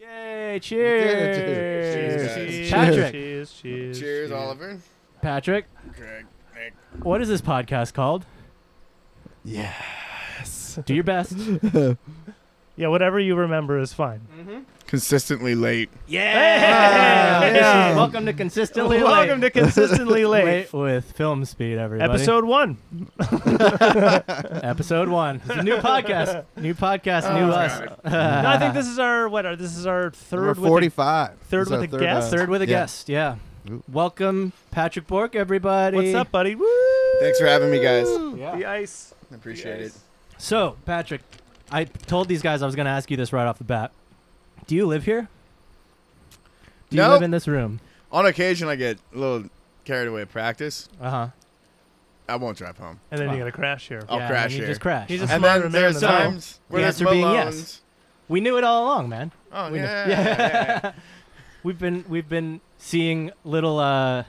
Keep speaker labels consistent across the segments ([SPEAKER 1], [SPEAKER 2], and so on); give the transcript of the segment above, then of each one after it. [SPEAKER 1] Hey, cheers.
[SPEAKER 2] Cheers,
[SPEAKER 3] guys.
[SPEAKER 1] Patrick.
[SPEAKER 3] Cheers, cheers.
[SPEAKER 2] Cheers, Oliver.
[SPEAKER 1] Patrick,
[SPEAKER 2] Greg, Nick.
[SPEAKER 1] what is this podcast called?
[SPEAKER 3] Yes.
[SPEAKER 1] Do your best. Ah,
[SPEAKER 3] Yeah, whatever you remember is fine.
[SPEAKER 2] Consistently late.
[SPEAKER 1] yeah.
[SPEAKER 3] yeah.
[SPEAKER 1] Welcome to Consistently
[SPEAKER 3] Welcome
[SPEAKER 1] Late.
[SPEAKER 3] to Consistently Late.
[SPEAKER 1] Late with Film Speed, everybody.
[SPEAKER 3] Episode one.
[SPEAKER 1] Episode one. It's a new podcast. New podcast,
[SPEAKER 2] Oh,
[SPEAKER 3] Oh,
[SPEAKER 1] new us.
[SPEAKER 3] No, I think this is our what? Our, this is our
[SPEAKER 4] Number
[SPEAKER 3] third. With
[SPEAKER 4] 45.
[SPEAKER 3] third
[SPEAKER 4] This is
[SPEAKER 3] with
[SPEAKER 4] our
[SPEAKER 3] a guest?
[SPEAKER 4] uh,
[SPEAKER 1] Third with a
[SPEAKER 4] yeah.
[SPEAKER 1] guest. Yeah.
[SPEAKER 4] Ooh.
[SPEAKER 1] Welcome, Patrick Bork,
[SPEAKER 3] the,
[SPEAKER 1] everybody.
[SPEAKER 3] what's up, buddy? Woo!
[SPEAKER 2] Thanks for having me, guys.
[SPEAKER 1] Yeah.
[SPEAKER 3] The ice.
[SPEAKER 2] I appreciate it.
[SPEAKER 1] So, Patrick, I told these guys I was going to ask you this right off the bat. Do you live here? Do you
[SPEAKER 2] Nope.
[SPEAKER 1] live in this room?
[SPEAKER 2] On occasion, I get a little carried away at practice.
[SPEAKER 1] Uh huh.
[SPEAKER 2] I won't drive home.
[SPEAKER 3] And then
[SPEAKER 1] Wow.
[SPEAKER 3] you gotta crash here.
[SPEAKER 2] I'll crash
[SPEAKER 1] you
[SPEAKER 2] here.
[SPEAKER 1] Just crash.
[SPEAKER 3] He's a
[SPEAKER 2] and
[SPEAKER 3] smarter
[SPEAKER 2] then
[SPEAKER 3] man
[SPEAKER 2] there's
[SPEAKER 3] than I am.
[SPEAKER 2] times where
[SPEAKER 1] The
[SPEAKER 2] there's
[SPEAKER 1] answer being yes.
[SPEAKER 2] Malones.
[SPEAKER 1] we knew it all along, man.
[SPEAKER 2] Oh,
[SPEAKER 1] We know.
[SPEAKER 2] yeah.
[SPEAKER 1] Yeah. We've been we've been seeing little uh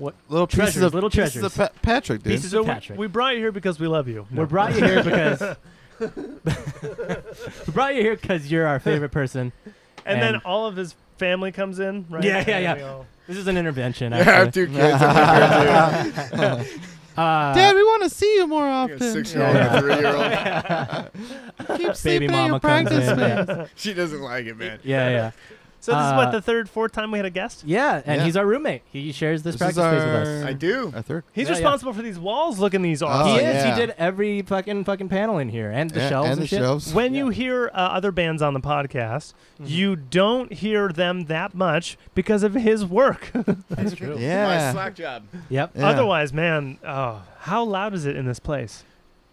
[SPEAKER 4] Little
[SPEAKER 1] Treasures,
[SPEAKER 4] pieces of,
[SPEAKER 1] little
[SPEAKER 4] pieces
[SPEAKER 1] treasures.
[SPEAKER 4] of Pa- Patrick, dude.
[SPEAKER 1] Pieces
[SPEAKER 3] So
[SPEAKER 1] of
[SPEAKER 3] we,
[SPEAKER 1] Patrick.
[SPEAKER 3] we brought you here because we love you.
[SPEAKER 1] we brought you here because we brought you here because you're our favorite person.
[SPEAKER 3] and then
[SPEAKER 1] and-
[SPEAKER 3] all of his family comes in, right?
[SPEAKER 1] Yeah, yeah,
[SPEAKER 3] And
[SPEAKER 1] yeah.
[SPEAKER 3] we all-
[SPEAKER 1] This is an intervention.
[SPEAKER 2] Yeah, I have
[SPEAKER 1] Actually.
[SPEAKER 2] two kids. I'm here, too.
[SPEAKER 1] Uh,
[SPEAKER 4] Dad, we want to see you more
[SPEAKER 2] I got a
[SPEAKER 4] often.
[SPEAKER 2] six year old and a three year old.
[SPEAKER 4] Keep
[SPEAKER 1] baby
[SPEAKER 4] sleeping
[SPEAKER 1] mama comes
[SPEAKER 4] your practice
[SPEAKER 1] in.
[SPEAKER 4] man.
[SPEAKER 1] yeah,
[SPEAKER 2] She doesn't like it, man.
[SPEAKER 1] yeah,
[SPEAKER 3] So this is
[SPEAKER 1] Uh,
[SPEAKER 3] what the third, fourth time we had a guest.
[SPEAKER 1] yeah. And
[SPEAKER 4] Yeah.
[SPEAKER 1] he's our roommate. He shares this,
[SPEAKER 4] This is
[SPEAKER 1] practice space with us.
[SPEAKER 4] our-
[SPEAKER 2] I do.
[SPEAKER 4] A third.
[SPEAKER 3] He's
[SPEAKER 1] Yeah, yeah.
[SPEAKER 3] responsible for these walls looking these
[SPEAKER 4] Oh,
[SPEAKER 1] he
[SPEAKER 3] awesome.
[SPEAKER 1] is.
[SPEAKER 4] yeah.
[SPEAKER 1] He did every fucking fucking panel in here and the
[SPEAKER 4] Yeah, Mm-hmm.
[SPEAKER 1] shelves
[SPEAKER 4] and the
[SPEAKER 1] shit.
[SPEAKER 4] shelves.
[SPEAKER 3] When you hear uh, other bands on the podcast, you don't hear them that much because of his work.
[SPEAKER 1] That's true.
[SPEAKER 2] My
[SPEAKER 4] Yeah.
[SPEAKER 2] slack job.
[SPEAKER 1] Yep.
[SPEAKER 4] Yeah.
[SPEAKER 3] Otherwise, man, oh, how loud is it in this place?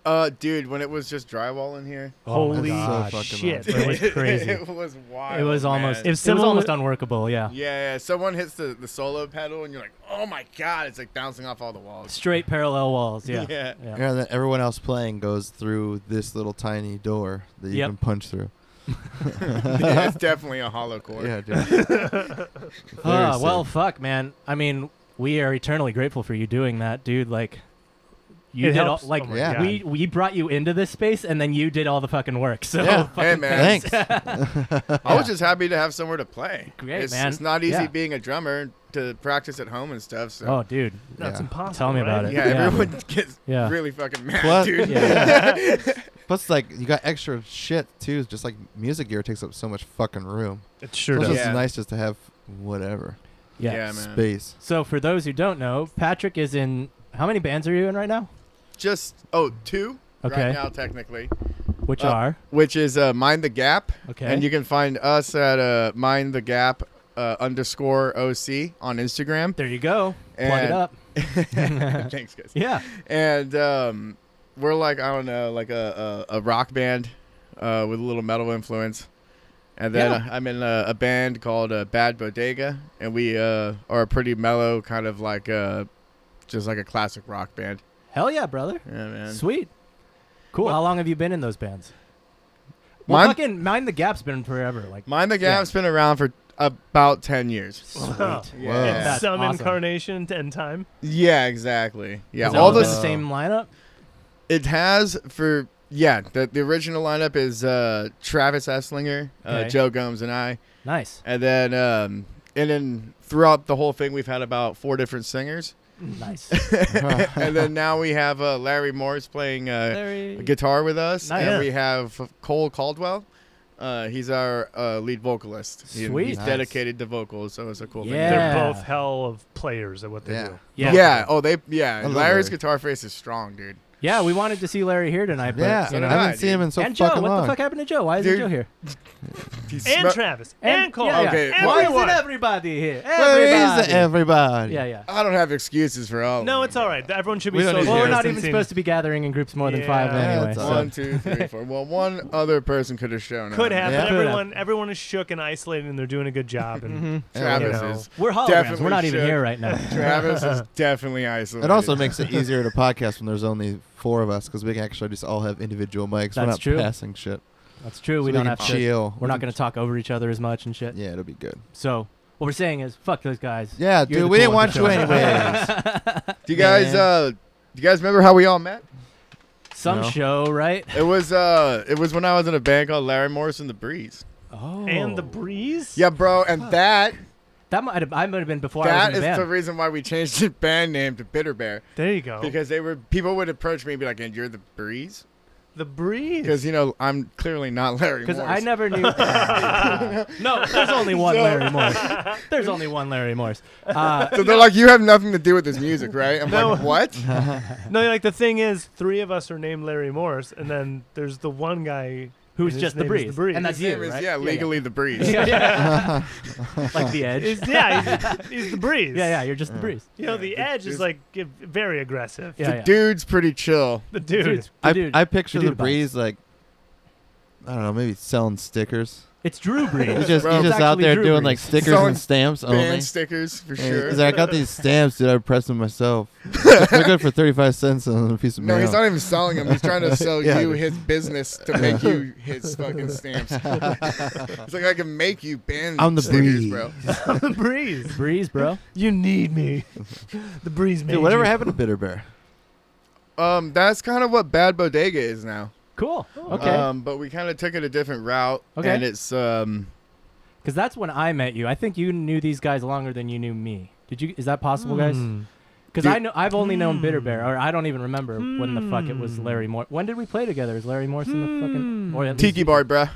[SPEAKER 2] Uh, dude, when it was just drywall in here,
[SPEAKER 1] Oh my
[SPEAKER 3] Holy
[SPEAKER 1] God.
[SPEAKER 4] So fucking
[SPEAKER 3] shit, it was crazy.
[SPEAKER 2] it was wild.
[SPEAKER 1] It was almost.
[SPEAKER 2] man.
[SPEAKER 1] It
[SPEAKER 3] If
[SPEAKER 1] was
[SPEAKER 3] someone-
[SPEAKER 1] almost unworkable. Yeah.
[SPEAKER 2] Yeah, yeah, someone hits the, the solo pedal and you're like, oh my god, it's like bouncing off all the walls.
[SPEAKER 1] Straight parallel walls. Yeah.
[SPEAKER 2] Yeah.
[SPEAKER 1] Yeah.
[SPEAKER 4] And then everyone else playing goes through this little tiny door that you
[SPEAKER 1] Yep.
[SPEAKER 4] can punch through.
[SPEAKER 2] Yeah, it's definitely a hollow core.
[SPEAKER 4] Yeah, dude. Very
[SPEAKER 1] Ah,
[SPEAKER 4] sick.
[SPEAKER 1] well, fuck, man. I mean, we are eternally grateful for you doing that, dude. Like, you
[SPEAKER 3] It
[SPEAKER 1] did
[SPEAKER 3] helps.
[SPEAKER 1] all, like
[SPEAKER 3] Oh my
[SPEAKER 4] Yeah.
[SPEAKER 3] God.
[SPEAKER 1] we we brought you into this space, and then you did all the fucking work. So
[SPEAKER 4] Yeah.
[SPEAKER 1] fucking
[SPEAKER 2] Hey man,
[SPEAKER 4] Thanks.
[SPEAKER 2] I was just happy to have somewhere to play.
[SPEAKER 1] Great,
[SPEAKER 2] it's,
[SPEAKER 1] man.
[SPEAKER 2] It's not easy
[SPEAKER 1] Yeah.
[SPEAKER 2] being a drummer to practice at home and stuff. So
[SPEAKER 1] Oh, dude.
[SPEAKER 3] That's
[SPEAKER 4] Yeah.
[SPEAKER 3] impossible.
[SPEAKER 1] Tell me about
[SPEAKER 3] right?
[SPEAKER 1] it.
[SPEAKER 2] yeah,
[SPEAKER 1] yeah.
[SPEAKER 2] everyone gets
[SPEAKER 1] Yeah.
[SPEAKER 2] really fucking mad,
[SPEAKER 4] Plus-
[SPEAKER 2] dude.
[SPEAKER 1] Yeah.
[SPEAKER 4] Plus, like, you got extra shit, too. Just like music gear takes up so much fucking room.
[SPEAKER 3] It sure
[SPEAKER 4] Plus,
[SPEAKER 3] does.
[SPEAKER 2] does.
[SPEAKER 4] it's
[SPEAKER 2] Yeah.
[SPEAKER 4] nice just to have whatever
[SPEAKER 1] yeah.
[SPEAKER 2] Yeah, man.
[SPEAKER 4] space.
[SPEAKER 1] So for those who don't know, Patrick is in. How many bands are you in right now?
[SPEAKER 2] Just oh two
[SPEAKER 1] Okay.
[SPEAKER 2] right now technically,
[SPEAKER 1] Which
[SPEAKER 2] Uh,
[SPEAKER 1] are
[SPEAKER 2] which is uh, mind the gap,
[SPEAKER 1] okay.
[SPEAKER 2] and you can find us at uh, mind the gap uh, underscore oc on Instagram.
[SPEAKER 1] there you go. Plug it
[SPEAKER 2] And-
[SPEAKER 1] up.
[SPEAKER 2] Thanks, guys.
[SPEAKER 1] Yeah.
[SPEAKER 2] and um, we're like I don't know, like a a, a rock band uh, with a little metal influence. And then
[SPEAKER 1] Yeah.
[SPEAKER 2] I'm in a, a band called uh, Bad Bodega, and we uh, are a pretty mellow kind of like uh, just like a classic rock band.
[SPEAKER 1] Hell yeah, brother.
[SPEAKER 2] Yeah, man.
[SPEAKER 1] Sweet. Cool. How long have you been in those bands? Well,
[SPEAKER 2] Mine-
[SPEAKER 1] fucking Mind the Gap's been forever. Like,
[SPEAKER 2] Mine the Gap's been around for about ten years.
[SPEAKER 1] sweet.
[SPEAKER 2] Yeah,
[SPEAKER 4] Wow.
[SPEAKER 3] In
[SPEAKER 1] That's
[SPEAKER 3] some
[SPEAKER 1] awesome.
[SPEAKER 3] incarnation and time.
[SPEAKER 2] yeah, exactly. Yeah,
[SPEAKER 1] Has it
[SPEAKER 2] all
[SPEAKER 1] been
[SPEAKER 2] the
[SPEAKER 1] the same lineup.
[SPEAKER 2] It has for yeah. The, the original lineup is uh, Travis Esslinger, uh,
[SPEAKER 1] Okay.
[SPEAKER 2] Joe Gomes, and I.
[SPEAKER 1] Nice.
[SPEAKER 2] And then um and then throughout the whole thing we've had about four different singers.
[SPEAKER 1] Nice.
[SPEAKER 2] and then now we have uh, Larry Morris playing uh, guitar with us
[SPEAKER 1] Nice.
[SPEAKER 2] and
[SPEAKER 3] Yeah.
[SPEAKER 2] we have Cole Caldwell. Uh, he's our uh, lead vocalist. He-
[SPEAKER 1] Sweet.
[SPEAKER 2] he's
[SPEAKER 4] Nice.
[SPEAKER 2] dedicated to vocals, so it's a cool
[SPEAKER 1] Yeah.
[SPEAKER 2] thing.
[SPEAKER 3] They're both hell of players at what they
[SPEAKER 4] Yeah.
[SPEAKER 3] do.
[SPEAKER 1] Yeah.
[SPEAKER 2] Yeah. Oh, they. Yeah.
[SPEAKER 4] love
[SPEAKER 2] Larry's
[SPEAKER 4] Larry.
[SPEAKER 2] guitar face is strong, dude.
[SPEAKER 1] Yeah, we wanted to see Larry here tonight, but
[SPEAKER 4] yeah,
[SPEAKER 1] you
[SPEAKER 2] did
[SPEAKER 1] know.
[SPEAKER 4] I haven't
[SPEAKER 2] I,
[SPEAKER 4] seen
[SPEAKER 2] dude.
[SPEAKER 4] him in so
[SPEAKER 1] and Joe,
[SPEAKER 4] fucking
[SPEAKER 1] what
[SPEAKER 4] long.
[SPEAKER 1] the fuck happened to Joe? Why isn't
[SPEAKER 2] Dude,
[SPEAKER 1] Joe here?
[SPEAKER 2] He's
[SPEAKER 3] And
[SPEAKER 2] smro-
[SPEAKER 3] Travis. And, Cole.
[SPEAKER 1] yeah, yeah.
[SPEAKER 2] Okay,
[SPEAKER 3] And
[SPEAKER 2] why
[SPEAKER 1] Why
[SPEAKER 3] everyone.
[SPEAKER 1] isn't everybody here?
[SPEAKER 4] Where is
[SPEAKER 1] Everybody.
[SPEAKER 4] everybody?
[SPEAKER 1] Yeah, yeah.
[SPEAKER 2] I don't have excuses for all.
[SPEAKER 3] No,
[SPEAKER 2] of
[SPEAKER 3] it's all right. Everyone should be
[SPEAKER 4] We don't
[SPEAKER 3] social
[SPEAKER 4] need
[SPEAKER 1] Well, we're
[SPEAKER 4] Yeah.
[SPEAKER 1] not even
[SPEAKER 3] distancing.
[SPEAKER 1] supposed to be gathering in groups more than five
[SPEAKER 3] Yeah,
[SPEAKER 1] anyway.
[SPEAKER 4] that's
[SPEAKER 1] so-
[SPEAKER 4] all
[SPEAKER 2] One, two, three, four. Well, one other person could have shown up.
[SPEAKER 3] Could happen.
[SPEAKER 4] Yeah.
[SPEAKER 1] Could
[SPEAKER 3] Everyone, everyone is shook and isolated, and they're doing a good job. And
[SPEAKER 2] Travis
[SPEAKER 3] You know.
[SPEAKER 2] is.
[SPEAKER 1] Mm-hmm. We're holograms.
[SPEAKER 2] Definitely
[SPEAKER 1] we're not even
[SPEAKER 2] should.
[SPEAKER 1] here right now.
[SPEAKER 2] Travis is definitely isolated.
[SPEAKER 4] It also makes it easier to podcast when there's only four of us because we can actually just all have individual mics. We're
[SPEAKER 1] That's
[SPEAKER 4] not
[SPEAKER 1] true.
[SPEAKER 4] passing shit.
[SPEAKER 1] That's true.
[SPEAKER 4] So
[SPEAKER 1] we don't
[SPEAKER 4] can
[SPEAKER 1] have to.
[SPEAKER 4] chill.
[SPEAKER 1] We're not going to talk over each other as much and shit.
[SPEAKER 4] Yeah, it'll be good.
[SPEAKER 1] So what we're saying is, fuck those guys.
[SPEAKER 4] Yeah,
[SPEAKER 1] You're the
[SPEAKER 4] dude,
[SPEAKER 1] cool
[SPEAKER 4] we didn't
[SPEAKER 1] ones
[SPEAKER 4] want
[SPEAKER 1] to
[SPEAKER 4] you
[SPEAKER 1] show up.
[SPEAKER 4] anyways.
[SPEAKER 2] Do you guys
[SPEAKER 4] Man.
[SPEAKER 2] uh do you guys remember how we all met?
[SPEAKER 1] Some
[SPEAKER 4] No.
[SPEAKER 1] show, right?
[SPEAKER 2] It was uh it was when I was in a band called Larry Morris and the Breeze.
[SPEAKER 1] Oh.
[SPEAKER 3] and the breeze.
[SPEAKER 2] Yeah, bro, and that
[SPEAKER 1] That might have, I might have been before I
[SPEAKER 2] that
[SPEAKER 1] was
[SPEAKER 2] is
[SPEAKER 1] in the band. Oh.
[SPEAKER 2] the reason why we changed the band name to Bitter Bear
[SPEAKER 3] There you go.
[SPEAKER 2] because they were people would approach me and be like, "And you're the Breeze,"
[SPEAKER 3] the breeze.
[SPEAKER 2] because you know I'm clearly not Larry.
[SPEAKER 1] Because
[SPEAKER 2] Because
[SPEAKER 1] I never knew. no, there's only one
[SPEAKER 2] So-
[SPEAKER 1] Larry Morse. There's only one Larry Morse. Uh,
[SPEAKER 2] So they're like, "You have nothing to do with this music, right?" I'm
[SPEAKER 3] No.
[SPEAKER 2] like, "What?"
[SPEAKER 3] No, like the thing is, three of us are named Larry Morse, and then there's the one guy
[SPEAKER 1] who's
[SPEAKER 3] and his
[SPEAKER 1] just the
[SPEAKER 3] name is
[SPEAKER 1] breeze.
[SPEAKER 3] The breeze.
[SPEAKER 1] And that's
[SPEAKER 2] His name
[SPEAKER 1] you,
[SPEAKER 2] is,
[SPEAKER 1] right?
[SPEAKER 2] yeah, legally the Breeze.
[SPEAKER 1] Yeah, yeah. like the edge.
[SPEAKER 3] Is- yeah, he's, he's the breeze.
[SPEAKER 1] yeah, yeah. You're just the
[SPEAKER 4] Yeah.
[SPEAKER 1] breeze.
[SPEAKER 3] You know, the
[SPEAKER 2] Yeah,
[SPEAKER 3] edge is
[SPEAKER 2] just-
[SPEAKER 3] like g- very aggressive.
[SPEAKER 1] Yeah,
[SPEAKER 2] the
[SPEAKER 1] yeah.
[SPEAKER 2] dude's pretty chill.
[SPEAKER 3] The dude.
[SPEAKER 1] Dude, the
[SPEAKER 4] I,
[SPEAKER 1] dude.
[SPEAKER 4] I picture
[SPEAKER 1] dude
[SPEAKER 4] the
[SPEAKER 1] vibes.
[SPEAKER 4] breeze like I don't know, maybe selling stickers.
[SPEAKER 1] it's Drew
[SPEAKER 4] He's
[SPEAKER 1] Breeze.
[SPEAKER 4] just,
[SPEAKER 2] Bro.
[SPEAKER 4] he's
[SPEAKER 1] It's
[SPEAKER 4] just out
[SPEAKER 1] actually
[SPEAKER 4] there
[SPEAKER 1] Drew
[SPEAKER 4] doing
[SPEAKER 1] Brees.
[SPEAKER 4] like stickers
[SPEAKER 2] Selling
[SPEAKER 4] and stamps only.
[SPEAKER 2] Band stickers for
[SPEAKER 4] Yeah,
[SPEAKER 2] sure.
[SPEAKER 4] He's like, I got these stamps, dude. I pressed them myself. They're good for thirty-five cents on a piece of
[SPEAKER 2] No,
[SPEAKER 4] mail.
[SPEAKER 2] he's not even selling them. He's trying to sell
[SPEAKER 4] Yeah.
[SPEAKER 2] you his business to make you his fucking stamps. it's like I can make you band
[SPEAKER 4] I'm the
[SPEAKER 2] stickers,
[SPEAKER 4] breeze.
[SPEAKER 2] bro.
[SPEAKER 3] the breeze.
[SPEAKER 1] Breeze, bro.
[SPEAKER 3] You need me. The breeze made
[SPEAKER 4] dude, whatever
[SPEAKER 3] you.
[SPEAKER 4] happened to Bitter Bear?
[SPEAKER 2] Um, that's kind of what Bad Bodega is now.
[SPEAKER 1] Cool.
[SPEAKER 4] Oh.
[SPEAKER 1] Okay.
[SPEAKER 2] Um, but we kind of took it a different route.
[SPEAKER 1] Okay.
[SPEAKER 2] And it's um,
[SPEAKER 1] Because that's when I met you. I think you knew these guys longer than you knew me. Did you? Is that possible, guys?
[SPEAKER 3] Mm.
[SPEAKER 1] Because
[SPEAKER 2] Dude.
[SPEAKER 1] I know I've only known Bitter
[SPEAKER 3] Hmm.
[SPEAKER 1] Bear, or I don't even remember when the fuck it was
[SPEAKER 3] Hmm.
[SPEAKER 1] Larry Moore. When did we play together? Is Larry Morse in the fucking
[SPEAKER 3] Hmm.
[SPEAKER 1] or at least
[SPEAKER 2] Tiki
[SPEAKER 1] you-
[SPEAKER 2] Bar, bruh.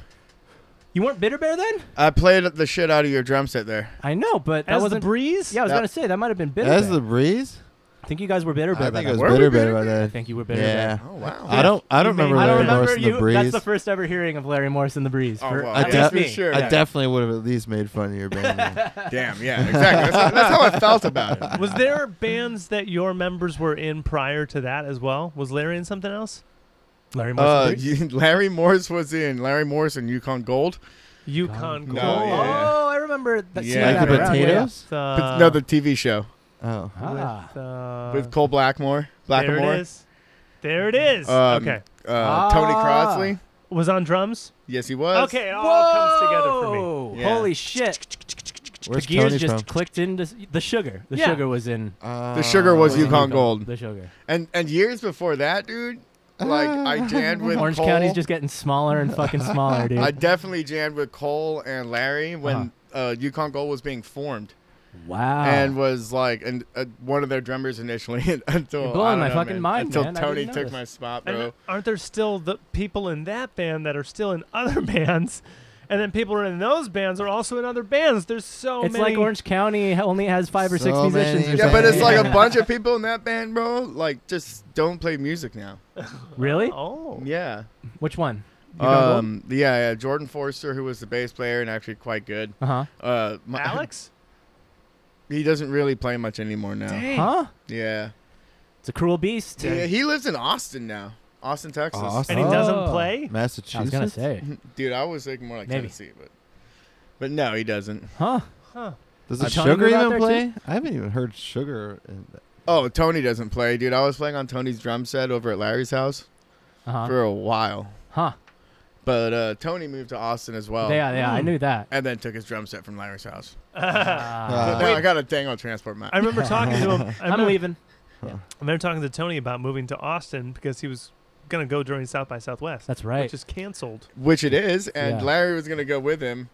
[SPEAKER 1] You weren't Bitter Bear then?
[SPEAKER 2] I played the shit out of your drum set there.
[SPEAKER 1] I know, but that
[SPEAKER 3] As the
[SPEAKER 1] wasn't.
[SPEAKER 3] breeze?
[SPEAKER 1] yeah, I was
[SPEAKER 2] That-
[SPEAKER 1] gonna say that might have been Bitter
[SPEAKER 4] That's
[SPEAKER 1] Bear.
[SPEAKER 4] the breeze.
[SPEAKER 1] I think you guys were Bitter Bear.
[SPEAKER 4] I
[SPEAKER 1] by
[SPEAKER 4] think
[SPEAKER 1] that
[SPEAKER 4] it was
[SPEAKER 2] Were we
[SPEAKER 4] Bitter Bear
[SPEAKER 2] Bitter
[SPEAKER 4] by
[SPEAKER 2] Bear?
[SPEAKER 1] I
[SPEAKER 4] then.
[SPEAKER 1] think you were Bitter
[SPEAKER 4] Yeah.
[SPEAKER 1] Bear.
[SPEAKER 2] Oh wow.
[SPEAKER 4] I don't. I don't
[SPEAKER 3] You may-
[SPEAKER 4] remember
[SPEAKER 1] I don't
[SPEAKER 4] Larry
[SPEAKER 1] remember
[SPEAKER 4] Morse and
[SPEAKER 1] you.
[SPEAKER 4] the breeze.
[SPEAKER 1] That's the first ever hearing of Larry Morse and the Breeze.
[SPEAKER 2] Oh,
[SPEAKER 1] for-
[SPEAKER 2] well,
[SPEAKER 1] at
[SPEAKER 4] I
[SPEAKER 1] least
[SPEAKER 4] def-
[SPEAKER 1] me.
[SPEAKER 2] for sure.
[SPEAKER 4] I
[SPEAKER 2] Yeah.
[SPEAKER 4] definitely would have at least made fun of your band. name.
[SPEAKER 2] Damn. Yeah. Exactly. That's, that's how I felt about it.
[SPEAKER 3] Was there bands that your members were in prior to that as well? Was Larry in something else?
[SPEAKER 1] Larry Morse.
[SPEAKER 2] Uh,
[SPEAKER 1] and the Breeze?
[SPEAKER 2] you- Larry Morse was in Larry Morse and Yukon Gold.
[SPEAKER 3] Yukon
[SPEAKER 2] No,
[SPEAKER 3] Gold.
[SPEAKER 2] yeah.
[SPEAKER 1] Oh, I remember that. seeing
[SPEAKER 2] Yeah.
[SPEAKER 4] like
[SPEAKER 1] that
[SPEAKER 4] the
[SPEAKER 1] around, yeah.
[SPEAKER 4] potatoes?
[SPEAKER 2] But no, the TV show
[SPEAKER 4] Oh,
[SPEAKER 1] uh, Ah.
[SPEAKER 3] with, uh,
[SPEAKER 2] with Cole Blackmore,
[SPEAKER 3] There it
[SPEAKER 2] Blackmore,
[SPEAKER 3] is. There it is.
[SPEAKER 2] Um,
[SPEAKER 3] okay.
[SPEAKER 2] uh, Tony
[SPEAKER 1] Ah.
[SPEAKER 2] Crosley.
[SPEAKER 3] Was on drums?
[SPEAKER 2] Yes, he was.
[SPEAKER 3] Okay, it all comes together for me.
[SPEAKER 1] Whoa!
[SPEAKER 2] Yeah.
[SPEAKER 1] Holy shit!
[SPEAKER 4] where's
[SPEAKER 1] the gears
[SPEAKER 4] Tony
[SPEAKER 1] just
[SPEAKER 4] from?
[SPEAKER 1] clicked into s- the sugar. The
[SPEAKER 3] Yeah.
[SPEAKER 1] sugar was in.
[SPEAKER 2] The sugar was
[SPEAKER 4] Oh.
[SPEAKER 1] in
[SPEAKER 2] Oh, Yukon
[SPEAKER 1] Yukon.
[SPEAKER 2] Gold.
[SPEAKER 1] The sugar.
[SPEAKER 2] And and years before that, dude, like I jammed with
[SPEAKER 1] Orange
[SPEAKER 2] Cole.
[SPEAKER 1] County's just getting smaller and fucking smaller, dude.
[SPEAKER 2] I definitely jammed with Cole and Larry when
[SPEAKER 1] Uh-huh.
[SPEAKER 2] uh, Yukon Gold was being formed
[SPEAKER 1] wow.
[SPEAKER 2] and was like and uh, one of their drummers initially until
[SPEAKER 1] You're blowing
[SPEAKER 2] I don't
[SPEAKER 1] my
[SPEAKER 2] know,
[SPEAKER 1] fucking
[SPEAKER 2] man,
[SPEAKER 1] mind,
[SPEAKER 2] until
[SPEAKER 1] man. I
[SPEAKER 2] Tony
[SPEAKER 1] didn't
[SPEAKER 2] took
[SPEAKER 1] notice.
[SPEAKER 2] my spot,
[SPEAKER 3] And
[SPEAKER 2] bro.
[SPEAKER 3] aren't there still the people in that band that are still in other bands? And then people who are in those bands are also in other bands. There's so
[SPEAKER 1] it's
[SPEAKER 3] many.
[SPEAKER 1] like Orange County ha- only has five or six
[SPEAKER 4] So
[SPEAKER 1] musicians.
[SPEAKER 4] many
[SPEAKER 1] or
[SPEAKER 2] Yeah, but it's like a
[SPEAKER 1] something.
[SPEAKER 2] bunch of people in that band, bro. Like just don't play music now.
[SPEAKER 1] really?
[SPEAKER 3] Oh.
[SPEAKER 2] Yeah.
[SPEAKER 1] Which one?
[SPEAKER 2] Um. Yeah. Yeah. Jordan Forster, who was the bass player and actually quite good.
[SPEAKER 1] Uh huh.
[SPEAKER 2] Uh. My,
[SPEAKER 3] Alex?
[SPEAKER 2] He doesn't really play much anymore now.
[SPEAKER 3] Dang.
[SPEAKER 1] Huh?
[SPEAKER 2] Yeah.
[SPEAKER 1] It's a cruel beast.
[SPEAKER 2] Yeah, he lives in Austin now. Austin, Texas.
[SPEAKER 4] Austin.
[SPEAKER 3] And he doesn't
[SPEAKER 1] Oh.
[SPEAKER 3] play?
[SPEAKER 1] I was
[SPEAKER 4] Massachusetts.
[SPEAKER 1] gonna say.
[SPEAKER 2] Dude, I was thinking more like
[SPEAKER 1] Maybe.
[SPEAKER 2] Tennessee, but but no, he doesn't.
[SPEAKER 1] Huh?
[SPEAKER 3] Huh.
[SPEAKER 4] Does
[SPEAKER 1] Uh,
[SPEAKER 4] the
[SPEAKER 1] Tony
[SPEAKER 4] sugar
[SPEAKER 1] was out there
[SPEAKER 4] even
[SPEAKER 1] too?
[SPEAKER 4] play? I haven't even heard sugar. In
[SPEAKER 2] Oh, Tony doesn't play, dude. I was playing on Tony's drum set over at Larry's house
[SPEAKER 1] Uh huh.
[SPEAKER 2] for a while.
[SPEAKER 1] Huh?
[SPEAKER 2] But uh, Tony moved to Austin as well.
[SPEAKER 1] Yeah, yeah. I
[SPEAKER 3] Hmm.
[SPEAKER 1] knew that.
[SPEAKER 2] And then took his drum set from Larry's house.
[SPEAKER 4] Uh,
[SPEAKER 1] Ah.
[SPEAKER 2] So now I got a dang old transport map.
[SPEAKER 3] I remember talking to him. I
[SPEAKER 1] I'm
[SPEAKER 3] remember,
[SPEAKER 1] leaving.
[SPEAKER 3] I remember talking to Tony about moving to Austin because he was going to go during South by Southwest,
[SPEAKER 1] That's right.
[SPEAKER 3] which is canceled.
[SPEAKER 2] which it is, and
[SPEAKER 1] Yeah.
[SPEAKER 2] Larry was gonna go with him,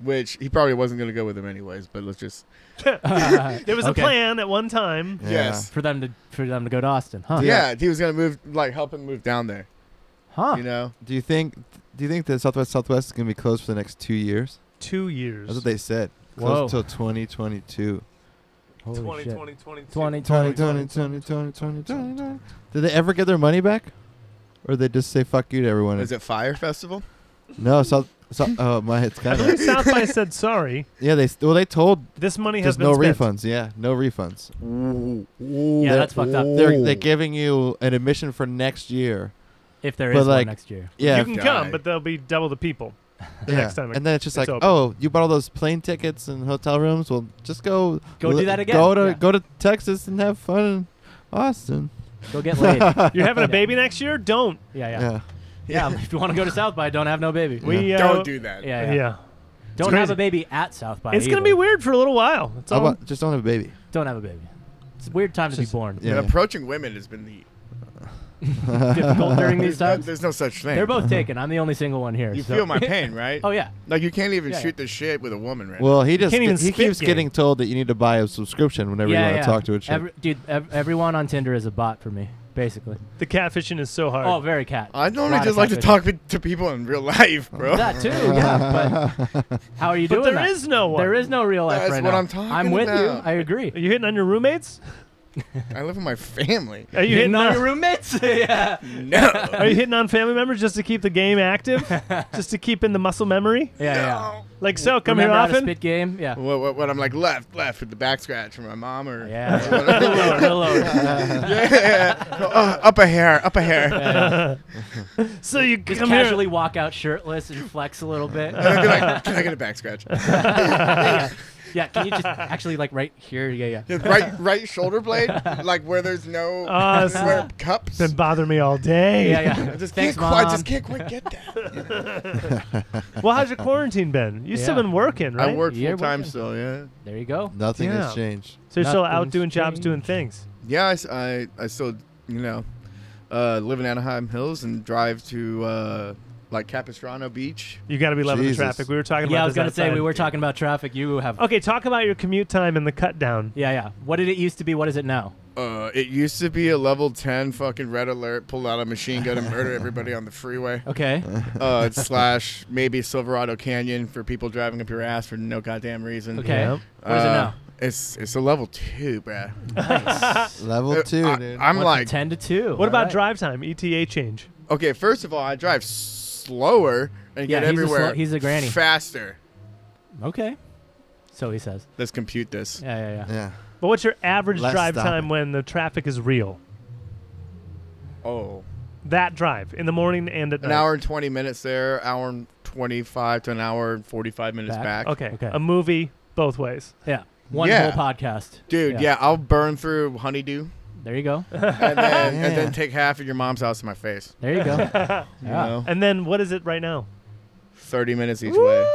[SPEAKER 2] which he probably wasn't gonna go with him anyways. But let's just
[SPEAKER 3] There was
[SPEAKER 1] Okay.
[SPEAKER 3] a plan at one time.
[SPEAKER 4] Yeah.
[SPEAKER 2] yes,
[SPEAKER 1] for them to for them to go to Austin, huh?
[SPEAKER 2] yeah. he was gonna move like help him move down there.
[SPEAKER 1] Huh?
[SPEAKER 2] You know,
[SPEAKER 4] Do you think? Do you think the Southwest Southwest is gonna be closed for the next two years?
[SPEAKER 3] Two years.
[SPEAKER 4] That's what they said.
[SPEAKER 1] Whoa.
[SPEAKER 4] Closed till 2022.
[SPEAKER 1] Holy
[SPEAKER 3] 20,
[SPEAKER 1] shit.
[SPEAKER 3] 20, 22.
[SPEAKER 1] 20,
[SPEAKER 4] 20, 20, 20, 20, 20, 20. Did they ever get their money back? Or they just say fuck you to everyone?
[SPEAKER 2] is it Fire Festival?
[SPEAKER 4] No, South. South oh my, it's
[SPEAKER 3] I
[SPEAKER 4] kind
[SPEAKER 3] believe
[SPEAKER 4] of.
[SPEAKER 3] South by said sorry.
[SPEAKER 4] Yeah, they s- well they told
[SPEAKER 3] This money has
[SPEAKER 4] there's
[SPEAKER 3] been
[SPEAKER 4] no
[SPEAKER 3] spent.
[SPEAKER 4] refunds. Yeah, no refunds.
[SPEAKER 1] Yeah,
[SPEAKER 4] They're-
[SPEAKER 1] that's fucked up.
[SPEAKER 4] They're they're giving you an admission for next year.
[SPEAKER 1] If there
[SPEAKER 4] But,
[SPEAKER 1] is
[SPEAKER 4] like-
[SPEAKER 1] one next year.
[SPEAKER 4] Yeah,
[SPEAKER 3] you
[SPEAKER 4] if-
[SPEAKER 3] can
[SPEAKER 2] Die.
[SPEAKER 3] come, but there'll be double the people. the
[SPEAKER 4] yeah.
[SPEAKER 3] next time it-
[SPEAKER 4] and then it's just like,
[SPEAKER 3] it's open.
[SPEAKER 4] oh, you bought all those plane tickets and hotel rooms. Well, just go
[SPEAKER 1] Go do
[SPEAKER 4] li-
[SPEAKER 1] that again.
[SPEAKER 4] Go to
[SPEAKER 1] Yeah.
[SPEAKER 4] go to Texas and have fun in Austin.
[SPEAKER 1] Go get laid. yeah,
[SPEAKER 3] You're having a
[SPEAKER 1] Yeah.
[SPEAKER 3] baby next year? Don't.
[SPEAKER 1] yeah, yeah.
[SPEAKER 4] Yeah,
[SPEAKER 1] if you want to go to South by, don't have no baby.
[SPEAKER 4] Yeah.
[SPEAKER 3] We uh,
[SPEAKER 2] Don't do that.
[SPEAKER 1] Yeah,
[SPEAKER 3] Yeah.
[SPEAKER 1] yeah. Don't
[SPEAKER 3] It's
[SPEAKER 1] have a
[SPEAKER 3] crazy.
[SPEAKER 1] baby at South by.
[SPEAKER 3] It's gonna be
[SPEAKER 1] either.
[SPEAKER 3] weird for a little while. That's
[SPEAKER 4] How
[SPEAKER 3] all.
[SPEAKER 4] about- just don't have a baby.
[SPEAKER 1] Don't have a baby. It's a weird time to be born.
[SPEAKER 4] Yeah.
[SPEAKER 2] And approaching women has been the
[SPEAKER 1] difficult during these
[SPEAKER 2] There's no,
[SPEAKER 1] times.
[SPEAKER 2] there's no such thing.
[SPEAKER 1] They're both taken. I'm the only single one here.
[SPEAKER 2] You
[SPEAKER 1] so-
[SPEAKER 2] feel my pain, right?
[SPEAKER 1] oh yeah.
[SPEAKER 2] Like you can't even
[SPEAKER 1] Yeah,
[SPEAKER 2] shoot the shit with a woman right
[SPEAKER 4] Well, he just
[SPEAKER 3] can't even
[SPEAKER 4] he
[SPEAKER 3] spit
[SPEAKER 4] keeps
[SPEAKER 3] gay.
[SPEAKER 4] getting told that you need to buy a subscription whenever
[SPEAKER 1] yeah,
[SPEAKER 4] you want
[SPEAKER 1] yeah.
[SPEAKER 4] to talk to a chick.
[SPEAKER 1] Every- dude, ev- everyone on Tinder is a bot for me, basically.
[SPEAKER 3] The catfishing is so hard.
[SPEAKER 1] Oh, very cat.
[SPEAKER 2] now. I normally
[SPEAKER 1] Lot of
[SPEAKER 2] just like to
[SPEAKER 1] catfishing.
[SPEAKER 2] talk with- to people in real life, bro.
[SPEAKER 1] That too, yeah. But how are you
[SPEAKER 3] but
[SPEAKER 1] doing?
[SPEAKER 3] there
[SPEAKER 1] that?
[SPEAKER 3] is no one.
[SPEAKER 1] there is no real life
[SPEAKER 2] That's
[SPEAKER 1] right
[SPEAKER 2] what
[SPEAKER 1] now.
[SPEAKER 2] I'm talking
[SPEAKER 1] I'm with
[SPEAKER 2] about.
[SPEAKER 1] you. I agree.
[SPEAKER 3] Are you hitting on your roommates?
[SPEAKER 2] I live with my family.
[SPEAKER 3] Are you hitting
[SPEAKER 1] on
[SPEAKER 3] on?
[SPEAKER 1] your roommates? yeah.
[SPEAKER 2] No.
[SPEAKER 3] Are you hitting on family members just to keep the game active? just to keep in the muscle memory?
[SPEAKER 1] Yeah, yeah.
[SPEAKER 3] Like so, come
[SPEAKER 1] Remember
[SPEAKER 3] here
[SPEAKER 1] how to
[SPEAKER 3] often.
[SPEAKER 1] spit game? Yeah.
[SPEAKER 2] What, what, what I'm like left, left with the back scratch from my mom or
[SPEAKER 1] Yeah. Hello, hello.
[SPEAKER 2] yeah. Oh, up a hair, up a hair.
[SPEAKER 3] So you
[SPEAKER 1] Just
[SPEAKER 3] come here.
[SPEAKER 1] casually walk out shirtless and flex a little bit.
[SPEAKER 2] And I'd be like, can I get a back scratch?
[SPEAKER 1] yeah. yeah, can you just actually like right here? Yeah, yeah.
[SPEAKER 2] Yeah, right, right shoulder blade, like where there's no
[SPEAKER 1] Oh,
[SPEAKER 3] Ah, this is-
[SPEAKER 2] where cups.
[SPEAKER 3] Been bothering me all day.
[SPEAKER 1] Yeah, yeah.
[SPEAKER 2] I just
[SPEAKER 1] Thanks,
[SPEAKER 2] can't quite,
[SPEAKER 1] Mom.
[SPEAKER 2] just can't quite get that.
[SPEAKER 3] Well, how's your quarantine been? You still
[SPEAKER 1] Yeah.
[SPEAKER 3] been working, right?
[SPEAKER 2] I work
[SPEAKER 1] You're
[SPEAKER 2] full time
[SPEAKER 1] working.
[SPEAKER 2] still. Yeah.
[SPEAKER 1] There you go.
[SPEAKER 4] Nothing
[SPEAKER 3] Yeah.
[SPEAKER 4] has changed.
[SPEAKER 3] So you're still out
[SPEAKER 1] Nothing's
[SPEAKER 3] doing jobs, doing
[SPEAKER 1] changed.
[SPEAKER 3] things.
[SPEAKER 2] Yeah. I, s- I- I still you know uh, live in Anaheim Hills and drive to uh, like Capistrano Beach.
[SPEAKER 3] You got to be loving
[SPEAKER 4] Jesus.
[SPEAKER 3] the traffic. We were talking about.
[SPEAKER 1] Yeah, I was
[SPEAKER 3] going
[SPEAKER 1] gonna say we were talking about traffic. You have.
[SPEAKER 3] Okay, talk about your commute time and the cut down.
[SPEAKER 1] Yeah, yeah. What did it used to be? What is it now?
[SPEAKER 2] Uh, it used to be a level ten fucking red alert, pull out a machine gun and murder everybody on the freeway.
[SPEAKER 1] Okay.
[SPEAKER 2] Uh, slash maybe Silverado Canyon for people driving up your ass for no goddamn reason.
[SPEAKER 1] Okay.
[SPEAKER 3] Yep.
[SPEAKER 1] What is it
[SPEAKER 2] Uh,
[SPEAKER 1] now?
[SPEAKER 2] It's it's a level two, bruh. Uh,
[SPEAKER 4] Level two,
[SPEAKER 2] I,
[SPEAKER 4] dude.
[SPEAKER 2] am
[SPEAKER 1] Went from
[SPEAKER 2] like,
[SPEAKER 1] ten to two.
[SPEAKER 3] What
[SPEAKER 1] All
[SPEAKER 3] about
[SPEAKER 1] right.
[SPEAKER 3] drive time? ETA change.
[SPEAKER 2] okay. First of all, I drive slower and
[SPEAKER 1] Yeah,
[SPEAKER 2] get
[SPEAKER 1] he's a
[SPEAKER 2] everywhere.
[SPEAKER 1] slow- he's a granny.
[SPEAKER 2] Faster.
[SPEAKER 1] Okay. So he says.
[SPEAKER 2] Let's compute this.
[SPEAKER 1] Yeah, yeah, yeah.
[SPEAKER 4] yeah.
[SPEAKER 3] But what's your average
[SPEAKER 4] Let's
[SPEAKER 3] drive
[SPEAKER 4] stop
[SPEAKER 3] time
[SPEAKER 4] it.
[SPEAKER 3] when the traffic is real?
[SPEAKER 2] Oh,
[SPEAKER 3] That drive in the morning and at
[SPEAKER 2] an
[SPEAKER 3] night.
[SPEAKER 2] hour and twenty minutes there. Hour and twenty-five to an hour and forty-five minutes
[SPEAKER 1] Back.
[SPEAKER 2] back.
[SPEAKER 3] Okay.
[SPEAKER 1] Okay.
[SPEAKER 3] A movie both ways.
[SPEAKER 1] Yeah. One
[SPEAKER 2] Yeah.
[SPEAKER 1] whole podcast.
[SPEAKER 2] Dude, yeah. I'll burn through honeydew
[SPEAKER 1] There you go.
[SPEAKER 2] and then, and
[SPEAKER 4] Yeah.
[SPEAKER 2] then take half of your mom's house in my face.
[SPEAKER 1] There you go.
[SPEAKER 2] You
[SPEAKER 1] Yeah.
[SPEAKER 2] know,
[SPEAKER 3] And then what is it right now?
[SPEAKER 2] thirty minutes each way.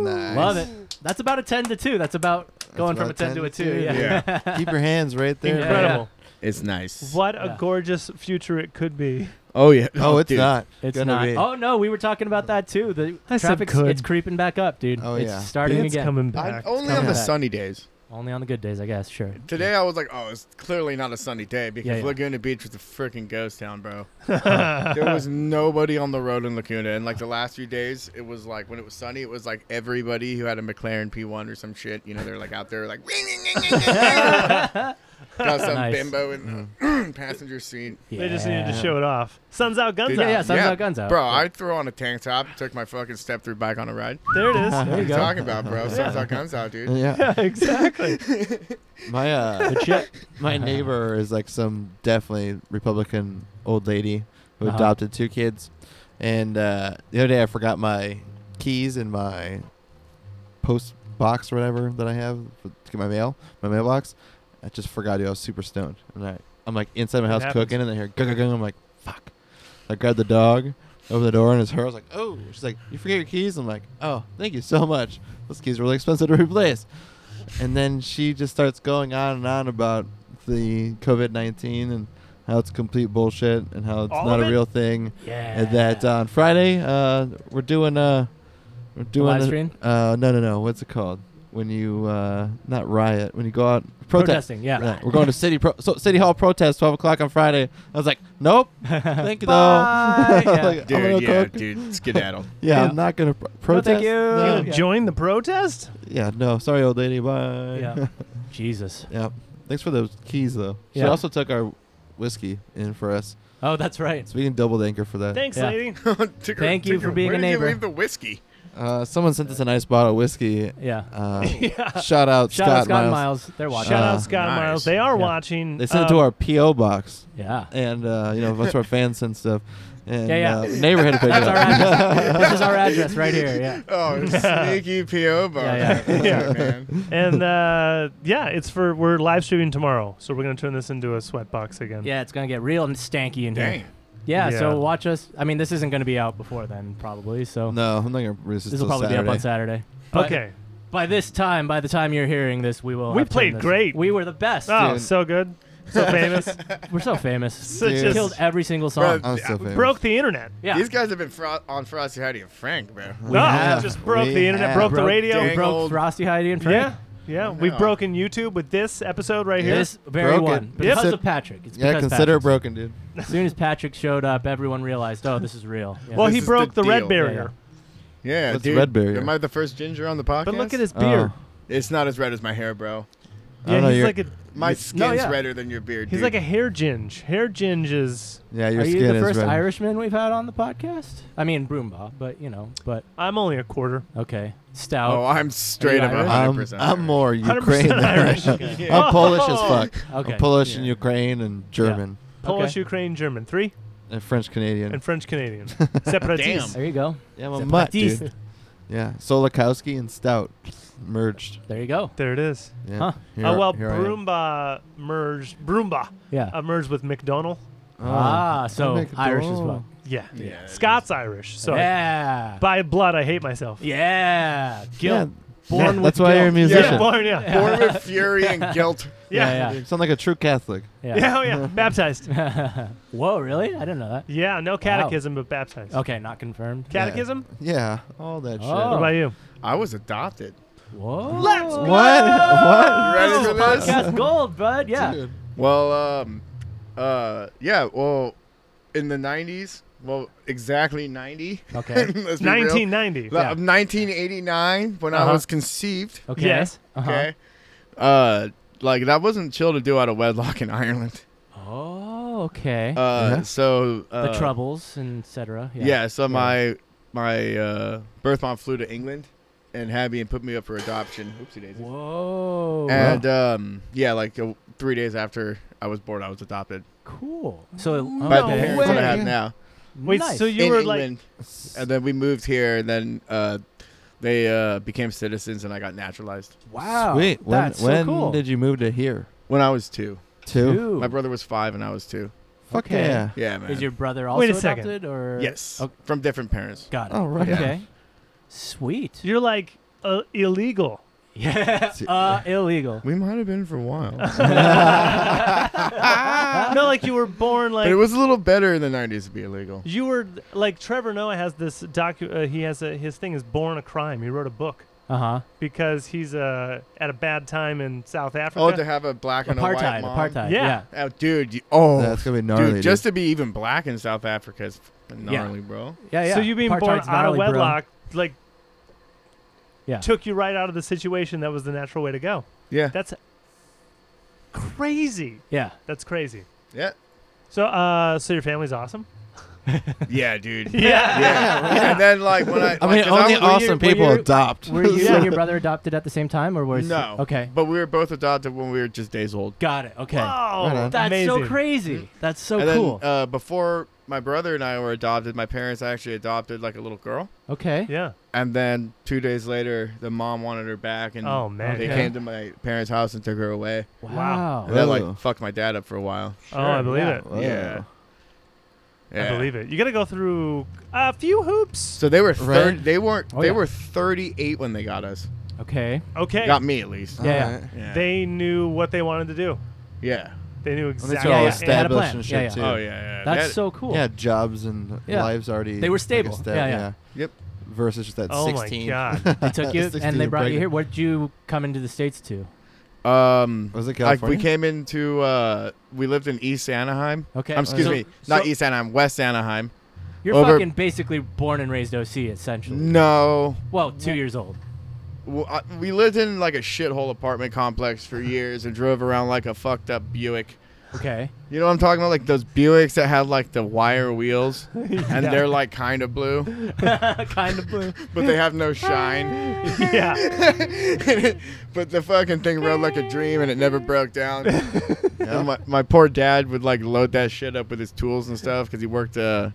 [SPEAKER 4] Nice.
[SPEAKER 1] Love it. That's about a ten to two. That's about going from
[SPEAKER 4] about
[SPEAKER 1] a ten, to a two.
[SPEAKER 4] 10 to
[SPEAKER 1] yeah.
[SPEAKER 4] two.
[SPEAKER 2] Yeah,
[SPEAKER 4] Keep your hands right there.
[SPEAKER 1] Yeah, yeah.
[SPEAKER 3] Incredible.
[SPEAKER 2] it's nice.
[SPEAKER 3] What a
[SPEAKER 1] Yeah.
[SPEAKER 3] gorgeous future it could be.
[SPEAKER 2] Oh yeah.
[SPEAKER 4] Oh, it's
[SPEAKER 2] dude.
[SPEAKER 4] not.
[SPEAKER 1] It's
[SPEAKER 4] Gonna
[SPEAKER 1] not.
[SPEAKER 4] be.
[SPEAKER 1] Oh no, we were talking about that too. The
[SPEAKER 3] I said
[SPEAKER 1] traffic's
[SPEAKER 3] could.
[SPEAKER 1] it's creeping back up, dude.
[SPEAKER 4] Oh,
[SPEAKER 1] it's
[SPEAKER 4] yeah.
[SPEAKER 1] starting
[SPEAKER 3] it's
[SPEAKER 1] again.
[SPEAKER 3] coming
[SPEAKER 2] I-
[SPEAKER 3] back.
[SPEAKER 2] only
[SPEAKER 1] coming
[SPEAKER 2] on the
[SPEAKER 1] back.
[SPEAKER 2] sunny days.
[SPEAKER 1] Only on the good days, I guess. Sure.
[SPEAKER 2] Today I was like, oh, it's clearly not a sunny day because
[SPEAKER 1] yeah.
[SPEAKER 2] Laguna Beach was a freaking ghost town, bro. there was nobody on the road in Laguna, and like the last few days, it was like when it was sunny, it was like everybody who had a McLaren P1 or some shit, you know, they're like out there like ring, ring, ring, ring, ring, ring. got some
[SPEAKER 1] Nice. Mm.
[SPEAKER 2] bimbo in the passenger seat.
[SPEAKER 1] Yeah.
[SPEAKER 3] They just needed to show it off. Sun's out, guns
[SPEAKER 2] Dude,
[SPEAKER 1] Yeah,
[SPEAKER 3] out.
[SPEAKER 1] yeah. Sun's out, guns out.
[SPEAKER 2] Bro,
[SPEAKER 1] Yeah.
[SPEAKER 2] I threw on a tank top, took my fucking step through bike on a ride.
[SPEAKER 3] There it is.
[SPEAKER 1] There
[SPEAKER 2] What
[SPEAKER 1] you
[SPEAKER 2] are you
[SPEAKER 1] go.
[SPEAKER 2] talking about, bro? Sun's out, guns out, dude.
[SPEAKER 4] Yeah.
[SPEAKER 3] yeah, exactly.
[SPEAKER 4] My uh,
[SPEAKER 1] Good shit.
[SPEAKER 4] my neighbor is like some definitely Republican old lady who
[SPEAKER 1] Uh-huh.
[SPEAKER 4] adopted two kids, and uh, the other day I forgot my keys in my post box or whatever that I have for, to get my mail, my mailbox. I just forgot. Dude, I was super stoned, and I I'm like inside my
[SPEAKER 3] It
[SPEAKER 4] house
[SPEAKER 3] happens.
[SPEAKER 4] cooking, and then I hear gung gung. I'm like fuck. I grabbed the dog, opened the door, and it's her. I was like, oh. She's like, you forget your keys. I'm like, oh, thank you so much. Those keys are really expensive to replace. And then she just starts going on and on about the COVID 19 and how it's complete bullshit and how it's
[SPEAKER 3] All
[SPEAKER 4] not
[SPEAKER 3] of
[SPEAKER 4] a
[SPEAKER 3] it?
[SPEAKER 4] real thing.
[SPEAKER 1] Yeah.
[SPEAKER 4] And that uh, on Friday, uh, we're doing uh, we're doing
[SPEAKER 1] live
[SPEAKER 4] a-
[SPEAKER 1] stream?
[SPEAKER 4] Uh, no, no, no. What's it called? When you uh, not riot, when you go out protest.
[SPEAKER 1] protesting. Yeah.
[SPEAKER 4] Right. We're going to city pro- so city hall protest, twelve o'clock on Friday. I was like, nope, thank you though.
[SPEAKER 1] Bye. Yeah.
[SPEAKER 4] Like, I'm gonna
[SPEAKER 2] Dude, yeah,
[SPEAKER 4] go-
[SPEAKER 2] dude, skedaddle.
[SPEAKER 4] yeah,
[SPEAKER 1] Yeah.
[SPEAKER 4] I'm not gonna pro-
[SPEAKER 1] No,
[SPEAKER 4] protest.
[SPEAKER 1] thank you.
[SPEAKER 4] No.
[SPEAKER 1] Yeah.
[SPEAKER 3] Join the protest?
[SPEAKER 4] Yeah, no, sorry, old lady. Bye.
[SPEAKER 1] Yeah. Jesus.
[SPEAKER 4] Yep. Thanks for those keys, though. She
[SPEAKER 1] Yeah.
[SPEAKER 4] also took our whiskey in for us,
[SPEAKER 1] Oh, that's right.
[SPEAKER 4] so we can double thank her for that.
[SPEAKER 3] Thanks,
[SPEAKER 1] Yeah.
[SPEAKER 3] lady.
[SPEAKER 2] Tigger,
[SPEAKER 1] Thank you
[SPEAKER 2] Tigger,
[SPEAKER 1] for being
[SPEAKER 2] where
[SPEAKER 1] a
[SPEAKER 2] did
[SPEAKER 1] neighbor.
[SPEAKER 2] You leave the whiskey.
[SPEAKER 4] Uh, someone sent us a nice bottle of whiskey.
[SPEAKER 1] Yeah.
[SPEAKER 4] Uh,
[SPEAKER 3] Yeah.
[SPEAKER 4] Shout out
[SPEAKER 1] Shout
[SPEAKER 4] Scott,
[SPEAKER 1] out Scott
[SPEAKER 4] Miles.
[SPEAKER 1] Miles. They're watching.
[SPEAKER 3] Shout
[SPEAKER 4] Uh,
[SPEAKER 3] out Scott and
[SPEAKER 2] nice.
[SPEAKER 3] Miles. They are
[SPEAKER 1] Yeah.
[SPEAKER 3] watching.
[SPEAKER 4] They sent it to
[SPEAKER 3] um,
[SPEAKER 4] our PO box,
[SPEAKER 1] yeah.
[SPEAKER 4] and uh, you know that's where our fans send stuff. And,
[SPEAKER 1] Yeah, yeah.
[SPEAKER 4] Uh, neighborhood picked
[SPEAKER 1] That's
[SPEAKER 4] it
[SPEAKER 1] our
[SPEAKER 4] up.
[SPEAKER 1] address. this is our address right here. Yeah.
[SPEAKER 2] Oh, sneaky PO bar.
[SPEAKER 1] Yeah,
[SPEAKER 2] Yeah,
[SPEAKER 3] yeah.
[SPEAKER 2] man.
[SPEAKER 3] and uh, yeah, it's for we're live streaming tomorrow, so we're gonna turn this into a sweatbox again.
[SPEAKER 1] Yeah, it's gonna get real and stanky in
[SPEAKER 2] Dang.
[SPEAKER 1] here. Yeah,
[SPEAKER 3] Yeah.
[SPEAKER 1] So watch us. I mean, this isn't gonna be out before then, probably. So
[SPEAKER 4] No, I'm not gonna release this
[SPEAKER 1] this will
[SPEAKER 4] till
[SPEAKER 1] probably
[SPEAKER 4] Saturday.
[SPEAKER 1] be up on Saturday. But
[SPEAKER 3] Okay.
[SPEAKER 1] By this time, by the time you're hearing this, we will.
[SPEAKER 3] We
[SPEAKER 1] have done
[SPEAKER 3] played
[SPEAKER 1] this.
[SPEAKER 3] great.
[SPEAKER 1] We were the best.
[SPEAKER 3] Oh,
[SPEAKER 4] Dude.
[SPEAKER 3] so good. So famous.
[SPEAKER 1] We're so famous.
[SPEAKER 3] Such
[SPEAKER 1] Such
[SPEAKER 4] a-
[SPEAKER 1] killed every single song.
[SPEAKER 2] Bro,
[SPEAKER 4] I'm so famous.
[SPEAKER 3] Broke the internet.
[SPEAKER 1] yeah.
[SPEAKER 2] These guys have been fro- on Frosty Heidi and Frank, bro.
[SPEAKER 4] We
[SPEAKER 3] no,
[SPEAKER 4] have-
[SPEAKER 3] just broke
[SPEAKER 4] we
[SPEAKER 3] the internet,
[SPEAKER 4] have.
[SPEAKER 3] broke the
[SPEAKER 2] Broke
[SPEAKER 3] radio.
[SPEAKER 1] We
[SPEAKER 2] dang
[SPEAKER 1] broke
[SPEAKER 2] old-
[SPEAKER 1] Frosty, Heidi, and Frank.
[SPEAKER 3] Yeah, yeah. We've
[SPEAKER 2] Yeah.
[SPEAKER 3] broken YouTube with this episode right here.
[SPEAKER 1] This very
[SPEAKER 4] Broke it.
[SPEAKER 1] one.
[SPEAKER 4] Yep.
[SPEAKER 1] Because of Patrick. It's
[SPEAKER 4] Yeah,
[SPEAKER 1] because
[SPEAKER 4] consider it
[SPEAKER 1] Patrick's.
[SPEAKER 4] broken, dude.
[SPEAKER 1] As soon as Patrick showed up, everyone realized, oh, this is real. Yeah.
[SPEAKER 3] well,
[SPEAKER 2] This
[SPEAKER 3] he
[SPEAKER 2] is
[SPEAKER 3] broke the,
[SPEAKER 2] the
[SPEAKER 3] red
[SPEAKER 2] deal.
[SPEAKER 3] barrier,
[SPEAKER 2] Yeah,
[SPEAKER 4] That's
[SPEAKER 2] dude.
[SPEAKER 4] Red Barrier.
[SPEAKER 2] Am I the first ginger on the podcast?
[SPEAKER 3] but look at his
[SPEAKER 4] Oh.
[SPEAKER 3] beard.
[SPEAKER 2] It's not as red as my hair, bro.
[SPEAKER 4] I
[SPEAKER 3] Yeah,
[SPEAKER 4] don't know,
[SPEAKER 3] he's
[SPEAKER 4] you're-
[SPEAKER 3] like a
[SPEAKER 2] My
[SPEAKER 4] It's-
[SPEAKER 2] skin's
[SPEAKER 1] No, yeah.
[SPEAKER 2] redder than your beard.
[SPEAKER 3] he's
[SPEAKER 2] dude.
[SPEAKER 3] like a hair ginge. Hair ginge is.
[SPEAKER 4] Yeah, your
[SPEAKER 1] Are
[SPEAKER 4] skin
[SPEAKER 1] you the
[SPEAKER 4] is
[SPEAKER 1] first
[SPEAKER 4] red.
[SPEAKER 1] Irishman we've had on the podcast? I mean, Broomba, but you know, but
[SPEAKER 3] I'm only a quarter.
[SPEAKER 1] okay, stout.
[SPEAKER 2] Oh, I'm straight
[SPEAKER 1] Are
[SPEAKER 2] up
[SPEAKER 1] you Irish?
[SPEAKER 4] I'm,
[SPEAKER 2] 100%.
[SPEAKER 4] I'm more
[SPEAKER 3] 100%
[SPEAKER 4] Ukraine than
[SPEAKER 3] Irish.
[SPEAKER 4] Russian.
[SPEAKER 2] Yeah.
[SPEAKER 4] I'm Polish
[SPEAKER 1] Oh.
[SPEAKER 4] as fuck.
[SPEAKER 1] Okay.
[SPEAKER 4] I'm Polish
[SPEAKER 2] Yeah.
[SPEAKER 4] and Ukraine and German
[SPEAKER 3] Polish,
[SPEAKER 1] Okay.
[SPEAKER 3] Ukrainian, German, three,
[SPEAKER 4] and French Canadian.
[SPEAKER 3] and French Canadian. Separatist.
[SPEAKER 1] There you go.
[SPEAKER 4] yeah, I'm
[SPEAKER 1] It's
[SPEAKER 4] a
[SPEAKER 1] a
[SPEAKER 4] mutt,
[SPEAKER 1] Baptiste.
[SPEAKER 4] dude. Yeah, Solakowski and Stout merged.
[SPEAKER 1] There you go.
[SPEAKER 3] There it is.
[SPEAKER 4] Yeah.
[SPEAKER 1] Huh. Oh,
[SPEAKER 4] Here,
[SPEAKER 3] uh, well,
[SPEAKER 4] here I am.
[SPEAKER 3] Broomba merged. Broomba
[SPEAKER 1] Yeah.
[SPEAKER 3] uh, merged with McDonald.
[SPEAKER 4] Oh.
[SPEAKER 1] ah,
[SPEAKER 4] I'll
[SPEAKER 1] so
[SPEAKER 4] make a
[SPEAKER 1] Irish as
[SPEAKER 4] doll.
[SPEAKER 1] well.
[SPEAKER 3] Yeah.
[SPEAKER 2] Yeah.
[SPEAKER 3] Scots Irish. So
[SPEAKER 1] yeah.
[SPEAKER 3] by blood, I hate myself.
[SPEAKER 1] yeah.
[SPEAKER 4] Yeah,
[SPEAKER 1] Guilt. Born with
[SPEAKER 4] that's why you're a
[SPEAKER 1] guilt.
[SPEAKER 4] musician.
[SPEAKER 3] Yeah, born, yeah. Yeah.
[SPEAKER 2] Born with fury and guilt.
[SPEAKER 3] Yeah.
[SPEAKER 1] Yeah,
[SPEAKER 4] You sound like a true Catholic.
[SPEAKER 3] oh, yeah. baptized.
[SPEAKER 1] yeah. Whoa, really? I didn't know that.
[SPEAKER 3] Yeah, no catechism, but baptized.
[SPEAKER 1] Okay, not confirmed.
[SPEAKER 3] Catechism?
[SPEAKER 4] Yeah, all that
[SPEAKER 1] Oh.
[SPEAKER 3] What
[SPEAKER 4] shit.
[SPEAKER 3] about you?
[SPEAKER 2] I was adopted.
[SPEAKER 1] Whoa.
[SPEAKER 3] Let's
[SPEAKER 4] What? What?
[SPEAKER 2] You ready for this?
[SPEAKER 1] Podcast gold, bud. Yeah.
[SPEAKER 4] Dude.
[SPEAKER 2] Well, um, uh, yeah. Well, in the '90s. Well, exactly '90.
[SPEAKER 1] Okay.
[SPEAKER 2] Let's be real.
[SPEAKER 3] 1990.
[SPEAKER 2] Like, 1989 when
[SPEAKER 3] Uh-huh.
[SPEAKER 2] I was conceived.
[SPEAKER 1] Okay.
[SPEAKER 3] Yes.
[SPEAKER 1] Uh-huh.
[SPEAKER 2] Okay. uh like that wasn't chill to do out of wedlock in Ireland.
[SPEAKER 1] Oh, okay.
[SPEAKER 2] Uh,
[SPEAKER 4] Yeah.
[SPEAKER 2] so uh,
[SPEAKER 1] the troubles and etc.
[SPEAKER 2] Yeah. so my my uh, birth mom flew to England and had me and put me up for adoption. Oopsie daisy.
[SPEAKER 1] Whoa.
[SPEAKER 2] And um, yeah, like uh, three days after I was born, I was adopted
[SPEAKER 1] cool. So
[SPEAKER 4] No
[SPEAKER 2] by
[SPEAKER 1] okay.
[SPEAKER 2] the parents that I
[SPEAKER 4] way.
[SPEAKER 2] have now.
[SPEAKER 3] Wait,
[SPEAKER 1] Nice.
[SPEAKER 3] so you
[SPEAKER 2] in
[SPEAKER 3] were like.
[SPEAKER 2] England, and then we moved here, and then uh, they uh, became citizens, and I got naturalized
[SPEAKER 1] wow.
[SPEAKER 4] Sweet. When,
[SPEAKER 1] That's
[SPEAKER 4] when
[SPEAKER 1] so cool.
[SPEAKER 4] did you move to here?
[SPEAKER 2] when I was two.
[SPEAKER 4] Two.
[SPEAKER 1] Dude.
[SPEAKER 2] My brother was five, and I was two.
[SPEAKER 4] Fuck
[SPEAKER 1] Okay.
[SPEAKER 4] yeah.
[SPEAKER 2] Yeah, man.
[SPEAKER 1] Is your brother also
[SPEAKER 3] Wait a second.
[SPEAKER 1] adopted or
[SPEAKER 2] yes,
[SPEAKER 1] Okay.
[SPEAKER 2] from different parents.
[SPEAKER 1] Got it.
[SPEAKER 4] Oh, right.
[SPEAKER 1] Okay. Sweet.
[SPEAKER 3] You're like uh, illegal.
[SPEAKER 1] Yeah.
[SPEAKER 4] See-
[SPEAKER 1] Uh, illegal.
[SPEAKER 2] We might have been for a while,
[SPEAKER 1] Uh-huh.
[SPEAKER 3] no, like you were born
[SPEAKER 2] but
[SPEAKER 3] like
[SPEAKER 2] it was a little better in the '90s to be illegal.
[SPEAKER 3] you were like Trevor Noah has this docu. Uh, he has a his thing is born a crime. He wrote a book
[SPEAKER 1] Uh huh.
[SPEAKER 3] because he's uh, at a bad time in South
[SPEAKER 2] Oh, to
[SPEAKER 3] Africa.
[SPEAKER 2] have a black and a white
[SPEAKER 1] Apartheid.
[SPEAKER 2] mom.
[SPEAKER 1] Apartheid.
[SPEAKER 3] Yeah.
[SPEAKER 1] Yeah.
[SPEAKER 2] Oh, dude. You, oh,
[SPEAKER 4] That's gonna be gnarly.
[SPEAKER 2] dude. Just to be even black in South Africa is f- gnarly, bro.
[SPEAKER 1] Yeah. Yeah.
[SPEAKER 3] So you being born
[SPEAKER 1] Apartheid's
[SPEAKER 3] out of
[SPEAKER 1] gnarly, bro.
[SPEAKER 3] wedlock, like,
[SPEAKER 1] Yeah.
[SPEAKER 3] took you right out of the situation. That was the natural way to go.
[SPEAKER 2] Yeah.
[SPEAKER 3] That's crazy.
[SPEAKER 1] Yeah.
[SPEAKER 3] That's crazy.
[SPEAKER 2] Yeah.
[SPEAKER 3] So, uh, so your family's awesome.
[SPEAKER 2] Yeah, dude.
[SPEAKER 3] Yeah.
[SPEAKER 2] Yeah. and then like when I,
[SPEAKER 4] I
[SPEAKER 2] like,
[SPEAKER 4] mean,
[SPEAKER 2] 'cause I
[SPEAKER 4] only
[SPEAKER 2] was-
[SPEAKER 1] you-
[SPEAKER 4] awesome
[SPEAKER 1] were
[SPEAKER 4] people
[SPEAKER 1] you-
[SPEAKER 4] adopt.
[SPEAKER 1] Were you
[SPEAKER 3] Yeah.
[SPEAKER 1] and your brother adopted at the same time, or was
[SPEAKER 2] No.
[SPEAKER 1] Okay.
[SPEAKER 2] But we were both adopted when we were just days old.
[SPEAKER 1] Got it. Okay.
[SPEAKER 4] Right
[SPEAKER 3] Wow.
[SPEAKER 4] on.
[SPEAKER 1] That's so
[SPEAKER 3] Amazing.
[SPEAKER 1] crazy. That's so
[SPEAKER 2] and then
[SPEAKER 1] Oh, cool.
[SPEAKER 2] uh, before my brother and I were adopted, my parents actually adopted like a little girl.
[SPEAKER 1] okay.
[SPEAKER 3] Yeah.
[SPEAKER 2] And then two days later, the mom wanted her back, and
[SPEAKER 3] Oh man.
[SPEAKER 2] they
[SPEAKER 1] Okay.
[SPEAKER 2] came to my parents' house and took her away.
[SPEAKER 1] Wow.
[SPEAKER 2] And
[SPEAKER 4] Whoa.
[SPEAKER 2] that like fucked my dad up for a while.
[SPEAKER 3] oh, I
[SPEAKER 1] Sure,
[SPEAKER 3] believe
[SPEAKER 1] yeah.
[SPEAKER 3] it.
[SPEAKER 4] Whoa.
[SPEAKER 2] Yeah.
[SPEAKER 3] I believe it. You got to go through a few hoops.
[SPEAKER 2] So they were
[SPEAKER 4] Right?
[SPEAKER 2] thirty. They weren't.
[SPEAKER 1] Oh,
[SPEAKER 2] they
[SPEAKER 1] yeah.
[SPEAKER 2] were thirty-eight when they got us.
[SPEAKER 1] Okay.
[SPEAKER 3] Okay.
[SPEAKER 2] Got me at least.
[SPEAKER 1] Yeah,
[SPEAKER 4] All
[SPEAKER 1] yeah.
[SPEAKER 4] right.
[SPEAKER 2] Yeah.
[SPEAKER 3] They knew what they wanted to do.
[SPEAKER 2] yeah.
[SPEAKER 3] They knew
[SPEAKER 4] And these
[SPEAKER 3] exactly.
[SPEAKER 4] are all
[SPEAKER 1] yeah,
[SPEAKER 3] what-
[SPEAKER 1] they had a
[SPEAKER 4] established
[SPEAKER 1] plan.
[SPEAKER 4] and
[SPEAKER 1] Yeah,
[SPEAKER 4] shit
[SPEAKER 1] yeah.
[SPEAKER 4] too.
[SPEAKER 2] Oh yeah. yeah.
[SPEAKER 1] That's
[SPEAKER 2] That-
[SPEAKER 1] so cool.
[SPEAKER 4] Yeah, jobs and
[SPEAKER 1] Yeah.
[SPEAKER 4] lives already.
[SPEAKER 1] They were
[SPEAKER 4] like,
[SPEAKER 1] stable.
[SPEAKER 4] estab-
[SPEAKER 1] Yeah, yeah.
[SPEAKER 2] Yep.
[SPEAKER 4] Versus just that
[SPEAKER 3] Oh my
[SPEAKER 4] 16.
[SPEAKER 3] god.
[SPEAKER 1] They took you
[SPEAKER 4] 16
[SPEAKER 1] and they brought you
[SPEAKER 4] pregnant.
[SPEAKER 1] here. What did you come into the states to?
[SPEAKER 2] Um,
[SPEAKER 4] Was it
[SPEAKER 2] like
[SPEAKER 4] California?
[SPEAKER 2] we came into uh, we lived in East Anaheim.
[SPEAKER 1] Okay.
[SPEAKER 2] Um, excuse
[SPEAKER 1] So-
[SPEAKER 2] me, not
[SPEAKER 1] so
[SPEAKER 2] East Anaheim, West Anaheim.
[SPEAKER 1] You're
[SPEAKER 2] over-
[SPEAKER 1] fucking basically born and raised OC, essentially.
[SPEAKER 2] No,
[SPEAKER 1] Well, two years old.
[SPEAKER 2] Well, I- we lived in like a shithole apartment complex for years and drove around like a fucked up Buick.
[SPEAKER 1] Okay.
[SPEAKER 2] You know what I'm talking about? Like those Buicks that had like the wire wheels, and
[SPEAKER 1] Yeah.
[SPEAKER 2] they're like kind of blue,
[SPEAKER 1] kind of blue.
[SPEAKER 2] but they have no shine.
[SPEAKER 3] yeah.
[SPEAKER 2] but the fucking thing rode like a dream and it never broke down.
[SPEAKER 4] Yeah.
[SPEAKER 2] And my, my poor dad would like load that shit up with his tools and stuff because he worked uh,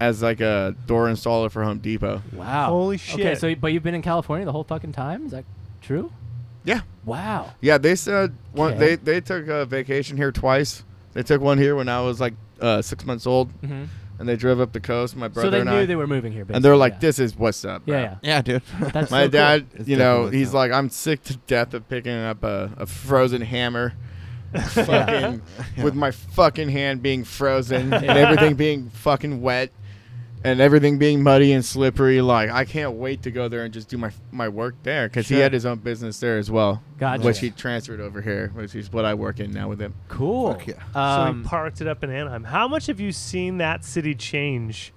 [SPEAKER 2] as like a door installer for Home Depot.
[SPEAKER 1] Wow.
[SPEAKER 3] Holy
[SPEAKER 1] Okay,
[SPEAKER 3] shit.
[SPEAKER 1] so but you've been in California the whole fucking time? Is that true?
[SPEAKER 2] Yeah.
[SPEAKER 1] Wow.
[SPEAKER 2] Yeah, they said one,
[SPEAKER 1] Okay.
[SPEAKER 2] they, they took a vacation here twice. They took one here when I was like uh, six months old
[SPEAKER 1] hmm
[SPEAKER 2] and they drove up the coast, my brother
[SPEAKER 1] So they
[SPEAKER 2] and
[SPEAKER 1] knew
[SPEAKER 2] I.
[SPEAKER 1] they were moving here. Basically.
[SPEAKER 2] and they're like,
[SPEAKER 1] yeah.
[SPEAKER 2] this is what's up. bro."
[SPEAKER 1] Yeah, yeah.
[SPEAKER 4] Yeah, dude.
[SPEAKER 1] That's
[SPEAKER 2] My
[SPEAKER 1] so
[SPEAKER 2] dad,
[SPEAKER 4] It's
[SPEAKER 2] you know,
[SPEAKER 4] definitely
[SPEAKER 2] he's
[SPEAKER 4] what's
[SPEAKER 2] like, I'm sick to death of picking up a, a frozen hammer fucking with my fucking hand being frozen and everything being fucking wet and everything being muddy and slippery. Like I can't wait to go there and just do my my work there because he
[SPEAKER 1] Sure.
[SPEAKER 2] had his own business there as well,
[SPEAKER 1] Gotcha.
[SPEAKER 2] which he transferred over here, which is what I work in now with him.
[SPEAKER 1] Cool.
[SPEAKER 4] Fuck yeah.
[SPEAKER 1] Um,
[SPEAKER 3] so he parked it up in Anaheim. How much have you seen that city change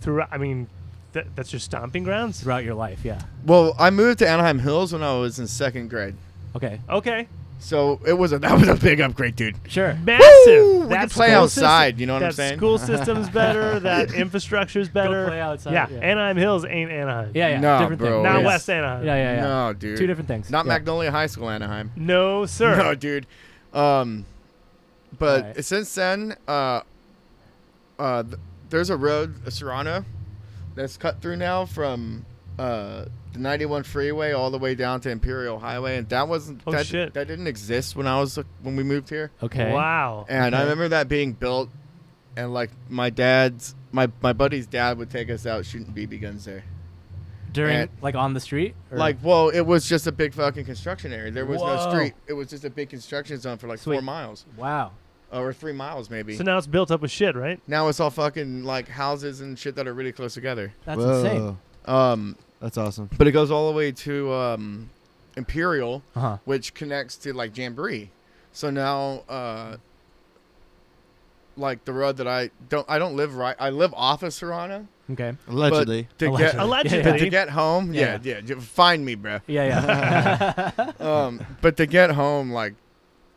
[SPEAKER 3] through? I mean, th- that's your stomping grounds.
[SPEAKER 1] throughout your life, yeah.
[SPEAKER 2] Well, I moved to Anaheim Hills when I was in second grade,
[SPEAKER 1] Okay.
[SPEAKER 3] Okay,
[SPEAKER 2] so it was a that was a big upgrade, dude.
[SPEAKER 1] Sure.
[SPEAKER 3] massive.
[SPEAKER 2] Woo! We
[SPEAKER 3] That
[SPEAKER 2] can play
[SPEAKER 3] school
[SPEAKER 2] outside,
[SPEAKER 3] system-
[SPEAKER 2] you know what
[SPEAKER 3] that
[SPEAKER 2] I'm saying?
[SPEAKER 3] School system's better. That infrastructure's better.
[SPEAKER 1] play outside,
[SPEAKER 3] Yeah.
[SPEAKER 1] yeah.
[SPEAKER 3] Anaheim Hills ain't Anaheim.
[SPEAKER 1] Yeah, yeah.
[SPEAKER 2] No,
[SPEAKER 1] different
[SPEAKER 2] bro,
[SPEAKER 1] thing.
[SPEAKER 3] Not
[SPEAKER 2] yeah.
[SPEAKER 3] West Anaheim.
[SPEAKER 1] Yeah, yeah, yeah.
[SPEAKER 2] No, dude,
[SPEAKER 1] Two different things.
[SPEAKER 2] Not
[SPEAKER 1] yeah.
[SPEAKER 2] Magnolia High School, Anaheim.
[SPEAKER 3] No, sir.
[SPEAKER 2] No, dude. Um, but
[SPEAKER 1] Alright.
[SPEAKER 2] since then, uh, uh, th- there's a road, a Serrano, that's cut through now from uh, the 91 freeway all the way down to Imperial Highway, and that wasn't
[SPEAKER 3] Oh,
[SPEAKER 2] that,
[SPEAKER 3] shit.
[SPEAKER 2] that didn't exist when I was when we moved here,
[SPEAKER 1] Okay.
[SPEAKER 3] Wow.
[SPEAKER 2] and I
[SPEAKER 1] Okay.
[SPEAKER 2] remember that being built, and like my dad's. My, my buddy's dad would take us out shooting BB guns there.
[SPEAKER 1] During
[SPEAKER 2] And-
[SPEAKER 1] like on the street. Or-
[SPEAKER 2] Like, well, it was just a big fucking construction area. There was no
[SPEAKER 1] Whoa.
[SPEAKER 2] street. It was just a big construction zone for like four
[SPEAKER 1] Sweet.
[SPEAKER 2] miles
[SPEAKER 1] wow.
[SPEAKER 2] Oh, or three miles maybe.
[SPEAKER 3] So now it's built up with shit, right?
[SPEAKER 2] Now it's all fucking like houses and shit that are really close together.
[SPEAKER 1] That's
[SPEAKER 4] Whoa.
[SPEAKER 1] insane.
[SPEAKER 2] Um,
[SPEAKER 4] That's awesome.
[SPEAKER 2] but it goes all the way to um, Imperial,
[SPEAKER 1] Uh huh.
[SPEAKER 2] which connects to like Jamboree. So now, uh, like the road that I don't, I don't live right. I live off of Serrano.
[SPEAKER 1] Okay.
[SPEAKER 4] Allegedly.
[SPEAKER 2] But to
[SPEAKER 1] Allegedly.
[SPEAKER 2] get
[SPEAKER 3] Allegedly.
[SPEAKER 2] but to get home, yeah,
[SPEAKER 1] Yeah.
[SPEAKER 2] yeah, j- find me, bruh.
[SPEAKER 1] Yeah, yeah.
[SPEAKER 2] Um, but to get home, like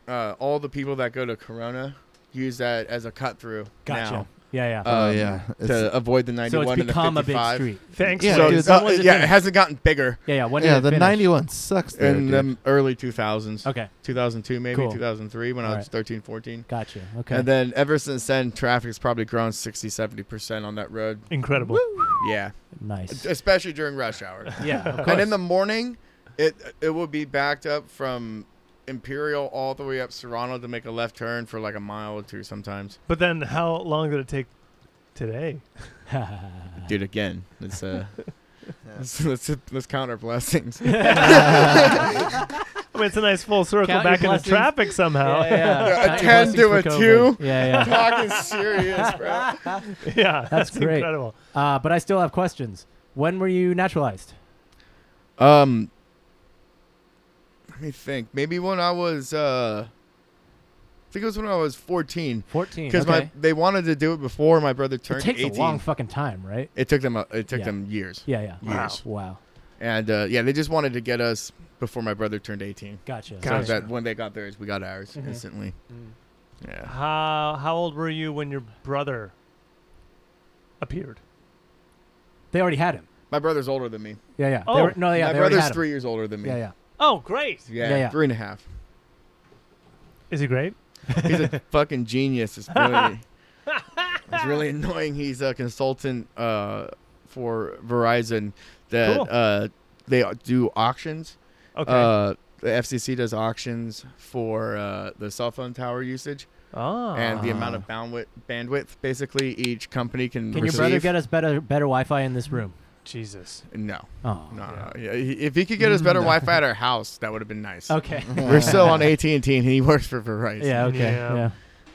[SPEAKER 2] uh, all the people that go to Corona use that as a cut through.
[SPEAKER 1] gotcha.
[SPEAKER 2] Now.
[SPEAKER 1] Yeah, yeah.
[SPEAKER 4] Oh,
[SPEAKER 2] um,
[SPEAKER 4] yeah. It's-
[SPEAKER 2] to avoid the
[SPEAKER 1] so
[SPEAKER 2] ninety-one
[SPEAKER 1] it's become
[SPEAKER 2] and the
[SPEAKER 1] a big
[SPEAKER 2] fifty-five.
[SPEAKER 1] street.
[SPEAKER 3] Thanks.
[SPEAKER 4] Yeah,
[SPEAKER 2] so
[SPEAKER 4] dude,
[SPEAKER 2] it's-
[SPEAKER 1] that
[SPEAKER 2] uh,
[SPEAKER 1] was the
[SPEAKER 2] yeah,
[SPEAKER 1] thing.
[SPEAKER 2] it hasn't gotten bigger
[SPEAKER 1] Yeah, yeah. When did
[SPEAKER 4] yeah,
[SPEAKER 1] it
[SPEAKER 4] the
[SPEAKER 1] finish?
[SPEAKER 4] 91 sucks. There,
[SPEAKER 2] in
[SPEAKER 4] dude.
[SPEAKER 2] the early 2000s,
[SPEAKER 1] Okay.
[SPEAKER 2] 2002 maybe,
[SPEAKER 1] Cool.
[SPEAKER 2] 2003 when I was
[SPEAKER 1] Alright.
[SPEAKER 2] 13, 14.
[SPEAKER 1] Gotcha. Okay.
[SPEAKER 2] And then ever since then, traffic's probably grown 60, 70% on that road.
[SPEAKER 3] Incredible.
[SPEAKER 2] Yeah.
[SPEAKER 1] nice.
[SPEAKER 2] Especially during rush hour.
[SPEAKER 1] Yeah. Of course.
[SPEAKER 2] and in the morning, it it will be backed up from Imperial all the way up Serrano to make a left turn for like a mile or two sometimes.
[SPEAKER 3] But then, how long did it take today?
[SPEAKER 2] Dude, again, it's uh, let's, let's, let's count our blessings.
[SPEAKER 3] I mean, it's a nice full circle
[SPEAKER 1] Count your
[SPEAKER 3] back into
[SPEAKER 1] blessings.
[SPEAKER 3] traffic somehow.
[SPEAKER 1] yeah, yeah.
[SPEAKER 2] A
[SPEAKER 1] Count your
[SPEAKER 2] 10 to
[SPEAKER 1] blessings
[SPEAKER 2] a
[SPEAKER 1] for COVID.
[SPEAKER 2] two.
[SPEAKER 1] Yeah, yeah.
[SPEAKER 2] Talking serious, bro.
[SPEAKER 3] Yeah, that's,
[SPEAKER 1] great.
[SPEAKER 3] incredible.
[SPEAKER 1] Uh, but I still have questions. When were you naturalized?
[SPEAKER 2] Um, let me think. Maybe when I was, uh, I think it was when I was 14.
[SPEAKER 1] 14.
[SPEAKER 2] Because
[SPEAKER 1] Okay.
[SPEAKER 2] my they wanted to do it before my brother turned
[SPEAKER 1] it takes
[SPEAKER 2] 18.
[SPEAKER 1] a long fucking time, right?
[SPEAKER 2] it took them. A, it took
[SPEAKER 1] Yeah.
[SPEAKER 2] them years.
[SPEAKER 1] Yeah, yeah.
[SPEAKER 2] Years.
[SPEAKER 1] Wow.
[SPEAKER 2] And uh, yeah, they just wanted to get us before my brother turned 18.
[SPEAKER 1] Gotcha. Mm-hmm. Mm.
[SPEAKER 3] Gotcha.
[SPEAKER 2] So that when they got theirs, we got ours instantly. Yeah.
[SPEAKER 3] How how old were you when your brother appeared?
[SPEAKER 1] They already had him.
[SPEAKER 2] My brother's older than me.
[SPEAKER 1] Yeah, yeah.
[SPEAKER 3] Oh.
[SPEAKER 1] They were, no, yeah,
[SPEAKER 2] my
[SPEAKER 1] they already
[SPEAKER 2] brother's
[SPEAKER 1] had him.
[SPEAKER 2] three years older than me.
[SPEAKER 1] Yeah, yeah.
[SPEAKER 3] Oh, great!
[SPEAKER 2] Yeah,
[SPEAKER 1] Yeah, yeah.
[SPEAKER 2] three and a half.
[SPEAKER 3] Is he great?
[SPEAKER 2] He's a fucking genius. It's really, it's really annoying. He's a consultant uh, for Verizon that
[SPEAKER 3] Cool.
[SPEAKER 2] uh, they do auctions.
[SPEAKER 3] Okay.
[SPEAKER 2] Uh, the FCC does auctions for uh, the cell phone tower usage
[SPEAKER 3] oh.
[SPEAKER 2] and the amount
[SPEAKER 4] Ah.
[SPEAKER 2] of bandwidth. Bandwidth basically each company can.
[SPEAKER 1] Can your
[SPEAKER 2] receive.
[SPEAKER 1] brother get us better better Wi-Fi in this room?
[SPEAKER 3] Jesus.
[SPEAKER 2] No,
[SPEAKER 1] Oh. Mm.
[SPEAKER 2] no, no. Yeah, he- If he could get us better Wi-Fi at our house, that would have been nice.
[SPEAKER 1] Okay.
[SPEAKER 2] We're still on AT and T, and he works for Verizon.
[SPEAKER 1] yeah. Okay.
[SPEAKER 3] Yeah.
[SPEAKER 1] Yeah.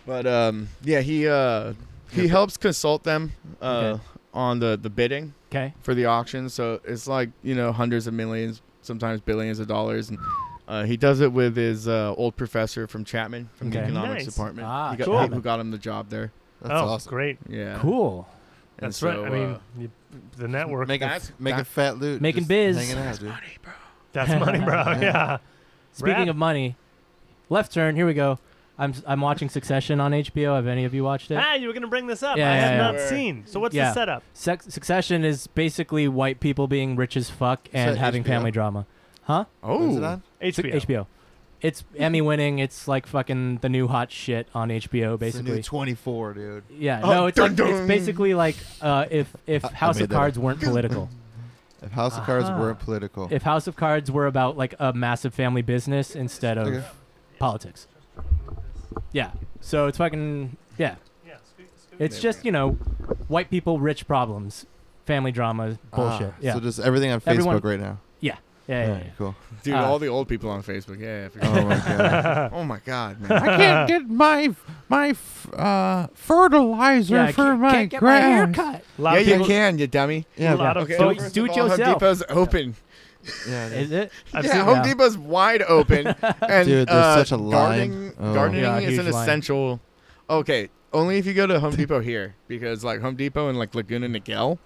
[SPEAKER 2] But um, yeah, he uh, he helps consult them uh,
[SPEAKER 1] Okay.
[SPEAKER 2] on the the bidding
[SPEAKER 1] Okay.
[SPEAKER 2] for the auction. So it's like you know hundreds of millions, sometimes billions of dollars, and uh, he does it with his uh, old professor from Chapman from the
[SPEAKER 1] Okay.
[SPEAKER 2] economics
[SPEAKER 3] Nice.
[SPEAKER 2] department.
[SPEAKER 1] Ah,
[SPEAKER 2] he got,
[SPEAKER 1] cool.
[SPEAKER 2] who got him the job there.
[SPEAKER 4] That's
[SPEAKER 3] oh,
[SPEAKER 4] awesome.
[SPEAKER 3] great.
[SPEAKER 2] Yeah,
[SPEAKER 1] Cool.
[SPEAKER 2] And
[SPEAKER 3] That's
[SPEAKER 2] so,
[SPEAKER 3] right. I mean,
[SPEAKER 2] uh,
[SPEAKER 3] you, the network.
[SPEAKER 4] Make a,
[SPEAKER 2] That's-
[SPEAKER 4] make a
[SPEAKER 2] that-
[SPEAKER 4] fat loot.
[SPEAKER 1] Making
[SPEAKER 4] just
[SPEAKER 1] biz.
[SPEAKER 4] Hanging out, dude.
[SPEAKER 3] that's money, bro. yeah.
[SPEAKER 1] Speaking
[SPEAKER 3] Rad.
[SPEAKER 1] of money, left turn. Here we go. I'm s- I'm watching Succession on HBO. Have any of you watched it?
[SPEAKER 3] Ah, you were gonna bring this up.
[SPEAKER 1] Yeah,
[SPEAKER 3] I
[SPEAKER 1] yeah,
[SPEAKER 3] have
[SPEAKER 1] yeah.
[SPEAKER 3] not
[SPEAKER 2] Where-
[SPEAKER 3] seen. So what's
[SPEAKER 1] Yeah.
[SPEAKER 3] the setup?
[SPEAKER 1] Suc- Succession is basically white people being rich as fuck and
[SPEAKER 4] that
[SPEAKER 1] having
[SPEAKER 4] HBO?
[SPEAKER 1] family drama. Huh?
[SPEAKER 4] When's it
[SPEAKER 2] oh,
[SPEAKER 4] on?
[SPEAKER 1] It's
[SPEAKER 3] HBO.
[SPEAKER 1] HBO. It's Emmy winning. It's like fucking the new hot shit on HBO,
[SPEAKER 4] It's the
[SPEAKER 1] basically.
[SPEAKER 4] new 24, dude.
[SPEAKER 1] yeah,
[SPEAKER 2] Oh,
[SPEAKER 1] no, it's
[SPEAKER 2] dun
[SPEAKER 1] like,
[SPEAKER 2] dun.
[SPEAKER 1] it's basically like uh, if if
[SPEAKER 4] I- I
[SPEAKER 1] House
[SPEAKER 4] made
[SPEAKER 1] of
[SPEAKER 4] that up.
[SPEAKER 1] Cards weren't political.
[SPEAKER 4] If House of Cards
[SPEAKER 1] Aha.
[SPEAKER 4] weren't political.
[SPEAKER 1] if House of Cards were about like a massive family business instead of
[SPEAKER 4] Okay.
[SPEAKER 1] politics. Yeah. So it's fucking yeah.
[SPEAKER 3] Yeah. scoot- scoot.
[SPEAKER 1] It's just you know, white people, rich problems, family drama, bullshit.
[SPEAKER 4] Ah,
[SPEAKER 1] yeah.
[SPEAKER 4] So just everything on Facebook
[SPEAKER 1] Everyone-
[SPEAKER 4] right now.
[SPEAKER 1] yeah. Yeah, yeah,
[SPEAKER 4] Alright,
[SPEAKER 1] yeah.
[SPEAKER 4] cool.
[SPEAKER 2] Dude,
[SPEAKER 1] Uh,
[SPEAKER 3] ah.
[SPEAKER 2] all the old people on Facebook. Yeah, yeah.
[SPEAKER 4] Oh
[SPEAKER 2] Oh,
[SPEAKER 4] my god.
[SPEAKER 2] oh my god,
[SPEAKER 4] I
[SPEAKER 2] man.
[SPEAKER 4] can't get my my f- uh, fertilizer
[SPEAKER 1] Yeah, I
[SPEAKER 4] for
[SPEAKER 1] can't,
[SPEAKER 4] my
[SPEAKER 1] can't get my hair
[SPEAKER 4] grass.
[SPEAKER 1] cut.
[SPEAKER 3] A
[SPEAKER 2] yeah,
[SPEAKER 3] lot of
[SPEAKER 2] you
[SPEAKER 3] people,
[SPEAKER 2] can, you dummy.
[SPEAKER 4] Yeah,
[SPEAKER 3] a lot of
[SPEAKER 2] Okay,
[SPEAKER 1] Do-
[SPEAKER 3] folks.
[SPEAKER 2] first
[SPEAKER 1] do
[SPEAKER 2] of
[SPEAKER 1] it
[SPEAKER 2] all, Home
[SPEAKER 1] yourself.
[SPEAKER 2] Depot's open.
[SPEAKER 4] yeah. it is.
[SPEAKER 1] Is it?
[SPEAKER 3] I've
[SPEAKER 2] yeah,
[SPEAKER 3] seen-
[SPEAKER 2] Home
[SPEAKER 1] yeah.
[SPEAKER 2] Depot's wide open. and,
[SPEAKER 4] Dude, there's
[SPEAKER 2] uh,
[SPEAKER 4] such a line.
[SPEAKER 2] Gardening,
[SPEAKER 4] Oh.
[SPEAKER 2] gardening
[SPEAKER 1] Yeah, a
[SPEAKER 2] is
[SPEAKER 1] huge
[SPEAKER 2] an
[SPEAKER 1] line.
[SPEAKER 2] essential. Okay, only if you go to Home Depot here, because like Home Depot and like Laguna Niguel,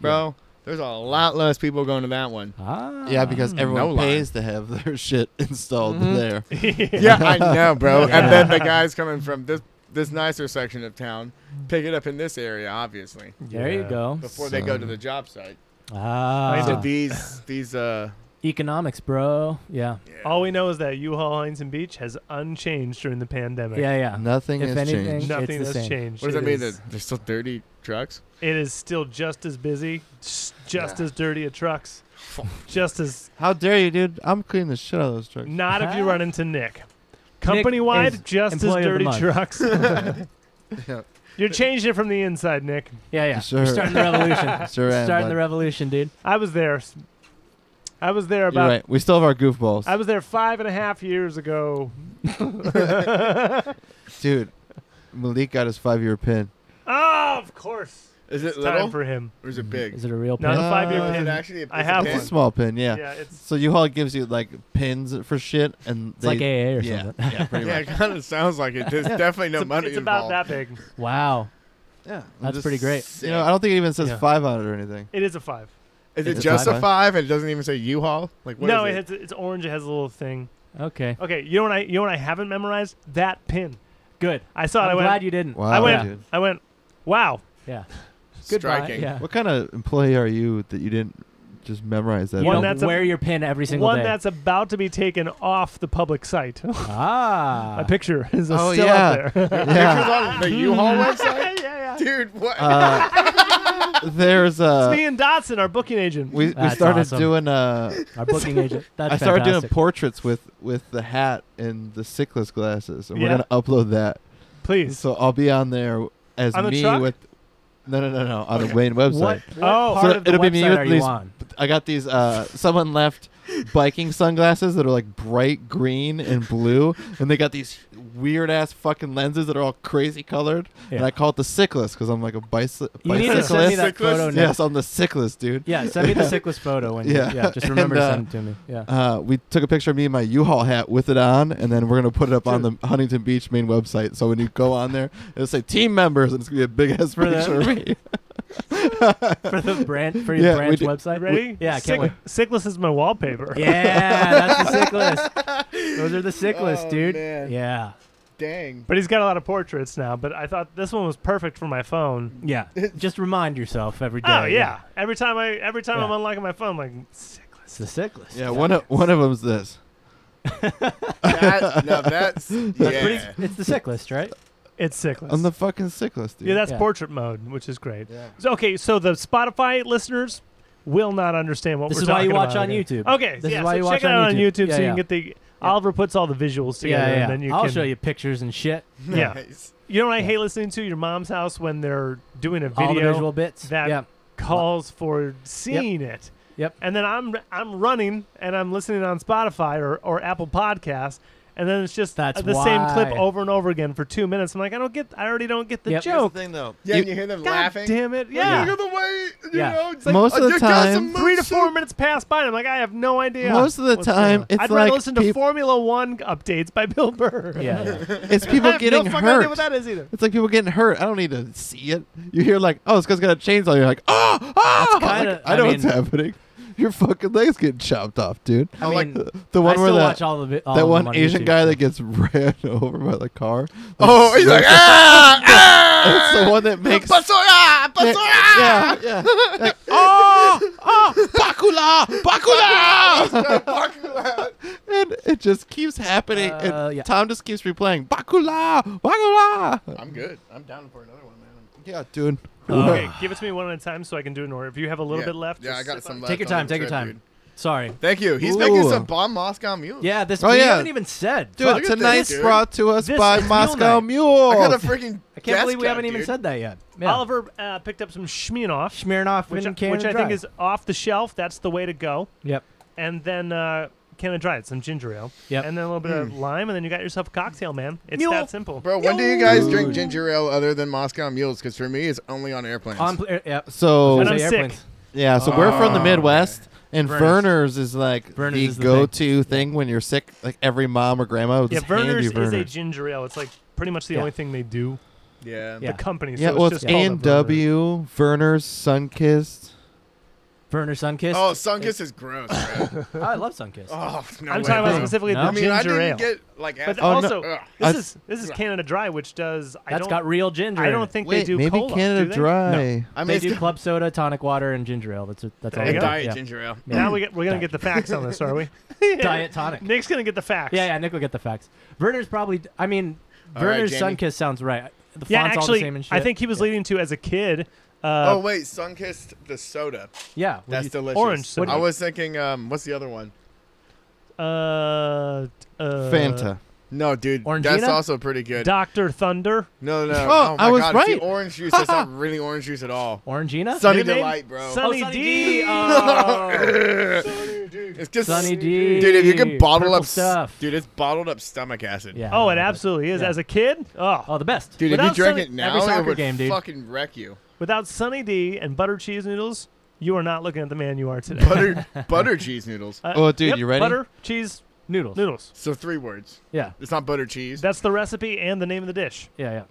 [SPEAKER 2] bro, there's a lot less people going to that one.
[SPEAKER 1] Ah.
[SPEAKER 4] Yeah, because everyone
[SPEAKER 2] no line.
[SPEAKER 4] pays to have their shit installed
[SPEAKER 1] Mm-hmm.
[SPEAKER 2] Mhm.
[SPEAKER 4] there.
[SPEAKER 2] yeah, I know, bro.
[SPEAKER 1] Yeah.
[SPEAKER 2] And then the guys coming from this this nicer section of town pick it up in this area, obviously,
[SPEAKER 1] there you
[SPEAKER 3] Yeah.
[SPEAKER 1] go.
[SPEAKER 2] before they go to
[SPEAKER 4] So-
[SPEAKER 2] the job site.
[SPEAKER 3] Uh,
[SPEAKER 1] Ah,
[SPEAKER 2] So these these uh.
[SPEAKER 1] economics, bro. Yeah,
[SPEAKER 2] yeah.
[SPEAKER 3] All we know is that U-Haul Huntington Beach has unchanged during the pandemic.
[SPEAKER 1] yeah, yeah.
[SPEAKER 4] Nothing
[SPEAKER 1] If
[SPEAKER 4] has
[SPEAKER 1] anything-
[SPEAKER 4] changed.
[SPEAKER 1] No.
[SPEAKER 3] Nothing
[SPEAKER 1] It's the same.
[SPEAKER 3] has changed.
[SPEAKER 2] What does
[SPEAKER 3] It
[SPEAKER 2] that mean?
[SPEAKER 3] is-
[SPEAKER 2] That there's still dirty trucks?
[SPEAKER 3] It is still just as busy, s- just as dirty at trucks, just as
[SPEAKER 4] How dare you, dude? I'm cleaning the shit out of those trucks.
[SPEAKER 3] Not if you
[SPEAKER 1] Huh?
[SPEAKER 3] run into Nick. Company
[SPEAKER 1] is
[SPEAKER 3] wide, just as
[SPEAKER 1] employee of the
[SPEAKER 3] dirty
[SPEAKER 1] month.
[SPEAKER 3] trucks. You're changing it from the inside, Nick.
[SPEAKER 1] Yeah, yeah.
[SPEAKER 4] Sure.
[SPEAKER 1] You're starting the revolution.
[SPEAKER 4] Sure am,
[SPEAKER 1] starting the
[SPEAKER 4] bud.
[SPEAKER 1] revolution, dude.
[SPEAKER 3] I was there. I was there
[SPEAKER 4] You're
[SPEAKER 3] about.
[SPEAKER 4] right. We still have our goofballs,
[SPEAKER 3] I was there five and a half years ago.
[SPEAKER 4] dude. Malik got his five-year pin.
[SPEAKER 3] Oh, of course.
[SPEAKER 2] Is it
[SPEAKER 3] It's
[SPEAKER 2] little
[SPEAKER 3] time for him.
[SPEAKER 2] or is it big?
[SPEAKER 1] Is it a real
[SPEAKER 3] Not
[SPEAKER 1] pin?
[SPEAKER 3] a five year
[SPEAKER 4] Uh,
[SPEAKER 2] Is it
[SPEAKER 3] pin.
[SPEAKER 2] actually? A,
[SPEAKER 3] I
[SPEAKER 2] is it
[SPEAKER 3] have
[SPEAKER 2] big?
[SPEAKER 4] It's
[SPEAKER 3] one.
[SPEAKER 4] a small pin, yeah.
[SPEAKER 3] yeah, it's
[SPEAKER 4] So U-Haul gives you like pins for shit, and
[SPEAKER 1] It's
[SPEAKER 4] they,
[SPEAKER 1] like AA or
[SPEAKER 4] yeah,
[SPEAKER 1] something.
[SPEAKER 4] yeah, pretty
[SPEAKER 2] Yeah,
[SPEAKER 4] much.
[SPEAKER 2] it kind of sounds like it. There's definitely no
[SPEAKER 3] it's,
[SPEAKER 2] money
[SPEAKER 3] it's about
[SPEAKER 2] involved.
[SPEAKER 3] that big.
[SPEAKER 1] Wow.
[SPEAKER 4] Yeah,
[SPEAKER 1] That's pretty great.
[SPEAKER 4] You know, I don't think it even says
[SPEAKER 3] Yeah.
[SPEAKER 4] five on it or anything.
[SPEAKER 3] It is a five.
[SPEAKER 2] Is
[SPEAKER 1] It's
[SPEAKER 2] it
[SPEAKER 1] a
[SPEAKER 2] just
[SPEAKER 4] five.
[SPEAKER 2] a five and it doesn't even say U-Haul? Like what
[SPEAKER 3] no,
[SPEAKER 2] is
[SPEAKER 3] it has, it's orange. It has a little thing.
[SPEAKER 1] Okay.
[SPEAKER 3] Okay, you know what I you know what I haven't memorized? That pin.
[SPEAKER 1] Good.
[SPEAKER 3] I saw it. I
[SPEAKER 1] I'm
[SPEAKER 3] went.
[SPEAKER 1] glad you didn't.
[SPEAKER 4] Wow,
[SPEAKER 3] I went.
[SPEAKER 4] dude.
[SPEAKER 3] I went. Wow.
[SPEAKER 1] Yeah. Goodbye.
[SPEAKER 2] striking.
[SPEAKER 1] Yeah.
[SPEAKER 4] What kind of employee are you that you didn't just memorize that?
[SPEAKER 1] You
[SPEAKER 3] One
[SPEAKER 1] know,
[SPEAKER 4] thing?
[SPEAKER 3] that's a-
[SPEAKER 1] wear your pin every single
[SPEAKER 3] one
[SPEAKER 1] day.
[SPEAKER 3] that's about to be taken off the public site.
[SPEAKER 1] ah.
[SPEAKER 3] My picture is uh,
[SPEAKER 4] Oh,
[SPEAKER 3] still
[SPEAKER 4] yeah.
[SPEAKER 3] up there.
[SPEAKER 4] yeah.
[SPEAKER 2] Pictures on the U-Haul website,
[SPEAKER 3] yeah, yeah.
[SPEAKER 2] dude. What?
[SPEAKER 4] Uh, there's
[SPEAKER 3] It's
[SPEAKER 4] a
[SPEAKER 3] me and Dotson, our booking agent.
[SPEAKER 4] Uh, we, we
[SPEAKER 1] That's
[SPEAKER 4] started
[SPEAKER 1] awesome.
[SPEAKER 4] doing uh
[SPEAKER 1] Our booking agent. That's
[SPEAKER 4] I started doing
[SPEAKER 1] fantastic.
[SPEAKER 4] portraits with with the hat and the sickless glasses, and
[SPEAKER 3] Yeah.
[SPEAKER 4] we're gonna upload that.
[SPEAKER 3] Please.
[SPEAKER 4] So I'll be on there as
[SPEAKER 3] On the
[SPEAKER 4] me
[SPEAKER 3] truck?
[SPEAKER 4] with no no no no on the Wayne website.
[SPEAKER 1] What, what
[SPEAKER 3] Oh.
[SPEAKER 1] part
[SPEAKER 4] So
[SPEAKER 1] of the
[SPEAKER 4] it'll be me
[SPEAKER 1] website
[SPEAKER 4] with
[SPEAKER 1] are you
[SPEAKER 4] these-
[SPEAKER 1] on?
[SPEAKER 4] I got these. Uh, someone left biking sunglasses that are like bright green and blue, and they got these weird ass fucking lenses that are all crazy colored. And
[SPEAKER 1] Yeah.
[SPEAKER 4] I call it the sickless because I'm like a bicy-
[SPEAKER 1] You need to send me
[SPEAKER 4] bicyclist.
[SPEAKER 1] that photo
[SPEAKER 2] Bicyclist?
[SPEAKER 1] now.
[SPEAKER 4] Yes, I'm the sickless dude.
[SPEAKER 1] Yeah, send me the sickless photo when
[SPEAKER 4] Yeah.
[SPEAKER 1] you, yeah, just remember
[SPEAKER 4] And,
[SPEAKER 1] to
[SPEAKER 4] uh,
[SPEAKER 1] send it to me. Yeah.
[SPEAKER 4] Uh, we took a picture of me in my U-Haul hat with it on, and then we're gonna put it up on the Huntington Beach main website. So when you go on there, it'll say team members, and it's gonna be a big ass
[SPEAKER 1] For the-
[SPEAKER 4] picture of me.
[SPEAKER 1] for the brand for your
[SPEAKER 4] yeah, we
[SPEAKER 1] branch
[SPEAKER 4] do-
[SPEAKER 1] website.
[SPEAKER 3] Ready?
[SPEAKER 1] Yeah, I can't
[SPEAKER 3] Sick-
[SPEAKER 1] wait.
[SPEAKER 3] Sickless is my wallpaper.
[SPEAKER 1] Yeah, that's the sickless. Those are the sickless,
[SPEAKER 2] Oh,
[SPEAKER 1] dude.
[SPEAKER 2] man.
[SPEAKER 1] Yeah.
[SPEAKER 2] Dang.
[SPEAKER 3] But he's got a lot of portraits now, but I thought this one was perfect for my phone.
[SPEAKER 1] Yeah. Just remind yourself every day.
[SPEAKER 3] Oh yeah. Every time I every time
[SPEAKER 1] Yeah.
[SPEAKER 3] I'm unlocking my phone, I'm like
[SPEAKER 1] It's
[SPEAKER 3] sickless.
[SPEAKER 1] the sickless.
[SPEAKER 4] yeah, one of one of them's this.
[SPEAKER 2] That, now that's
[SPEAKER 1] That's
[SPEAKER 2] yeah.
[SPEAKER 1] pretty, it's the sickless, right?
[SPEAKER 3] It's sickless.
[SPEAKER 4] I'm the fucking sickless dude.
[SPEAKER 3] yeah, that's
[SPEAKER 1] Yeah.
[SPEAKER 3] portrait mode, which is great.
[SPEAKER 4] Yeah.
[SPEAKER 3] So, okay, so the Spotify listeners will not understand what
[SPEAKER 1] This
[SPEAKER 3] we're
[SPEAKER 1] is why you
[SPEAKER 3] talking
[SPEAKER 1] watch
[SPEAKER 3] about Oh,
[SPEAKER 1] on
[SPEAKER 3] again.
[SPEAKER 1] YouTube.
[SPEAKER 3] Okay,
[SPEAKER 1] This
[SPEAKER 3] yeah,
[SPEAKER 1] is why
[SPEAKER 3] so
[SPEAKER 1] you
[SPEAKER 3] check
[SPEAKER 1] watch
[SPEAKER 3] it out
[SPEAKER 1] on
[SPEAKER 3] on
[SPEAKER 1] YouTube.
[SPEAKER 3] YouTube, so
[SPEAKER 1] Yeah,
[SPEAKER 3] you
[SPEAKER 1] yeah.
[SPEAKER 3] can get the Oliver puts all the visuals together,
[SPEAKER 1] yeah, yeah.
[SPEAKER 3] and then you
[SPEAKER 1] I'll
[SPEAKER 3] can.
[SPEAKER 1] show you pictures and shit.
[SPEAKER 3] Yeah.
[SPEAKER 2] Nice.
[SPEAKER 3] You know what I
[SPEAKER 1] Yeah.
[SPEAKER 3] hate listening to your mom's house when they're doing a
[SPEAKER 1] All the
[SPEAKER 3] video
[SPEAKER 1] visual bits.
[SPEAKER 3] that-
[SPEAKER 1] yeah.
[SPEAKER 3] calls for seeing it.
[SPEAKER 1] Yep.
[SPEAKER 3] And then I'm I'm running and I'm listening on Spotify or, or Apple Podcasts, and then it's just
[SPEAKER 1] That's
[SPEAKER 3] the same clip
[SPEAKER 1] why.
[SPEAKER 3] over and over again for two minutes. I'm like, I don't get, I already don't get the
[SPEAKER 1] Yep.
[SPEAKER 3] joke.
[SPEAKER 4] thing though.
[SPEAKER 2] Yeah, and you hear them
[SPEAKER 3] God
[SPEAKER 2] laughing.
[SPEAKER 3] damn it!
[SPEAKER 1] Yeah.
[SPEAKER 3] Yeah.
[SPEAKER 2] Look at the way you
[SPEAKER 1] Yeah.
[SPEAKER 2] know. It's like,
[SPEAKER 4] Most of
[SPEAKER 2] "Oh,
[SPEAKER 4] the
[SPEAKER 2] you got some
[SPEAKER 4] time-
[SPEAKER 2] moves
[SPEAKER 3] Three to four
[SPEAKER 2] too."
[SPEAKER 3] minutes pass by, and I'm like, I have no idea.
[SPEAKER 4] Most of the
[SPEAKER 3] what's going
[SPEAKER 4] time,
[SPEAKER 3] on.
[SPEAKER 4] it's
[SPEAKER 3] I'd
[SPEAKER 4] like
[SPEAKER 3] rather listen to
[SPEAKER 4] peop-
[SPEAKER 3] Formula One updates by Bill Burr.
[SPEAKER 1] Yeah. yeah.
[SPEAKER 4] It's people
[SPEAKER 3] I have
[SPEAKER 4] getting
[SPEAKER 3] no fucking idea
[SPEAKER 4] hurt.
[SPEAKER 3] what that is either.
[SPEAKER 4] It's like people getting hurt. I don't need to see it. You hear like, oh, this guy's got a chainsaw. You're like, oh, oh!
[SPEAKER 1] That's kinda-
[SPEAKER 4] Like, I,
[SPEAKER 1] I
[SPEAKER 4] know
[SPEAKER 1] mean-
[SPEAKER 4] what's happening. Your fucking leg's getting chopped off, dude.
[SPEAKER 1] I
[SPEAKER 2] Oh, like
[SPEAKER 1] mean,
[SPEAKER 4] The
[SPEAKER 1] I
[SPEAKER 4] one where
[SPEAKER 1] still
[SPEAKER 4] that,
[SPEAKER 1] watch all the vi- all
[SPEAKER 4] that
[SPEAKER 1] of them
[SPEAKER 4] one
[SPEAKER 1] on
[SPEAKER 4] Asian
[SPEAKER 1] YouTube,
[SPEAKER 4] guy
[SPEAKER 1] so.
[SPEAKER 4] that gets ran over by the car.
[SPEAKER 2] Oh, he's like ah ah.
[SPEAKER 4] It's the one that makes.
[SPEAKER 2] basura, basura.
[SPEAKER 4] yeah, yeah. Like, ah!" oh, oh, bakula, bakula. and it just keeps happening.
[SPEAKER 1] Uh,
[SPEAKER 4] and
[SPEAKER 1] yeah.
[SPEAKER 4] Tom just keeps replaying, bakula, bakula.
[SPEAKER 2] I'm good. I'm down for another one, man.
[SPEAKER 4] Yeah, dude.
[SPEAKER 3] Okay, give it to me one at a time so I can do an order. If you have a little
[SPEAKER 2] yeah.
[SPEAKER 3] bit left,
[SPEAKER 2] Yeah,
[SPEAKER 3] just
[SPEAKER 2] I got
[SPEAKER 3] sip on
[SPEAKER 2] some
[SPEAKER 3] it.
[SPEAKER 2] left.
[SPEAKER 1] Take your
[SPEAKER 2] on
[SPEAKER 1] time.
[SPEAKER 2] the
[SPEAKER 1] Take your
[SPEAKER 2] trip,
[SPEAKER 1] time.
[SPEAKER 2] dude.
[SPEAKER 1] Sorry.
[SPEAKER 2] Thank you. He's making
[SPEAKER 4] Ooh.
[SPEAKER 2] some bomb Moscow mules.
[SPEAKER 1] Yeah, this
[SPEAKER 4] Oh,
[SPEAKER 1] we
[SPEAKER 4] yeah.
[SPEAKER 1] haven't even said.
[SPEAKER 4] Dude,
[SPEAKER 1] Fuck.
[SPEAKER 2] look at this,
[SPEAKER 4] tonight's
[SPEAKER 2] dude.
[SPEAKER 4] brought to us
[SPEAKER 1] This
[SPEAKER 4] by
[SPEAKER 1] is Mule
[SPEAKER 4] Moscow
[SPEAKER 1] Night.
[SPEAKER 4] Mule.
[SPEAKER 2] I got a freaking.
[SPEAKER 1] Oh. I can't believe we
[SPEAKER 2] desk
[SPEAKER 1] haven't
[SPEAKER 2] job,
[SPEAKER 1] even
[SPEAKER 2] dude.
[SPEAKER 1] said that yet. Yeah.
[SPEAKER 3] Oliver uh, picked up some Schminoff,
[SPEAKER 1] Smirnoff
[SPEAKER 3] which,
[SPEAKER 1] and
[SPEAKER 3] I-
[SPEAKER 1] Canada
[SPEAKER 3] which I
[SPEAKER 1] Dry.
[SPEAKER 3] think is off the shelf. That's the way to go.
[SPEAKER 1] Yep.
[SPEAKER 3] and then uh, can of dried, some ginger ale,
[SPEAKER 1] Yep.
[SPEAKER 3] and then a little bit
[SPEAKER 2] Mm.
[SPEAKER 3] of lime, and then you got yourself a cocktail, man. It's
[SPEAKER 1] Mule.
[SPEAKER 3] that simple.
[SPEAKER 2] Bro, when do you guys drink
[SPEAKER 1] Dude.
[SPEAKER 2] ginger ale other than Moscow Mules? Because for me, it's only on airplanes.
[SPEAKER 1] On, pl- yeah.
[SPEAKER 4] So
[SPEAKER 3] And I'm
[SPEAKER 1] Say
[SPEAKER 3] sick.
[SPEAKER 1] airplanes.
[SPEAKER 4] yeah, so we're from the
[SPEAKER 2] Oh.
[SPEAKER 4] Midwest, and Verner's,
[SPEAKER 1] Verner's.
[SPEAKER 4] is like
[SPEAKER 1] Verner's
[SPEAKER 4] the
[SPEAKER 1] is the
[SPEAKER 4] go-to thing when you're sick. Like every mom or grandma would
[SPEAKER 3] Yeah,
[SPEAKER 4] just hand
[SPEAKER 3] Verner's
[SPEAKER 4] you
[SPEAKER 3] is
[SPEAKER 4] Verner's.
[SPEAKER 3] a ginger ale. It's like pretty much the
[SPEAKER 1] Yeah.
[SPEAKER 3] only thing they do.
[SPEAKER 2] yeah.
[SPEAKER 1] Yeah.
[SPEAKER 3] The company.
[SPEAKER 4] yeah,
[SPEAKER 3] so
[SPEAKER 4] well,
[SPEAKER 3] it's
[SPEAKER 4] it's
[SPEAKER 3] just called a
[SPEAKER 4] A and W, Verner's, Sunkist.
[SPEAKER 1] Burner Sunkist.
[SPEAKER 2] Oh, Sunkiss is gross, bro.
[SPEAKER 1] Oh, I love Sunkist.
[SPEAKER 2] oh, no
[SPEAKER 3] I'm talking
[SPEAKER 2] way,
[SPEAKER 3] about
[SPEAKER 2] bro.
[SPEAKER 3] specifically
[SPEAKER 1] No?
[SPEAKER 3] the
[SPEAKER 2] I mean,
[SPEAKER 3] ginger
[SPEAKER 2] I didn't
[SPEAKER 3] ale.
[SPEAKER 2] get like.
[SPEAKER 3] but
[SPEAKER 2] But,
[SPEAKER 4] Oh, no.
[SPEAKER 3] also,
[SPEAKER 2] ugh.
[SPEAKER 3] this
[SPEAKER 4] I-
[SPEAKER 3] is this is Canada Dry, which does I
[SPEAKER 1] That's
[SPEAKER 3] don't
[SPEAKER 1] got real ginger.
[SPEAKER 3] I
[SPEAKER 1] in
[SPEAKER 3] don't
[SPEAKER 1] it.
[SPEAKER 3] think
[SPEAKER 4] Wait,
[SPEAKER 3] they do
[SPEAKER 4] maybe
[SPEAKER 3] cola,
[SPEAKER 4] Canada
[SPEAKER 3] do they?
[SPEAKER 4] Dry.
[SPEAKER 2] I mean,
[SPEAKER 1] They
[SPEAKER 2] it's
[SPEAKER 1] do
[SPEAKER 2] the-
[SPEAKER 1] club soda, tonic water, and ginger ale. That's that's all.
[SPEAKER 3] There
[SPEAKER 1] they
[SPEAKER 2] and
[SPEAKER 3] you
[SPEAKER 1] do.
[SPEAKER 3] go.
[SPEAKER 2] diet
[SPEAKER 1] yeah.
[SPEAKER 2] ginger ale.
[SPEAKER 1] Yeah.
[SPEAKER 3] Now we get, we're gonna get the facts on this, are we?
[SPEAKER 1] Diet tonic.
[SPEAKER 3] Nick's gonna get the facts.
[SPEAKER 1] Yeah, yeah. Nick will get the facts. Werner's probably. I mean,
[SPEAKER 2] All right,
[SPEAKER 1] Werner's
[SPEAKER 2] Jamie.
[SPEAKER 1] Sunkist sounds right. The font's
[SPEAKER 3] Yeah,
[SPEAKER 1] all
[SPEAKER 3] actually,
[SPEAKER 1] the same and shit.
[SPEAKER 3] I think he was leading to as a kid. Uh,
[SPEAKER 2] Oh wait, Sunkist the soda.
[SPEAKER 1] Yeah. would
[SPEAKER 2] That's
[SPEAKER 1] you-
[SPEAKER 2] delicious.
[SPEAKER 3] orange soda.
[SPEAKER 2] I was thinking, um, what's the other one?
[SPEAKER 3] uh, uh,
[SPEAKER 4] Fanta.
[SPEAKER 2] No, dude,
[SPEAKER 1] Orangina?
[SPEAKER 2] that's also pretty good.
[SPEAKER 3] Doctor Thunder.
[SPEAKER 2] no, no.
[SPEAKER 4] Oh,
[SPEAKER 2] my
[SPEAKER 4] I was
[SPEAKER 2] God, it's the
[SPEAKER 4] right.
[SPEAKER 2] orange juice. That's not really orange juice at all.
[SPEAKER 1] Orangina.
[SPEAKER 2] Sunny
[SPEAKER 3] Your name?
[SPEAKER 2] delight, bro.
[SPEAKER 1] Oh,
[SPEAKER 3] Sunny
[SPEAKER 1] Sunny
[SPEAKER 3] D.
[SPEAKER 1] D. Oh.
[SPEAKER 2] it's just
[SPEAKER 1] Sunny D.
[SPEAKER 2] Dude, if you could bottle
[SPEAKER 1] Purple
[SPEAKER 2] up s-
[SPEAKER 1] stuff.
[SPEAKER 2] dude, it's bottled up stomach acid.
[SPEAKER 1] yeah.
[SPEAKER 3] Oh, it
[SPEAKER 1] yeah.
[SPEAKER 3] absolutely is.
[SPEAKER 1] Yeah.
[SPEAKER 3] As a kid, oh,
[SPEAKER 1] Oh, the best.
[SPEAKER 2] Dude, if
[SPEAKER 3] Without
[SPEAKER 2] you drank
[SPEAKER 3] Sunny-
[SPEAKER 2] it now,
[SPEAKER 1] every soccer
[SPEAKER 2] it would
[SPEAKER 1] game, dude.
[SPEAKER 2] fucking wreck you.
[SPEAKER 3] without Sunny D and butter cheese noodles, you are not looking at the man you are today.
[SPEAKER 2] Butter, butter cheese noodles.
[SPEAKER 3] Uh,
[SPEAKER 4] Oh, dude, you ready?
[SPEAKER 3] Butter cheese
[SPEAKER 1] Noodles.
[SPEAKER 3] noodles.
[SPEAKER 2] So three words.
[SPEAKER 1] Yeah.
[SPEAKER 2] It's not butter cheese.
[SPEAKER 3] That's the recipe and the name of the dish.
[SPEAKER 1] Yeah. Yeah.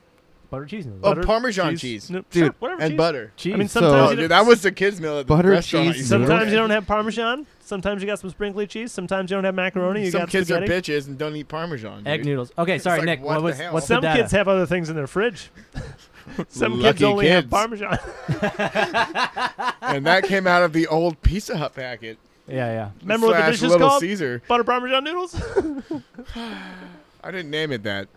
[SPEAKER 1] Butter cheese noodles.
[SPEAKER 2] oh,
[SPEAKER 3] butter,
[SPEAKER 2] Parmesan cheese,
[SPEAKER 3] No-
[SPEAKER 4] Dude,
[SPEAKER 3] sure, whatever
[SPEAKER 2] and
[SPEAKER 3] cheese.
[SPEAKER 2] butter.
[SPEAKER 1] Cheese.
[SPEAKER 3] I mean,
[SPEAKER 4] So-
[SPEAKER 3] sometimes
[SPEAKER 2] Oh,
[SPEAKER 3] you
[SPEAKER 2] dude,
[SPEAKER 3] don't-
[SPEAKER 2] that was the kids' meal at the
[SPEAKER 4] Butter
[SPEAKER 2] restaurant. I
[SPEAKER 4] cheese
[SPEAKER 2] used to
[SPEAKER 4] noodles?
[SPEAKER 2] work
[SPEAKER 3] Sometimes you
[SPEAKER 2] at.
[SPEAKER 3] don't have Parmesan. Sometimes you got some sprinkly cheese. Sometimes you don't have macaroni. You
[SPEAKER 2] Some
[SPEAKER 3] got
[SPEAKER 2] kids
[SPEAKER 3] spaghetti.
[SPEAKER 2] are bitches and don't eat Parmesan.
[SPEAKER 1] Egg
[SPEAKER 2] dude.
[SPEAKER 1] noodles. Okay, sorry,
[SPEAKER 2] like,
[SPEAKER 1] Nick.
[SPEAKER 2] what
[SPEAKER 1] What
[SPEAKER 2] the
[SPEAKER 1] was
[SPEAKER 2] hell?
[SPEAKER 1] what's
[SPEAKER 3] Some
[SPEAKER 1] the data?
[SPEAKER 3] kids have other things in their fridge. some kids
[SPEAKER 2] Lucky
[SPEAKER 3] only have
[SPEAKER 2] kids.
[SPEAKER 3] Parmesan.
[SPEAKER 2] and that came out of the old Pizza Hut packet.
[SPEAKER 1] yeah, yeah.
[SPEAKER 3] Remember what the
[SPEAKER 2] slash
[SPEAKER 3] dish is
[SPEAKER 2] Little
[SPEAKER 3] called?
[SPEAKER 2] Caesar.
[SPEAKER 3] Butter Parmesan noodles?
[SPEAKER 2] I didn't name it that.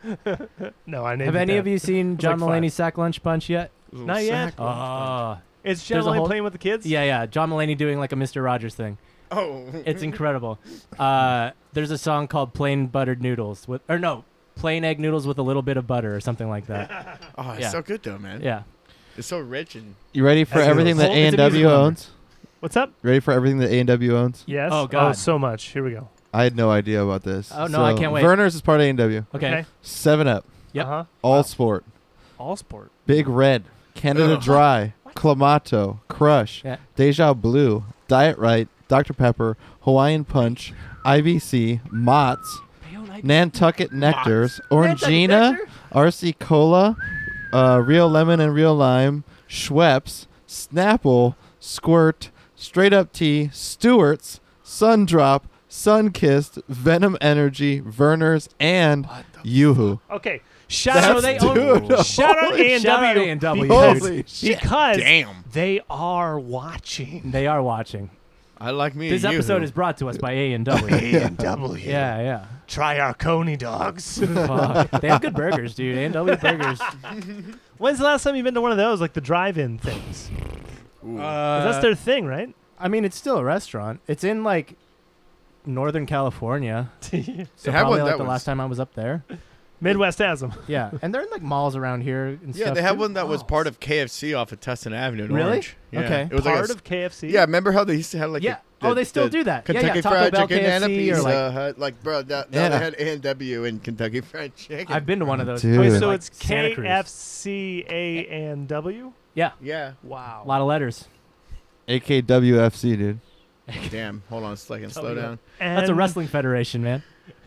[SPEAKER 3] no, I named
[SPEAKER 1] Have
[SPEAKER 3] it
[SPEAKER 1] any
[SPEAKER 3] that.
[SPEAKER 1] of you seen John
[SPEAKER 3] like five.
[SPEAKER 1] Mulaney's sack lunch punch yet?
[SPEAKER 3] Not yet.
[SPEAKER 1] Oh,
[SPEAKER 3] It's
[SPEAKER 1] There's a
[SPEAKER 3] generally
[SPEAKER 1] whole-
[SPEAKER 3] playing with the kids.
[SPEAKER 1] yeah, yeah. John Mulaney doing like a Mister Rogers thing.
[SPEAKER 2] Oh,
[SPEAKER 1] It's incredible. Uh, there's a song called "Plain Buttered Noodles" with, or no, "Plain Egg Noodles with a Little Bit of Butter" or something like that.
[SPEAKER 2] oh, it's
[SPEAKER 1] yeah.
[SPEAKER 2] so good though, man.
[SPEAKER 1] Yeah.
[SPEAKER 2] It's so rich and
[SPEAKER 4] You ready for
[SPEAKER 1] Egg
[SPEAKER 4] everything
[SPEAKER 1] noodles.
[SPEAKER 4] that A
[SPEAKER 1] Well, it's
[SPEAKER 4] and
[SPEAKER 1] a
[SPEAKER 4] W
[SPEAKER 1] musical number.
[SPEAKER 4] owns?
[SPEAKER 3] What's up?
[SPEAKER 4] Ready for everything that A and W owns?
[SPEAKER 3] Yes.
[SPEAKER 1] Oh, God.
[SPEAKER 3] so much. Here we go.
[SPEAKER 4] I had no idea about this.
[SPEAKER 1] Oh, no, I
[SPEAKER 4] So,
[SPEAKER 1] can't wait.
[SPEAKER 4] Verner's is part of A and W.
[SPEAKER 1] Okay.
[SPEAKER 4] Seven Up,
[SPEAKER 1] Yep.
[SPEAKER 3] Uh-huh.
[SPEAKER 4] All
[SPEAKER 3] Wow.
[SPEAKER 4] Sport,
[SPEAKER 3] All sport.
[SPEAKER 4] Big Red, Canada
[SPEAKER 2] Ugh.
[SPEAKER 4] Dry, Clamato, Crush,
[SPEAKER 1] Yeah.
[SPEAKER 4] Deja Blue, Diet Right, Dr Pepper, Hawaiian Punch, IBC, Mott's, Nantucket Nectars, Orangina, RC Cola, uh, Real Lemon and Real Lime, Schweppes, Snapple, Squirt, Straight Up Tea, Stewart's, Sundrop, Sunkissed, Venom Energy, Verner's, and Yoo-Hoo.
[SPEAKER 3] Okay. Shout
[SPEAKER 1] That's-
[SPEAKER 3] out.
[SPEAKER 1] they
[SPEAKER 4] dude,
[SPEAKER 1] own-
[SPEAKER 3] Shout out
[SPEAKER 4] holy
[SPEAKER 3] A&W.
[SPEAKER 1] Shout out A&W,
[SPEAKER 3] because-
[SPEAKER 4] Holy shit.
[SPEAKER 3] Because
[SPEAKER 2] damn.
[SPEAKER 3] they are watching.
[SPEAKER 1] They are watching.
[SPEAKER 2] I like me.
[SPEAKER 1] This
[SPEAKER 2] and you.
[SPEAKER 1] episode is brought to us by A and W.
[SPEAKER 3] A&W.
[SPEAKER 1] Yeah, yeah.
[SPEAKER 3] Try our Coney dogs.
[SPEAKER 1] Fuck. They have good burgers, dude. A and W burgers.
[SPEAKER 2] Uh,
[SPEAKER 3] When's the last time you've been to one of those, like the drive-in things? 'Cause
[SPEAKER 2] Ooh.
[SPEAKER 1] Uh,
[SPEAKER 3] that's their thing, right?
[SPEAKER 1] I mean, it's still a restaurant. It's in like Northern California. So
[SPEAKER 2] They have
[SPEAKER 1] probably
[SPEAKER 2] one
[SPEAKER 1] like
[SPEAKER 2] that
[SPEAKER 1] the
[SPEAKER 2] was-
[SPEAKER 1] last time I was up there.
[SPEAKER 3] Midwest has them.
[SPEAKER 1] Yeah, and they're in like malls around here and
[SPEAKER 2] yeah,
[SPEAKER 1] stuff.
[SPEAKER 2] they had
[SPEAKER 1] too.
[SPEAKER 2] one that was part of KFC off of Tustin Avenue. In
[SPEAKER 1] Oh. Really?
[SPEAKER 2] Orange. Yeah.
[SPEAKER 1] Okay.
[SPEAKER 2] It was like
[SPEAKER 3] Part
[SPEAKER 2] a s-
[SPEAKER 3] of KFC.
[SPEAKER 2] yeah, remember how they used to have like
[SPEAKER 1] Yeah.
[SPEAKER 2] the-
[SPEAKER 1] oh, they
[SPEAKER 2] the-
[SPEAKER 1] still
[SPEAKER 2] the
[SPEAKER 1] do that.
[SPEAKER 2] Kentucky
[SPEAKER 1] yeah, yeah. Taco
[SPEAKER 2] Fried
[SPEAKER 1] Bell,
[SPEAKER 2] Chicken uh, and a
[SPEAKER 1] KFC, or
[SPEAKER 2] Pizza
[SPEAKER 1] like
[SPEAKER 2] Hut. Like, bro, now, now
[SPEAKER 4] Yeah.
[SPEAKER 2] they had A and W and Kentucky Fried Chicken.
[SPEAKER 1] I've been to one of those.
[SPEAKER 4] Dude.
[SPEAKER 3] Wait,
[SPEAKER 4] Dude.
[SPEAKER 3] so
[SPEAKER 1] Like
[SPEAKER 3] it's
[SPEAKER 1] Santa Cruz.
[SPEAKER 3] KFC A and W.
[SPEAKER 1] Yeah,
[SPEAKER 2] yeah.
[SPEAKER 1] a
[SPEAKER 3] Wow.
[SPEAKER 1] lot of letters.
[SPEAKER 4] AKWFC, dude.
[SPEAKER 2] Damn. Hold on a second. Slow
[SPEAKER 3] W.
[SPEAKER 2] down.
[SPEAKER 1] That's a wrestling federation, man.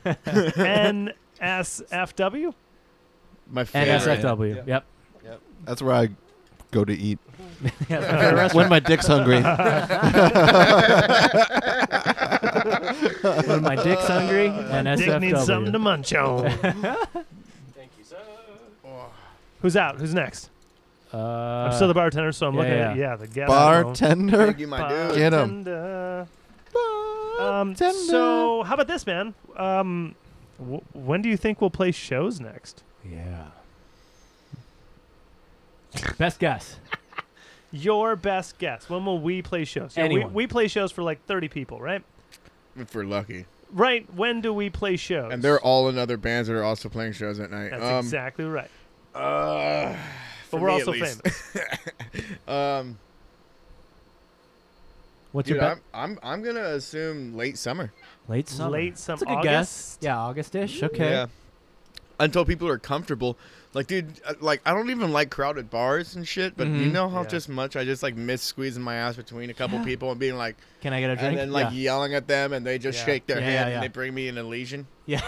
[SPEAKER 3] NSFW.
[SPEAKER 2] My favorite.
[SPEAKER 1] NSFW. Yep.
[SPEAKER 4] That's where I go to eat.
[SPEAKER 1] Yeah, it's a federation.
[SPEAKER 4] when my dick's hungry.
[SPEAKER 1] when my dick's hungry,
[SPEAKER 3] Dick needs something
[SPEAKER 1] NSFW.
[SPEAKER 3] to munch on. Who's out? Who's next?
[SPEAKER 1] Uh,
[SPEAKER 3] I'm still the bartender, so I'm
[SPEAKER 1] yeah,
[SPEAKER 3] looking
[SPEAKER 1] yeah.
[SPEAKER 3] at yeah the guest.
[SPEAKER 4] Bartender.
[SPEAKER 2] Thank you, my dude.
[SPEAKER 4] Get 'em.
[SPEAKER 3] Bartender. Um, so how about this, man? Um, w- when do you think we'll play shows next?
[SPEAKER 1] yeah. Best guess.
[SPEAKER 3] Your best guess. When will we play shows? Yeah, we,
[SPEAKER 1] Anyone.
[SPEAKER 3] we play shows for like 30 people, right?
[SPEAKER 2] If we're lucky.
[SPEAKER 3] Right. When do we play shows?
[SPEAKER 2] And they're all in other bands that are also playing shows at night.
[SPEAKER 3] That's
[SPEAKER 2] um,
[SPEAKER 3] exactly right.
[SPEAKER 2] Uh,
[SPEAKER 3] But
[SPEAKER 2] for
[SPEAKER 3] we're
[SPEAKER 2] me at
[SPEAKER 3] also
[SPEAKER 2] least.
[SPEAKER 3] famous.
[SPEAKER 2] um,
[SPEAKER 1] What's
[SPEAKER 2] Dude,
[SPEAKER 1] your bet?
[SPEAKER 2] I'm, I'm I'm gonna assume late summer
[SPEAKER 1] Late summer.
[SPEAKER 3] Late summer.
[SPEAKER 1] That's a good guess.
[SPEAKER 3] August?
[SPEAKER 1] Yeah, Augustish. Okay.
[SPEAKER 2] Yeah. Until people are comfortable, like dude, uh, like I don't even like crowded bars and shit. But you
[SPEAKER 1] Mhm.
[SPEAKER 2] know how
[SPEAKER 3] Yeah.
[SPEAKER 2] just much I just like miss squeezing my ass between a couple
[SPEAKER 1] Yeah.
[SPEAKER 2] people and being like,
[SPEAKER 1] Can I get a drink?
[SPEAKER 2] and then like yelling at them, and they just
[SPEAKER 3] Yeah.
[SPEAKER 2] shake their
[SPEAKER 1] Yeah,
[SPEAKER 2] hand
[SPEAKER 1] yeah, yeah.
[SPEAKER 2] and they bring me an Elysian,
[SPEAKER 1] yeah.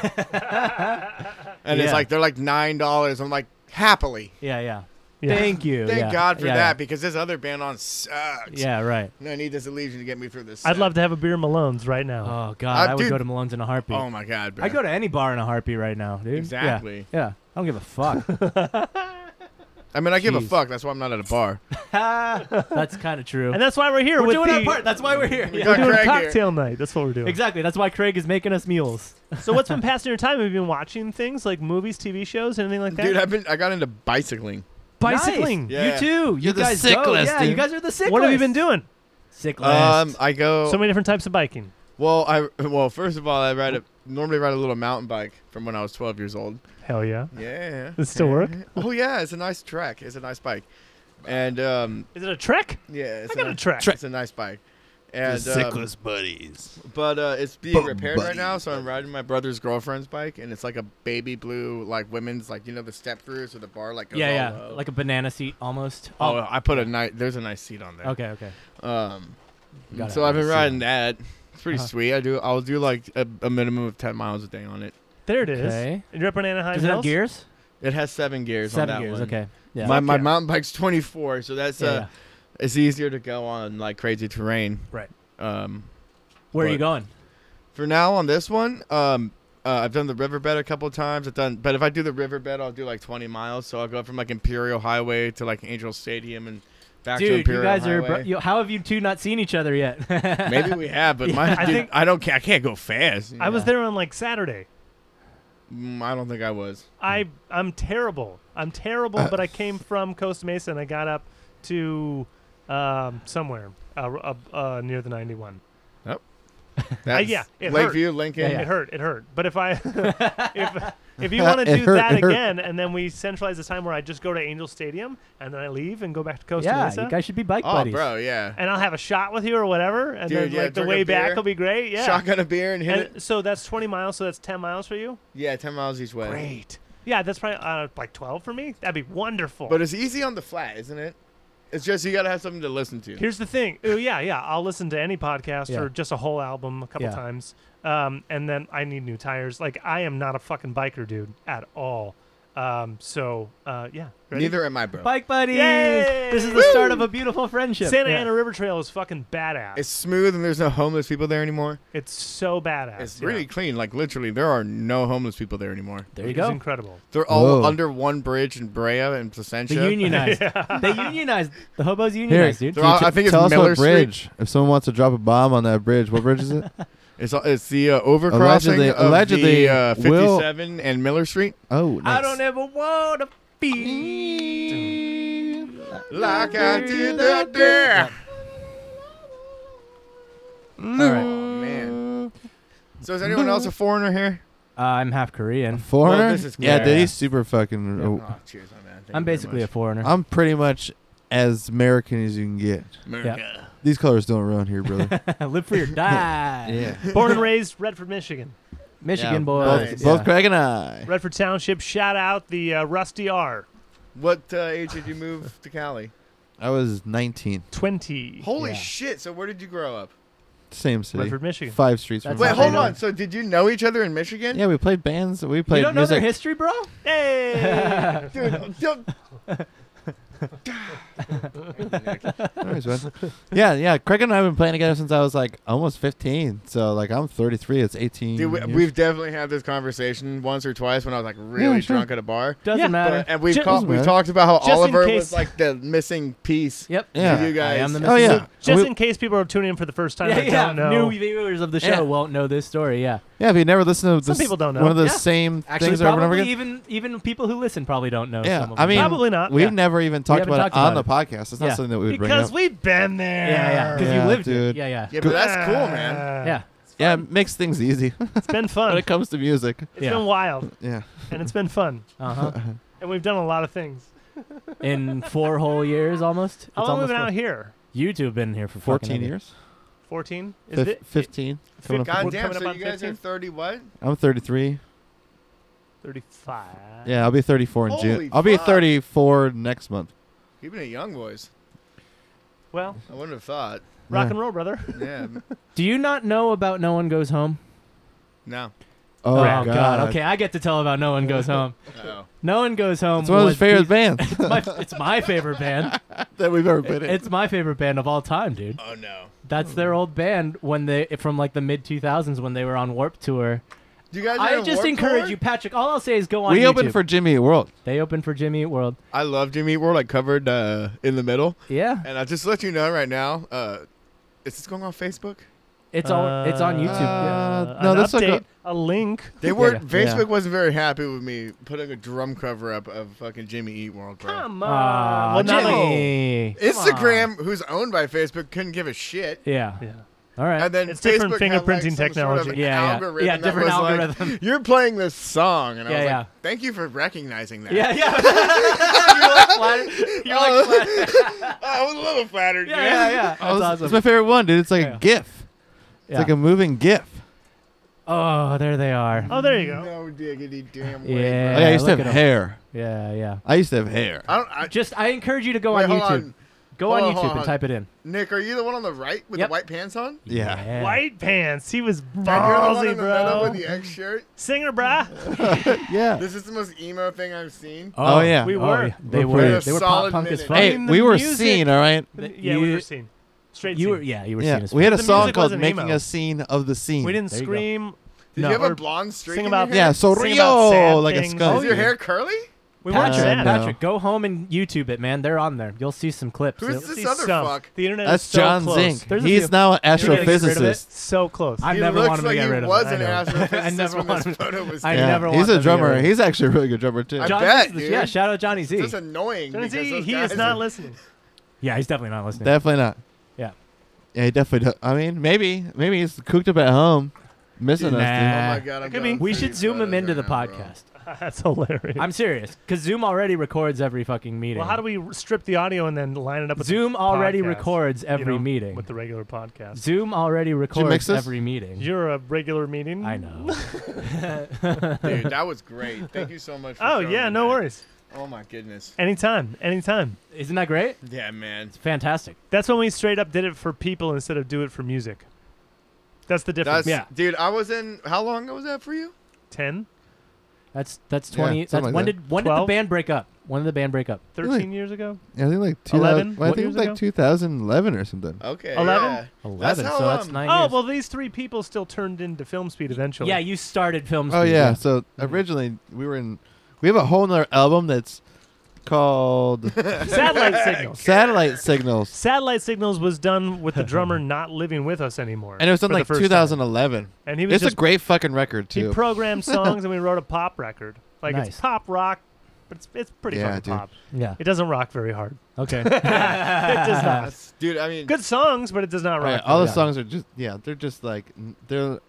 [SPEAKER 2] and it's
[SPEAKER 1] Yeah.
[SPEAKER 2] like they're like nine dollars. I'm like happily,
[SPEAKER 1] yeah, yeah,
[SPEAKER 3] Yeah.
[SPEAKER 1] Thank you.
[SPEAKER 2] thank
[SPEAKER 1] yeah.
[SPEAKER 2] God for
[SPEAKER 1] Yeah,
[SPEAKER 2] that because this other band on sucks.
[SPEAKER 1] Yeah. yeah, right.
[SPEAKER 2] and I need this Elysian to get me through this.
[SPEAKER 3] I'd
[SPEAKER 2] set.
[SPEAKER 3] love to have a beer Malone's right now.
[SPEAKER 1] Oh God,
[SPEAKER 2] Uh,
[SPEAKER 1] I would
[SPEAKER 2] dude.
[SPEAKER 1] go to Malone's in a heartbeat.
[SPEAKER 2] Oh my God, bro.
[SPEAKER 1] I go to any bar in a heartbeat right now, dude. Yeah.
[SPEAKER 2] Exactly.
[SPEAKER 1] Yeah. I don't give a fuck.
[SPEAKER 2] I mean, I give a
[SPEAKER 1] Jeez.
[SPEAKER 2] fuck. That's why I'm not at a bar.
[SPEAKER 1] That's kind of true.
[SPEAKER 3] and that's why we're here.
[SPEAKER 1] we're
[SPEAKER 3] with
[SPEAKER 1] doing our
[SPEAKER 3] the-
[SPEAKER 1] part. That's why we're here.
[SPEAKER 2] We
[SPEAKER 1] Yeah.
[SPEAKER 3] We're
[SPEAKER 2] got
[SPEAKER 3] doing
[SPEAKER 2] Craig here.
[SPEAKER 3] cocktail night. That's what we're doing.
[SPEAKER 1] Exactly. That's why Craig is making us mules.
[SPEAKER 3] So what's been passing your time? Have you been watching things like movies, TV shows, anything like that?
[SPEAKER 2] Dude, I've been I got into bicycling.
[SPEAKER 3] Bicycling.
[SPEAKER 2] Yeah.
[SPEAKER 1] You too. You
[SPEAKER 4] You're the
[SPEAKER 1] guys go.
[SPEAKER 4] sicklist,
[SPEAKER 1] Yeah, you
[SPEAKER 4] dude.
[SPEAKER 1] guys are the sick.
[SPEAKER 3] What have you been doing?
[SPEAKER 1] Sick
[SPEAKER 2] Um, I go.
[SPEAKER 3] So many different types of biking.
[SPEAKER 2] well, I well first of all, I ride a normally ride a little mountain bike from when I was 12 years old.
[SPEAKER 3] Hell yeah.
[SPEAKER 2] Yeah.
[SPEAKER 3] Does it still work?
[SPEAKER 2] Oh yeah, it's a nice track. It's a nice bike, and um,
[SPEAKER 3] Is it a trek?
[SPEAKER 2] yeah, it's
[SPEAKER 3] I got
[SPEAKER 2] a,
[SPEAKER 3] a trek.
[SPEAKER 4] Trek.
[SPEAKER 2] It's a nice bike, and
[SPEAKER 4] the
[SPEAKER 2] um,
[SPEAKER 4] sicklist buddies.
[SPEAKER 2] but uh, it's being
[SPEAKER 4] Bum
[SPEAKER 2] repaired right now,
[SPEAKER 4] buddies.
[SPEAKER 2] so I'm riding my brother's girlfriend's bike, and it's like a baby blue, like women's, like you know the step throughs with the bar, like goes
[SPEAKER 1] yeah,
[SPEAKER 2] all
[SPEAKER 1] yeah,
[SPEAKER 2] low.
[SPEAKER 1] like a banana seat almost.
[SPEAKER 2] oh, I put a nice. There's a nice seat on there.
[SPEAKER 1] okay, okay.
[SPEAKER 2] Um,
[SPEAKER 1] Gotta
[SPEAKER 2] so
[SPEAKER 1] have
[SPEAKER 2] I've
[SPEAKER 1] a
[SPEAKER 2] been
[SPEAKER 1] seat.
[SPEAKER 2] riding that. It's pretty
[SPEAKER 1] Uh-huh.
[SPEAKER 2] sweet. I do. I'll do like a, a minimum of ten miles a day on it.
[SPEAKER 3] There it is.
[SPEAKER 1] Okay.
[SPEAKER 3] And you're up in Anaheim
[SPEAKER 1] Does it have
[SPEAKER 3] Hills?
[SPEAKER 1] gears?
[SPEAKER 2] It has seven gears.
[SPEAKER 1] Seven
[SPEAKER 2] on that
[SPEAKER 1] gears.
[SPEAKER 2] One.
[SPEAKER 1] Okay. Yeah.
[SPEAKER 2] My
[SPEAKER 3] Fuck
[SPEAKER 2] my
[SPEAKER 3] yeah.
[SPEAKER 2] mountain bike's 24, so that's
[SPEAKER 1] Yeah,
[SPEAKER 2] uh,
[SPEAKER 1] yeah.
[SPEAKER 2] it's easier to go on like crazy terrain.
[SPEAKER 1] Right.
[SPEAKER 2] Um,
[SPEAKER 1] Where are you
[SPEAKER 2] What?
[SPEAKER 1] going?
[SPEAKER 2] for now on this one, um, uh, I've done the riverbed a couple times. I've done, but if I do the riverbed, I'll do like 20 miles. So I'll go from like Imperial Highway to like Angel Stadium and back to
[SPEAKER 1] Dude, you
[SPEAKER 2] Imperial
[SPEAKER 1] guys are.
[SPEAKER 2] Highway.
[SPEAKER 1] Bro- you, how have you two not seen each other yet?
[SPEAKER 2] Maybe we have, but my
[SPEAKER 3] I
[SPEAKER 2] dude,
[SPEAKER 3] think-
[SPEAKER 2] I don't ca- I can't go fast.
[SPEAKER 3] I was
[SPEAKER 1] Yeah.
[SPEAKER 3] there on like Saturday.
[SPEAKER 2] Mm, I don't think I was.
[SPEAKER 3] I I'm terrible. I'm terrible,
[SPEAKER 4] Uh,
[SPEAKER 3] but I came from Costa Mesa and I got up to um, somewhere uh, uh, uh, near the 91.
[SPEAKER 2] That's
[SPEAKER 3] Uh, yeah, it
[SPEAKER 2] Lakeview, Lincoln.
[SPEAKER 1] Yeah,
[SPEAKER 3] It hurt. It hurt. But if I if if you want to
[SPEAKER 4] It
[SPEAKER 3] do
[SPEAKER 4] hurt,
[SPEAKER 3] that
[SPEAKER 4] it hurt.
[SPEAKER 3] again, and then we centralize the time where I just go to Angel Stadium and then I leave and go back to Costa
[SPEAKER 1] yeah,
[SPEAKER 3] Mesa,
[SPEAKER 1] you guys should be bike
[SPEAKER 2] Oh,
[SPEAKER 1] buddies.
[SPEAKER 2] bro, yeah.
[SPEAKER 3] and I'll have a shot with you or whatever, and
[SPEAKER 2] Dude,
[SPEAKER 3] then
[SPEAKER 2] yeah,
[SPEAKER 3] like the
[SPEAKER 2] drink a
[SPEAKER 3] way
[SPEAKER 2] beer.
[SPEAKER 3] back will be great. Yeah.
[SPEAKER 2] Shotgun a beer and hit it.
[SPEAKER 3] And so that's 20 miles. So that's 10 miles for you.
[SPEAKER 2] Yeah, 10 miles each way.
[SPEAKER 3] Great. Yeah, that's probably uh, like 12 for me. That'd be wonderful.
[SPEAKER 2] But it's easy on the flat, isn't it? It's just you gotta have something to listen to.
[SPEAKER 3] Here's the thing. Oh yeah, yeah. I'll listen to any podcast
[SPEAKER 1] Yeah.
[SPEAKER 3] or just a whole album a couple
[SPEAKER 1] Yeah.
[SPEAKER 3] times. Um, and then I need new tires. Like I am not a fucking biker dude at all. Um, so uh, yeah. Ready?
[SPEAKER 2] Neither am I, bro.
[SPEAKER 1] Bike buddies.
[SPEAKER 3] Yay!
[SPEAKER 1] This is the start of a beautiful friendship.
[SPEAKER 3] Santa
[SPEAKER 1] Yeah.
[SPEAKER 3] Ana River Trail is fucking badass.
[SPEAKER 2] It's
[SPEAKER 3] It's,
[SPEAKER 2] smooth and there's no homeless people there anymore.
[SPEAKER 3] so badass.
[SPEAKER 2] It's
[SPEAKER 3] yeah.
[SPEAKER 2] really clean. Like literally, there are no homeless people there anymore.
[SPEAKER 1] There you
[SPEAKER 3] It's
[SPEAKER 1] go.
[SPEAKER 3] incredible.
[SPEAKER 2] They're all
[SPEAKER 4] Whoa.
[SPEAKER 2] under one bridge in Brea and Placentia.
[SPEAKER 1] They unionized. They unionized. The hobos unionized, dude.
[SPEAKER 2] They're all- I think it's
[SPEAKER 4] tell us
[SPEAKER 2] Miller
[SPEAKER 4] what
[SPEAKER 2] Street.
[SPEAKER 4] bridge. If someone wants to drop a bomb on that bridge, what bridge is it?
[SPEAKER 2] It's it's the uh, overcrossing
[SPEAKER 4] Allegedly-
[SPEAKER 2] of the,
[SPEAKER 4] allegedly,
[SPEAKER 2] uh,
[SPEAKER 4] Will-
[SPEAKER 2] 57 and Miller Street.
[SPEAKER 4] Oh, nice.
[SPEAKER 1] I don't ever want to be.
[SPEAKER 2] Like I did that there.
[SPEAKER 1] All right.
[SPEAKER 2] Oh man. So is anyone else a foreigner here?
[SPEAKER 1] Uh, I'm half Korean.
[SPEAKER 4] Foreigner?
[SPEAKER 2] Well, this is
[SPEAKER 4] yeah,
[SPEAKER 2] clear.
[SPEAKER 4] dude, he's super fucking.
[SPEAKER 2] Oh, cheers, my man. Thank
[SPEAKER 1] I'm
[SPEAKER 2] you very
[SPEAKER 1] basically a
[SPEAKER 2] much.
[SPEAKER 1] foreigner.
[SPEAKER 4] I'm pretty much as American as you can get.
[SPEAKER 2] America.
[SPEAKER 4] These colors don't run here, brother.
[SPEAKER 1] Live for your die.
[SPEAKER 3] Born and raised Redford, Michigan.
[SPEAKER 1] Michigan
[SPEAKER 4] Yeah,
[SPEAKER 1] boys.
[SPEAKER 4] Both,
[SPEAKER 2] Nice.
[SPEAKER 1] Yeah.
[SPEAKER 4] both Craig and I.
[SPEAKER 3] Redford Township. Shout out the uh, Rusty R.
[SPEAKER 2] What uh, age did you move to Cali?
[SPEAKER 4] I was 19.
[SPEAKER 3] 20.
[SPEAKER 2] Holy
[SPEAKER 1] Yeah.
[SPEAKER 2] shit! So where did you grow up?
[SPEAKER 4] Same city.
[SPEAKER 3] Redford, Michigan.
[SPEAKER 4] Five streets
[SPEAKER 1] That's
[SPEAKER 4] from
[SPEAKER 2] Wait,
[SPEAKER 1] how
[SPEAKER 4] my
[SPEAKER 1] they
[SPEAKER 2] hold
[SPEAKER 1] know.
[SPEAKER 2] on. So did you know each other in Michigan?
[SPEAKER 4] Yeah, we played bands. We
[SPEAKER 1] You
[SPEAKER 4] played
[SPEAKER 1] don't know
[SPEAKER 4] music.
[SPEAKER 1] their history, bro?
[SPEAKER 3] Hey.
[SPEAKER 2] Dude, don't.
[SPEAKER 4] Always was. yeah, yeah. Craig and I have been playing together since I was like almost 15. So like I'm 33. It's 18.
[SPEAKER 2] Dude, we,
[SPEAKER 4] years.
[SPEAKER 2] we've definitely had this conversation once or twice when I was like really
[SPEAKER 4] Yeah, sure.
[SPEAKER 2] drunk at a bar.
[SPEAKER 1] Doesn't
[SPEAKER 3] Yeah.
[SPEAKER 1] matter.
[SPEAKER 2] But- and we've
[SPEAKER 3] Just-
[SPEAKER 2] called- we've
[SPEAKER 4] Doesn't
[SPEAKER 2] talked about how
[SPEAKER 3] Just in
[SPEAKER 2] Oliver was
[SPEAKER 3] case.
[SPEAKER 2] like the missing piece.
[SPEAKER 1] Yep.
[SPEAKER 4] Yeah.
[SPEAKER 2] you guys.
[SPEAKER 1] I am the
[SPEAKER 4] Oh
[SPEAKER 1] missing
[SPEAKER 4] yeah.
[SPEAKER 1] link.
[SPEAKER 3] Just
[SPEAKER 4] We-
[SPEAKER 3] in case people are tuning in for the first time,
[SPEAKER 1] Yeah,
[SPEAKER 3] I
[SPEAKER 1] yeah.
[SPEAKER 3] don't
[SPEAKER 1] New
[SPEAKER 3] know.
[SPEAKER 1] viewers of the show
[SPEAKER 4] Yeah.
[SPEAKER 1] won't know this story. Yeah.
[SPEAKER 4] yeah. If you never listened to
[SPEAKER 3] Some
[SPEAKER 4] this,
[SPEAKER 3] people don't know.
[SPEAKER 4] one of the
[SPEAKER 1] Yeah.
[SPEAKER 4] same
[SPEAKER 1] Actually,
[SPEAKER 4] things over and over
[SPEAKER 1] probably even
[SPEAKER 4] again.
[SPEAKER 1] even people who listen probably don't know.
[SPEAKER 4] Yeah,
[SPEAKER 1] Some of
[SPEAKER 4] I
[SPEAKER 1] them.
[SPEAKER 4] mean-
[SPEAKER 3] Probably not.
[SPEAKER 4] We've
[SPEAKER 1] Yeah.
[SPEAKER 4] never even talked
[SPEAKER 1] haven't
[SPEAKER 4] about it
[SPEAKER 1] talked
[SPEAKER 4] on
[SPEAKER 1] about
[SPEAKER 4] the podcast. It's not
[SPEAKER 1] Yeah.
[SPEAKER 4] something that we would
[SPEAKER 3] because
[SPEAKER 4] bring up.
[SPEAKER 3] we've been there.
[SPEAKER 1] yeah, yeah, because
[SPEAKER 4] Yeah,
[SPEAKER 1] you lived
[SPEAKER 4] dude.
[SPEAKER 1] it. Yeah, yeah,
[SPEAKER 2] Yeah, but that's cool, man.
[SPEAKER 1] yeah.
[SPEAKER 4] yeah, it makes things easy
[SPEAKER 3] It's been
[SPEAKER 4] when
[SPEAKER 3] fun.
[SPEAKER 4] it comes to music.
[SPEAKER 3] It's
[SPEAKER 1] Yeah.
[SPEAKER 3] been wild,
[SPEAKER 4] Yeah.
[SPEAKER 3] and it's been fun,
[SPEAKER 1] Uh huh.
[SPEAKER 3] and we've done a lot of things.
[SPEAKER 1] In four whole years, almost.
[SPEAKER 3] How
[SPEAKER 1] It's
[SPEAKER 3] long have
[SPEAKER 1] almost
[SPEAKER 3] we been
[SPEAKER 1] four-
[SPEAKER 3] out here?
[SPEAKER 1] You two have been here for fucking
[SPEAKER 4] 14
[SPEAKER 1] ever.
[SPEAKER 4] years.
[SPEAKER 3] 14? Is
[SPEAKER 4] Fif-
[SPEAKER 3] it?
[SPEAKER 4] 15. Coming up-
[SPEAKER 3] God- We're
[SPEAKER 2] Goddamn,
[SPEAKER 3] coming
[SPEAKER 2] so
[SPEAKER 3] up
[SPEAKER 2] you
[SPEAKER 3] on
[SPEAKER 2] guys are
[SPEAKER 3] 15?
[SPEAKER 2] 30 what?
[SPEAKER 4] I'm 33.
[SPEAKER 3] 35.
[SPEAKER 4] Yeah, I'll be 34 in June.
[SPEAKER 2] Holy
[SPEAKER 4] I'll be
[SPEAKER 2] fuck.
[SPEAKER 4] 34 next month.
[SPEAKER 2] Even a young boys.
[SPEAKER 3] Well,
[SPEAKER 2] I wouldn't have thought.
[SPEAKER 3] rock
[SPEAKER 4] Yeah.
[SPEAKER 3] and roll, brother.
[SPEAKER 2] Yeah. m-
[SPEAKER 1] Do you not know about No One Goes Home?
[SPEAKER 2] no.
[SPEAKER 4] Oh,
[SPEAKER 1] God. Okay, I get to tell about No One Goes Home.
[SPEAKER 2] Uh-oh.
[SPEAKER 1] No One Goes Home.
[SPEAKER 4] It's one of his
[SPEAKER 1] was
[SPEAKER 4] favorite
[SPEAKER 1] the-
[SPEAKER 4] bands
[SPEAKER 1] It's my, it's my favorite band.
[SPEAKER 4] that we've ever been in.
[SPEAKER 1] It's my favorite band of all time, dude.
[SPEAKER 2] Oh no.
[SPEAKER 1] That's their old band when they from like the mid 2000s when they were on Warp Tour.
[SPEAKER 2] Do you guys?
[SPEAKER 1] I
[SPEAKER 2] have a
[SPEAKER 1] just
[SPEAKER 2] warp
[SPEAKER 1] encourage
[SPEAKER 2] tour?
[SPEAKER 1] you, Patrick. All I'll say is go on.
[SPEAKER 4] we opened
[SPEAKER 1] YouTube.
[SPEAKER 4] for Jimmy Eat World.
[SPEAKER 1] They opened for Jimmy Eat World.
[SPEAKER 2] I love Jimmy Eat World. I covered uh, in the middle,
[SPEAKER 1] Yeah,
[SPEAKER 2] and I just let you know right now. Uh, is this going on Facebook?
[SPEAKER 1] it's all it's on YouTube. yeah.
[SPEAKER 4] Uh,
[SPEAKER 3] Uh,
[SPEAKER 4] no,
[SPEAKER 3] an
[SPEAKER 4] that's like
[SPEAKER 3] update,
[SPEAKER 4] a-
[SPEAKER 3] a link.
[SPEAKER 2] They were
[SPEAKER 1] Yeah.
[SPEAKER 2] Facebook
[SPEAKER 4] Yeah.
[SPEAKER 2] wasn't very happy with me putting a drum cover up of fucking Jimmy Eat World, bro.
[SPEAKER 3] Come
[SPEAKER 1] Aw,
[SPEAKER 3] on. Well, not like-
[SPEAKER 1] Jimmy.
[SPEAKER 2] Instagram, who's owned by Facebook, couldn't give a shit.
[SPEAKER 1] Yeah.
[SPEAKER 3] Yeah.
[SPEAKER 1] All right.
[SPEAKER 2] And then
[SPEAKER 3] It's
[SPEAKER 2] Facebook
[SPEAKER 3] different
[SPEAKER 2] had, like,
[SPEAKER 3] fingerprinting
[SPEAKER 2] some sort of
[SPEAKER 3] technology.
[SPEAKER 1] Yeah, yeah.
[SPEAKER 2] algorithm
[SPEAKER 1] Yeah,
[SPEAKER 2] that
[SPEAKER 1] different
[SPEAKER 2] was like,
[SPEAKER 1] algorithm.
[SPEAKER 2] You're playing this song, and I
[SPEAKER 1] Yeah,
[SPEAKER 2] was
[SPEAKER 1] yeah.
[SPEAKER 2] like, "Thank you for recognizing that."
[SPEAKER 1] Yeah, yeah. you're like flattered. You're like
[SPEAKER 2] Oh.
[SPEAKER 1] flattered.
[SPEAKER 2] I was a little flattered.
[SPEAKER 1] Yeah,
[SPEAKER 2] dude.
[SPEAKER 1] yeah, yeah. That's
[SPEAKER 4] Oh, it's-
[SPEAKER 1] awesome.
[SPEAKER 4] It's my favorite one, dude. It's like
[SPEAKER 1] Yeah.
[SPEAKER 4] a GIF. It's
[SPEAKER 1] Yeah.
[SPEAKER 4] like a moving GIF.
[SPEAKER 1] oh, there they are.
[SPEAKER 3] Oh, there you go.
[SPEAKER 2] No diggity damn way.
[SPEAKER 1] Yeah.
[SPEAKER 4] Like, I used to
[SPEAKER 1] look
[SPEAKER 4] have
[SPEAKER 1] at 'em.
[SPEAKER 4] hair.
[SPEAKER 1] Yeah, yeah.
[SPEAKER 4] I used to have hair.
[SPEAKER 2] I don't. I,
[SPEAKER 1] Just I encourage you to go
[SPEAKER 2] Wait,
[SPEAKER 1] on
[SPEAKER 2] hold
[SPEAKER 1] YouTube.
[SPEAKER 2] on.
[SPEAKER 1] Go
[SPEAKER 2] Hold
[SPEAKER 1] on
[SPEAKER 2] on, hold
[SPEAKER 1] YouTube
[SPEAKER 2] on.
[SPEAKER 1] and type it in.
[SPEAKER 2] Nick, are you the one on the right with
[SPEAKER 1] Yep.
[SPEAKER 2] the white pants on?
[SPEAKER 4] Yeah.
[SPEAKER 3] White pants. He was
[SPEAKER 2] And you're the one
[SPEAKER 3] ballsy,
[SPEAKER 2] in the middle
[SPEAKER 3] bro.
[SPEAKER 2] with the X shirt.
[SPEAKER 3] Singer, brah.
[SPEAKER 4] Yeah.
[SPEAKER 2] This is the most emo thing I've seen.
[SPEAKER 1] Uh,
[SPEAKER 4] Oh, yeah.
[SPEAKER 1] We
[SPEAKER 3] We
[SPEAKER 1] were.
[SPEAKER 3] were.
[SPEAKER 1] They
[SPEAKER 4] We're
[SPEAKER 1] were.
[SPEAKER 4] pretty-
[SPEAKER 1] They were pop
[SPEAKER 2] Solid
[SPEAKER 1] punk as
[SPEAKER 2] minute.
[SPEAKER 1] fuck.
[SPEAKER 4] Hey,
[SPEAKER 3] mean, the
[SPEAKER 4] we were
[SPEAKER 3] music-
[SPEAKER 4] seen, all right?
[SPEAKER 3] yeah, we
[SPEAKER 1] you-
[SPEAKER 3] were seen. Straight
[SPEAKER 1] You
[SPEAKER 3] scene.
[SPEAKER 1] were. Yeah, you were.
[SPEAKER 4] Yeah.
[SPEAKER 1] seen as
[SPEAKER 4] We had a
[SPEAKER 1] fuck.
[SPEAKER 3] The
[SPEAKER 4] song
[SPEAKER 3] music
[SPEAKER 4] called
[SPEAKER 3] wasn't
[SPEAKER 4] Making
[SPEAKER 3] emo.
[SPEAKER 4] a Scene of the Scene.
[SPEAKER 3] We didn't
[SPEAKER 1] There you go.
[SPEAKER 3] scream.
[SPEAKER 2] Did
[SPEAKER 3] no,
[SPEAKER 2] you have a
[SPEAKER 3] or-
[SPEAKER 2] blonde streak?
[SPEAKER 3] sing
[SPEAKER 2] in
[SPEAKER 3] about
[SPEAKER 2] your
[SPEAKER 4] Yeah,
[SPEAKER 2] hair?
[SPEAKER 4] so
[SPEAKER 3] Sing about
[SPEAKER 4] Rio,
[SPEAKER 3] sad
[SPEAKER 4] like a
[SPEAKER 3] things. Oh,
[SPEAKER 4] skunk.
[SPEAKER 2] Is
[SPEAKER 1] E
[SPEAKER 2] your hair curly?
[SPEAKER 3] We
[SPEAKER 1] Patrick,
[SPEAKER 3] weren't
[SPEAKER 4] Gotcha.
[SPEAKER 3] sad.
[SPEAKER 4] No.
[SPEAKER 1] Patrick, go home and YouTube it, man. They're on there. You'll see some clips.
[SPEAKER 2] Who's
[SPEAKER 1] It-
[SPEAKER 2] This
[SPEAKER 3] See
[SPEAKER 2] other
[SPEAKER 3] some.
[SPEAKER 2] fuck.
[SPEAKER 3] The internet
[SPEAKER 4] That's
[SPEAKER 3] is so
[SPEAKER 4] John
[SPEAKER 3] close.
[SPEAKER 4] Zink.
[SPEAKER 1] There's a
[SPEAKER 4] He's
[SPEAKER 1] few.
[SPEAKER 4] now an
[SPEAKER 1] You're getting rid of it?
[SPEAKER 4] astrophysicist.
[SPEAKER 3] So close.
[SPEAKER 1] I
[SPEAKER 2] he
[SPEAKER 1] never
[SPEAKER 2] looks
[SPEAKER 1] wanted to
[SPEAKER 2] like
[SPEAKER 1] get
[SPEAKER 2] he
[SPEAKER 1] rid of
[SPEAKER 2] was
[SPEAKER 1] him. I
[SPEAKER 2] an
[SPEAKER 1] know. I
[SPEAKER 2] astrophysicist
[SPEAKER 1] never
[SPEAKER 2] when
[SPEAKER 1] wanted
[SPEAKER 2] this
[SPEAKER 1] to-
[SPEAKER 2] photo was
[SPEAKER 1] I
[SPEAKER 2] taken.
[SPEAKER 1] never
[SPEAKER 4] He's
[SPEAKER 1] want them to
[SPEAKER 4] a
[SPEAKER 1] get rid
[SPEAKER 4] drummer.
[SPEAKER 1] of it.
[SPEAKER 4] He's actually a really good drummer too.
[SPEAKER 2] I
[SPEAKER 1] John
[SPEAKER 2] bet,
[SPEAKER 1] Zink's the-
[SPEAKER 2] dude.
[SPEAKER 1] yeah, shout out Johnny Z.
[SPEAKER 2] It's just annoying.
[SPEAKER 3] Johnny
[SPEAKER 2] because
[SPEAKER 3] Z,
[SPEAKER 2] those
[SPEAKER 3] he
[SPEAKER 2] guys
[SPEAKER 3] is not
[SPEAKER 2] are-
[SPEAKER 3] listening.
[SPEAKER 1] Yeah, he's definitely not listening.
[SPEAKER 4] Definitely not.
[SPEAKER 1] Yeah.
[SPEAKER 4] Yeah, he definitely. Do- I mean, maybe, maybe he's cooked up at home, missing
[SPEAKER 1] Nah.
[SPEAKER 2] Oh
[SPEAKER 4] us.
[SPEAKER 2] my god, I'm
[SPEAKER 3] Could be.
[SPEAKER 2] going
[SPEAKER 1] we
[SPEAKER 2] through
[SPEAKER 1] should
[SPEAKER 2] these
[SPEAKER 1] zoom him
[SPEAKER 2] photos
[SPEAKER 1] into the
[SPEAKER 2] right now, bro.
[SPEAKER 1] podcast.
[SPEAKER 3] That's hilarious.
[SPEAKER 1] I'm serious, because Zoom already records every fucking meeting.
[SPEAKER 3] well, how do we r- strip the audio and then line it up with the
[SPEAKER 1] Zoom already
[SPEAKER 3] podcast,
[SPEAKER 1] records
[SPEAKER 3] you
[SPEAKER 1] every
[SPEAKER 3] know,
[SPEAKER 1] meeting.
[SPEAKER 3] with the regular podcast?
[SPEAKER 1] Zoom already
[SPEAKER 4] mix
[SPEAKER 1] records
[SPEAKER 4] this?
[SPEAKER 1] every meeting.
[SPEAKER 3] You're a regular meeting.
[SPEAKER 1] I know.
[SPEAKER 2] Dude, that was great. Thank you so much. For
[SPEAKER 3] Oh
[SPEAKER 2] showing
[SPEAKER 3] yeah,
[SPEAKER 2] me
[SPEAKER 3] no
[SPEAKER 2] that.
[SPEAKER 3] worries.
[SPEAKER 2] Oh my goodness.
[SPEAKER 3] Anytime, anytime.
[SPEAKER 1] Isn't that great?
[SPEAKER 2] Yeah, man.
[SPEAKER 1] It's fantastic.
[SPEAKER 3] That's when we straight up did it for people instead of do it for music. That's the difference.
[SPEAKER 2] That's
[SPEAKER 1] Yeah.
[SPEAKER 2] dude. I was in. How long was that for you?
[SPEAKER 3] Ten,
[SPEAKER 1] That's that's
[SPEAKER 4] Yeah,
[SPEAKER 1] twenty. that's,
[SPEAKER 4] something like
[SPEAKER 1] when
[SPEAKER 4] that.
[SPEAKER 1] did when did the
[SPEAKER 3] 12?
[SPEAKER 1] band break up? When did the band break up?
[SPEAKER 3] thirteen
[SPEAKER 4] Really?
[SPEAKER 3] years ago.
[SPEAKER 4] Yeah, I think like
[SPEAKER 3] 11?
[SPEAKER 4] 2000. Well, I
[SPEAKER 3] What
[SPEAKER 4] think it
[SPEAKER 3] years
[SPEAKER 4] was like
[SPEAKER 3] ago?
[SPEAKER 4] 2011 or something.
[SPEAKER 2] Okay.
[SPEAKER 3] 11?
[SPEAKER 2] yeah.
[SPEAKER 1] Eleven.
[SPEAKER 2] how,
[SPEAKER 1] so that's
[SPEAKER 2] um,
[SPEAKER 1] nine
[SPEAKER 3] Oh
[SPEAKER 1] years.
[SPEAKER 3] well, these three people still turned into film speed eventually.
[SPEAKER 1] yeah, you started films.
[SPEAKER 4] Oh yeah. So originally we were in. We have a whole nother album that's called
[SPEAKER 3] satellite signals.
[SPEAKER 4] Satellite Signals,
[SPEAKER 3] Satellite signals was done with the drummer not living with us anymore.
[SPEAKER 4] and it was done
[SPEAKER 3] for the
[SPEAKER 4] like
[SPEAKER 3] first
[SPEAKER 4] 2011.
[SPEAKER 3] time. And he was
[SPEAKER 4] It's a
[SPEAKER 3] just
[SPEAKER 4] great fucking record
[SPEAKER 3] he
[SPEAKER 4] too.
[SPEAKER 3] programmed songs and we wrote a pop record. Like
[SPEAKER 1] Nice.
[SPEAKER 3] it's pop rock, but it's it's pretty
[SPEAKER 4] Yeah,
[SPEAKER 3] fucking
[SPEAKER 4] dude.
[SPEAKER 3] pop.
[SPEAKER 1] yeah.
[SPEAKER 3] It doesn't rock very hard.
[SPEAKER 1] Okay.
[SPEAKER 3] It does not.
[SPEAKER 2] That's- dude, I mean,
[SPEAKER 3] Good songs, but it does not
[SPEAKER 4] All
[SPEAKER 3] rock.
[SPEAKER 4] right, Oh, all
[SPEAKER 3] very
[SPEAKER 4] the
[SPEAKER 1] Yeah.
[SPEAKER 4] songs are just yeah, they're just like n- they're
[SPEAKER 3] hard.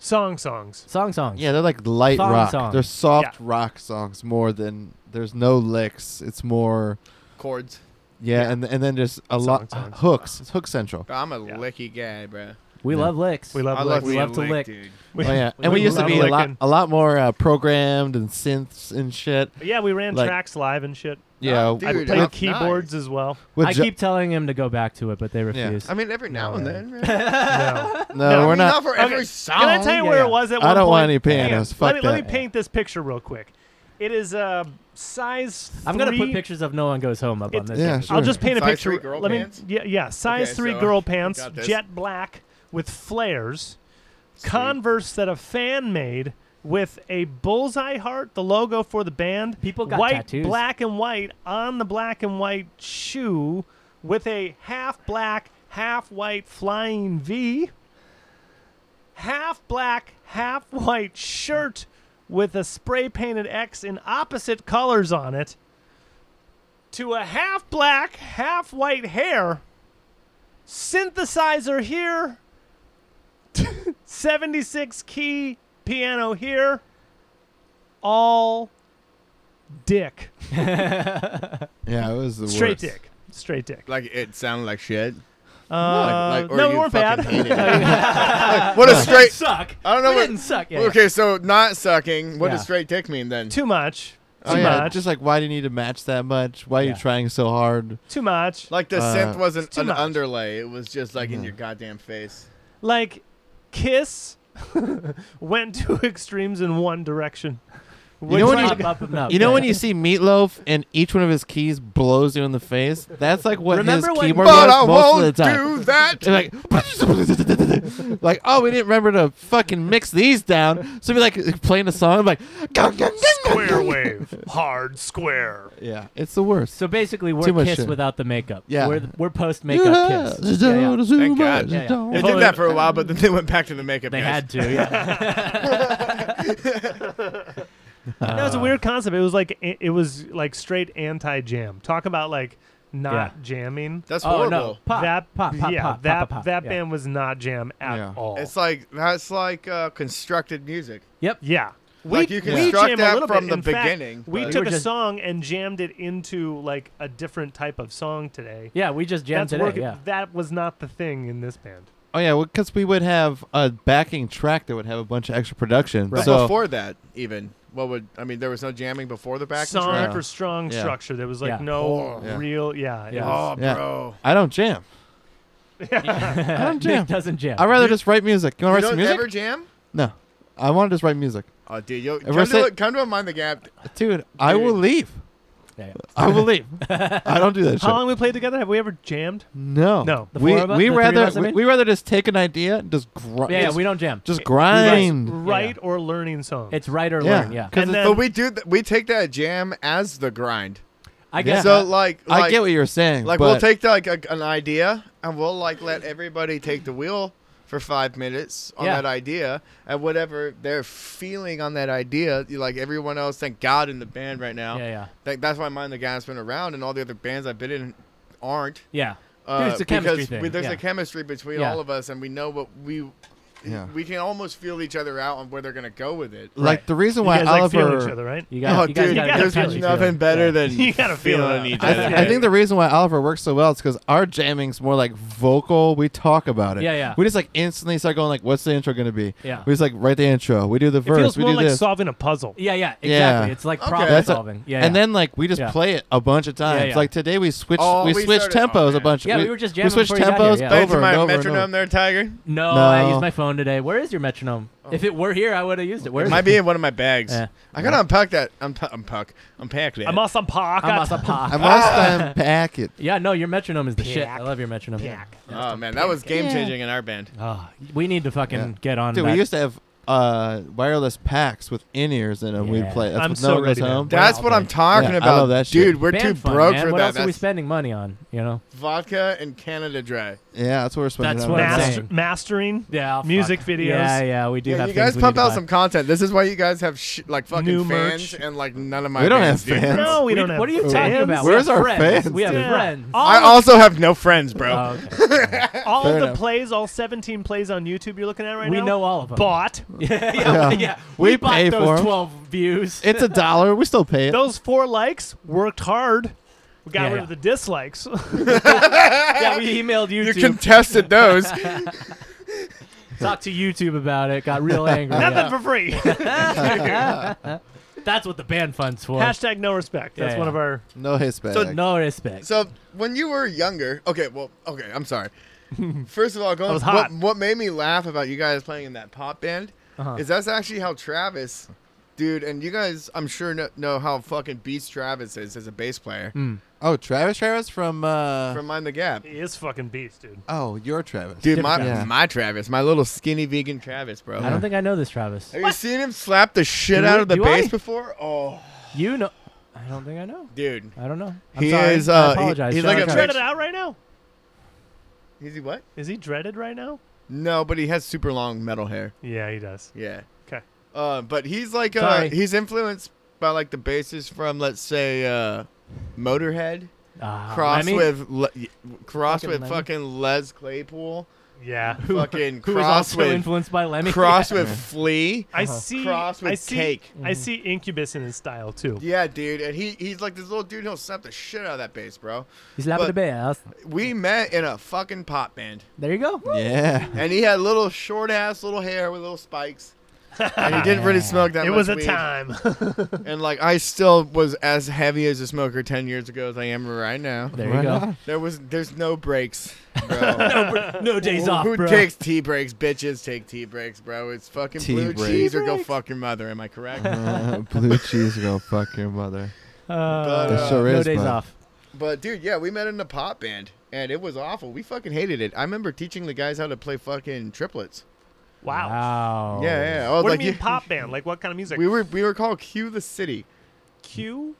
[SPEAKER 3] song songs.
[SPEAKER 1] song songs.
[SPEAKER 4] yeah, they're like light
[SPEAKER 1] Thong
[SPEAKER 4] rock.
[SPEAKER 1] songs.
[SPEAKER 4] They're soft
[SPEAKER 3] Yeah.
[SPEAKER 4] rock songs more than there's no licks. It's more
[SPEAKER 2] chords.
[SPEAKER 4] yeah,
[SPEAKER 3] Yeah.
[SPEAKER 4] and and then just a lot uh,
[SPEAKER 3] Songs, songs.
[SPEAKER 4] hooks. It's hook central.
[SPEAKER 2] Bro, I'm a
[SPEAKER 3] Yeah.
[SPEAKER 2] licky guy, bro.
[SPEAKER 1] We
[SPEAKER 4] Yeah.
[SPEAKER 1] love licks.
[SPEAKER 3] We love,
[SPEAKER 2] I
[SPEAKER 3] like,
[SPEAKER 2] love,
[SPEAKER 1] we love to
[SPEAKER 2] lick,
[SPEAKER 1] lick.
[SPEAKER 2] dude.
[SPEAKER 3] we,
[SPEAKER 4] oh yeah, and we used to
[SPEAKER 3] love
[SPEAKER 4] be a lot
[SPEAKER 3] licking.
[SPEAKER 4] a lot more uh, programmed and synths and shit.
[SPEAKER 3] Yeah, we ran
[SPEAKER 4] like-
[SPEAKER 3] tracks live and shit.
[SPEAKER 4] Yeah,
[SPEAKER 2] dude,
[SPEAKER 3] I
[SPEAKER 2] Dude,
[SPEAKER 3] played
[SPEAKER 2] that's
[SPEAKER 3] keyboards as well.
[SPEAKER 4] with
[SPEAKER 1] I
[SPEAKER 4] ju-
[SPEAKER 1] keep telling him to go back to it, but they refuse.
[SPEAKER 2] I mean, every now
[SPEAKER 3] No,
[SPEAKER 2] and
[SPEAKER 3] man.
[SPEAKER 2] then. man.
[SPEAKER 3] No.
[SPEAKER 4] no,
[SPEAKER 2] I
[SPEAKER 4] we're
[SPEAKER 2] mean,
[SPEAKER 4] not.
[SPEAKER 2] for
[SPEAKER 3] Okay,
[SPEAKER 2] every song.
[SPEAKER 3] Can I tell you
[SPEAKER 1] yeah,
[SPEAKER 3] where
[SPEAKER 1] yeah.
[SPEAKER 3] it was at
[SPEAKER 4] I
[SPEAKER 3] one
[SPEAKER 4] don't want
[SPEAKER 3] point?
[SPEAKER 4] any pianos.
[SPEAKER 3] Hang on.
[SPEAKER 4] Fuck
[SPEAKER 3] let me, let
[SPEAKER 4] that.
[SPEAKER 3] me paint this picture real quick. It is uh, size.
[SPEAKER 1] I'm gonna put
[SPEAKER 3] three-
[SPEAKER 1] pictures of no one goes home up on
[SPEAKER 3] It's-
[SPEAKER 1] this.
[SPEAKER 4] Yeah,
[SPEAKER 1] thing.
[SPEAKER 4] sure.
[SPEAKER 3] I'll just paint a
[SPEAKER 2] Size
[SPEAKER 3] picture.
[SPEAKER 2] three girl
[SPEAKER 3] Let me-
[SPEAKER 2] pants?
[SPEAKER 3] yeah, yeah, size
[SPEAKER 2] Okay,
[SPEAKER 3] three
[SPEAKER 2] so
[SPEAKER 3] girl
[SPEAKER 2] I
[SPEAKER 3] pants,
[SPEAKER 2] got this.
[SPEAKER 3] jet black with flares,
[SPEAKER 2] Sweet.
[SPEAKER 3] Converse that a fan made with a bullseye heart, the logo for the band.
[SPEAKER 1] People got
[SPEAKER 3] white,
[SPEAKER 1] tattoos.
[SPEAKER 3] black and white on the black and white shoe with a half black, half white flying V. Half black, half white shirt with a spray painted X in opposite colors on it to a half black, half white hair. Synthesizer here. 76 key piano here. All dick.
[SPEAKER 4] Yeah, it was the
[SPEAKER 3] Straight
[SPEAKER 4] worst.
[SPEAKER 3] dick. Straight dick.
[SPEAKER 2] Like it sounded like shit.
[SPEAKER 3] Uh,
[SPEAKER 2] like- or
[SPEAKER 3] no, we
[SPEAKER 2] you
[SPEAKER 3] weren't
[SPEAKER 2] fucking
[SPEAKER 3] bad.
[SPEAKER 2] hated Like, what a
[SPEAKER 1] We didn't
[SPEAKER 2] straight.
[SPEAKER 1] suck.
[SPEAKER 2] I don't know
[SPEAKER 1] We
[SPEAKER 2] what-
[SPEAKER 1] didn't suck. Yeah, yeah.
[SPEAKER 2] Okay, so not sucking. What
[SPEAKER 1] Yeah.
[SPEAKER 2] does straight dick mean then?
[SPEAKER 3] Too much. Too
[SPEAKER 4] Oh, yeah,
[SPEAKER 3] much.
[SPEAKER 4] Just like, why do you need to match that much? Why are
[SPEAKER 1] Yeah.
[SPEAKER 4] you trying so hard?
[SPEAKER 3] Too much.
[SPEAKER 2] Like the
[SPEAKER 4] Uh,
[SPEAKER 2] synth wasn't
[SPEAKER 3] too
[SPEAKER 2] an
[SPEAKER 3] much.
[SPEAKER 2] underlay. It was just like in your goddamn face.
[SPEAKER 3] Like, Kiss went to extremes in one direction.
[SPEAKER 4] You know when
[SPEAKER 1] Up,
[SPEAKER 4] you-
[SPEAKER 1] up, up, up.
[SPEAKER 4] You know when
[SPEAKER 1] Yeah.
[SPEAKER 4] you see Meatloaf and each one of his keys blows you in the face? That's like what
[SPEAKER 1] Remember
[SPEAKER 4] his
[SPEAKER 1] when-
[SPEAKER 4] keyboard
[SPEAKER 2] But
[SPEAKER 4] was
[SPEAKER 2] I
[SPEAKER 4] most
[SPEAKER 2] won't
[SPEAKER 4] of the time.
[SPEAKER 2] do that.
[SPEAKER 4] And like, like, oh, we didn't remember to fucking mix these down. So we like playing a song like, "Gung, gung, gung."
[SPEAKER 3] Square wave. Hard square.
[SPEAKER 4] yeah, it's the worst.
[SPEAKER 1] So basically, we're
[SPEAKER 4] Too much
[SPEAKER 1] Kiss
[SPEAKER 4] shit.
[SPEAKER 1] without the makeup.
[SPEAKER 4] Yeah.
[SPEAKER 1] we're, we're post makeup Kiss. Yeah, yeah.
[SPEAKER 2] Thank God.
[SPEAKER 1] Yeah, yeah.
[SPEAKER 2] They
[SPEAKER 1] If
[SPEAKER 2] did
[SPEAKER 1] only-
[SPEAKER 2] that for a while, but then they went back to the makeup.
[SPEAKER 1] They
[SPEAKER 2] guys.
[SPEAKER 1] had to. Yeah.
[SPEAKER 3] That
[SPEAKER 1] Uh.
[SPEAKER 3] was a weird concept. It was like a- it was like straight anti jam. Talk about like not
[SPEAKER 1] Yeah.
[SPEAKER 3] jamming.
[SPEAKER 2] That's
[SPEAKER 1] oh
[SPEAKER 2] horrible.
[SPEAKER 1] no. Pop,
[SPEAKER 3] that
[SPEAKER 1] pop, pop,
[SPEAKER 3] yeah,
[SPEAKER 1] pop,
[SPEAKER 3] that
[SPEAKER 1] pop, pop, pop.
[SPEAKER 3] that
[SPEAKER 1] Yeah.
[SPEAKER 3] band was not jam at
[SPEAKER 4] Yeah.
[SPEAKER 3] all.
[SPEAKER 2] It's like that's like uh, constructed music.
[SPEAKER 1] Yep.
[SPEAKER 3] yeah.
[SPEAKER 2] Like, you
[SPEAKER 3] we
[SPEAKER 2] construct
[SPEAKER 3] jam a
[SPEAKER 2] that
[SPEAKER 3] little
[SPEAKER 2] from
[SPEAKER 3] bit.
[SPEAKER 2] the
[SPEAKER 3] In fact,
[SPEAKER 2] beginning,
[SPEAKER 3] we
[SPEAKER 2] but-
[SPEAKER 1] We
[SPEAKER 3] took
[SPEAKER 1] were
[SPEAKER 3] a
[SPEAKER 1] just-
[SPEAKER 3] song and jammed it into like a different type of song today.
[SPEAKER 1] Yeah, we just jammed
[SPEAKER 3] That's
[SPEAKER 1] today.
[SPEAKER 3] working-
[SPEAKER 1] Yeah.
[SPEAKER 3] That was not the thing in this band.
[SPEAKER 4] Oh yeah, because we would have a backing track that would have a bunch of extra production.
[SPEAKER 2] But
[SPEAKER 4] So
[SPEAKER 2] before that, even what would I mean? There was no jamming before the back.
[SPEAKER 3] song
[SPEAKER 4] track.
[SPEAKER 3] for strong
[SPEAKER 4] Yeah.
[SPEAKER 3] structure. There was
[SPEAKER 1] Yeah.
[SPEAKER 3] like no
[SPEAKER 2] Oh.
[SPEAKER 4] Yeah.
[SPEAKER 3] real. Yeah. it
[SPEAKER 1] Yeah.
[SPEAKER 3] was-
[SPEAKER 2] Oh,
[SPEAKER 4] Yeah.
[SPEAKER 2] bro.
[SPEAKER 4] I don't jam. I don't jam.
[SPEAKER 1] Nick doesn't jam.
[SPEAKER 4] I'd rather just write music. You
[SPEAKER 2] You
[SPEAKER 4] want to write
[SPEAKER 2] don't
[SPEAKER 4] some music?
[SPEAKER 2] ever jam?
[SPEAKER 4] No, I want to just write music,
[SPEAKER 2] Oh, dude, yo,
[SPEAKER 4] Ever
[SPEAKER 2] come,
[SPEAKER 4] say-
[SPEAKER 2] to a, come to a mind the gap.
[SPEAKER 4] dude. I will
[SPEAKER 2] Dude.
[SPEAKER 4] leave.
[SPEAKER 1] Yeah, yeah.
[SPEAKER 4] I will leave. I don't do that
[SPEAKER 3] How
[SPEAKER 4] shit.
[SPEAKER 3] long we played together? Have we ever jammed?
[SPEAKER 4] No,
[SPEAKER 3] No.
[SPEAKER 1] The
[SPEAKER 4] we
[SPEAKER 1] four of us-
[SPEAKER 4] we
[SPEAKER 1] the three of
[SPEAKER 4] rather
[SPEAKER 1] us, I
[SPEAKER 4] we,
[SPEAKER 1] mean?
[SPEAKER 4] we rather just take an idea and just grind.
[SPEAKER 1] Yeah, yeah,
[SPEAKER 4] just,
[SPEAKER 1] we don't jam.
[SPEAKER 4] just
[SPEAKER 3] Right,
[SPEAKER 4] grind.
[SPEAKER 1] Yeah.
[SPEAKER 3] or learning songs.
[SPEAKER 1] It's right or
[SPEAKER 4] Yeah,
[SPEAKER 1] learn. Yeah.
[SPEAKER 4] 'cause
[SPEAKER 3] And
[SPEAKER 4] it's-
[SPEAKER 3] then-
[SPEAKER 2] But we do. Th- we take that jam as the grind.
[SPEAKER 1] I guess.
[SPEAKER 2] So
[SPEAKER 1] So,
[SPEAKER 2] like, like
[SPEAKER 4] I get what you're saying.
[SPEAKER 2] like
[SPEAKER 4] but
[SPEAKER 2] we'll take like a, an idea and we'll like let everybody take the wheel for five minutes on
[SPEAKER 1] Yeah.
[SPEAKER 2] that idea and whatever they're feeling on that idea you- like everyone else thank god in the band right now
[SPEAKER 1] yeah, yeah,
[SPEAKER 2] Like, that's why mind the guy's been around and all the other bands i've been in aren't
[SPEAKER 1] yeah.
[SPEAKER 2] uh,
[SPEAKER 1] Dude, it's a
[SPEAKER 2] because
[SPEAKER 1] chemistry thing,
[SPEAKER 2] we- there's
[SPEAKER 1] yeah.
[SPEAKER 2] a chemistry between
[SPEAKER 1] Yeah.
[SPEAKER 2] all of us and we know what we
[SPEAKER 4] Yeah.
[SPEAKER 2] we can almost feel each other out on where they're gonna go with it
[SPEAKER 4] Like the reason
[SPEAKER 3] you
[SPEAKER 4] why
[SPEAKER 3] guys like
[SPEAKER 4] Oliver,
[SPEAKER 3] feel each other, right?
[SPEAKER 1] You got.
[SPEAKER 2] oh
[SPEAKER 1] you guys
[SPEAKER 2] dude
[SPEAKER 1] gotta get
[SPEAKER 2] there's
[SPEAKER 1] touchy feeling.
[SPEAKER 2] nothing better
[SPEAKER 1] Yeah.
[SPEAKER 2] than
[SPEAKER 3] You gotta feel
[SPEAKER 2] feeling
[SPEAKER 3] it
[SPEAKER 2] each
[SPEAKER 3] out.
[SPEAKER 4] I,
[SPEAKER 2] other
[SPEAKER 4] th- I think the reason why Oliver works so well is because our jamming's more like vocal. We talk about it.
[SPEAKER 1] Yeah, yeah.
[SPEAKER 4] We just like instantly start going like, "What's the intro gonna be?"
[SPEAKER 1] Yeah.
[SPEAKER 4] We just like write the intro. We do the
[SPEAKER 3] It
[SPEAKER 4] verse.
[SPEAKER 3] feels
[SPEAKER 4] we
[SPEAKER 3] more
[SPEAKER 4] do
[SPEAKER 3] like
[SPEAKER 4] this.
[SPEAKER 3] solving a puzzle.
[SPEAKER 1] Yeah, yeah. Exactly.
[SPEAKER 4] Yeah.
[SPEAKER 1] It's like
[SPEAKER 2] Okay.
[SPEAKER 1] problem
[SPEAKER 4] That's a-
[SPEAKER 1] solving. yeah.
[SPEAKER 4] and
[SPEAKER 1] yeah.
[SPEAKER 4] then like we just
[SPEAKER 1] Yeah.
[SPEAKER 4] play it a bunch of times.
[SPEAKER 1] yeah.
[SPEAKER 4] Like today we switched
[SPEAKER 2] Oh,
[SPEAKER 4] we,
[SPEAKER 2] we
[SPEAKER 4] switched
[SPEAKER 2] started-
[SPEAKER 4] tempos
[SPEAKER 2] oh,
[SPEAKER 4] a bunch.
[SPEAKER 1] man. Yeah, we were just jamming
[SPEAKER 4] We switched
[SPEAKER 1] before you got here,
[SPEAKER 4] tempos
[SPEAKER 1] yeah.
[SPEAKER 2] Thanks
[SPEAKER 4] over
[SPEAKER 2] to
[SPEAKER 4] and
[SPEAKER 2] my
[SPEAKER 4] over and
[SPEAKER 2] metronome
[SPEAKER 4] over.
[SPEAKER 2] there tiger
[SPEAKER 1] no, I
[SPEAKER 4] No.
[SPEAKER 1] used my phone today. Where is your metronome? If it were here, I would have used it. Where
[SPEAKER 2] Oh. It
[SPEAKER 1] is
[SPEAKER 2] might
[SPEAKER 1] it?
[SPEAKER 2] be in one of my bags.
[SPEAKER 1] Yeah. Uh-huh.
[SPEAKER 2] I gotta unpack that. Unpa- unpack. Unpack that.
[SPEAKER 3] I must unpack
[SPEAKER 1] I'm
[SPEAKER 3] it.
[SPEAKER 1] off a pop.
[SPEAKER 4] I must unpack it.
[SPEAKER 1] Yeah, no, your metronome is the shit.
[SPEAKER 3] Pack.
[SPEAKER 1] I love your metronome.
[SPEAKER 3] Pack.
[SPEAKER 2] oh man, that was game changing in our band.
[SPEAKER 1] Ah, we need to fucking
[SPEAKER 4] Yeah.
[SPEAKER 1] get on.
[SPEAKER 4] Dude,
[SPEAKER 1] that.
[SPEAKER 4] we used to have uh, wireless packs with in ears in them. We'd
[SPEAKER 1] Yeah.
[SPEAKER 4] play. That's
[SPEAKER 3] I'm
[SPEAKER 4] what
[SPEAKER 3] so
[SPEAKER 4] no one goes
[SPEAKER 3] ready now.
[SPEAKER 4] home.
[SPEAKER 2] That's
[SPEAKER 1] Wow,
[SPEAKER 2] what I'm
[SPEAKER 1] dude.
[SPEAKER 2] talking
[SPEAKER 4] Yeah, I
[SPEAKER 2] about.
[SPEAKER 4] love that shit.
[SPEAKER 2] Dude, we're
[SPEAKER 1] Band
[SPEAKER 2] too
[SPEAKER 1] fun,
[SPEAKER 2] broke
[SPEAKER 1] man.
[SPEAKER 2] for
[SPEAKER 1] what
[SPEAKER 2] that.
[SPEAKER 1] else are we
[SPEAKER 2] That's
[SPEAKER 1] spending money on? You know.
[SPEAKER 2] vodka and Canada Dry.
[SPEAKER 4] Yeah, that's what we're spending.
[SPEAKER 1] That's
[SPEAKER 4] our
[SPEAKER 1] what I'm
[SPEAKER 4] money on.
[SPEAKER 1] saying.
[SPEAKER 3] Master, mastering.
[SPEAKER 1] Yeah. fuck.
[SPEAKER 3] Music videos.
[SPEAKER 1] Yeah, yeah. We do
[SPEAKER 2] Yeah,
[SPEAKER 1] have.
[SPEAKER 2] you guys
[SPEAKER 1] things we
[SPEAKER 2] pump
[SPEAKER 1] need to
[SPEAKER 2] out
[SPEAKER 1] buy.
[SPEAKER 2] some content. This is why you guys have sh- like fucking
[SPEAKER 3] New
[SPEAKER 2] fans
[SPEAKER 3] merch.
[SPEAKER 2] and like none of my.
[SPEAKER 4] We don't
[SPEAKER 2] fans,
[SPEAKER 4] have
[SPEAKER 2] dude.
[SPEAKER 4] fans.
[SPEAKER 3] No, we don't
[SPEAKER 1] d-
[SPEAKER 3] have.
[SPEAKER 1] What are you talking
[SPEAKER 3] fans.
[SPEAKER 1] about?
[SPEAKER 4] Where's
[SPEAKER 1] we have
[SPEAKER 4] our
[SPEAKER 1] friends?
[SPEAKER 4] fans,
[SPEAKER 1] We have
[SPEAKER 3] Yeah.
[SPEAKER 1] friends.
[SPEAKER 3] All,
[SPEAKER 2] I
[SPEAKER 3] of-
[SPEAKER 2] also have no friends, bro.
[SPEAKER 1] Oh, okay.
[SPEAKER 3] all of
[SPEAKER 4] Fair
[SPEAKER 3] the
[SPEAKER 4] enough.
[SPEAKER 3] plays, all 17 plays on YouTube you're looking at right
[SPEAKER 1] we
[SPEAKER 3] now.
[SPEAKER 1] know all of them.
[SPEAKER 3] Bought
[SPEAKER 1] yeah, yeah, yeah. We,
[SPEAKER 4] We
[SPEAKER 1] bought
[SPEAKER 4] pay
[SPEAKER 1] those
[SPEAKER 4] for 'em.
[SPEAKER 1] twelve views.
[SPEAKER 4] It's a dollar. We still pay it.
[SPEAKER 3] those four likes. Worked hard. We got
[SPEAKER 1] Yeah,
[SPEAKER 3] rid
[SPEAKER 1] yeah.
[SPEAKER 3] of the dislikes.
[SPEAKER 4] Uh-huh.
[SPEAKER 1] yeah, we emailed
[SPEAKER 2] You
[SPEAKER 1] YouTube.
[SPEAKER 2] contested those.
[SPEAKER 1] talked to YouTube about it. Got real angry.
[SPEAKER 3] Nothing
[SPEAKER 1] Yeah.
[SPEAKER 3] for free.
[SPEAKER 1] That's what the band funds for.
[SPEAKER 3] Hashtag no respect. That's
[SPEAKER 1] Yeah,
[SPEAKER 3] one
[SPEAKER 1] yeah.
[SPEAKER 3] of our.
[SPEAKER 4] No Hispanic.
[SPEAKER 1] So no respect.
[SPEAKER 2] so when you were younger, okay, well, okay, I'm sorry. First of all, going
[SPEAKER 3] was hot.
[SPEAKER 2] what, what made me laugh about you guys playing in that pop band is that's actually how Travis, dude, and you guys, I'm sure know, know how fucking beats Travis is as a bass player
[SPEAKER 4] oh, Travis Travis from. Uh,
[SPEAKER 2] from Mind the Gap.
[SPEAKER 3] He is fucking beast, dude.
[SPEAKER 4] oh, you're Travis.
[SPEAKER 2] Dude, my
[SPEAKER 4] Different guy.
[SPEAKER 2] my Travis, my little skinny vegan Travis, bro.
[SPEAKER 1] I don't think I know this, Travis.
[SPEAKER 2] Have you seen him slap the shit
[SPEAKER 1] Do
[SPEAKER 2] out
[SPEAKER 1] I-
[SPEAKER 2] of the
[SPEAKER 1] do
[SPEAKER 2] bass
[SPEAKER 1] I?
[SPEAKER 2] before? Oh,
[SPEAKER 1] You know. I don't think I know.
[SPEAKER 2] dude,
[SPEAKER 1] I don't know. I'm
[SPEAKER 2] He
[SPEAKER 1] sorry.
[SPEAKER 2] is,
[SPEAKER 1] I
[SPEAKER 2] uh, he-
[SPEAKER 1] apologize.
[SPEAKER 2] he's
[SPEAKER 1] Sorry,
[SPEAKER 2] like a
[SPEAKER 1] guys.
[SPEAKER 2] dreaded
[SPEAKER 3] Dreaded out right now.
[SPEAKER 2] is he what?
[SPEAKER 3] Is he dreaded right now?
[SPEAKER 2] No, but he has super long metal hair.
[SPEAKER 3] Yeah, he does.
[SPEAKER 2] Yeah.
[SPEAKER 3] 'Kay.
[SPEAKER 2] Uh, but he's like uh,
[SPEAKER 1] Sorry.
[SPEAKER 2] he's influenced by like the basses from let's say uh, Motorhead,
[SPEAKER 1] Ah,
[SPEAKER 2] cross
[SPEAKER 1] Lemmy?
[SPEAKER 2] with le- cross
[SPEAKER 1] Fucking
[SPEAKER 2] with
[SPEAKER 1] Lemmy.
[SPEAKER 2] fucking Les Claypool,
[SPEAKER 3] Yeah.
[SPEAKER 2] fucking
[SPEAKER 1] Who was
[SPEAKER 2] cross
[SPEAKER 1] also
[SPEAKER 2] with
[SPEAKER 1] influenced by Lemmy.
[SPEAKER 2] cross with flea.
[SPEAKER 1] Uh-huh.
[SPEAKER 3] I see.
[SPEAKER 2] Cross with
[SPEAKER 3] I see,
[SPEAKER 2] cake.
[SPEAKER 3] I see Incubus in his style too.
[SPEAKER 2] Yeah, dude, and he he's like this little dude. He'll slap the shit out of that bass, bro.
[SPEAKER 1] He's slapping the
[SPEAKER 2] But-
[SPEAKER 1] bass.
[SPEAKER 2] We met in a fucking pop band,
[SPEAKER 1] There you go.
[SPEAKER 4] Yeah.
[SPEAKER 2] and he had little short ass little hair with little spikes. and he didn't really smoke that
[SPEAKER 3] It
[SPEAKER 2] much
[SPEAKER 3] was a
[SPEAKER 2] weed.
[SPEAKER 3] time.
[SPEAKER 2] And like I still was as heavy as a smoker ten years ago as I am right now.
[SPEAKER 1] There
[SPEAKER 4] Why
[SPEAKER 1] you go.
[SPEAKER 4] not?
[SPEAKER 2] There was there's no breaks, bro.
[SPEAKER 1] No days
[SPEAKER 2] Who-
[SPEAKER 1] off,
[SPEAKER 2] Who
[SPEAKER 1] bro.
[SPEAKER 2] takes tea breaks? Bitches take tea breaks, bro. It's fucking
[SPEAKER 4] Tea
[SPEAKER 2] blue
[SPEAKER 4] breaks.
[SPEAKER 2] cheese
[SPEAKER 4] Tea
[SPEAKER 2] or go
[SPEAKER 1] breaks.
[SPEAKER 2] fuck your mother. Am I correct?
[SPEAKER 4] Uh, blue cheese go fuck your mother.
[SPEAKER 3] Uh,
[SPEAKER 2] But,
[SPEAKER 4] That
[SPEAKER 2] uh,
[SPEAKER 4] sure
[SPEAKER 1] no
[SPEAKER 4] is.
[SPEAKER 1] days
[SPEAKER 4] bud.
[SPEAKER 1] off.
[SPEAKER 2] But dude, yeah, we met in a pop band, and it was awful. We fucking hated it. I remember teaching the guys how to play fucking triplets.
[SPEAKER 3] wow.
[SPEAKER 1] Wow.
[SPEAKER 2] Yeah, yeah. yeah. I was
[SPEAKER 3] what
[SPEAKER 2] like,
[SPEAKER 3] do you mean
[SPEAKER 2] yeah.
[SPEAKER 3] pop band? Like what kind of music?
[SPEAKER 2] We were we were called Cue the City.
[SPEAKER 3] Q.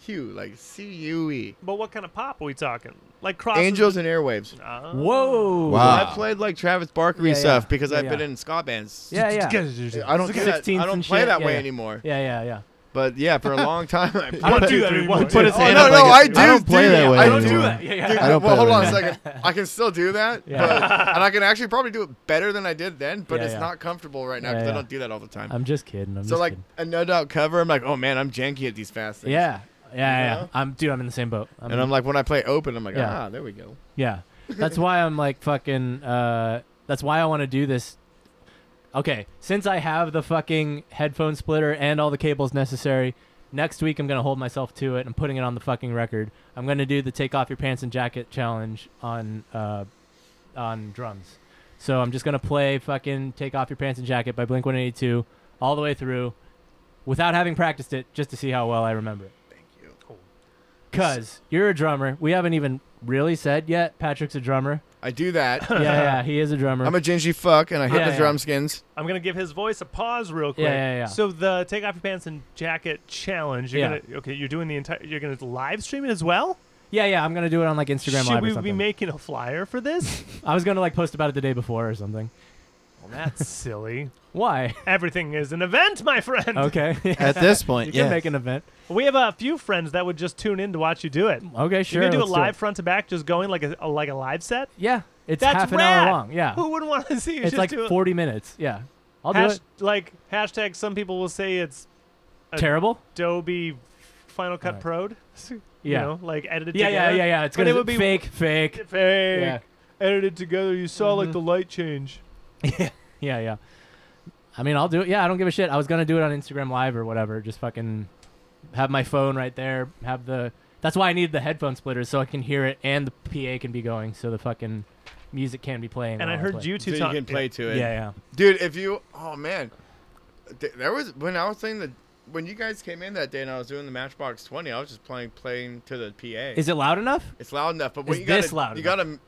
[SPEAKER 2] Q like C U E.
[SPEAKER 3] But what kind of pop are we talking? Like cross.
[SPEAKER 2] Angels and Airwaves.
[SPEAKER 3] Ah.
[SPEAKER 1] Whoa.
[SPEAKER 4] Wow.
[SPEAKER 2] I played like Travis Barker
[SPEAKER 1] Yeah,
[SPEAKER 2] and
[SPEAKER 1] yeah.
[SPEAKER 2] stuff because
[SPEAKER 1] Yeah,
[SPEAKER 2] I've
[SPEAKER 1] yeah.
[SPEAKER 2] been in ska bands.
[SPEAKER 1] Yeah, yeah.
[SPEAKER 2] I don't do that,
[SPEAKER 1] 16th
[SPEAKER 2] I don't
[SPEAKER 1] and
[SPEAKER 2] play
[SPEAKER 1] shit,
[SPEAKER 2] that
[SPEAKER 1] yeah,
[SPEAKER 2] way
[SPEAKER 1] yeah.
[SPEAKER 2] anymore.
[SPEAKER 1] Yeah, yeah, yeah.
[SPEAKER 2] But yeah, for a long time I
[SPEAKER 3] I
[SPEAKER 2] played.
[SPEAKER 3] don't do that anymore.
[SPEAKER 4] Put his
[SPEAKER 2] Oh,
[SPEAKER 4] hand
[SPEAKER 2] no,
[SPEAKER 4] up
[SPEAKER 2] no,
[SPEAKER 4] like
[SPEAKER 2] I
[SPEAKER 4] it's-
[SPEAKER 2] do
[SPEAKER 4] don't play
[SPEAKER 2] do
[SPEAKER 4] that
[SPEAKER 2] that.
[SPEAKER 4] way
[SPEAKER 2] I don't do
[SPEAKER 4] anymore.
[SPEAKER 2] that.
[SPEAKER 1] Yeah, yeah.
[SPEAKER 2] Dude,
[SPEAKER 4] I don't play
[SPEAKER 2] well, hold
[SPEAKER 4] that
[SPEAKER 2] on a
[SPEAKER 4] anymore.
[SPEAKER 2] second. I can still do that,
[SPEAKER 1] Yeah.
[SPEAKER 2] but, and I can actually probably do it better than I did then. But
[SPEAKER 1] Yeah,
[SPEAKER 2] it's
[SPEAKER 1] yeah.
[SPEAKER 2] not comfortable right now
[SPEAKER 1] Yeah,
[SPEAKER 2] because
[SPEAKER 1] yeah.
[SPEAKER 2] I don't do that all the time.
[SPEAKER 1] I'm just kidding. I'm
[SPEAKER 2] so
[SPEAKER 1] just
[SPEAKER 2] like
[SPEAKER 1] kidding.
[SPEAKER 2] a no doubt cover, I'm like, oh man, I'm janky at these fast things.
[SPEAKER 1] Yeah. Yeah, yeah, yeah.
[SPEAKER 2] know?
[SPEAKER 1] I'm dude. I'm in the same boat. I'm,
[SPEAKER 2] and I'm like, when I play open, I'm like,
[SPEAKER 1] Yeah.
[SPEAKER 2] ah, there we go.
[SPEAKER 1] yeah. That's why I'm like fucking. Uh, that's why I want to do this. Okay, since I have the fucking headphone splitter and all the cables necessary, next week I'm gonna hold myself to it. I'm putting it on the fucking record. I'm gonna do the take off your pants and jacket challenge on uh, on drums. So I'm just gonna play fucking "Take Off Your Pants and Jacket" by Blink 182 all the way through, without having practiced it, just to see how well I remember it.
[SPEAKER 2] Thank you.
[SPEAKER 1] Cause you're a drummer. We haven't even really said yet. Patrick's a drummer.
[SPEAKER 2] I do that.
[SPEAKER 1] Yeah, yeah, he is a drummer.
[SPEAKER 2] I'm a gingy fuck, and I hit
[SPEAKER 1] Yeah,
[SPEAKER 2] the
[SPEAKER 1] yeah.
[SPEAKER 2] drum skins.
[SPEAKER 3] I'm gonna give his voice a pause real quick.
[SPEAKER 1] Yeah, yeah, yeah.
[SPEAKER 3] So the take off your pants and jacket challenge. You're
[SPEAKER 1] Yeah.
[SPEAKER 3] gonna okay. You're doing the entire. You're gonna live stream it as well.
[SPEAKER 1] yeah, yeah. I'm gonna do it on like Instagram
[SPEAKER 3] Should
[SPEAKER 1] Live
[SPEAKER 3] we
[SPEAKER 1] or
[SPEAKER 3] be
[SPEAKER 1] something.
[SPEAKER 3] making a flyer for this?
[SPEAKER 1] I was gonna like post about it the day before or something.
[SPEAKER 3] well, that's silly.
[SPEAKER 1] Why?
[SPEAKER 3] Everything is an event, my friend.
[SPEAKER 1] Okay.
[SPEAKER 4] At this
[SPEAKER 1] you
[SPEAKER 4] point,
[SPEAKER 1] can
[SPEAKER 4] yeah.
[SPEAKER 1] make an event.
[SPEAKER 3] We have a few friends that would just tune in to watch you do it.
[SPEAKER 1] Okay, sure.
[SPEAKER 3] You're gonna do
[SPEAKER 1] let's
[SPEAKER 3] it live front to back, just going like a, a- like a live set.
[SPEAKER 1] Yeah, it's
[SPEAKER 3] That's
[SPEAKER 1] half an
[SPEAKER 3] rad.
[SPEAKER 1] hour long. Yeah,
[SPEAKER 3] Who wouldn't want to see you?
[SPEAKER 1] it's
[SPEAKER 3] just
[SPEAKER 1] like
[SPEAKER 3] do it?
[SPEAKER 1] 40 minutes. Yeah, I'll do
[SPEAKER 3] Hash-
[SPEAKER 1] it.
[SPEAKER 3] Like hashtag. Some people will say it's a-
[SPEAKER 1] Terrible.
[SPEAKER 3] Adobe Final Cut
[SPEAKER 1] Right.
[SPEAKER 3] Pro. You
[SPEAKER 1] Yeah.
[SPEAKER 3] know, like edited.
[SPEAKER 1] Yeah, yeah,
[SPEAKER 3] together.
[SPEAKER 1] yeah, yeah. It's
[SPEAKER 3] But
[SPEAKER 1] gonna
[SPEAKER 3] it would be
[SPEAKER 1] fake, fake.
[SPEAKER 3] Fake.
[SPEAKER 1] Yeah,
[SPEAKER 3] edited together. You saw
[SPEAKER 1] Mhm.
[SPEAKER 3] like the light change.
[SPEAKER 1] yeah, yeah. I mean, I'll do it. Yeah, I don't give a shit. I was gonna do it on Instagram Live or whatever. Just fucking have my phone right there. Have the. That's why I need the headphone splitters so I can hear it and the PA can be going so the fucking music can be playing.
[SPEAKER 3] And I
[SPEAKER 1] while
[SPEAKER 3] heard
[SPEAKER 1] play.
[SPEAKER 3] you
[SPEAKER 2] So
[SPEAKER 3] two
[SPEAKER 2] you
[SPEAKER 3] talk.
[SPEAKER 2] can play to
[SPEAKER 1] Yeah,
[SPEAKER 2] it.
[SPEAKER 1] yeah.
[SPEAKER 2] Dude, if you, oh man, Th- there was when I was saying that when you guys came in that day and I was doing the Matchbox Twenty, I was just playing playing to the PA.
[SPEAKER 1] Is it loud enough?
[SPEAKER 2] it's loud enough, but what
[SPEAKER 1] is
[SPEAKER 2] you
[SPEAKER 1] this
[SPEAKER 2] gotta,
[SPEAKER 1] loud
[SPEAKER 2] you
[SPEAKER 1] enough?
[SPEAKER 2] gotta,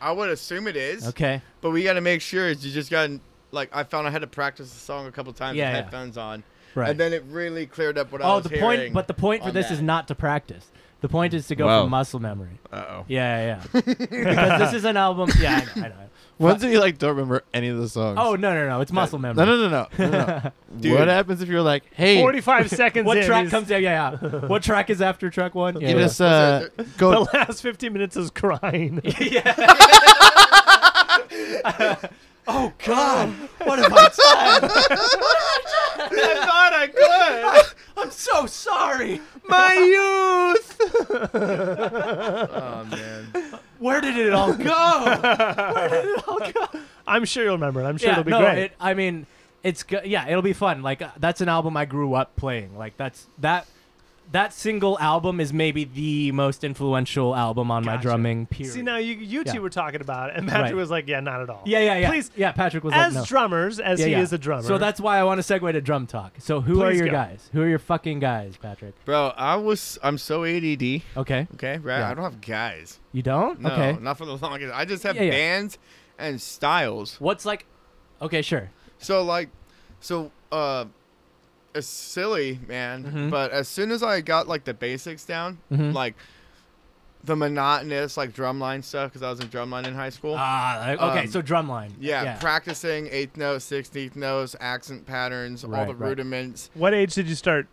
[SPEAKER 2] I would assume it is.
[SPEAKER 1] Okay.
[SPEAKER 2] But we gotta make sure is you just gotta like I found I had to practice the song a couple times
[SPEAKER 1] Yeah,
[SPEAKER 2] with
[SPEAKER 1] yeah.
[SPEAKER 2] headphones on,
[SPEAKER 1] Right.
[SPEAKER 2] and then it really cleared up what I
[SPEAKER 1] oh,
[SPEAKER 2] was
[SPEAKER 1] the
[SPEAKER 2] hearing.
[SPEAKER 1] point. But the point for
[SPEAKER 2] on
[SPEAKER 1] this is
[SPEAKER 2] that.
[SPEAKER 1] not to practice. The point is to go
[SPEAKER 4] Wow.
[SPEAKER 1] from muscle memory.
[SPEAKER 2] Uh-oh.
[SPEAKER 1] Yeah, yeah. yeah. because this is an album. Yeah, I know. I know.
[SPEAKER 4] Once you like don't remember any of the songs.
[SPEAKER 1] Oh no, no, no. It's muscle
[SPEAKER 4] no,
[SPEAKER 1] memory.
[SPEAKER 4] no, no, no. no, no.
[SPEAKER 2] Dude.
[SPEAKER 4] What happens if you're like, hey,
[SPEAKER 3] Forty-five seconds.
[SPEAKER 1] What
[SPEAKER 3] in
[SPEAKER 1] track
[SPEAKER 3] is-
[SPEAKER 1] comes out? Yeah, yeah. What track is after track one? Yeah,
[SPEAKER 4] you
[SPEAKER 1] yeah.
[SPEAKER 4] just uh,
[SPEAKER 3] The
[SPEAKER 4] go
[SPEAKER 3] last fifteen minutes is crying.
[SPEAKER 1] yeah. oh God! What have I done?
[SPEAKER 3] I thought I could.
[SPEAKER 1] I'm so sorry.
[SPEAKER 3] My youth.
[SPEAKER 2] Oh man.
[SPEAKER 1] Where did it all go? Where did it all go?
[SPEAKER 3] I'm sure you'll remember it. I'm sure
[SPEAKER 1] yeah,
[SPEAKER 3] it'll be
[SPEAKER 1] no,
[SPEAKER 3] great.
[SPEAKER 1] It, I mean, it's go- yeah, it'll be fun. Like uh, that's an album I grew up playing. Like that's that that single album is maybe the most influential album on my
[SPEAKER 3] Gotcha.
[SPEAKER 1] drumming. Period.
[SPEAKER 3] See now, you you two
[SPEAKER 1] Yeah.
[SPEAKER 3] were talking about it, and Patrick
[SPEAKER 1] Right.
[SPEAKER 3] was like, "Yeah, not at all."
[SPEAKER 1] yeah, yeah, yeah.
[SPEAKER 3] Please,
[SPEAKER 1] yeah. Patrick was
[SPEAKER 3] as
[SPEAKER 1] like, no.
[SPEAKER 3] drummers, as
[SPEAKER 1] Yeah,
[SPEAKER 3] he
[SPEAKER 1] yeah.
[SPEAKER 3] is a drummer.
[SPEAKER 1] So that's why I want to segue to drum talk. So who are
[SPEAKER 3] Please
[SPEAKER 1] your
[SPEAKER 3] go.
[SPEAKER 1] guys? Who are your fucking guys, Patrick?
[SPEAKER 2] Bro, I was I'm so ADD.
[SPEAKER 1] Okay,
[SPEAKER 2] Okay, right.
[SPEAKER 1] Yeah.
[SPEAKER 2] I don't have guys.
[SPEAKER 1] you don't.
[SPEAKER 2] No,
[SPEAKER 1] okay,
[SPEAKER 2] not for the longest. I just have
[SPEAKER 1] Yeah, yeah.
[SPEAKER 2] bands and styles.
[SPEAKER 1] what's like? Okay, sure.
[SPEAKER 2] So like, so uh, it's silly, man.
[SPEAKER 1] Mhm.
[SPEAKER 2] But as soon as I got like the basics down,
[SPEAKER 1] Mhm.
[SPEAKER 2] like the monotonous like drumline stuff, because I was in drumline in high school.
[SPEAKER 1] Ah, like- okay.
[SPEAKER 2] Um,
[SPEAKER 1] so drumline.
[SPEAKER 2] yeah, practicing eighth notes, sixteenth notes, accent patterns, all
[SPEAKER 1] Right,
[SPEAKER 2] the
[SPEAKER 1] right.
[SPEAKER 2] rudiments.
[SPEAKER 3] what age did you start?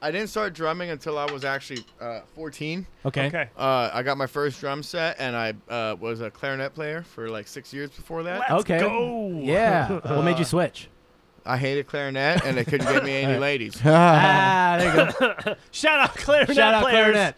[SPEAKER 2] I didn't start drumming until I was actually uh, 14.
[SPEAKER 1] Okay.
[SPEAKER 3] Okay.
[SPEAKER 2] Uh, I got my first drum set, and I uh, was a clarinet player for like six years before that.
[SPEAKER 3] Let's
[SPEAKER 1] Okay.
[SPEAKER 3] go.
[SPEAKER 1] Yeah. what made you switch?
[SPEAKER 2] I hated clarinet, and they couldn't get me any ladies.
[SPEAKER 4] Uh-huh.
[SPEAKER 1] Ah, there you go.
[SPEAKER 3] Shout out clarinet
[SPEAKER 1] Shout out
[SPEAKER 3] players.
[SPEAKER 1] clarinet.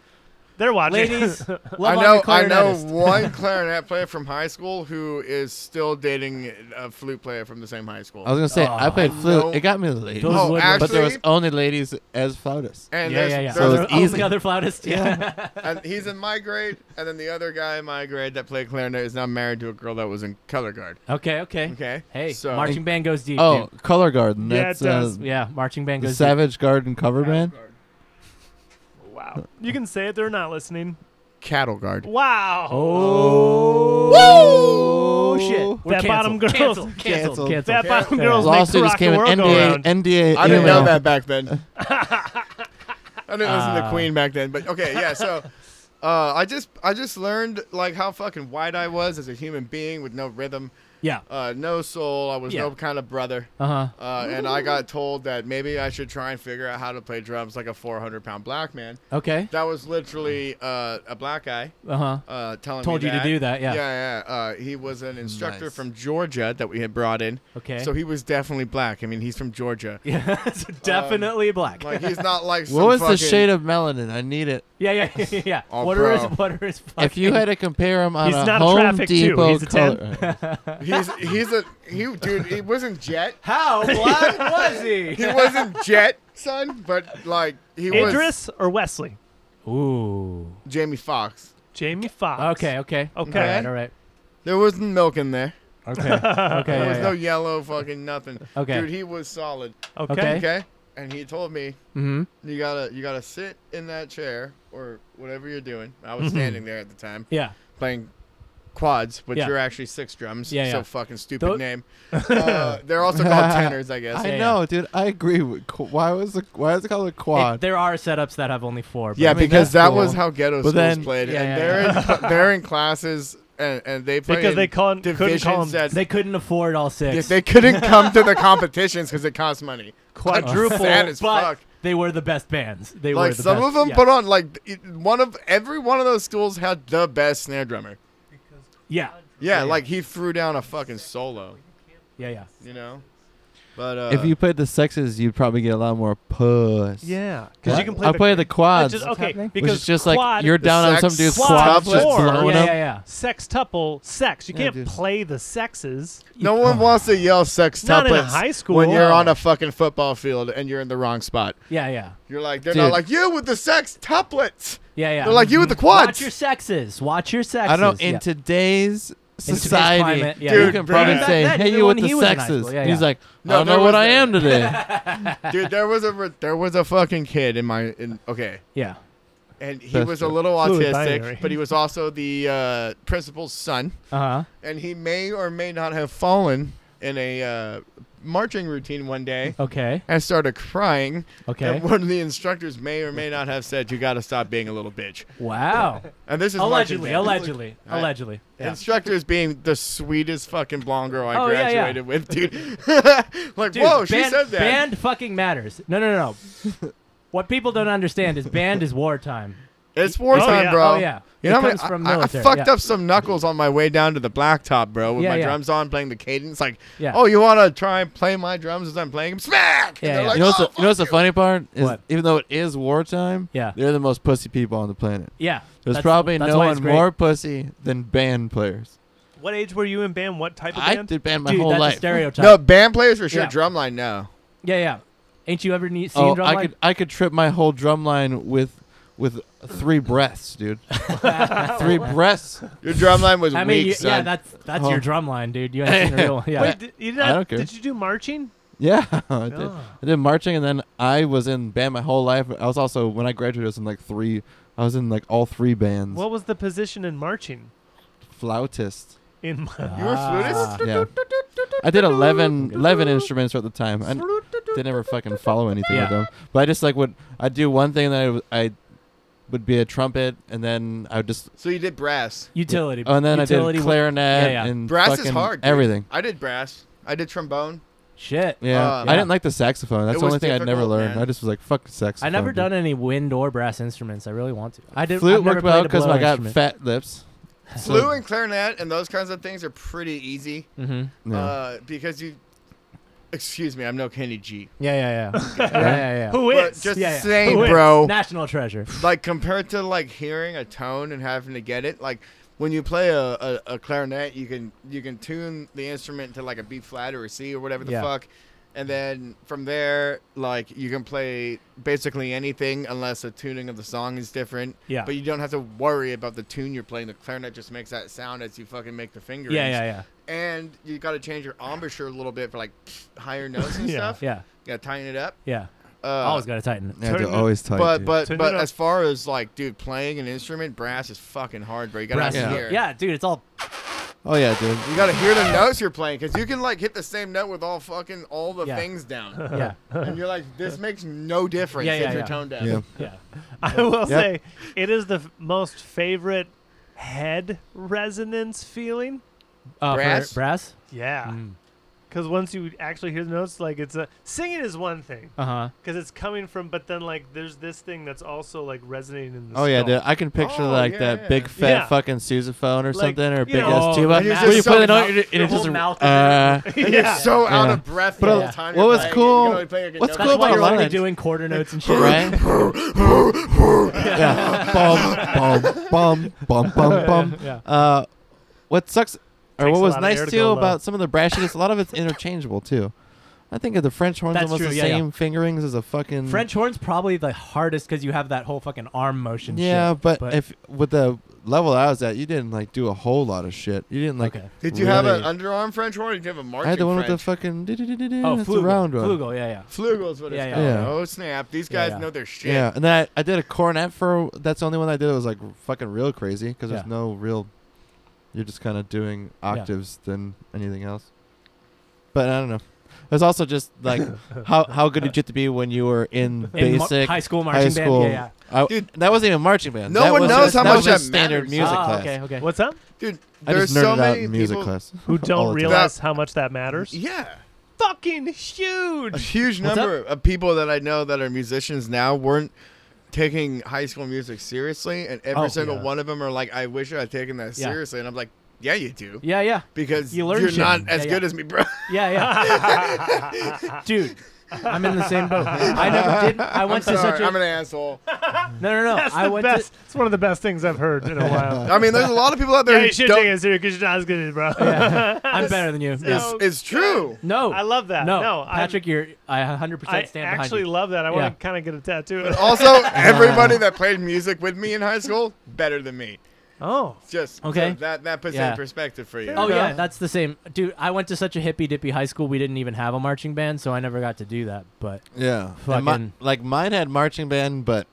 [SPEAKER 3] They're watching.
[SPEAKER 1] Ladies, love
[SPEAKER 2] I
[SPEAKER 1] on
[SPEAKER 2] know,
[SPEAKER 1] your
[SPEAKER 2] I know
[SPEAKER 1] clarinetist.
[SPEAKER 2] one clarinet player from high school who is still dating a flute player from the same high school.
[SPEAKER 4] I was gonna say I
[SPEAKER 1] Oh,
[SPEAKER 4] played
[SPEAKER 2] I
[SPEAKER 4] flute.
[SPEAKER 2] know.
[SPEAKER 4] It got me the ladies,
[SPEAKER 1] Those
[SPEAKER 2] oh,
[SPEAKER 1] would-
[SPEAKER 2] actually,
[SPEAKER 4] but there was only ladies as flautists.
[SPEAKER 2] and
[SPEAKER 1] yeah,
[SPEAKER 2] there's,
[SPEAKER 1] yeah, yeah.
[SPEAKER 4] So
[SPEAKER 2] there's
[SPEAKER 4] it's
[SPEAKER 1] Oh,
[SPEAKER 4] easy.
[SPEAKER 1] the other flautist. Yeah.
[SPEAKER 2] and he's in my grade, and then the other guy in my grade that played clarinet is now married to a girl that was in color guard.
[SPEAKER 1] okay. Okay.
[SPEAKER 2] Okay.
[SPEAKER 1] Hey,
[SPEAKER 2] So
[SPEAKER 1] marching band goes deep.
[SPEAKER 4] Oh, Color Garden.
[SPEAKER 3] Yeah, it
[SPEAKER 4] That's
[SPEAKER 3] does.
[SPEAKER 4] uh,
[SPEAKER 1] dude. Yeah, marching band
[SPEAKER 4] the
[SPEAKER 1] goes
[SPEAKER 4] Savage Garden cover band.
[SPEAKER 3] Wow. You can say it. They're not listening.
[SPEAKER 2] cattle guard.
[SPEAKER 3] Wow.
[SPEAKER 1] deep. Oh.
[SPEAKER 4] Woo!
[SPEAKER 1] shit. We're
[SPEAKER 3] That bottom
[SPEAKER 1] canceled.
[SPEAKER 3] girl-
[SPEAKER 1] Canceled. Canceled.
[SPEAKER 4] Canceled.
[SPEAKER 1] Canceled.
[SPEAKER 3] That bottom
[SPEAKER 1] Yeah.
[SPEAKER 3] girls make
[SPEAKER 4] Lawsuit just
[SPEAKER 3] Barack
[SPEAKER 4] came
[SPEAKER 3] the
[SPEAKER 4] in
[SPEAKER 3] world go
[SPEAKER 4] NBA.
[SPEAKER 3] around.
[SPEAKER 4] NBA.
[SPEAKER 2] I didn't
[SPEAKER 4] email.
[SPEAKER 2] know that back then. I didn't listen to
[SPEAKER 1] Ah.
[SPEAKER 2] Queen back then, but okay, yeah. So, uh, I just I just learned like how fucking wide I was as a human being with no rhythm,
[SPEAKER 1] Yeah.
[SPEAKER 2] uh, no soul. I was
[SPEAKER 1] Yeah.
[SPEAKER 2] no kind of brother.
[SPEAKER 1] Uh huh.
[SPEAKER 2] Uh, and I got told that maybe I should try and figure out how to play drums like a 400 pound black man.
[SPEAKER 1] Okay.
[SPEAKER 2] That was literally uh, a black guy
[SPEAKER 1] Uh huh.
[SPEAKER 2] uh, telling
[SPEAKER 1] Told
[SPEAKER 2] me
[SPEAKER 1] you to do that, yeah.
[SPEAKER 2] Yeah, yeah. Uh, he was an instructor
[SPEAKER 4] Nice.
[SPEAKER 2] from Georgia that we had brought in.
[SPEAKER 1] Okay.
[SPEAKER 2] So he was definitely black. I mean, he's from Georgia.
[SPEAKER 1] Yeah. it's definitely black.
[SPEAKER 2] Like he's not like some
[SPEAKER 4] What was the
[SPEAKER 2] fucking-
[SPEAKER 4] shade of melanin? I need it.
[SPEAKER 1] Yeah, yeah, yeah, yeah.
[SPEAKER 2] Oh,
[SPEAKER 1] what are his,
[SPEAKER 2] bro.
[SPEAKER 1] what are his fucking,
[SPEAKER 4] If you had to compare him on
[SPEAKER 3] He's
[SPEAKER 4] a
[SPEAKER 3] not a
[SPEAKER 4] Home
[SPEAKER 3] traffic, too.
[SPEAKER 4] Depot
[SPEAKER 3] He's a
[SPEAKER 4] color,
[SPEAKER 2] He's he's a he dude. He wasn't jet.
[SPEAKER 1] how black was he?
[SPEAKER 2] He wasn't jet, son. But like he was
[SPEAKER 3] Idris or Wesley?
[SPEAKER 1] Ooh.
[SPEAKER 2] Jamie Foxx.
[SPEAKER 3] Jamie Fox.
[SPEAKER 1] Okay, okay.
[SPEAKER 3] Okay.
[SPEAKER 1] All right, all right.
[SPEAKER 2] There wasn't milk in there.
[SPEAKER 1] Okay. Okay.
[SPEAKER 2] There
[SPEAKER 1] yeah,
[SPEAKER 2] was
[SPEAKER 1] yeah.
[SPEAKER 2] no yellow, fucking nothing.
[SPEAKER 1] Okay.
[SPEAKER 2] Dude, he was solid.
[SPEAKER 3] Okay.
[SPEAKER 1] Okay.
[SPEAKER 2] Okay. And he told me
[SPEAKER 1] mm-hmm.
[SPEAKER 2] you gotta you gotta sit in that chair or whatever you're doing. I was
[SPEAKER 1] Mm-hmm.
[SPEAKER 2] standing there at the time
[SPEAKER 1] Yeah.
[SPEAKER 2] playing quads, but
[SPEAKER 1] Yeah.
[SPEAKER 2] you're actually six drums.
[SPEAKER 1] Yeah,
[SPEAKER 2] so
[SPEAKER 1] yeah.
[SPEAKER 2] fucking stupid
[SPEAKER 1] Tho-
[SPEAKER 2] name. Uh, they're also called tenors, I guess.
[SPEAKER 4] I
[SPEAKER 1] yeah.
[SPEAKER 4] know, dude. I agree. With, qu- why was the why is it called a
[SPEAKER 1] It,
[SPEAKER 4] quad?
[SPEAKER 1] there are setups that have only four. But
[SPEAKER 2] yeah,
[SPEAKER 4] I mean,
[SPEAKER 2] because
[SPEAKER 4] that's
[SPEAKER 2] that
[SPEAKER 4] cool.
[SPEAKER 2] was how ghetto schools
[SPEAKER 4] then-
[SPEAKER 2] played,
[SPEAKER 1] Yeah,
[SPEAKER 2] and
[SPEAKER 1] yeah,
[SPEAKER 2] they're in they're in classes and, and they play
[SPEAKER 3] Because
[SPEAKER 2] in
[SPEAKER 3] they couldn't- couldn't call
[SPEAKER 2] divisions
[SPEAKER 3] them-
[SPEAKER 2] that
[SPEAKER 1] They couldn't afford all
[SPEAKER 2] they,
[SPEAKER 1] six.
[SPEAKER 2] they couldn't come to the competitions because it costs money.
[SPEAKER 3] Quadruple.
[SPEAKER 2] Sad as
[SPEAKER 1] but
[SPEAKER 2] fuck.
[SPEAKER 1] they were the best bands. They were
[SPEAKER 2] Like
[SPEAKER 1] the
[SPEAKER 2] some
[SPEAKER 1] best.
[SPEAKER 2] of them
[SPEAKER 1] yeah.
[SPEAKER 2] put on like it- one of every one of those schools had the best snare drummer.
[SPEAKER 1] Yeah.
[SPEAKER 2] Yeah,
[SPEAKER 1] Yeah, yeah.
[SPEAKER 2] like he threw down a fucking solo,
[SPEAKER 1] Yeah, yeah.
[SPEAKER 2] you know. But uh,
[SPEAKER 4] if you played the sexes, you'd probably get a lot more puss.
[SPEAKER 3] Yeah. Because you can play
[SPEAKER 4] I
[SPEAKER 3] the
[SPEAKER 4] play the
[SPEAKER 3] I
[SPEAKER 4] quads.
[SPEAKER 3] just, okay,
[SPEAKER 1] happening?
[SPEAKER 3] because
[SPEAKER 4] which is just
[SPEAKER 3] quad,
[SPEAKER 4] like you're down on some dude's
[SPEAKER 2] sex
[SPEAKER 3] quad
[SPEAKER 4] quad, just
[SPEAKER 3] floor.
[SPEAKER 4] blowing
[SPEAKER 1] yeah,
[SPEAKER 4] up.
[SPEAKER 1] yeah, yeah.
[SPEAKER 3] sextuple sex. You
[SPEAKER 4] Yeah,
[SPEAKER 3] can't
[SPEAKER 4] dude.
[SPEAKER 3] play the sexes.
[SPEAKER 2] no one wants to yell sex
[SPEAKER 3] Not in a
[SPEAKER 2] tuplets
[SPEAKER 3] high school.
[SPEAKER 2] when you're on a fucking football field and you're in the wrong spot.
[SPEAKER 1] Yeah, yeah.
[SPEAKER 2] You're like they're not
[SPEAKER 4] Dude.
[SPEAKER 2] like you with the sex tuplets.
[SPEAKER 1] Yeah, yeah. Mm-hmm.
[SPEAKER 2] They're like you with the
[SPEAKER 1] Watch
[SPEAKER 2] quads.
[SPEAKER 1] your sexes. Watch your sexes.
[SPEAKER 4] I don't know. In
[SPEAKER 1] yeah.
[SPEAKER 4] today's
[SPEAKER 1] today's
[SPEAKER 4] society,
[SPEAKER 1] climate, yeah.
[SPEAKER 4] you
[SPEAKER 2] Dude,
[SPEAKER 4] can
[SPEAKER 2] bruh.
[SPEAKER 4] probably
[SPEAKER 2] Back
[SPEAKER 4] say,
[SPEAKER 1] then,
[SPEAKER 4] "Hey,
[SPEAKER 1] even
[SPEAKER 4] you
[SPEAKER 1] when
[SPEAKER 4] with the
[SPEAKER 1] he was in high
[SPEAKER 4] sexes."
[SPEAKER 1] school, yeah,
[SPEAKER 4] He's
[SPEAKER 1] yeah.
[SPEAKER 4] like,
[SPEAKER 2] No,
[SPEAKER 4] "I don't
[SPEAKER 2] there
[SPEAKER 4] know what
[SPEAKER 2] was
[SPEAKER 4] I
[SPEAKER 2] that.
[SPEAKER 4] am today."
[SPEAKER 2] Dude, there was a re- there was a fucking kid in my in okay,
[SPEAKER 1] yeah.
[SPEAKER 2] and he
[SPEAKER 4] That's
[SPEAKER 2] was a
[SPEAKER 4] true.
[SPEAKER 2] little
[SPEAKER 3] Fluid
[SPEAKER 2] autistic,
[SPEAKER 3] binary.
[SPEAKER 2] but he was also the uh, principal's son,
[SPEAKER 1] Uh huh.
[SPEAKER 2] and he may or may not have fallen in a uh, marching routine one day.
[SPEAKER 1] Okay.
[SPEAKER 2] And started crying.
[SPEAKER 1] Okay.
[SPEAKER 2] And one of the instructors may or may not have said, "You got to stop being a little bitch."
[SPEAKER 1] Wow.
[SPEAKER 2] And this is marching
[SPEAKER 1] allegedly.
[SPEAKER 2] band.
[SPEAKER 1] Allegedly.
[SPEAKER 2] All right.
[SPEAKER 1] Allegedly. Yeah.
[SPEAKER 2] Instructors being the sweetest fucking blonde girl I
[SPEAKER 1] Oh, yeah, yeah.
[SPEAKER 2] graduated with, dude. like,
[SPEAKER 1] Dude,
[SPEAKER 2] whoa, she
[SPEAKER 1] band,
[SPEAKER 2] said that.
[SPEAKER 1] Band fucking matters. No, no, no. no. what people don't understand is band is wartime.
[SPEAKER 2] It's wartime,
[SPEAKER 3] yeah.
[SPEAKER 2] bro.
[SPEAKER 1] Oh, yeah.
[SPEAKER 2] You
[SPEAKER 1] It
[SPEAKER 2] know, how many-
[SPEAKER 1] comes from
[SPEAKER 2] I, I- I
[SPEAKER 1] military,
[SPEAKER 2] fucked
[SPEAKER 1] yeah.
[SPEAKER 2] up some knuckles on my way down to the blacktop, bro, with
[SPEAKER 1] Yeah,
[SPEAKER 2] my
[SPEAKER 1] yeah.
[SPEAKER 2] drums on, playing the cadence. Like,
[SPEAKER 1] Yeah.
[SPEAKER 2] oh, you want to try and play my drums as I'm playing them? Smack!
[SPEAKER 1] Yeah,
[SPEAKER 2] And they're
[SPEAKER 1] yeah.
[SPEAKER 2] like,
[SPEAKER 4] you know what's
[SPEAKER 2] "Oh,
[SPEAKER 4] the, you know what's the funny part is
[SPEAKER 1] What?
[SPEAKER 4] even though it is wartime,
[SPEAKER 1] Yeah.
[SPEAKER 4] they're the most pussy people on the planet.
[SPEAKER 1] Yeah.
[SPEAKER 4] There's
[SPEAKER 1] That's-
[SPEAKER 4] probably
[SPEAKER 1] that's
[SPEAKER 4] no
[SPEAKER 1] why it's
[SPEAKER 4] one
[SPEAKER 1] great.
[SPEAKER 4] more pussy than band players.
[SPEAKER 3] What age were you in band? What type of
[SPEAKER 4] I
[SPEAKER 3] band?
[SPEAKER 4] did band my
[SPEAKER 1] Dude,
[SPEAKER 4] whole
[SPEAKER 1] that's
[SPEAKER 4] life.
[SPEAKER 1] a stereotype.
[SPEAKER 2] no, band players for sure.
[SPEAKER 1] Yeah.
[SPEAKER 2] Drumline, no.
[SPEAKER 1] Yeah, yeah. Ain't you ever ne- seen
[SPEAKER 4] oh,
[SPEAKER 1] drum
[SPEAKER 4] I
[SPEAKER 1] line?
[SPEAKER 4] could I could trip my whole drum line with with three breaths, dude. three breaths.
[SPEAKER 2] Your drumline was
[SPEAKER 1] I
[SPEAKER 2] weak,
[SPEAKER 1] mean, you,
[SPEAKER 2] son.
[SPEAKER 1] yeah, that's that's your
[SPEAKER 4] Oh.
[SPEAKER 1] drum line, dude. You ain't seen a real one. Yeah.
[SPEAKER 3] Wait, did, you did,
[SPEAKER 4] I
[SPEAKER 3] not-
[SPEAKER 4] don't care.
[SPEAKER 3] did you do marching? Oh.
[SPEAKER 4] Yeah, I did.
[SPEAKER 3] Yeah.
[SPEAKER 4] I did marching, and then I was in band my whole life. I was also when I graduated, I was in like three. I was in like all three bands.
[SPEAKER 3] What was the position in marching?
[SPEAKER 4] Flautist.
[SPEAKER 3] In my,
[SPEAKER 2] you were
[SPEAKER 1] Ah.
[SPEAKER 2] flutist?
[SPEAKER 4] Yeah. I did 11, 11 instruments at the time. I didn't ever fucking follow anything
[SPEAKER 1] Yeah.
[SPEAKER 4] with them. But I just like would I do one thing, and then I would, I would be a trumpet, and then I would just
[SPEAKER 2] So you did brass.
[SPEAKER 1] Utility.
[SPEAKER 4] oh, and then I
[SPEAKER 1] Utility
[SPEAKER 4] did clarinet
[SPEAKER 1] yeah, yeah.
[SPEAKER 4] and
[SPEAKER 2] Brass
[SPEAKER 4] fucking
[SPEAKER 2] is hard. dude.
[SPEAKER 4] everything.
[SPEAKER 2] I did brass. I did trombone.
[SPEAKER 1] Shit.
[SPEAKER 4] Yeah,
[SPEAKER 2] Uh,
[SPEAKER 4] I didn't like the saxophone. That's
[SPEAKER 2] It
[SPEAKER 4] the
[SPEAKER 2] was
[SPEAKER 4] only thing I'd never
[SPEAKER 2] difficult,
[SPEAKER 4] learned.
[SPEAKER 2] man.
[SPEAKER 4] I just was like, fuck the saxophone.
[SPEAKER 1] I never
[SPEAKER 4] dude.
[SPEAKER 1] done any wind or brass instruments. I really want to. I did.
[SPEAKER 4] Flute
[SPEAKER 1] I've never
[SPEAKER 4] worked well because
[SPEAKER 1] because
[SPEAKER 4] I got fat lips. So-
[SPEAKER 2] Flute and clarinet and those kinds of things are pretty easy
[SPEAKER 1] Mm-hmm.
[SPEAKER 4] No.
[SPEAKER 2] uh, because you. Excuse me, I'm no Kenny G.
[SPEAKER 1] Yeah, yeah, yeah. yeah, yeah, yeah.
[SPEAKER 3] Who
[SPEAKER 2] But
[SPEAKER 3] is?
[SPEAKER 2] just
[SPEAKER 1] Yeah, yeah.
[SPEAKER 2] saying,
[SPEAKER 3] Who is?
[SPEAKER 2] bro.
[SPEAKER 1] National treasure.
[SPEAKER 2] Like compared to like hearing a tone and having to get it, like when you play a, a, a clarinet, you can you can tune the instrument to like a B flat or a C or whatever the
[SPEAKER 1] Yeah.
[SPEAKER 2] fuck, and then from there, like you can play basically anything unless the tuning of the song is different.
[SPEAKER 1] Yeah.
[SPEAKER 2] But you don't have to worry about the tune you're playing. The clarinet just makes that sound as you fucking make the fingers.
[SPEAKER 1] Yeah, yeah, yeah.
[SPEAKER 2] And you got to change your embouchure a little bit for like higher notes and
[SPEAKER 3] Yeah.
[SPEAKER 2] stuff.
[SPEAKER 1] Yeah,
[SPEAKER 2] You got to tighten it up.
[SPEAKER 1] yeah.
[SPEAKER 2] Uh,
[SPEAKER 1] Always got to tighten it.
[SPEAKER 4] yeah, dude,
[SPEAKER 3] turned it-
[SPEAKER 4] always tight.
[SPEAKER 2] but
[SPEAKER 4] dude.
[SPEAKER 2] but
[SPEAKER 3] Turn
[SPEAKER 2] but
[SPEAKER 3] it up.
[SPEAKER 2] as far as like, dude, playing an instrument, brass is fucking hard, bro. You gotta
[SPEAKER 1] Brass is
[SPEAKER 4] yeah.
[SPEAKER 2] hear.
[SPEAKER 1] good. yeah, dude, it's all.
[SPEAKER 4] oh yeah, dude.
[SPEAKER 2] You gotta hear the notes you're playing, cause you can like hit the same note with all fucking all the
[SPEAKER 1] Yeah.
[SPEAKER 2] things down,
[SPEAKER 1] Yeah,
[SPEAKER 2] and you're like, this makes no difference
[SPEAKER 1] Yeah, yeah,
[SPEAKER 2] if you're
[SPEAKER 1] yeah.
[SPEAKER 2] tone deaf.
[SPEAKER 4] Yeah.
[SPEAKER 1] yeah.
[SPEAKER 3] I will
[SPEAKER 4] Yep.
[SPEAKER 3] say it is the f- most favorite head resonance feeling.
[SPEAKER 1] Uh, for
[SPEAKER 2] Brass?
[SPEAKER 1] brass. Ah.
[SPEAKER 4] Mm.
[SPEAKER 3] Yeah, because once you actually hear the notes, like it's a singing is one thing
[SPEAKER 1] Uh huh.
[SPEAKER 3] because it's coming from, but then like there's this thing that's also like resonating in the.
[SPEAKER 4] Oh yeah,
[SPEAKER 3] skull.
[SPEAKER 4] dude. I can picture
[SPEAKER 2] Oh,
[SPEAKER 4] like
[SPEAKER 2] yeah,
[SPEAKER 4] that
[SPEAKER 2] yeah.
[SPEAKER 4] big fat
[SPEAKER 3] Yeah.
[SPEAKER 4] fucking sousaphone or
[SPEAKER 3] Like,
[SPEAKER 4] something or a
[SPEAKER 3] you
[SPEAKER 4] big
[SPEAKER 3] know,
[SPEAKER 4] ass tuba.
[SPEAKER 1] and you're
[SPEAKER 4] Where you
[SPEAKER 2] just
[SPEAKER 4] play the
[SPEAKER 2] so
[SPEAKER 4] note
[SPEAKER 2] mou-
[SPEAKER 4] and it- and
[SPEAKER 1] your
[SPEAKER 4] it just
[SPEAKER 1] whole mouth is-
[SPEAKER 4] uh,
[SPEAKER 3] yeah.
[SPEAKER 2] So out
[SPEAKER 4] Yeah.
[SPEAKER 2] of breath
[SPEAKER 4] But,
[SPEAKER 2] the
[SPEAKER 4] uh,
[SPEAKER 2] whole time.
[SPEAKER 4] what
[SPEAKER 2] you're
[SPEAKER 4] was
[SPEAKER 2] playing it,
[SPEAKER 4] cool-
[SPEAKER 2] you can only play, like, a
[SPEAKER 4] what's
[SPEAKER 2] note
[SPEAKER 1] That's
[SPEAKER 4] cool
[SPEAKER 1] why
[SPEAKER 4] about
[SPEAKER 2] by note.
[SPEAKER 1] you're only
[SPEAKER 4] lines.
[SPEAKER 1] doing quarter notes and shit.
[SPEAKER 4] uh, right? yeah, bum bum bum bum bum.
[SPEAKER 1] Yeah.
[SPEAKER 4] Uh, what sucks, or what
[SPEAKER 3] Takes a
[SPEAKER 4] was
[SPEAKER 3] lot of air
[SPEAKER 4] nice
[SPEAKER 3] to
[SPEAKER 4] too
[SPEAKER 3] go low.
[SPEAKER 4] about some of the brashiness, a lot of it's interchangeable too. I think of the French horns
[SPEAKER 1] That's
[SPEAKER 4] almost
[SPEAKER 1] true,
[SPEAKER 4] the
[SPEAKER 1] yeah, yeah.
[SPEAKER 4] same fingerings as a fucking
[SPEAKER 1] French horn's probably the hardest because you have that whole fucking arm motion.
[SPEAKER 4] Yeah,
[SPEAKER 1] shit.
[SPEAKER 4] but, if with the level I was at, you didn't like do a whole lot of shit. You didn't like.
[SPEAKER 1] Okay.
[SPEAKER 2] Did you have
[SPEAKER 4] really-
[SPEAKER 2] an underarm French horn? Or did you have a marching
[SPEAKER 4] I had the one
[SPEAKER 2] French?
[SPEAKER 4] with the fucking.
[SPEAKER 1] oh,
[SPEAKER 4] Oh, it's a
[SPEAKER 1] flugel.
[SPEAKER 4] round one.
[SPEAKER 1] Flugel, yeah, yeah.
[SPEAKER 2] Flugel's what it's
[SPEAKER 1] Yeah,
[SPEAKER 2] called.
[SPEAKER 4] yeah. Yeah.
[SPEAKER 2] Oh snap! These
[SPEAKER 1] Yeah,
[SPEAKER 2] guys
[SPEAKER 1] yeah.
[SPEAKER 2] know their shit.
[SPEAKER 4] Yeah, and then I, I did a cornet for. That's the only one I did. that was like fucking real crazy because there's
[SPEAKER 1] Yeah.
[SPEAKER 4] no real. You're just kind of doing
[SPEAKER 1] Yeah.
[SPEAKER 4] octaves than anything else. But I don't know. It was also just like how how good did you have to be when you were in,
[SPEAKER 1] In mar-
[SPEAKER 4] basic
[SPEAKER 1] high school
[SPEAKER 4] high
[SPEAKER 1] marching
[SPEAKER 4] school.
[SPEAKER 1] band. Yeah,
[SPEAKER 4] I-
[SPEAKER 2] Dude.
[SPEAKER 4] that wasn't even marching band.
[SPEAKER 2] No
[SPEAKER 4] That
[SPEAKER 2] one
[SPEAKER 4] was
[SPEAKER 2] knows
[SPEAKER 4] just-
[SPEAKER 2] how
[SPEAKER 4] that
[SPEAKER 2] much
[SPEAKER 4] was just
[SPEAKER 2] that
[SPEAKER 4] standard
[SPEAKER 2] matters.
[SPEAKER 1] yeah.
[SPEAKER 4] music
[SPEAKER 1] Ah,
[SPEAKER 4] class.
[SPEAKER 1] Okay, okay.
[SPEAKER 3] What's up?
[SPEAKER 2] Dude,
[SPEAKER 4] I
[SPEAKER 2] there's
[SPEAKER 4] just nerded
[SPEAKER 2] so
[SPEAKER 4] out
[SPEAKER 2] many
[SPEAKER 4] in music
[SPEAKER 2] people.
[SPEAKER 4] class.
[SPEAKER 3] Who
[SPEAKER 4] All
[SPEAKER 3] don't
[SPEAKER 4] the time.
[SPEAKER 3] realize how much that matters?
[SPEAKER 2] Yeah.
[SPEAKER 3] Fucking
[SPEAKER 2] a
[SPEAKER 3] huge.
[SPEAKER 2] huge
[SPEAKER 1] What's
[SPEAKER 2] number of people that I know that are musicians now weren't taking high school music seriously, and every
[SPEAKER 1] Oh,
[SPEAKER 2] single
[SPEAKER 1] yeah.
[SPEAKER 2] one of them are like, "I wish I had taken that
[SPEAKER 1] Yeah.
[SPEAKER 2] seriously," and I'm like, "Yeah, you do."
[SPEAKER 1] Yeah, yeah,
[SPEAKER 2] Because
[SPEAKER 1] You
[SPEAKER 2] you
[SPEAKER 1] learn
[SPEAKER 2] are
[SPEAKER 1] shit.
[SPEAKER 2] not as
[SPEAKER 1] Yeah,
[SPEAKER 2] good
[SPEAKER 1] yeah.
[SPEAKER 2] as me, bro.
[SPEAKER 1] yeah, yeah. Dude, I'm in the same boat. I never did. I
[SPEAKER 2] I'm
[SPEAKER 1] went to such
[SPEAKER 2] sorry,
[SPEAKER 1] a
[SPEAKER 2] I'm an asshole.
[SPEAKER 1] no, no, no.
[SPEAKER 3] That's
[SPEAKER 1] I
[SPEAKER 3] the
[SPEAKER 1] went
[SPEAKER 3] best. it's one of the best things I've heard in a
[SPEAKER 4] Oh,
[SPEAKER 3] while.
[SPEAKER 2] I mean, there's a lot of people out there
[SPEAKER 3] yeah, you
[SPEAKER 2] who
[SPEAKER 3] should take
[SPEAKER 2] don't.
[SPEAKER 3] it serious because you're not as good at it, bro.
[SPEAKER 1] to. Yeah. I'm better than you. Yeah.
[SPEAKER 2] It's, it's true.
[SPEAKER 1] No,
[SPEAKER 3] I love that.
[SPEAKER 1] No,
[SPEAKER 3] No, I'm-
[SPEAKER 1] Patrick, you're I 100
[SPEAKER 3] I
[SPEAKER 1] percent stand
[SPEAKER 3] actually
[SPEAKER 1] behind
[SPEAKER 3] love that. I want
[SPEAKER 1] Yeah.
[SPEAKER 3] to kind of get a tattoo.
[SPEAKER 2] Also, everybody that played music with me in high school better than me.
[SPEAKER 3] oh,
[SPEAKER 2] Just
[SPEAKER 1] Okay.
[SPEAKER 2] so that that puts it
[SPEAKER 1] Yeah.
[SPEAKER 2] in perspective for you.
[SPEAKER 1] you. Oh
[SPEAKER 3] Yeah.
[SPEAKER 1] yeah, that's the same, dude. I went to such a hippy dippy high school. We didn't even have a marching band, so I never got to do that. But
[SPEAKER 4] Yeah, And mi-
[SPEAKER 1] Fucking-
[SPEAKER 4] like mine had marching band, but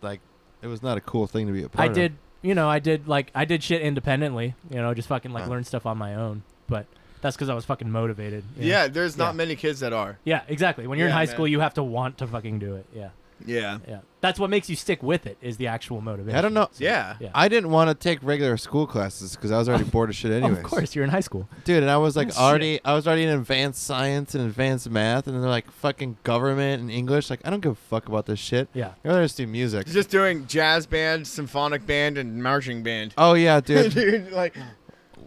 [SPEAKER 4] like it was not a cool thing to be a part
[SPEAKER 1] I
[SPEAKER 4] of.
[SPEAKER 1] did, you know, I did like I did shit independently. You know, just fucking like
[SPEAKER 4] Huh.
[SPEAKER 1] learn stuff on my own. But that's because I was fucking motivated. you know?
[SPEAKER 2] Yeah, there's
[SPEAKER 1] Yeah.
[SPEAKER 2] not many kids that are.
[SPEAKER 1] Yeah, exactly. When you're in
[SPEAKER 2] Yeah,
[SPEAKER 1] high school,
[SPEAKER 2] man.
[SPEAKER 1] you have to want to fucking do it. Yeah,
[SPEAKER 2] Yeah.
[SPEAKER 1] yeah. That's what makes you stick with it is the actual motivation.
[SPEAKER 4] I don't know.
[SPEAKER 1] So,
[SPEAKER 2] Yeah.
[SPEAKER 1] Yeah.
[SPEAKER 4] I didn't want to take regular school classes because I was already bored of shit anyways.
[SPEAKER 1] Of course, you're in high school.
[SPEAKER 4] dude. And I was like already, I was already in advanced science and advanced math, and then they're like fucking government and English. Like I don't give a fuck about this shit.
[SPEAKER 1] Yeah.
[SPEAKER 4] I'd rather just do music.
[SPEAKER 2] Just doing jazz band, symphonic band, and marching band.
[SPEAKER 4] oh yeah, dude.
[SPEAKER 2] Dude, like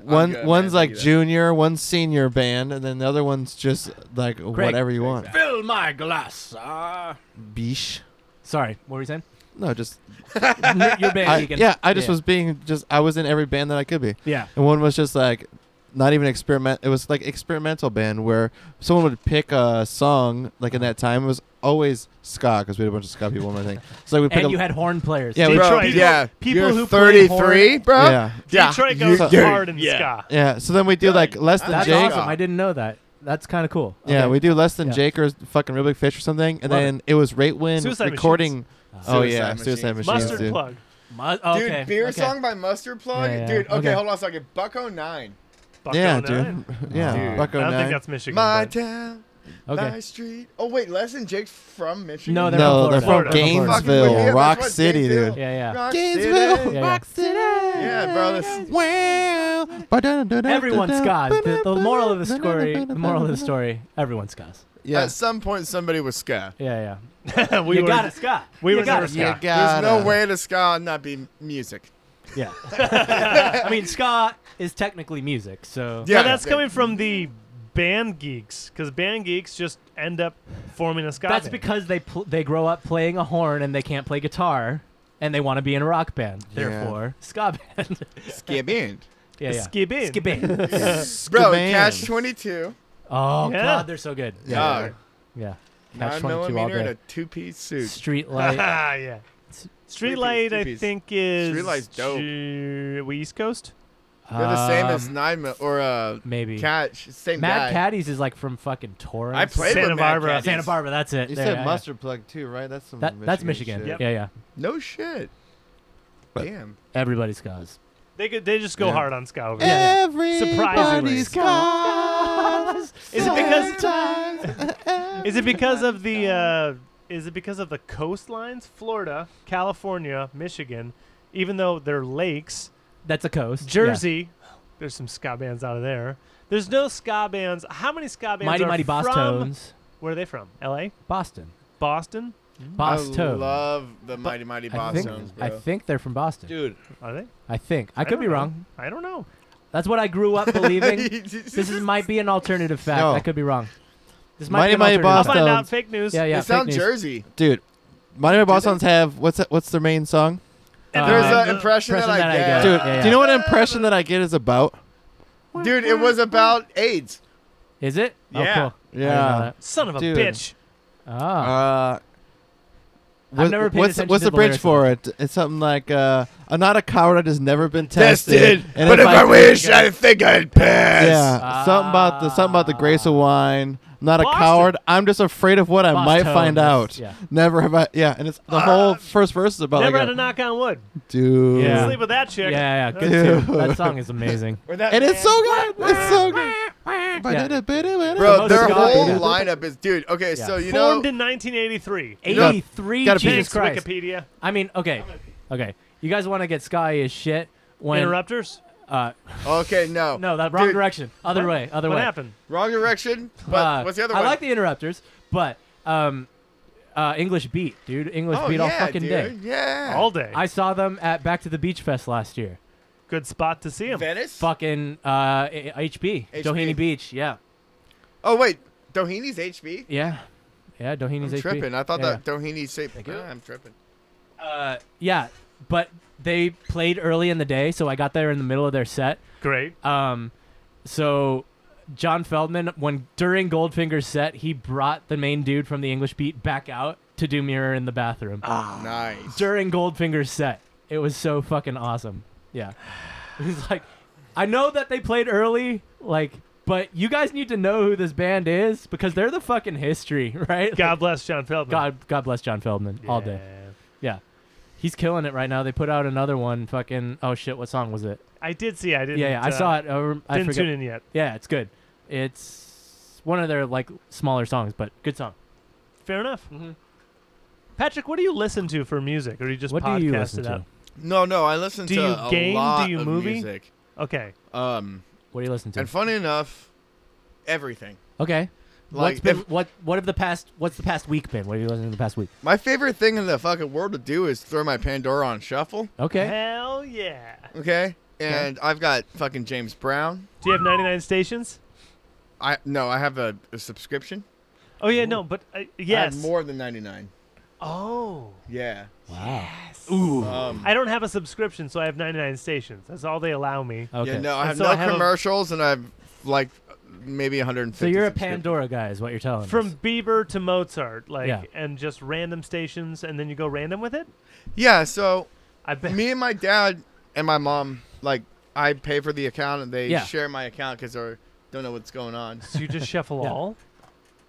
[SPEAKER 4] One
[SPEAKER 2] good, man,
[SPEAKER 4] one's
[SPEAKER 2] I
[SPEAKER 4] like
[SPEAKER 2] can do that.
[SPEAKER 4] junior, one's senior band, and then the other one's just like whatever you want.
[SPEAKER 1] Fill my glass. Uh...
[SPEAKER 4] Bish.
[SPEAKER 1] Sorry, what were you saying?
[SPEAKER 4] No, just
[SPEAKER 1] N- your band,
[SPEAKER 4] I,
[SPEAKER 1] Deacon.
[SPEAKER 4] yeah. I just was being just. I was in every band that I could be.
[SPEAKER 1] Yeah.
[SPEAKER 4] and one was just like not even experiment it was like experimental band where someone would pick a song like in that time it was always ska because we had a bunch of ska people in my thing so like we pick
[SPEAKER 1] And
[SPEAKER 4] a,
[SPEAKER 1] you had horn players.
[SPEAKER 4] Yeah, we-
[SPEAKER 2] bro,
[SPEAKER 3] Detroit.
[SPEAKER 2] yeah,
[SPEAKER 3] People
[SPEAKER 2] you're
[SPEAKER 3] who play
[SPEAKER 2] 33,
[SPEAKER 3] horn-
[SPEAKER 2] bro.
[SPEAKER 4] yeah
[SPEAKER 2] Yeah,
[SPEAKER 3] Detroit
[SPEAKER 2] you-
[SPEAKER 3] goes
[SPEAKER 2] dude,
[SPEAKER 3] hard in
[SPEAKER 2] yeah.
[SPEAKER 3] ska.
[SPEAKER 4] yeah so then we do
[SPEAKER 2] Good.
[SPEAKER 4] like less than
[SPEAKER 1] That's
[SPEAKER 4] jake
[SPEAKER 2] Jake-
[SPEAKER 1] awesome. I didn't know that. That's kind of cool.
[SPEAKER 4] yeah
[SPEAKER 1] Okay.
[SPEAKER 4] we do less than
[SPEAKER 1] Yeah.
[SPEAKER 4] jake or fucking real big fish or something and
[SPEAKER 1] Love
[SPEAKER 4] then it, was right when
[SPEAKER 3] Suicide
[SPEAKER 4] recording
[SPEAKER 1] Ah.
[SPEAKER 4] oh
[SPEAKER 2] Suicide
[SPEAKER 4] yeah suicide machines
[SPEAKER 2] Machines.
[SPEAKER 3] Mustard
[SPEAKER 4] dude.
[SPEAKER 3] plug.
[SPEAKER 1] Mu- oh,
[SPEAKER 2] Dude,
[SPEAKER 1] okay.
[SPEAKER 2] beer
[SPEAKER 1] okay.
[SPEAKER 2] song by Mustard Plug.
[SPEAKER 1] Yeah, yeah.
[SPEAKER 2] Dude, okay,
[SPEAKER 1] Okay.
[SPEAKER 2] hold on a second. Bucko Nine.
[SPEAKER 3] Buck
[SPEAKER 4] yeah
[SPEAKER 3] 09.
[SPEAKER 4] dude yeah
[SPEAKER 1] Dude.
[SPEAKER 4] Bucko
[SPEAKER 3] I don't think
[SPEAKER 4] Nine.
[SPEAKER 3] that's Michigan.
[SPEAKER 2] My
[SPEAKER 3] but-
[SPEAKER 2] town.
[SPEAKER 1] Okay.
[SPEAKER 2] Nice street. Oh wait, Les and Jake's from Michigan.
[SPEAKER 1] No, oh, they're
[SPEAKER 4] no, they're
[SPEAKER 1] from
[SPEAKER 4] from
[SPEAKER 1] Florida. They're from Florida.
[SPEAKER 4] Gainesville,
[SPEAKER 2] Fucking- yeah,
[SPEAKER 4] Rock
[SPEAKER 2] that's what
[SPEAKER 4] City,
[SPEAKER 2] Gainesville.
[SPEAKER 4] dude.
[SPEAKER 1] Yeah, yeah.
[SPEAKER 2] Rock
[SPEAKER 4] Gainesville,
[SPEAKER 2] City.
[SPEAKER 1] Yeah,
[SPEAKER 4] Rock City.
[SPEAKER 2] Yeah, bro, that's-
[SPEAKER 4] Wow.
[SPEAKER 1] Everyone scoffs. The, the moral of the story. The moral of the story. Everyone scoffs.
[SPEAKER 4] Yeah.
[SPEAKER 2] At some point, somebody was ska.
[SPEAKER 1] Yeah, yeah.
[SPEAKER 3] we
[SPEAKER 1] you
[SPEAKER 3] were,
[SPEAKER 1] got it, Scott.
[SPEAKER 3] we
[SPEAKER 1] you
[SPEAKER 3] were
[SPEAKER 1] got
[SPEAKER 3] never
[SPEAKER 1] it.
[SPEAKER 3] ska.
[SPEAKER 2] There's no way to ska and not be music.
[SPEAKER 1] Yeah. I mean, ska is technically music, so
[SPEAKER 3] Yeah, that's coming from the band geeks because band geeks just end up forming a ska.
[SPEAKER 1] that's
[SPEAKER 3] band.
[SPEAKER 1] because they pl- they grow up playing a horn and they can't play guitar and they want to be in a rock band.
[SPEAKER 4] Yeah.
[SPEAKER 1] Therefore, ska band.
[SPEAKER 2] Skip in.
[SPEAKER 1] yeah, yeah.
[SPEAKER 3] skip in.
[SPEAKER 1] Skip in.
[SPEAKER 2] Bro,
[SPEAKER 4] Skaban.
[SPEAKER 2] Cash 22,
[SPEAKER 1] Oh
[SPEAKER 3] Yeah.
[SPEAKER 1] god, they're so good.
[SPEAKER 4] Yeah.
[SPEAKER 2] uh,
[SPEAKER 1] Yeah. Catch
[SPEAKER 2] 9
[SPEAKER 1] 22 all
[SPEAKER 2] millimeter and
[SPEAKER 1] day.
[SPEAKER 2] a two piece suit.
[SPEAKER 1] Street light.
[SPEAKER 3] Ah, yeah.
[SPEAKER 2] Three-piece,
[SPEAKER 3] Streetlight, I
[SPEAKER 2] three-piece.
[SPEAKER 3] think, is
[SPEAKER 2] Streetlight's dope.
[SPEAKER 3] Ju- we East Coast.
[SPEAKER 2] They're the same as
[SPEAKER 1] Um,
[SPEAKER 2] 9 mil or uh,
[SPEAKER 1] maybe.
[SPEAKER 2] Catch. Same
[SPEAKER 1] Matt
[SPEAKER 2] guy.
[SPEAKER 1] Caddies is like from fucking Torrance.
[SPEAKER 2] I played
[SPEAKER 3] Santa
[SPEAKER 2] with Matt
[SPEAKER 3] Barbara.
[SPEAKER 2] Caddies.
[SPEAKER 1] Santa Barbara. That's it.
[SPEAKER 4] You
[SPEAKER 1] There,
[SPEAKER 4] said
[SPEAKER 1] yeah, yeah.
[SPEAKER 4] mustard plug too, right? That's some
[SPEAKER 1] That,
[SPEAKER 4] Michigan
[SPEAKER 1] that's Michigan.
[SPEAKER 4] shit.
[SPEAKER 1] Yeah, yeah.
[SPEAKER 2] No shit.
[SPEAKER 4] But-
[SPEAKER 2] Damn.
[SPEAKER 1] Everybody's cause.
[SPEAKER 3] They could, they just go
[SPEAKER 4] Yeah.
[SPEAKER 3] hard on ska over there.
[SPEAKER 1] Yeah,
[SPEAKER 4] Everybody's
[SPEAKER 3] Surprisingly.
[SPEAKER 4] got
[SPEAKER 3] Is it because-
[SPEAKER 4] sometimes.
[SPEAKER 3] Is it because of the? Uh, is it because of the coastlines? Florida, California, Michigan. Even though they're lakes,
[SPEAKER 1] That's a coast.
[SPEAKER 3] Jersey. There's some ska bands out of there. There's no ska bands. How many ska
[SPEAKER 1] Yeah.
[SPEAKER 3] bands
[SPEAKER 1] Mighty
[SPEAKER 3] are
[SPEAKER 1] Mighty Boss
[SPEAKER 3] from?
[SPEAKER 1] Tones.
[SPEAKER 3] Where are they from? L.A.
[SPEAKER 1] Boston.
[SPEAKER 3] Boston?
[SPEAKER 1] Boss
[SPEAKER 2] I
[SPEAKER 1] Tones.
[SPEAKER 2] love the Mighty Mighty
[SPEAKER 1] I
[SPEAKER 2] Boss
[SPEAKER 1] think,
[SPEAKER 2] Tones,
[SPEAKER 1] I
[SPEAKER 2] bro.
[SPEAKER 1] think they're from Boston.
[SPEAKER 4] dude?
[SPEAKER 3] Are they?
[SPEAKER 1] I think. I, could
[SPEAKER 3] don't
[SPEAKER 1] be
[SPEAKER 3] know.
[SPEAKER 1] wrong.
[SPEAKER 3] I don't know.
[SPEAKER 1] That's what I grew up believing. this is, might be an alternative fact.
[SPEAKER 4] No.
[SPEAKER 1] I could be wrong. This might
[SPEAKER 4] Mighty
[SPEAKER 1] be an
[SPEAKER 4] Mighty
[SPEAKER 1] alternative
[SPEAKER 3] I'll
[SPEAKER 4] Boss
[SPEAKER 1] fact.
[SPEAKER 3] find out.
[SPEAKER 4] Tones.
[SPEAKER 3] Fake news.
[SPEAKER 1] Yeah, yeah.
[SPEAKER 2] it's
[SPEAKER 1] fake
[SPEAKER 2] not
[SPEAKER 1] news.
[SPEAKER 2] Jersey.
[SPEAKER 4] Dude, Mighty
[SPEAKER 2] they?
[SPEAKER 4] Boston's have what's that, what's their main song?
[SPEAKER 1] Uh,
[SPEAKER 2] There's
[SPEAKER 1] the
[SPEAKER 2] an impression,
[SPEAKER 1] impression
[SPEAKER 2] that I
[SPEAKER 1] that I
[SPEAKER 2] get.
[SPEAKER 4] Dude,
[SPEAKER 1] yeah,
[SPEAKER 4] do
[SPEAKER 1] yeah.
[SPEAKER 4] you know what impression that I get is about?
[SPEAKER 2] Dude, it was about AIDS.
[SPEAKER 1] Is it?
[SPEAKER 2] Yeah. Oh.
[SPEAKER 1] Oh, cool. I didn't know that.
[SPEAKER 3] Son of a
[SPEAKER 4] Dude.
[SPEAKER 3] bitch.
[SPEAKER 1] Ah.
[SPEAKER 4] Uh,
[SPEAKER 1] I've never paid
[SPEAKER 4] what's
[SPEAKER 1] attention
[SPEAKER 4] what's
[SPEAKER 1] to
[SPEAKER 4] the
[SPEAKER 1] the
[SPEAKER 4] bridge
[SPEAKER 1] lyrics
[SPEAKER 4] for it? It's something like uh, I'm not a coward. I just never been tested.
[SPEAKER 2] Tested,
[SPEAKER 4] And
[SPEAKER 2] but if I,
[SPEAKER 4] could-
[SPEAKER 2] wish, I think I'd pass.
[SPEAKER 4] yeah, something about the something about the grace of wine. I'm not a
[SPEAKER 3] Boston.
[SPEAKER 4] coward. I'm just afraid of what I
[SPEAKER 1] Boss
[SPEAKER 4] might
[SPEAKER 1] Tones.
[SPEAKER 4] find out.
[SPEAKER 1] Yeah.
[SPEAKER 4] Never have I. Yeah, and it's
[SPEAKER 2] Uh,
[SPEAKER 4] the whole first verse is about
[SPEAKER 3] Never
[SPEAKER 4] like
[SPEAKER 3] had a knock on wood.
[SPEAKER 4] dude.
[SPEAKER 1] Oh, Yeah.
[SPEAKER 3] Sleep with that chick.
[SPEAKER 1] Yeah, yeah. Good
[SPEAKER 4] Dude.
[SPEAKER 1] too. That song is amazing.
[SPEAKER 2] Or that-
[SPEAKER 4] And it's so good. It's so good.
[SPEAKER 2] Bro,
[SPEAKER 1] the
[SPEAKER 2] their
[SPEAKER 1] most
[SPEAKER 2] whole
[SPEAKER 1] goddamn-
[SPEAKER 2] lineup is dude. Okay,
[SPEAKER 1] Yeah.
[SPEAKER 2] so you know,
[SPEAKER 3] Formed in 1983.
[SPEAKER 4] know-
[SPEAKER 1] 83
[SPEAKER 4] gotta be-
[SPEAKER 1] Jesus
[SPEAKER 3] Thanks,
[SPEAKER 1] Christ.
[SPEAKER 3] Wikipedia.
[SPEAKER 1] I mean, okay. Okay. You guys want to get sky as shit when
[SPEAKER 3] Interrupters?
[SPEAKER 1] uh
[SPEAKER 2] okay, no,
[SPEAKER 1] no, that wrong
[SPEAKER 2] Dude,
[SPEAKER 1] direction. Other
[SPEAKER 3] What?
[SPEAKER 1] way, other
[SPEAKER 3] what
[SPEAKER 1] way.
[SPEAKER 3] happened?
[SPEAKER 2] wrong direction. But
[SPEAKER 1] Uh,
[SPEAKER 2] what's the other
[SPEAKER 1] I
[SPEAKER 2] one?
[SPEAKER 1] like the interrupters, but um uh English beat, dude. English
[SPEAKER 2] oh,
[SPEAKER 1] beat
[SPEAKER 2] yeah,
[SPEAKER 1] all fucking
[SPEAKER 2] dude.
[SPEAKER 1] day.
[SPEAKER 2] Yeah,
[SPEAKER 3] All day.
[SPEAKER 1] I saw them at Back to the Beach Fest last year.
[SPEAKER 3] Good spot to see him.
[SPEAKER 2] Venice.
[SPEAKER 1] Fucking uh I- I- HB,
[SPEAKER 2] HB.
[SPEAKER 1] Doheny Beach, yeah.
[SPEAKER 2] Oh wait, Doheny's HB.
[SPEAKER 1] Yeah. Yeah, Doheny's
[SPEAKER 2] I'm
[SPEAKER 1] HB.
[SPEAKER 2] tripping. I thought
[SPEAKER 1] Yeah,
[SPEAKER 2] that Doheny's shape.
[SPEAKER 1] you.
[SPEAKER 2] Ah, I'm tripping.
[SPEAKER 1] yeah. uh yeah, but they played early in the day, so I got there in the middle of their set.
[SPEAKER 3] Great.
[SPEAKER 1] Um, so John Feldman, when during Goldfinger's set, he brought the main dude from the English Beat back out to do Mirror in the bathroom
[SPEAKER 3] Ah.
[SPEAKER 2] Nice.
[SPEAKER 1] during Goldfinger's set. It was so fucking awesome. Yeah, he's like, I know that they played early, like, but you guys need to know who this band is because they're the fucking history, right?
[SPEAKER 3] God bless John Feldman.
[SPEAKER 1] God, God bless John Feldman all day.
[SPEAKER 3] Yeah.
[SPEAKER 1] Yeah. He's killing it right now. They put out another one. Fucking oh shit! What song was it?
[SPEAKER 3] I did see. I didn't.
[SPEAKER 1] Yeah, yeah. I
[SPEAKER 3] uh,
[SPEAKER 1] saw it. Over, I
[SPEAKER 3] Didn't
[SPEAKER 1] forget.
[SPEAKER 3] tune in yet.
[SPEAKER 1] Yeah, it's good. It's one of their like smaller songs, but good song.
[SPEAKER 3] Fair enough.
[SPEAKER 2] Mm-hmm.
[SPEAKER 1] Mhm.
[SPEAKER 3] Patrick, what do you listen to for music, or do you just
[SPEAKER 1] what
[SPEAKER 3] podcast
[SPEAKER 1] do you listen
[SPEAKER 3] it
[SPEAKER 1] to?
[SPEAKER 3] up?
[SPEAKER 2] No, no, I listen
[SPEAKER 3] Do
[SPEAKER 2] to
[SPEAKER 3] you
[SPEAKER 2] a
[SPEAKER 3] game?
[SPEAKER 2] lot
[SPEAKER 3] Do you
[SPEAKER 2] of
[SPEAKER 3] movie?
[SPEAKER 2] music.
[SPEAKER 3] Okay.
[SPEAKER 2] Um,
[SPEAKER 1] What do you listen to?
[SPEAKER 2] and funny enough, everything.
[SPEAKER 1] okay.
[SPEAKER 2] Like
[SPEAKER 1] what's been
[SPEAKER 2] if-
[SPEAKER 1] what what of the past what's the past week been? What have you listened to the past week?
[SPEAKER 2] my favorite thing in the fucking world to do is throw my Pandora on shuffle.
[SPEAKER 1] Okay.
[SPEAKER 3] Hell yeah.
[SPEAKER 2] Okay, and I've got fucking James Brown.
[SPEAKER 3] Do you have 99 stations?
[SPEAKER 2] I no, I have a, a subscription.
[SPEAKER 3] Oh yeah, no, but uh,
[SPEAKER 2] I have
[SPEAKER 3] yes.
[SPEAKER 2] more than ninety nine.
[SPEAKER 3] Oh.
[SPEAKER 2] Yeah.
[SPEAKER 1] Wow.
[SPEAKER 3] Ooh.
[SPEAKER 2] Um,
[SPEAKER 3] I don't have a subscription, so I have 99 stations. That's all they allow me.
[SPEAKER 1] Okay.
[SPEAKER 2] Yeah, no, I
[SPEAKER 3] And
[SPEAKER 2] have
[SPEAKER 3] so
[SPEAKER 2] no
[SPEAKER 3] I have a-
[SPEAKER 2] commercials, and I've like maybe one hundred and
[SPEAKER 1] so
[SPEAKER 2] fifty.
[SPEAKER 1] you're a Pandora guy, is what you're telling
[SPEAKER 3] From
[SPEAKER 1] us.
[SPEAKER 3] Bieber to Mozart, like,
[SPEAKER 1] Yeah.
[SPEAKER 3] and just random stations, and then you go random with it.
[SPEAKER 2] Yeah. So
[SPEAKER 3] I bet.
[SPEAKER 2] me and my dad and my mom, like, I pay for the account, and they
[SPEAKER 1] Yeah.
[SPEAKER 2] share my account because they don't know what's going on.
[SPEAKER 3] So you just shuffle
[SPEAKER 1] Yeah.
[SPEAKER 3] all.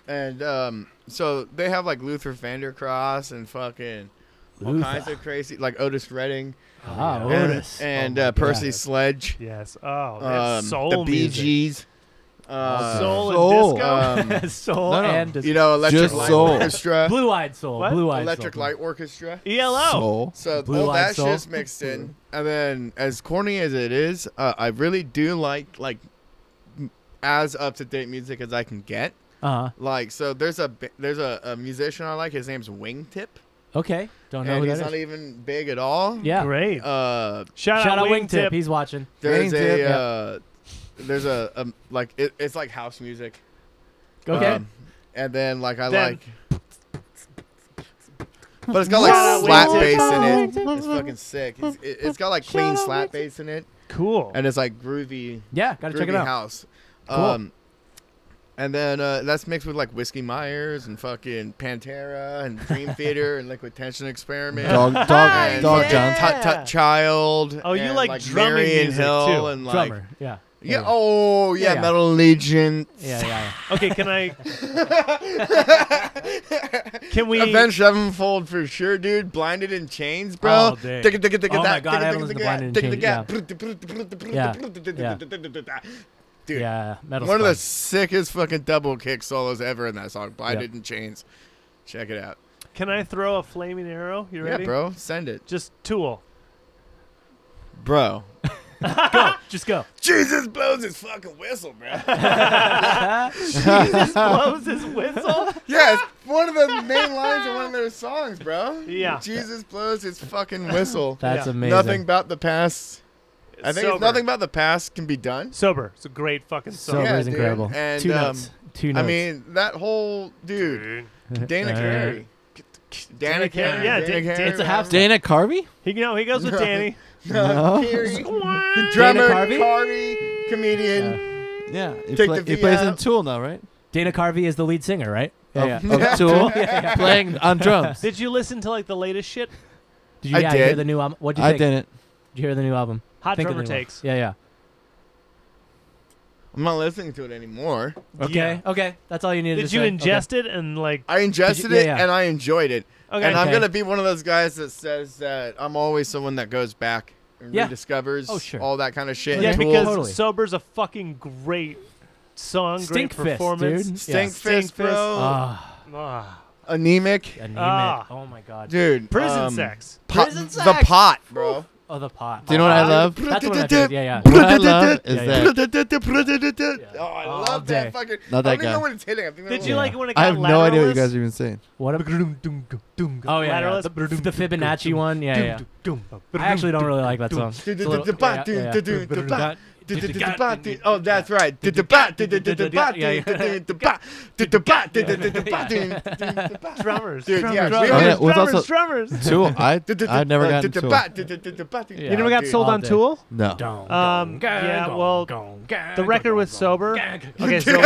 [SPEAKER 2] And um, so they have like Luther Vanderkross and fucking all
[SPEAKER 1] Luther.
[SPEAKER 2] kinds of crazy, like Otis Redding
[SPEAKER 1] Ah,
[SPEAKER 2] and,
[SPEAKER 1] Otis.
[SPEAKER 2] and
[SPEAKER 1] Oh my
[SPEAKER 2] uh, Percy
[SPEAKER 1] God.
[SPEAKER 2] Sledge,
[SPEAKER 3] Yes. Oh, that's
[SPEAKER 2] um,
[SPEAKER 3] soul
[SPEAKER 2] the Bee
[SPEAKER 3] music.
[SPEAKER 2] Gees, Uh,
[SPEAKER 3] soul,
[SPEAKER 4] Soul.
[SPEAKER 3] and disco.
[SPEAKER 2] um,
[SPEAKER 1] soul
[SPEAKER 4] No, no.
[SPEAKER 1] and dis-
[SPEAKER 2] you know, Electric
[SPEAKER 4] Just
[SPEAKER 2] Light
[SPEAKER 4] soul.
[SPEAKER 2] Orchestra.
[SPEAKER 1] blue eyed soul.
[SPEAKER 3] What?
[SPEAKER 1] Blue eyed
[SPEAKER 2] Electric
[SPEAKER 1] soul.
[SPEAKER 2] Light Orchestra.
[SPEAKER 3] ELO.
[SPEAKER 4] Soul.
[SPEAKER 2] So
[SPEAKER 1] Blue
[SPEAKER 2] all
[SPEAKER 1] Eyed
[SPEAKER 2] that
[SPEAKER 1] Soul.
[SPEAKER 2] shit's mixed in, and then as corny as it is, uh, I really do like like m- as up to date music as I can get.
[SPEAKER 1] Uh
[SPEAKER 2] Like so, there's a bi- there's a, a musician I like. His name's Wingtip,
[SPEAKER 1] huh. Okay. Don't know
[SPEAKER 2] and
[SPEAKER 1] who
[SPEAKER 2] he's
[SPEAKER 1] that
[SPEAKER 2] not
[SPEAKER 1] is.
[SPEAKER 2] even big at all.
[SPEAKER 1] Yeah.
[SPEAKER 3] Great.
[SPEAKER 2] Uh,
[SPEAKER 3] shout,
[SPEAKER 1] Shout
[SPEAKER 3] out
[SPEAKER 1] out
[SPEAKER 3] Wingtip.
[SPEAKER 1] Wingtip. He's watching.
[SPEAKER 2] there's
[SPEAKER 4] Wingtip,
[SPEAKER 2] a
[SPEAKER 4] yeah.
[SPEAKER 2] uh, there's a um, like it, it's like house music.
[SPEAKER 1] Okay.
[SPEAKER 2] Um, and then like I
[SPEAKER 3] Then-
[SPEAKER 2] like. But it's got like slap bass in it. It's fucking sick. It's, it- it's got like clean slap bass in it,
[SPEAKER 3] cool.
[SPEAKER 2] and it's like groovy
[SPEAKER 1] yeah. Gotta check
[SPEAKER 2] Groovy
[SPEAKER 1] it out.
[SPEAKER 2] House.
[SPEAKER 1] Cool.
[SPEAKER 2] Um, and then uh, that's mixed with like Whiskey Myers and fucking Pantera and Dream Theater and Liquid Tension Experiment.
[SPEAKER 4] Dog, dog,
[SPEAKER 2] and
[SPEAKER 4] dog,
[SPEAKER 2] fucking
[SPEAKER 4] John.
[SPEAKER 2] Tut Tut Child.
[SPEAKER 3] Oh, you
[SPEAKER 2] and,
[SPEAKER 3] like drumming
[SPEAKER 2] Marion
[SPEAKER 3] music,
[SPEAKER 2] Hill
[SPEAKER 3] too.
[SPEAKER 2] And, like,
[SPEAKER 1] Drummer. Yeah.
[SPEAKER 2] Yeah. Oh, yeah.
[SPEAKER 1] Yeah, yeah.
[SPEAKER 2] Metal Legion.
[SPEAKER 1] Yeah. Yeah. yeah.
[SPEAKER 3] okay, can I? can we?
[SPEAKER 2] Avenged Sevenfold for sure, dude. Blinded in Chains, bro.
[SPEAKER 1] All day.
[SPEAKER 2] Digga, digga, digga,
[SPEAKER 1] Oh my
[SPEAKER 2] that,
[SPEAKER 1] God, I
[SPEAKER 2] digga,
[SPEAKER 1] haven't listened
[SPEAKER 2] digga,
[SPEAKER 1] to
[SPEAKER 2] digga,
[SPEAKER 1] Blinded in
[SPEAKER 2] digga,
[SPEAKER 1] Chains,
[SPEAKER 2] digga,
[SPEAKER 1] yeah.
[SPEAKER 2] digga, Dude,
[SPEAKER 1] yeah. Metal.
[SPEAKER 2] One of the
[SPEAKER 1] spine.
[SPEAKER 2] sickest fucking double kick solos ever in that song, Blinded in Chains. Check it out.
[SPEAKER 3] Can I throw a flaming arrow? You ready?
[SPEAKER 2] Yeah, bro. Send it.
[SPEAKER 3] Just Tool.
[SPEAKER 2] Bro.
[SPEAKER 1] Just go.
[SPEAKER 2] Jesus blows his fucking whistle, bro.
[SPEAKER 3] Blows his whistle.
[SPEAKER 2] yeah, it's one of the main lines of one of their songs, bro.
[SPEAKER 3] Yeah.
[SPEAKER 2] Jesus blows his fucking whistle.
[SPEAKER 1] That's
[SPEAKER 3] Yeah.
[SPEAKER 1] amazing.
[SPEAKER 2] nothing about the past. I think
[SPEAKER 3] Sober.
[SPEAKER 2] it's nothing about the past can be done.
[SPEAKER 3] Sober. It's a great fucking
[SPEAKER 1] Sober
[SPEAKER 3] song.
[SPEAKER 2] Yeah,
[SPEAKER 1] is
[SPEAKER 2] dude.
[SPEAKER 1] incredible.
[SPEAKER 2] And,
[SPEAKER 1] Two
[SPEAKER 2] um,
[SPEAKER 1] notes. Two
[SPEAKER 2] I
[SPEAKER 1] notes.
[SPEAKER 2] mean, that whole dude, Dana
[SPEAKER 1] Uh,
[SPEAKER 2] Carey. Dana Carey.
[SPEAKER 3] Yeah, Dan-
[SPEAKER 2] Dana Carey.
[SPEAKER 1] it's a half
[SPEAKER 2] Dana
[SPEAKER 4] Dana Carvey?
[SPEAKER 3] He no, he goes with Danny.
[SPEAKER 2] Carey. Drummer,
[SPEAKER 1] Carvey?
[SPEAKER 2] Carvey, comedian.
[SPEAKER 4] Yeah. He,
[SPEAKER 2] Take
[SPEAKER 4] play-
[SPEAKER 2] the
[SPEAKER 4] he
[SPEAKER 2] V
[SPEAKER 4] plays in
[SPEAKER 2] out.
[SPEAKER 4] Tool now, right?
[SPEAKER 1] Dana Carvey is the lead singer, right?
[SPEAKER 2] Oh,
[SPEAKER 4] Of-
[SPEAKER 1] Yeah. Oh, yeah.
[SPEAKER 4] of Tool. Playing on drums.
[SPEAKER 3] Did you listen to like the latest shit?
[SPEAKER 1] Did you,
[SPEAKER 2] I
[SPEAKER 1] yeah, you hear
[SPEAKER 2] did.
[SPEAKER 1] the new album? What did you
[SPEAKER 4] I
[SPEAKER 1] think?
[SPEAKER 4] didn't.
[SPEAKER 1] Did you hear the new album?
[SPEAKER 3] Hot
[SPEAKER 1] Think of the
[SPEAKER 3] drummer
[SPEAKER 1] new one.
[SPEAKER 3] takes.
[SPEAKER 1] Yeah, yeah.
[SPEAKER 2] I'm not listening to it anymore.
[SPEAKER 1] Okay, okay. That's all you needed
[SPEAKER 3] Did
[SPEAKER 1] to
[SPEAKER 3] you
[SPEAKER 1] say.
[SPEAKER 3] ingest it and like?
[SPEAKER 2] I ingested
[SPEAKER 1] yeah,
[SPEAKER 2] it
[SPEAKER 1] yeah.
[SPEAKER 2] and I enjoyed it.
[SPEAKER 3] Okay.
[SPEAKER 2] And I'm
[SPEAKER 1] Okay.
[SPEAKER 2] gonna be one of those guys that says that I'm always someone that goes back and
[SPEAKER 1] Yeah.
[SPEAKER 2] rediscovers
[SPEAKER 1] Oh, sure.
[SPEAKER 2] all that kind of shit.
[SPEAKER 1] Yeah,
[SPEAKER 2] and
[SPEAKER 3] Yeah,
[SPEAKER 2] Tool.
[SPEAKER 3] because
[SPEAKER 1] Totally.
[SPEAKER 3] Sober's a fucking great song,
[SPEAKER 1] Stink
[SPEAKER 3] great performance.
[SPEAKER 1] Fist, dude.
[SPEAKER 2] Stink
[SPEAKER 1] Yeah.
[SPEAKER 2] Fist,
[SPEAKER 3] Stink Fist.
[SPEAKER 2] bro.
[SPEAKER 1] Ah,
[SPEAKER 3] Ah.
[SPEAKER 2] Anemic,
[SPEAKER 1] anemic.
[SPEAKER 3] Ah.
[SPEAKER 1] Oh my god.
[SPEAKER 2] dude.
[SPEAKER 3] Prison
[SPEAKER 2] um,
[SPEAKER 3] sex.
[SPEAKER 2] pot-
[SPEAKER 1] Prison
[SPEAKER 2] The
[SPEAKER 1] sex.
[SPEAKER 2] pot, bro.
[SPEAKER 1] Oh, the pot.
[SPEAKER 4] Do you know what I love?
[SPEAKER 1] That's what I did. Yeah, yeah.
[SPEAKER 4] What I love is
[SPEAKER 1] Yeah,
[SPEAKER 4] that
[SPEAKER 2] Oh, I
[SPEAKER 1] All
[SPEAKER 2] love
[SPEAKER 1] day.
[SPEAKER 2] that fucking.
[SPEAKER 4] Not that
[SPEAKER 2] I don't even
[SPEAKER 4] guy.
[SPEAKER 2] know what it's hitting. I think
[SPEAKER 3] Did
[SPEAKER 2] that
[SPEAKER 3] you
[SPEAKER 1] Yeah.
[SPEAKER 3] like it when it got
[SPEAKER 4] I have no idea what you guys
[SPEAKER 3] lateralist?
[SPEAKER 4] are even saying.
[SPEAKER 1] What? A, oh yeah. yeah.
[SPEAKER 3] Lateralus.
[SPEAKER 1] The, the Fibonacci one. Yeah, yeah.
[SPEAKER 3] I
[SPEAKER 1] I actually don't really like that song. It's a little- yeah, yeah, yeah.
[SPEAKER 2] Oh, that's right.
[SPEAKER 3] drummers.
[SPEAKER 2] Dude,
[SPEAKER 3] drummers, drummers,
[SPEAKER 2] yeah, really-
[SPEAKER 4] Yeah, what's
[SPEAKER 3] drummers,
[SPEAKER 4] also-
[SPEAKER 3] drummers.
[SPEAKER 4] Tool. I I've never gotten Tool.
[SPEAKER 1] Yeah,
[SPEAKER 3] you never got
[SPEAKER 2] dude.
[SPEAKER 3] sold
[SPEAKER 1] all
[SPEAKER 3] on
[SPEAKER 1] day.
[SPEAKER 3] Tool?
[SPEAKER 4] No.
[SPEAKER 1] Don't.
[SPEAKER 3] Um,
[SPEAKER 1] gang,
[SPEAKER 3] yeah,
[SPEAKER 1] gong,
[SPEAKER 3] well,
[SPEAKER 1] gong, gang,
[SPEAKER 3] The record
[SPEAKER 1] gong,
[SPEAKER 3] with
[SPEAKER 1] gong,
[SPEAKER 3] Sober.
[SPEAKER 1] gang.
[SPEAKER 3] Okay, so
[SPEAKER 2] Oh,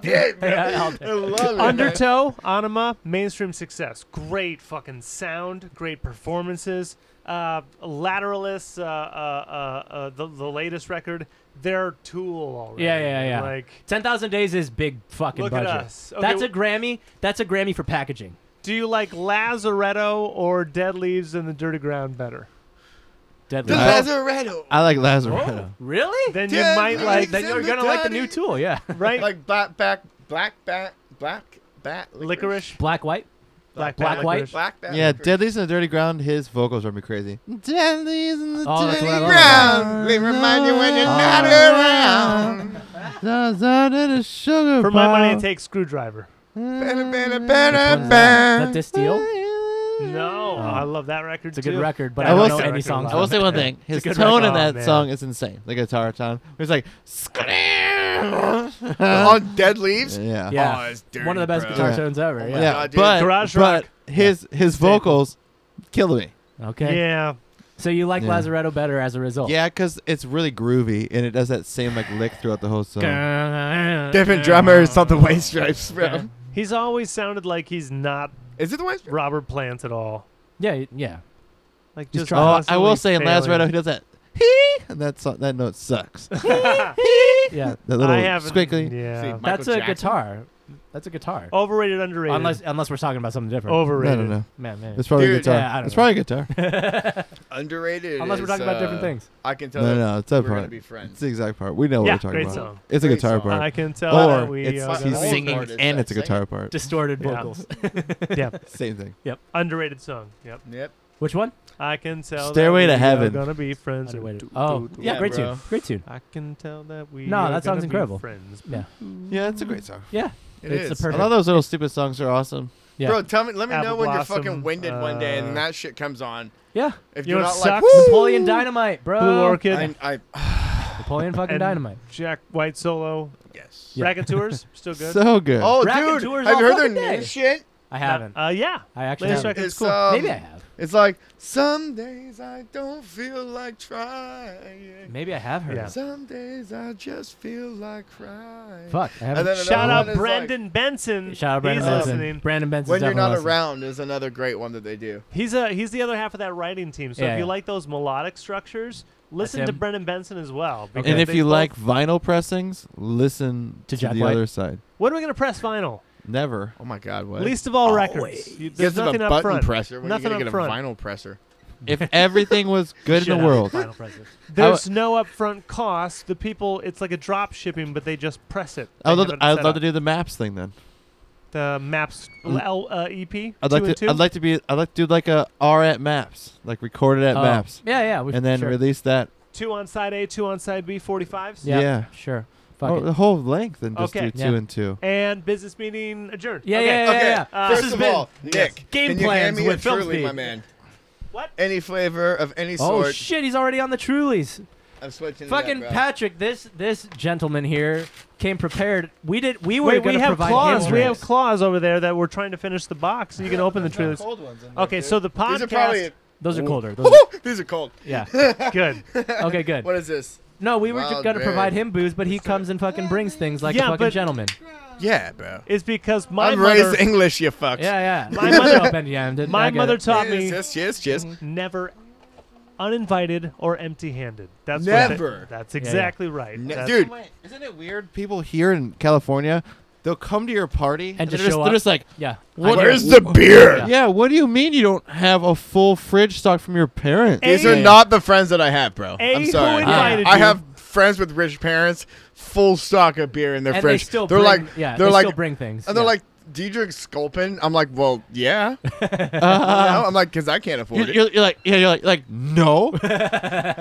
[SPEAKER 2] damn, bro.
[SPEAKER 1] Yeah, all day.
[SPEAKER 2] I love it. man.
[SPEAKER 3] Undertow, Anima, mainstream success. Great fucking sound, great performances. Uh, Lateralis, uh, uh, uh, uh, the, the latest record, they're Tool already.
[SPEAKER 1] Yeah, yeah, yeah.
[SPEAKER 3] Like,
[SPEAKER 1] Ten thousand days is big fucking
[SPEAKER 3] Look at
[SPEAKER 1] budget.
[SPEAKER 3] us. Okay,
[SPEAKER 1] that's a
[SPEAKER 3] w-
[SPEAKER 1] Grammy. That's a Grammy for packaging.
[SPEAKER 3] do you like Lazaretto or Dead Leaves in the Dirty Ground better?
[SPEAKER 1] Deadly.
[SPEAKER 2] The
[SPEAKER 4] I-
[SPEAKER 2] Lazaretto.
[SPEAKER 4] I like Lazaretto.
[SPEAKER 1] Really?
[SPEAKER 3] Then
[SPEAKER 2] Dead
[SPEAKER 3] you might
[SPEAKER 2] Leaves
[SPEAKER 3] like,
[SPEAKER 2] in
[SPEAKER 1] Then you're
[SPEAKER 2] the
[SPEAKER 1] gonna like the new
[SPEAKER 2] dirty-
[SPEAKER 1] Tool. Yeah.
[SPEAKER 3] right?
[SPEAKER 2] Like black back, black bat, black bat,
[SPEAKER 3] licorice,
[SPEAKER 1] Black white.
[SPEAKER 3] black,
[SPEAKER 1] Black,
[SPEAKER 3] Bat
[SPEAKER 1] white.
[SPEAKER 3] Licorice.
[SPEAKER 2] black bat.
[SPEAKER 4] Yeah,
[SPEAKER 2] licorice.
[SPEAKER 4] Deadlies in the Dirty Ground, his vocals drive me crazy. Deadlies in the
[SPEAKER 1] Oh, that's
[SPEAKER 4] Dirty
[SPEAKER 1] what I love
[SPEAKER 2] Ground, they remind you when you're not around.
[SPEAKER 4] Ground. Down in a sugar
[SPEAKER 3] For my money,
[SPEAKER 4] pile.
[SPEAKER 3] it takes Screwdriver.
[SPEAKER 2] Better, better,
[SPEAKER 1] Which
[SPEAKER 2] better,
[SPEAKER 1] one's that? Is that
[SPEAKER 2] better.
[SPEAKER 1] this deal?
[SPEAKER 3] No, I love that
[SPEAKER 1] Oh.
[SPEAKER 3] record
[SPEAKER 1] It's a good
[SPEAKER 3] too.
[SPEAKER 1] record, but
[SPEAKER 3] I
[SPEAKER 1] I,
[SPEAKER 4] will
[SPEAKER 1] don't know
[SPEAKER 4] say-
[SPEAKER 1] any songs.
[SPEAKER 4] I will
[SPEAKER 1] from
[SPEAKER 4] say
[SPEAKER 1] it.
[SPEAKER 4] one thing. His
[SPEAKER 3] good
[SPEAKER 4] tone
[SPEAKER 3] record.
[SPEAKER 4] in that
[SPEAKER 3] Oh, man.
[SPEAKER 4] song is insane. The guitar tone. It's like scream.
[SPEAKER 2] On dead leaves.
[SPEAKER 4] yeah.
[SPEAKER 1] Yeah.
[SPEAKER 2] Oh, it's dirty,
[SPEAKER 1] One of the best
[SPEAKER 2] bro.
[SPEAKER 1] guitar
[SPEAKER 4] Yeah.
[SPEAKER 1] tones ever.
[SPEAKER 2] my
[SPEAKER 1] yeah.
[SPEAKER 2] God, dude.
[SPEAKER 4] but,
[SPEAKER 3] Garage
[SPEAKER 4] but
[SPEAKER 3] rock.
[SPEAKER 4] his his
[SPEAKER 3] Staple.
[SPEAKER 4] vocals kill me.
[SPEAKER 1] Okay.
[SPEAKER 3] Yeah,
[SPEAKER 1] So you like
[SPEAKER 4] Yeah.
[SPEAKER 1] Lazaretto better as a result?
[SPEAKER 4] Yeah, because it's really groovy and it does that same like lick throughout the whole song.
[SPEAKER 2] Different drummers on the White Stripes,
[SPEAKER 1] Yeah.
[SPEAKER 2] bro.
[SPEAKER 3] he's always sounded like he's not
[SPEAKER 2] Is it the White Stripes?
[SPEAKER 3] Robert Plant at all.
[SPEAKER 1] Yeah. Yeah.
[SPEAKER 3] Like
[SPEAKER 1] He's
[SPEAKER 3] just
[SPEAKER 1] trying.
[SPEAKER 4] Oh, I will
[SPEAKER 3] constantly
[SPEAKER 4] say in
[SPEAKER 3] failing.
[SPEAKER 4] Lazaretto he does that. He and that song, that note sucks.
[SPEAKER 1] Yeah.
[SPEAKER 4] That little
[SPEAKER 3] I haven't-
[SPEAKER 4] squiggly.
[SPEAKER 3] Yeah.
[SPEAKER 2] See,
[SPEAKER 1] That's
[SPEAKER 2] Michael
[SPEAKER 1] a
[SPEAKER 2] Jackson?
[SPEAKER 1] guitar. That's a gutar.
[SPEAKER 3] Overrated, underrated. Oh.
[SPEAKER 1] Unless unless we're talking about something different.
[SPEAKER 4] No,
[SPEAKER 3] overrated.
[SPEAKER 4] no, no.
[SPEAKER 1] man, man.
[SPEAKER 4] It's probably
[SPEAKER 2] Dude,
[SPEAKER 4] a guitar.
[SPEAKER 1] yeah, I don't
[SPEAKER 4] it's
[SPEAKER 1] know.
[SPEAKER 4] probably a guitar.
[SPEAKER 2] underrated.
[SPEAKER 1] Unless we're
[SPEAKER 2] is,
[SPEAKER 1] talking about different
[SPEAKER 2] uh,
[SPEAKER 1] things.
[SPEAKER 2] I can tell.
[SPEAKER 4] No,
[SPEAKER 2] that
[SPEAKER 4] no, it's that
[SPEAKER 2] we're gonna
[SPEAKER 4] part.
[SPEAKER 2] be
[SPEAKER 4] It's
[SPEAKER 2] friends.
[SPEAKER 4] the exact part. We know what
[SPEAKER 3] Yeah,
[SPEAKER 4] we're talking
[SPEAKER 3] great
[SPEAKER 4] about.
[SPEAKER 3] song.
[SPEAKER 4] It's a
[SPEAKER 2] Great
[SPEAKER 4] guitar
[SPEAKER 2] song.
[SPEAKER 4] part.
[SPEAKER 3] I can tell that
[SPEAKER 4] Or
[SPEAKER 3] we
[SPEAKER 4] it's,
[SPEAKER 3] are
[SPEAKER 4] he's
[SPEAKER 3] gonna-
[SPEAKER 4] singing
[SPEAKER 2] Part is
[SPEAKER 4] and
[SPEAKER 2] that
[SPEAKER 4] it's a guitar part.
[SPEAKER 1] Distorted
[SPEAKER 3] Yeah.
[SPEAKER 1] vocals.
[SPEAKER 3] yeah,
[SPEAKER 4] Same thing.
[SPEAKER 3] underrated song. Yep,
[SPEAKER 2] Yep.
[SPEAKER 1] Which one?
[SPEAKER 3] I can tell.
[SPEAKER 4] Stairway
[SPEAKER 3] that
[SPEAKER 4] to
[SPEAKER 3] we
[SPEAKER 4] Heaven.
[SPEAKER 3] Are gonna be friends.
[SPEAKER 1] Underrated.
[SPEAKER 3] Do,
[SPEAKER 1] Oh,
[SPEAKER 3] do, do.
[SPEAKER 1] yeah,
[SPEAKER 2] Yeah,
[SPEAKER 1] great
[SPEAKER 2] bro.
[SPEAKER 1] tune. Great tune.
[SPEAKER 3] I can tell that we.
[SPEAKER 1] No,
[SPEAKER 3] are
[SPEAKER 1] that
[SPEAKER 3] gonna
[SPEAKER 1] sounds
[SPEAKER 3] be
[SPEAKER 1] incredible.
[SPEAKER 3] Friends.
[SPEAKER 1] Yeah.
[SPEAKER 2] Mm-hmm.
[SPEAKER 4] Yeah, it's a great song.
[SPEAKER 1] Yeah,
[SPEAKER 2] It
[SPEAKER 1] it's
[SPEAKER 2] is.
[SPEAKER 1] the
[SPEAKER 4] A
[SPEAKER 1] perfect.
[SPEAKER 4] lot of those little stupid songs are awesome.
[SPEAKER 1] Yeah.
[SPEAKER 2] Bro, tell me. Let me
[SPEAKER 3] Apple
[SPEAKER 2] know when
[SPEAKER 3] Blossom,
[SPEAKER 2] you're fucking winded one day
[SPEAKER 3] uh,
[SPEAKER 2] and that shit comes on.
[SPEAKER 1] yeah,
[SPEAKER 2] If
[SPEAKER 3] You
[SPEAKER 2] you are
[SPEAKER 3] know
[SPEAKER 2] not
[SPEAKER 3] what
[SPEAKER 2] like
[SPEAKER 3] sucks?
[SPEAKER 2] "Woo!"
[SPEAKER 1] Napoleon Dynamite, bro.
[SPEAKER 3] Blue Orchid,
[SPEAKER 2] I, I
[SPEAKER 1] Napoleon fucking
[SPEAKER 3] And-
[SPEAKER 1] Dynamite.
[SPEAKER 3] Jack White solo,
[SPEAKER 2] yes.
[SPEAKER 1] Yeah.
[SPEAKER 3] Raconteurs, still good.
[SPEAKER 4] So good.
[SPEAKER 2] Oh,
[SPEAKER 1] Racket
[SPEAKER 2] dude,
[SPEAKER 1] tours
[SPEAKER 2] have
[SPEAKER 1] all
[SPEAKER 2] you heard their
[SPEAKER 1] fucking
[SPEAKER 2] new
[SPEAKER 1] day.
[SPEAKER 2] shit?
[SPEAKER 1] I haven't.
[SPEAKER 3] Uh, yeah.
[SPEAKER 1] I actually
[SPEAKER 3] Latest
[SPEAKER 1] haven't.
[SPEAKER 3] record.
[SPEAKER 2] It's
[SPEAKER 3] cool.
[SPEAKER 2] um,
[SPEAKER 1] Maybe I have.
[SPEAKER 2] It's like some days I don't feel like trying.
[SPEAKER 1] Maybe I have heard.
[SPEAKER 3] Yeah.
[SPEAKER 1] it.
[SPEAKER 2] Some days I just feel like crying.
[SPEAKER 1] Fuck, I haven't.
[SPEAKER 2] And then
[SPEAKER 3] Shout out
[SPEAKER 2] another one is, like,
[SPEAKER 3] Brandon Benson.
[SPEAKER 1] Shout out Brandon
[SPEAKER 3] He's
[SPEAKER 1] Benson.
[SPEAKER 3] listening.
[SPEAKER 1] Brandon Benson.
[SPEAKER 2] when you're not around is another great one that they do.
[SPEAKER 3] He's a he's the other half of that writing team. So
[SPEAKER 1] Yeah,
[SPEAKER 3] if you
[SPEAKER 1] yeah.
[SPEAKER 3] like those melodic structures, listen to
[SPEAKER 1] him.
[SPEAKER 3] Brendan Benson as well. because
[SPEAKER 4] and if
[SPEAKER 3] they
[SPEAKER 4] you
[SPEAKER 3] both-
[SPEAKER 4] like vinyl pressings, listen
[SPEAKER 1] To
[SPEAKER 4] to,
[SPEAKER 1] Jack
[SPEAKER 4] the
[SPEAKER 1] White.
[SPEAKER 4] other side.
[SPEAKER 3] when are we gonna press vinyl?
[SPEAKER 4] Never.
[SPEAKER 2] Oh my god, what?
[SPEAKER 3] Least of all records.
[SPEAKER 1] Always.
[SPEAKER 3] You-
[SPEAKER 2] Because
[SPEAKER 3] there's
[SPEAKER 2] of
[SPEAKER 3] nothing
[SPEAKER 2] a
[SPEAKER 3] up
[SPEAKER 2] button
[SPEAKER 3] front.
[SPEAKER 2] presser. When
[SPEAKER 3] Nothing
[SPEAKER 2] are you gonna
[SPEAKER 3] up
[SPEAKER 2] get
[SPEAKER 3] front.
[SPEAKER 2] a vinyl presser?
[SPEAKER 4] If everything was good in
[SPEAKER 3] Shut
[SPEAKER 4] the
[SPEAKER 3] up.
[SPEAKER 4] world,
[SPEAKER 1] Final presses.
[SPEAKER 3] There's no upfront cost. The people, it's like a drop shipping, but they just press it.
[SPEAKER 4] I
[SPEAKER 3] They
[SPEAKER 4] would love,
[SPEAKER 3] have
[SPEAKER 4] to,
[SPEAKER 3] it
[SPEAKER 4] I would
[SPEAKER 3] set
[SPEAKER 4] love
[SPEAKER 3] up.
[SPEAKER 4] to do the maps thing then.
[SPEAKER 3] the maps
[SPEAKER 4] Mm.
[SPEAKER 3] L, uh, EP.
[SPEAKER 4] I'd
[SPEAKER 3] two
[SPEAKER 4] like
[SPEAKER 3] and
[SPEAKER 4] to.
[SPEAKER 3] two.
[SPEAKER 4] I'd like to be. I'd like to do like a R at maps, like recorded at
[SPEAKER 1] Oh,
[SPEAKER 4] maps,
[SPEAKER 1] Yeah, yeah. We
[SPEAKER 4] and then
[SPEAKER 1] sure.
[SPEAKER 4] release that.
[SPEAKER 3] two on side A, two on side B, 45s.
[SPEAKER 1] Yeah.
[SPEAKER 4] yeah.
[SPEAKER 1] Sure. Fuck
[SPEAKER 4] Oh,
[SPEAKER 1] it.
[SPEAKER 4] the whole length and just
[SPEAKER 3] Okay.
[SPEAKER 4] do
[SPEAKER 1] Yeah.
[SPEAKER 4] two and two.
[SPEAKER 3] And business meeting adjourned.
[SPEAKER 1] Yeah,
[SPEAKER 3] okay.
[SPEAKER 1] yeah, yeah.
[SPEAKER 2] okay,
[SPEAKER 1] Uh,
[SPEAKER 2] first
[SPEAKER 1] this has
[SPEAKER 2] of
[SPEAKER 1] been-
[SPEAKER 2] all, Nick,
[SPEAKER 1] Game
[SPEAKER 2] can you hand
[SPEAKER 1] plans
[SPEAKER 2] me a
[SPEAKER 1] with Filthy.
[SPEAKER 2] truly, my man?
[SPEAKER 3] What?
[SPEAKER 2] Any flavor of any
[SPEAKER 1] Oh
[SPEAKER 2] sort.
[SPEAKER 1] shit! He's already on the Trulies.
[SPEAKER 2] I'm switching.
[SPEAKER 1] Fucking
[SPEAKER 2] it up, bro.
[SPEAKER 1] Patrick, this this gentleman here came prepared. We did. We were
[SPEAKER 3] Wait,
[SPEAKER 1] gonna
[SPEAKER 3] we have
[SPEAKER 1] provide
[SPEAKER 3] claws.
[SPEAKER 1] him
[SPEAKER 3] We have
[SPEAKER 1] drinks.
[SPEAKER 3] claws over there that we're trying to finish the box. You can open the trailers. Okay, so the podcast.
[SPEAKER 2] These are probably.
[SPEAKER 1] Those are
[SPEAKER 2] Ooh.
[SPEAKER 1] colder. Those are,
[SPEAKER 2] Woo! These are cold.
[SPEAKER 1] yeah.
[SPEAKER 3] good.
[SPEAKER 1] Okay. Good.
[SPEAKER 2] What is this?
[SPEAKER 1] No, we were
[SPEAKER 2] Wild
[SPEAKER 1] just gonna
[SPEAKER 2] berry.
[SPEAKER 1] provide him booze, but he comes and fucking brings things like
[SPEAKER 3] Yeah,
[SPEAKER 1] a fucking
[SPEAKER 3] but-
[SPEAKER 1] gentleman.
[SPEAKER 2] Yeah, bro.
[SPEAKER 3] It's because my
[SPEAKER 2] I'm
[SPEAKER 3] mother,
[SPEAKER 2] raised English, you fucks.
[SPEAKER 1] Yeah, yeah.
[SPEAKER 3] My
[SPEAKER 1] Shut
[SPEAKER 3] mother-
[SPEAKER 1] up, NGM, didn't-
[SPEAKER 3] my
[SPEAKER 1] I get
[SPEAKER 3] mother
[SPEAKER 1] it.
[SPEAKER 3] taught me Mm-hmm.
[SPEAKER 2] Yes, yes, yes, yes.
[SPEAKER 3] never uninvited or empty-handed. That's What
[SPEAKER 2] Never.
[SPEAKER 3] the- that's
[SPEAKER 1] Yeah, yeah.
[SPEAKER 3] exactly right.
[SPEAKER 2] Ne-
[SPEAKER 3] That's-
[SPEAKER 2] Dude,
[SPEAKER 4] Isn't it weird? People here in California, they'll come to your party and,
[SPEAKER 1] just
[SPEAKER 4] they're,
[SPEAKER 1] show
[SPEAKER 4] just, they're
[SPEAKER 1] up.
[SPEAKER 4] just like,
[SPEAKER 1] Yeah.
[SPEAKER 4] What
[SPEAKER 1] I get it.
[SPEAKER 2] where's the beer?
[SPEAKER 1] Yeah.
[SPEAKER 4] yeah. what do you mean you don't have a full fridge stock from your parents?
[SPEAKER 3] Is
[SPEAKER 2] These are
[SPEAKER 3] Yeah.
[SPEAKER 2] not the friends that I have, bro.
[SPEAKER 3] A,
[SPEAKER 2] I'm sorry.
[SPEAKER 3] who
[SPEAKER 1] invited
[SPEAKER 2] I
[SPEAKER 3] you?
[SPEAKER 2] have friends with rich parents, full stock of beer in their
[SPEAKER 1] And they
[SPEAKER 2] fridge.
[SPEAKER 1] still
[SPEAKER 2] are
[SPEAKER 1] bring,
[SPEAKER 2] like,
[SPEAKER 1] yeah,
[SPEAKER 2] they're
[SPEAKER 1] they
[SPEAKER 2] like,
[SPEAKER 1] still bring things.
[SPEAKER 2] and they're
[SPEAKER 1] yeah.
[SPEAKER 2] like, do you drink Sculpin? I'm like, well, yeah.
[SPEAKER 4] Uh,
[SPEAKER 2] No, I'm like, because I can't
[SPEAKER 4] you're,
[SPEAKER 2] afford it.
[SPEAKER 4] you're, you're like, yeah, you're like, like no.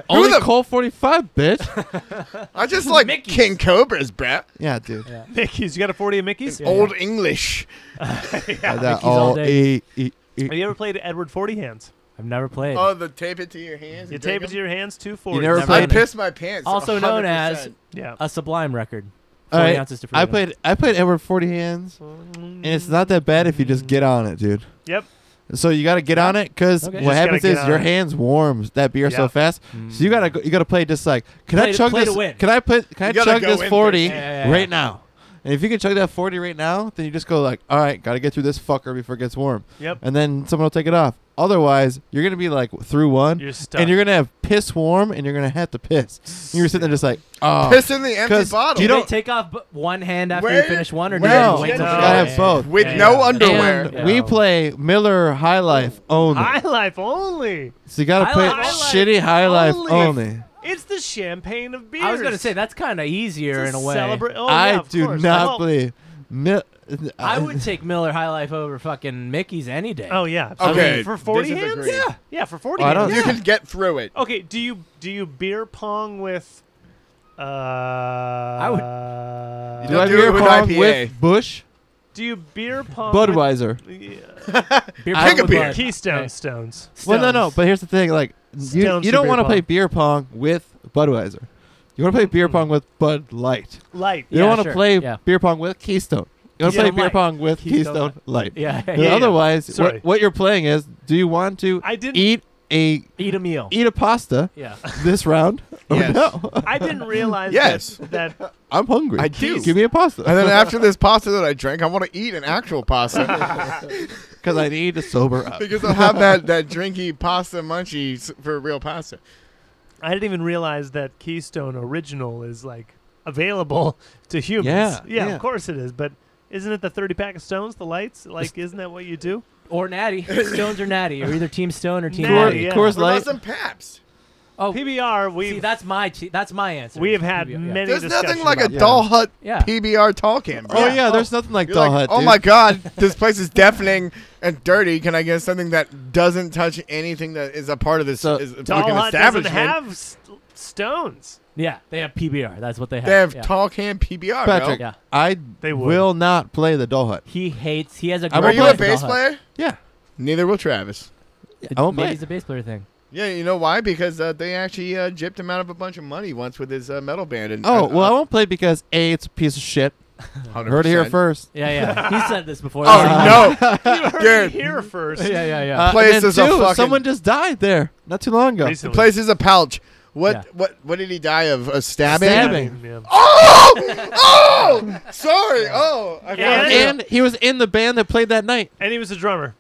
[SPEAKER 4] Only
[SPEAKER 2] the-
[SPEAKER 4] Cole 45, bitch.
[SPEAKER 2] I just like
[SPEAKER 1] Mickey's.
[SPEAKER 2] King Cobras, bro.
[SPEAKER 4] yeah, dude.
[SPEAKER 1] Yeah.
[SPEAKER 3] Mickey's. You got a forty of Mickey's?
[SPEAKER 1] Yeah,
[SPEAKER 2] Old English.
[SPEAKER 4] Uh, that
[SPEAKER 1] Mickey's all day.
[SPEAKER 4] e- e- e-
[SPEAKER 3] Have you ever played Edward Forty Hands?
[SPEAKER 1] I've never played.
[SPEAKER 2] Oh, the tape it to your hands.
[SPEAKER 3] You
[SPEAKER 2] and
[SPEAKER 3] tape
[SPEAKER 2] drink
[SPEAKER 3] it to
[SPEAKER 2] 'em?
[SPEAKER 3] your hands, two forties.
[SPEAKER 4] never
[SPEAKER 1] Never
[SPEAKER 2] I
[SPEAKER 1] hand.
[SPEAKER 2] pissed my pants.
[SPEAKER 1] also known as
[SPEAKER 2] 100%.
[SPEAKER 3] Yeah.
[SPEAKER 1] a sublime record.
[SPEAKER 4] All
[SPEAKER 1] 40
[SPEAKER 4] right,
[SPEAKER 1] ounces to
[SPEAKER 4] I
[SPEAKER 1] freedom.
[SPEAKER 4] played I played Edward 40 Hands, and it's not that bad if you just get on it, dude.
[SPEAKER 3] Yep.
[SPEAKER 4] So you got to get on it because
[SPEAKER 1] Okay. You
[SPEAKER 4] what
[SPEAKER 3] just gotta
[SPEAKER 4] happens
[SPEAKER 3] get
[SPEAKER 4] is
[SPEAKER 3] on
[SPEAKER 4] your
[SPEAKER 3] it.
[SPEAKER 4] hands warms that beer so
[SPEAKER 3] Yeah.
[SPEAKER 4] fast.
[SPEAKER 1] Hmm.
[SPEAKER 4] So you gotta go, you gotta play just like can
[SPEAKER 1] Play
[SPEAKER 4] I
[SPEAKER 1] to-
[SPEAKER 4] chug
[SPEAKER 1] play to
[SPEAKER 4] this?
[SPEAKER 1] win.
[SPEAKER 4] Can I put can
[SPEAKER 2] You
[SPEAKER 4] I
[SPEAKER 2] gotta
[SPEAKER 4] chug
[SPEAKER 2] go
[SPEAKER 4] this
[SPEAKER 2] in
[SPEAKER 4] forty
[SPEAKER 2] thirsty.
[SPEAKER 1] Yeah, yeah, yeah.
[SPEAKER 4] right now? And if you can chug that forty right now, then you just go like, all right, gotta get through this fucker before it gets warm,
[SPEAKER 3] Yep.
[SPEAKER 4] and then someone will take it off. Otherwise, you're gonna be like through one,
[SPEAKER 3] You're stuck.
[SPEAKER 4] and you're gonna have piss warm, and you're gonna have to piss. And you're sitting there just like, oh,
[SPEAKER 2] Piss in the empty
[SPEAKER 4] 'Cause
[SPEAKER 2] bottle.
[SPEAKER 1] Do
[SPEAKER 4] you
[SPEAKER 1] they
[SPEAKER 4] don't-
[SPEAKER 1] take off b- one hand after you
[SPEAKER 2] Where-
[SPEAKER 1] finish one, or do
[SPEAKER 2] where-
[SPEAKER 1] you have to wait
[SPEAKER 2] No,
[SPEAKER 1] till
[SPEAKER 2] you
[SPEAKER 1] the
[SPEAKER 2] gotta
[SPEAKER 1] other?
[SPEAKER 4] have both.
[SPEAKER 2] With no underwear.
[SPEAKER 4] And we
[SPEAKER 1] Yeah.
[SPEAKER 4] play Miller High Life only.
[SPEAKER 3] High life only.
[SPEAKER 4] so you gotta
[SPEAKER 1] High
[SPEAKER 4] play
[SPEAKER 1] Life- High
[SPEAKER 3] Life
[SPEAKER 4] shitty High Life
[SPEAKER 3] only.
[SPEAKER 4] only.
[SPEAKER 3] It's the champagne of beers.
[SPEAKER 1] I was gonna say that's kind of easier in
[SPEAKER 3] It's
[SPEAKER 1] a way.
[SPEAKER 3] Celebrate. Oh,
[SPEAKER 4] I
[SPEAKER 3] yeah, of
[SPEAKER 4] do
[SPEAKER 3] course.
[SPEAKER 4] not
[SPEAKER 3] Well,
[SPEAKER 4] believe. Mil-
[SPEAKER 1] I would take Miller High Life over fucking Mickey's any day.
[SPEAKER 3] Oh yeah.
[SPEAKER 2] Okay,
[SPEAKER 3] absolutely. for forty
[SPEAKER 2] disagree.
[SPEAKER 3] hands.
[SPEAKER 2] Yeah.
[SPEAKER 3] Yeah, for forty.
[SPEAKER 4] Oh, I
[SPEAKER 3] hands.
[SPEAKER 4] don't-
[SPEAKER 2] You
[SPEAKER 4] Yeah.
[SPEAKER 2] can get through it.
[SPEAKER 3] Okay. Do you do you beer pong with? Uh, I would.
[SPEAKER 4] Do I
[SPEAKER 2] Don't do
[SPEAKER 4] beer
[SPEAKER 2] it with
[SPEAKER 4] pong
[SPEAKER 2] IPA.
[SPEAKER 4] with Bush
[SPEAKER 3] Do you beer
[SPEAKER 4] Oh,
[SPEAKER 3] pong?
[SPEAKER 4] Budweiser?
[SPEAKER 3] With, yeah.
[SPEAKER 1] Beer
[SPEAKER 4] I
[SPEAKER 1] pong
[SPEAKER 2] would
[SPEAKER 1] with
[SPEAKER 2] beer.
[SPEAKER 1] Bud.
[SPEAKER 3] Keystone
[SPEAKER 1] Hey,
[SPEAKER 3] Stones.
[SPEAKER 4] Well, no, no.
[SPEAKER 1] Stones.
[SPEAKER 4] But here's the thing: like you,
[SPEAKER 3] Stones
[SPEAKER 4] you
[SPEAKER 3] to
[SPEAKER 4] don't
[SPEAKER 3] beer
[SPEAKER 4] want to play
[SPEAKER 3] pong.
[SPEAKER 4] beer pong with Budweiser. You want to play beer pong with Bud Light.
[SPEAKER 3] Light.
[SPEAKER 4] You
[SPEAKER 1] Yeah,
[SPEAKER 4] don't want to
[SPEAKER 1] sure.
[SPEAKER 4] play
[SPEAKER 1] Yeah.
[SPEAKER 4] beer pong with Keystone. You want to play
[SPEAKER 1] Keystone
[SPEAKER 4] beer
[SPEAKER 1] Light.
[SPEAKER 4] pong with
[SPEAKER 1] Keystone
[SPEAKER 4] Keystone, Light.
[SPEAKER 1] yeah, yeah,
[SPEAKER 4] And
[SPEAKER 3] yeah.
[SPEAKER 4] Otherwise,
[SPEAKER 3] Sorry.
[SPEAKER 4] what, what you're playing is: Do you want to
[SPEAKER 3] I didn't.
[SPEAKER 4] eat a
[SPEAKER 1] eat a meal.
[SPEAKER 4] eat a pasta
[SPEAKER 1] Yeah.
[SPEAKER 4] this round? Or
[SPEAKER 2] Yes.
[SPEAKER 4] no?
[SPEAKER 3] I didn't realize
[SPEAKER 2] Yes.
[SPEAKER 3] that, that
[SPEAKER 4] I'm hungry.
[SPEAKER 2] I do.
[SPEAKER 4] Give me a
[SPEAKER 2] And then
[SPEAKER 4] pasta
[SPEAKER 2] after this pasta that I drank, I want to eat an actual pasta
[SPEAKER 4] because I need to sober up.
[SPEAKER 2] because I'll have that, that drinky pasta munchies for real pasta.
[SPEAKER 3] I didn't even realize that Keystone Original is like available to humans.
[SPEAKER 4] Yeah,
[SPEAKER 3] yeah,
[SPEAKER 4] yeah.
[SPEAKER 3] of course it is. But isn't it the thirty pack of stones, the lights? Like, isn't that what you do?
[SPEAKER 1] or Natty. Stones or Natty. Or either Team Stone or Team
[SPEAKER 3] Natty,
[SPEAKER 1] Natty.
[SPEAKER 4] Coors,
[SPEAKER 3] yeah.
[SPEAKER 4] Coors
[SPEAKER 2] What about
[SPEAKER 4] Light.
[SPEAKER 2] some Paps?
[SPEAKER 1] Oh,
[SPEAKER 3] PBR, we
[SPEAKER 1] see, that's my che- that's my answer.
[SPEAKER 3] we have had
[SPEAKER 1] PBR, yeah.
[SPEAKER 3] many.
[SPEAKER 2] There's nothing
[SPEAKER 3] discussions
[SPEAKER 2] like a
[SPEAKER 3] about
[SPEAKER 4] Yeah.
[SPEAKER 2] doll hut
[SPEAKER 1] Yeah.
[SPEAKER 2] PBR tall can. bro.
[SPEAKER 4] Oh yeah, there's nothing like
[SPEAKER 2] You're
[SPEAKER 4] Doll
[SPEAKER 2] like,
[SPEAKER 4] Hut.
[SPEAKER 2] oh
[SPEAKER 4] dude.
[SPEAKER 2] my god, this place is deafening and dirty. Can I get something that doesn't touch anything that is a part of this
[SPEAKER 4] So,
[SPEAKER 2] is
[SPEAKER 3] Doll
[SPEAKER 2] fucking
[SPEAKER 3] Hut doesn't
[SPEAKER 2] establishment?
[SPEAKER 3] have s- stones.
[SPEAKER 1] Yeah, they have PBR. That's what they have.
[SPEAKER 2] they have
[SPEAKER 1] yeah.
[SPEAKER 2] tall can PBR,
[SPEAKER 4] Patrick,
[SPEAKER 1] Yeah.
[SPEAKER 4] I
[SPEAKER 3] They would.
[SPEAKER 4] will not play the Doll Hut.
[SPEAKER 1] He hates. He has a.
[SPEAKER 4] I
[SPEAKER 2] bro. Are
[SPEAKER 4] won't
[SPEAKER 1] grudge
[SPEAKER 2] you
[SPEAKER 4] play
[SPEAKER 2] a
[SPEAKER 1] against
[SPEAKER 2] bass
[SPEAKER 1] Dollhouse.
[SPEAKER 2] player?
[SPEAKER 4] Yeah,
[SPEAKER 2] Neither will Travis.
[SPEAKER 1] It-
[SPEAKER 4] I won't
[SPEAKER 1] maybe
[SPEAKER 4] play.
[SPEAKER 1] it's a bass player thing.
[SPEAKER 2] Yeah, you know why? Because uh, they actually uh, gypped him out of a bunch of money once with his uh, metal band. And,
[SPEAKER 4] Oh
[SPEAKER 2] uh,
[SPEAKER 4] well, I won't play because a it's a piece of shit.
[SPEAKER 2] 100%.
[SPEAKER 4] Heard it here first.
[SPEAKER 1] Yeah, yeah. he said this before.
[SPEAKER 2] Oh no,
[SPEAKER 3] You heard
[SPEAKER 2] Dude.
[SPEAKER 3] it here first.
[SPEAKER 1] Yeah, yeah, yeah.
[SPEAKER 4] Uh, and
[SPEAKER 2] Place
[SPEAKER 4] then
[SPEAKER 2] is a
[SPEAKER 4] two,
[SPEAKER 2] fucking-
[SPEAKER 4] someone just died there not too long ago.
[SPEAKER 3] Recently.
[SPEAKER 2] place is a pouch. What?
[SPEAKER 1] Yeah.
[SPEAKER 2] What? What did he die of? A stabbing?
[SPEAKER 4] Stabbing.
[SPEAKER 3] Yeah.
[SPEAKER 2] Oh! Oh! Sorry. Oh, I forgot.
[SPEAKER 3] Yeah.
[SPEAKER 4] And he was in the band that played that night.
[SPEAKER 3] And he was a drummer.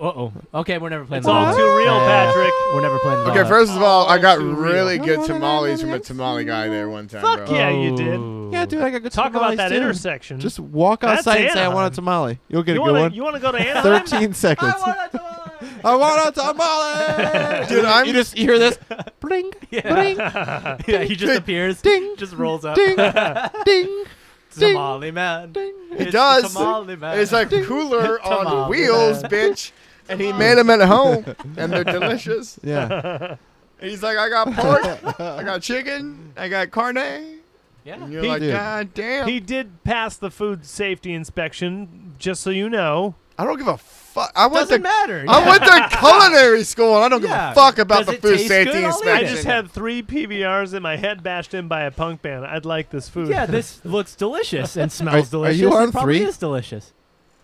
[SPEAKER 1] Uh oh. Okay, we're never playing.
[SPEAKER 3] It's all
[SPEAKER 1] Dollhouse.
[SPEAKER 3] too real,
[SPEAKER 1] Yeah.
[SPEAKER 3] Patrick.
[SPEAKER 1] We're never playing.
[SPEAKER 2] Okay,
[SPEAKER 1] Dollhouse.
[SPEAKER 2] first of all, I got
[SPEAKER 3] All too real.
[SPEAKER 2] really good tamales from a tamale guy there one time,
[SPEAKER 3] Fuck
[SPEAKER 2] bro.
[SPEAKER 3] yeah, you did.
[SPEAKER 1] Oh.
[SPEAKER 4] Yeah, dude, I got good
[SPEAKER 3] Talk about
[SPEAKER 4] tamales,
[SPEAKER 3] that
[SPEAKER 4] too.
[SPEAKER 3] intersection.
[SPEAKER 4] Just walk
[SPEAKER 3] That's
[SPEAKER 4] outside and say I
[SPEAKER 3] Anaheim.
[SPEAKER 4] want a tamale. You'll get
[SPEAKER 3] you
[SPEAKER 4] a good
[SPEAKER 3] wanna-
[SPEAKER 4] one.
[SPEAKER 3] You want to go to Anaheim?
[SPEAKER 4] Thirteen seconds. I want a tamale.
[SPEAKER 2] Dude, I'm-
[SPEAKER 4] You just you hear this, bling, bling,
[SPEAKER 1] yeah, he just appears.
[SPEAKER 4] Ding.
[SPEAKER 1] Just rolls up.
[SPEAKER 4] ding, ding, ding.
[SPEAKER 1] Tamale man.
[SPEAKER 4] ding.
[SPEAKER 1] It's
[SPEAKER 2] does.
[SPEAKER 1] the Tamale man.
[SPEAKER 2] It's a cooler on
[SPEAKER 1] Tamale,
[SPEAKER 2] wheels,
[SPEAKER 1] man.
[SPEAKER 2] bitch. And he made them at home, and they're delicious.
[SPEAKER 4] Yeah,
[SPEAKER 2] And he's like, I got pork, I got chicken, I got carne. And
[SPEAKER 1] yeah.
[SPEAKER 2] you're
[SPEAKER 4] He
[SPEAKER 2] like,
[SPEAKER 4] did.
[SPEAKER 2] God damn.
[SPEAKER 3] He did pass the food safety inspection, just so you know.
[SPEAKER 2] I don't give a fuck. I went
[SPEAKER 1] Doesn't
[SPEAKER 2] to
[SPEAKER 1] matter.
[SPEAKER 2] I went to culinary school, and I don't
[SPEAKER 1] Yeah.
[SPEAKER 2] give a fuck about
[SPEAKER 1] Does
[SPEAKER 2] the
[SPEAKER 1] it
[SPEAKER 2] food
[SPEAKER 1] taste
[SPEAKER 2] safety
[SPEAKER 1] good? I'll eat it.
[SPEAKER 2] inspection.
[SPEAKER 3] I just had three PBRs and my head bashed in by a punk band. I'd like this food.
[SPEAKER 1] Yeah, this looks delicious and
[SPEAKER 4] Are-
[SPEAKER 1] smells
[SPEAKER 4] are
[SPEAKER 1] delicious.
[SPEAKER 4] you
[SPEAKER 1] It
[SPEAKER 4] on
[SPEAKER 1] probably
[SPEAKER 4] three?
[SPEAKER 1] is delicious.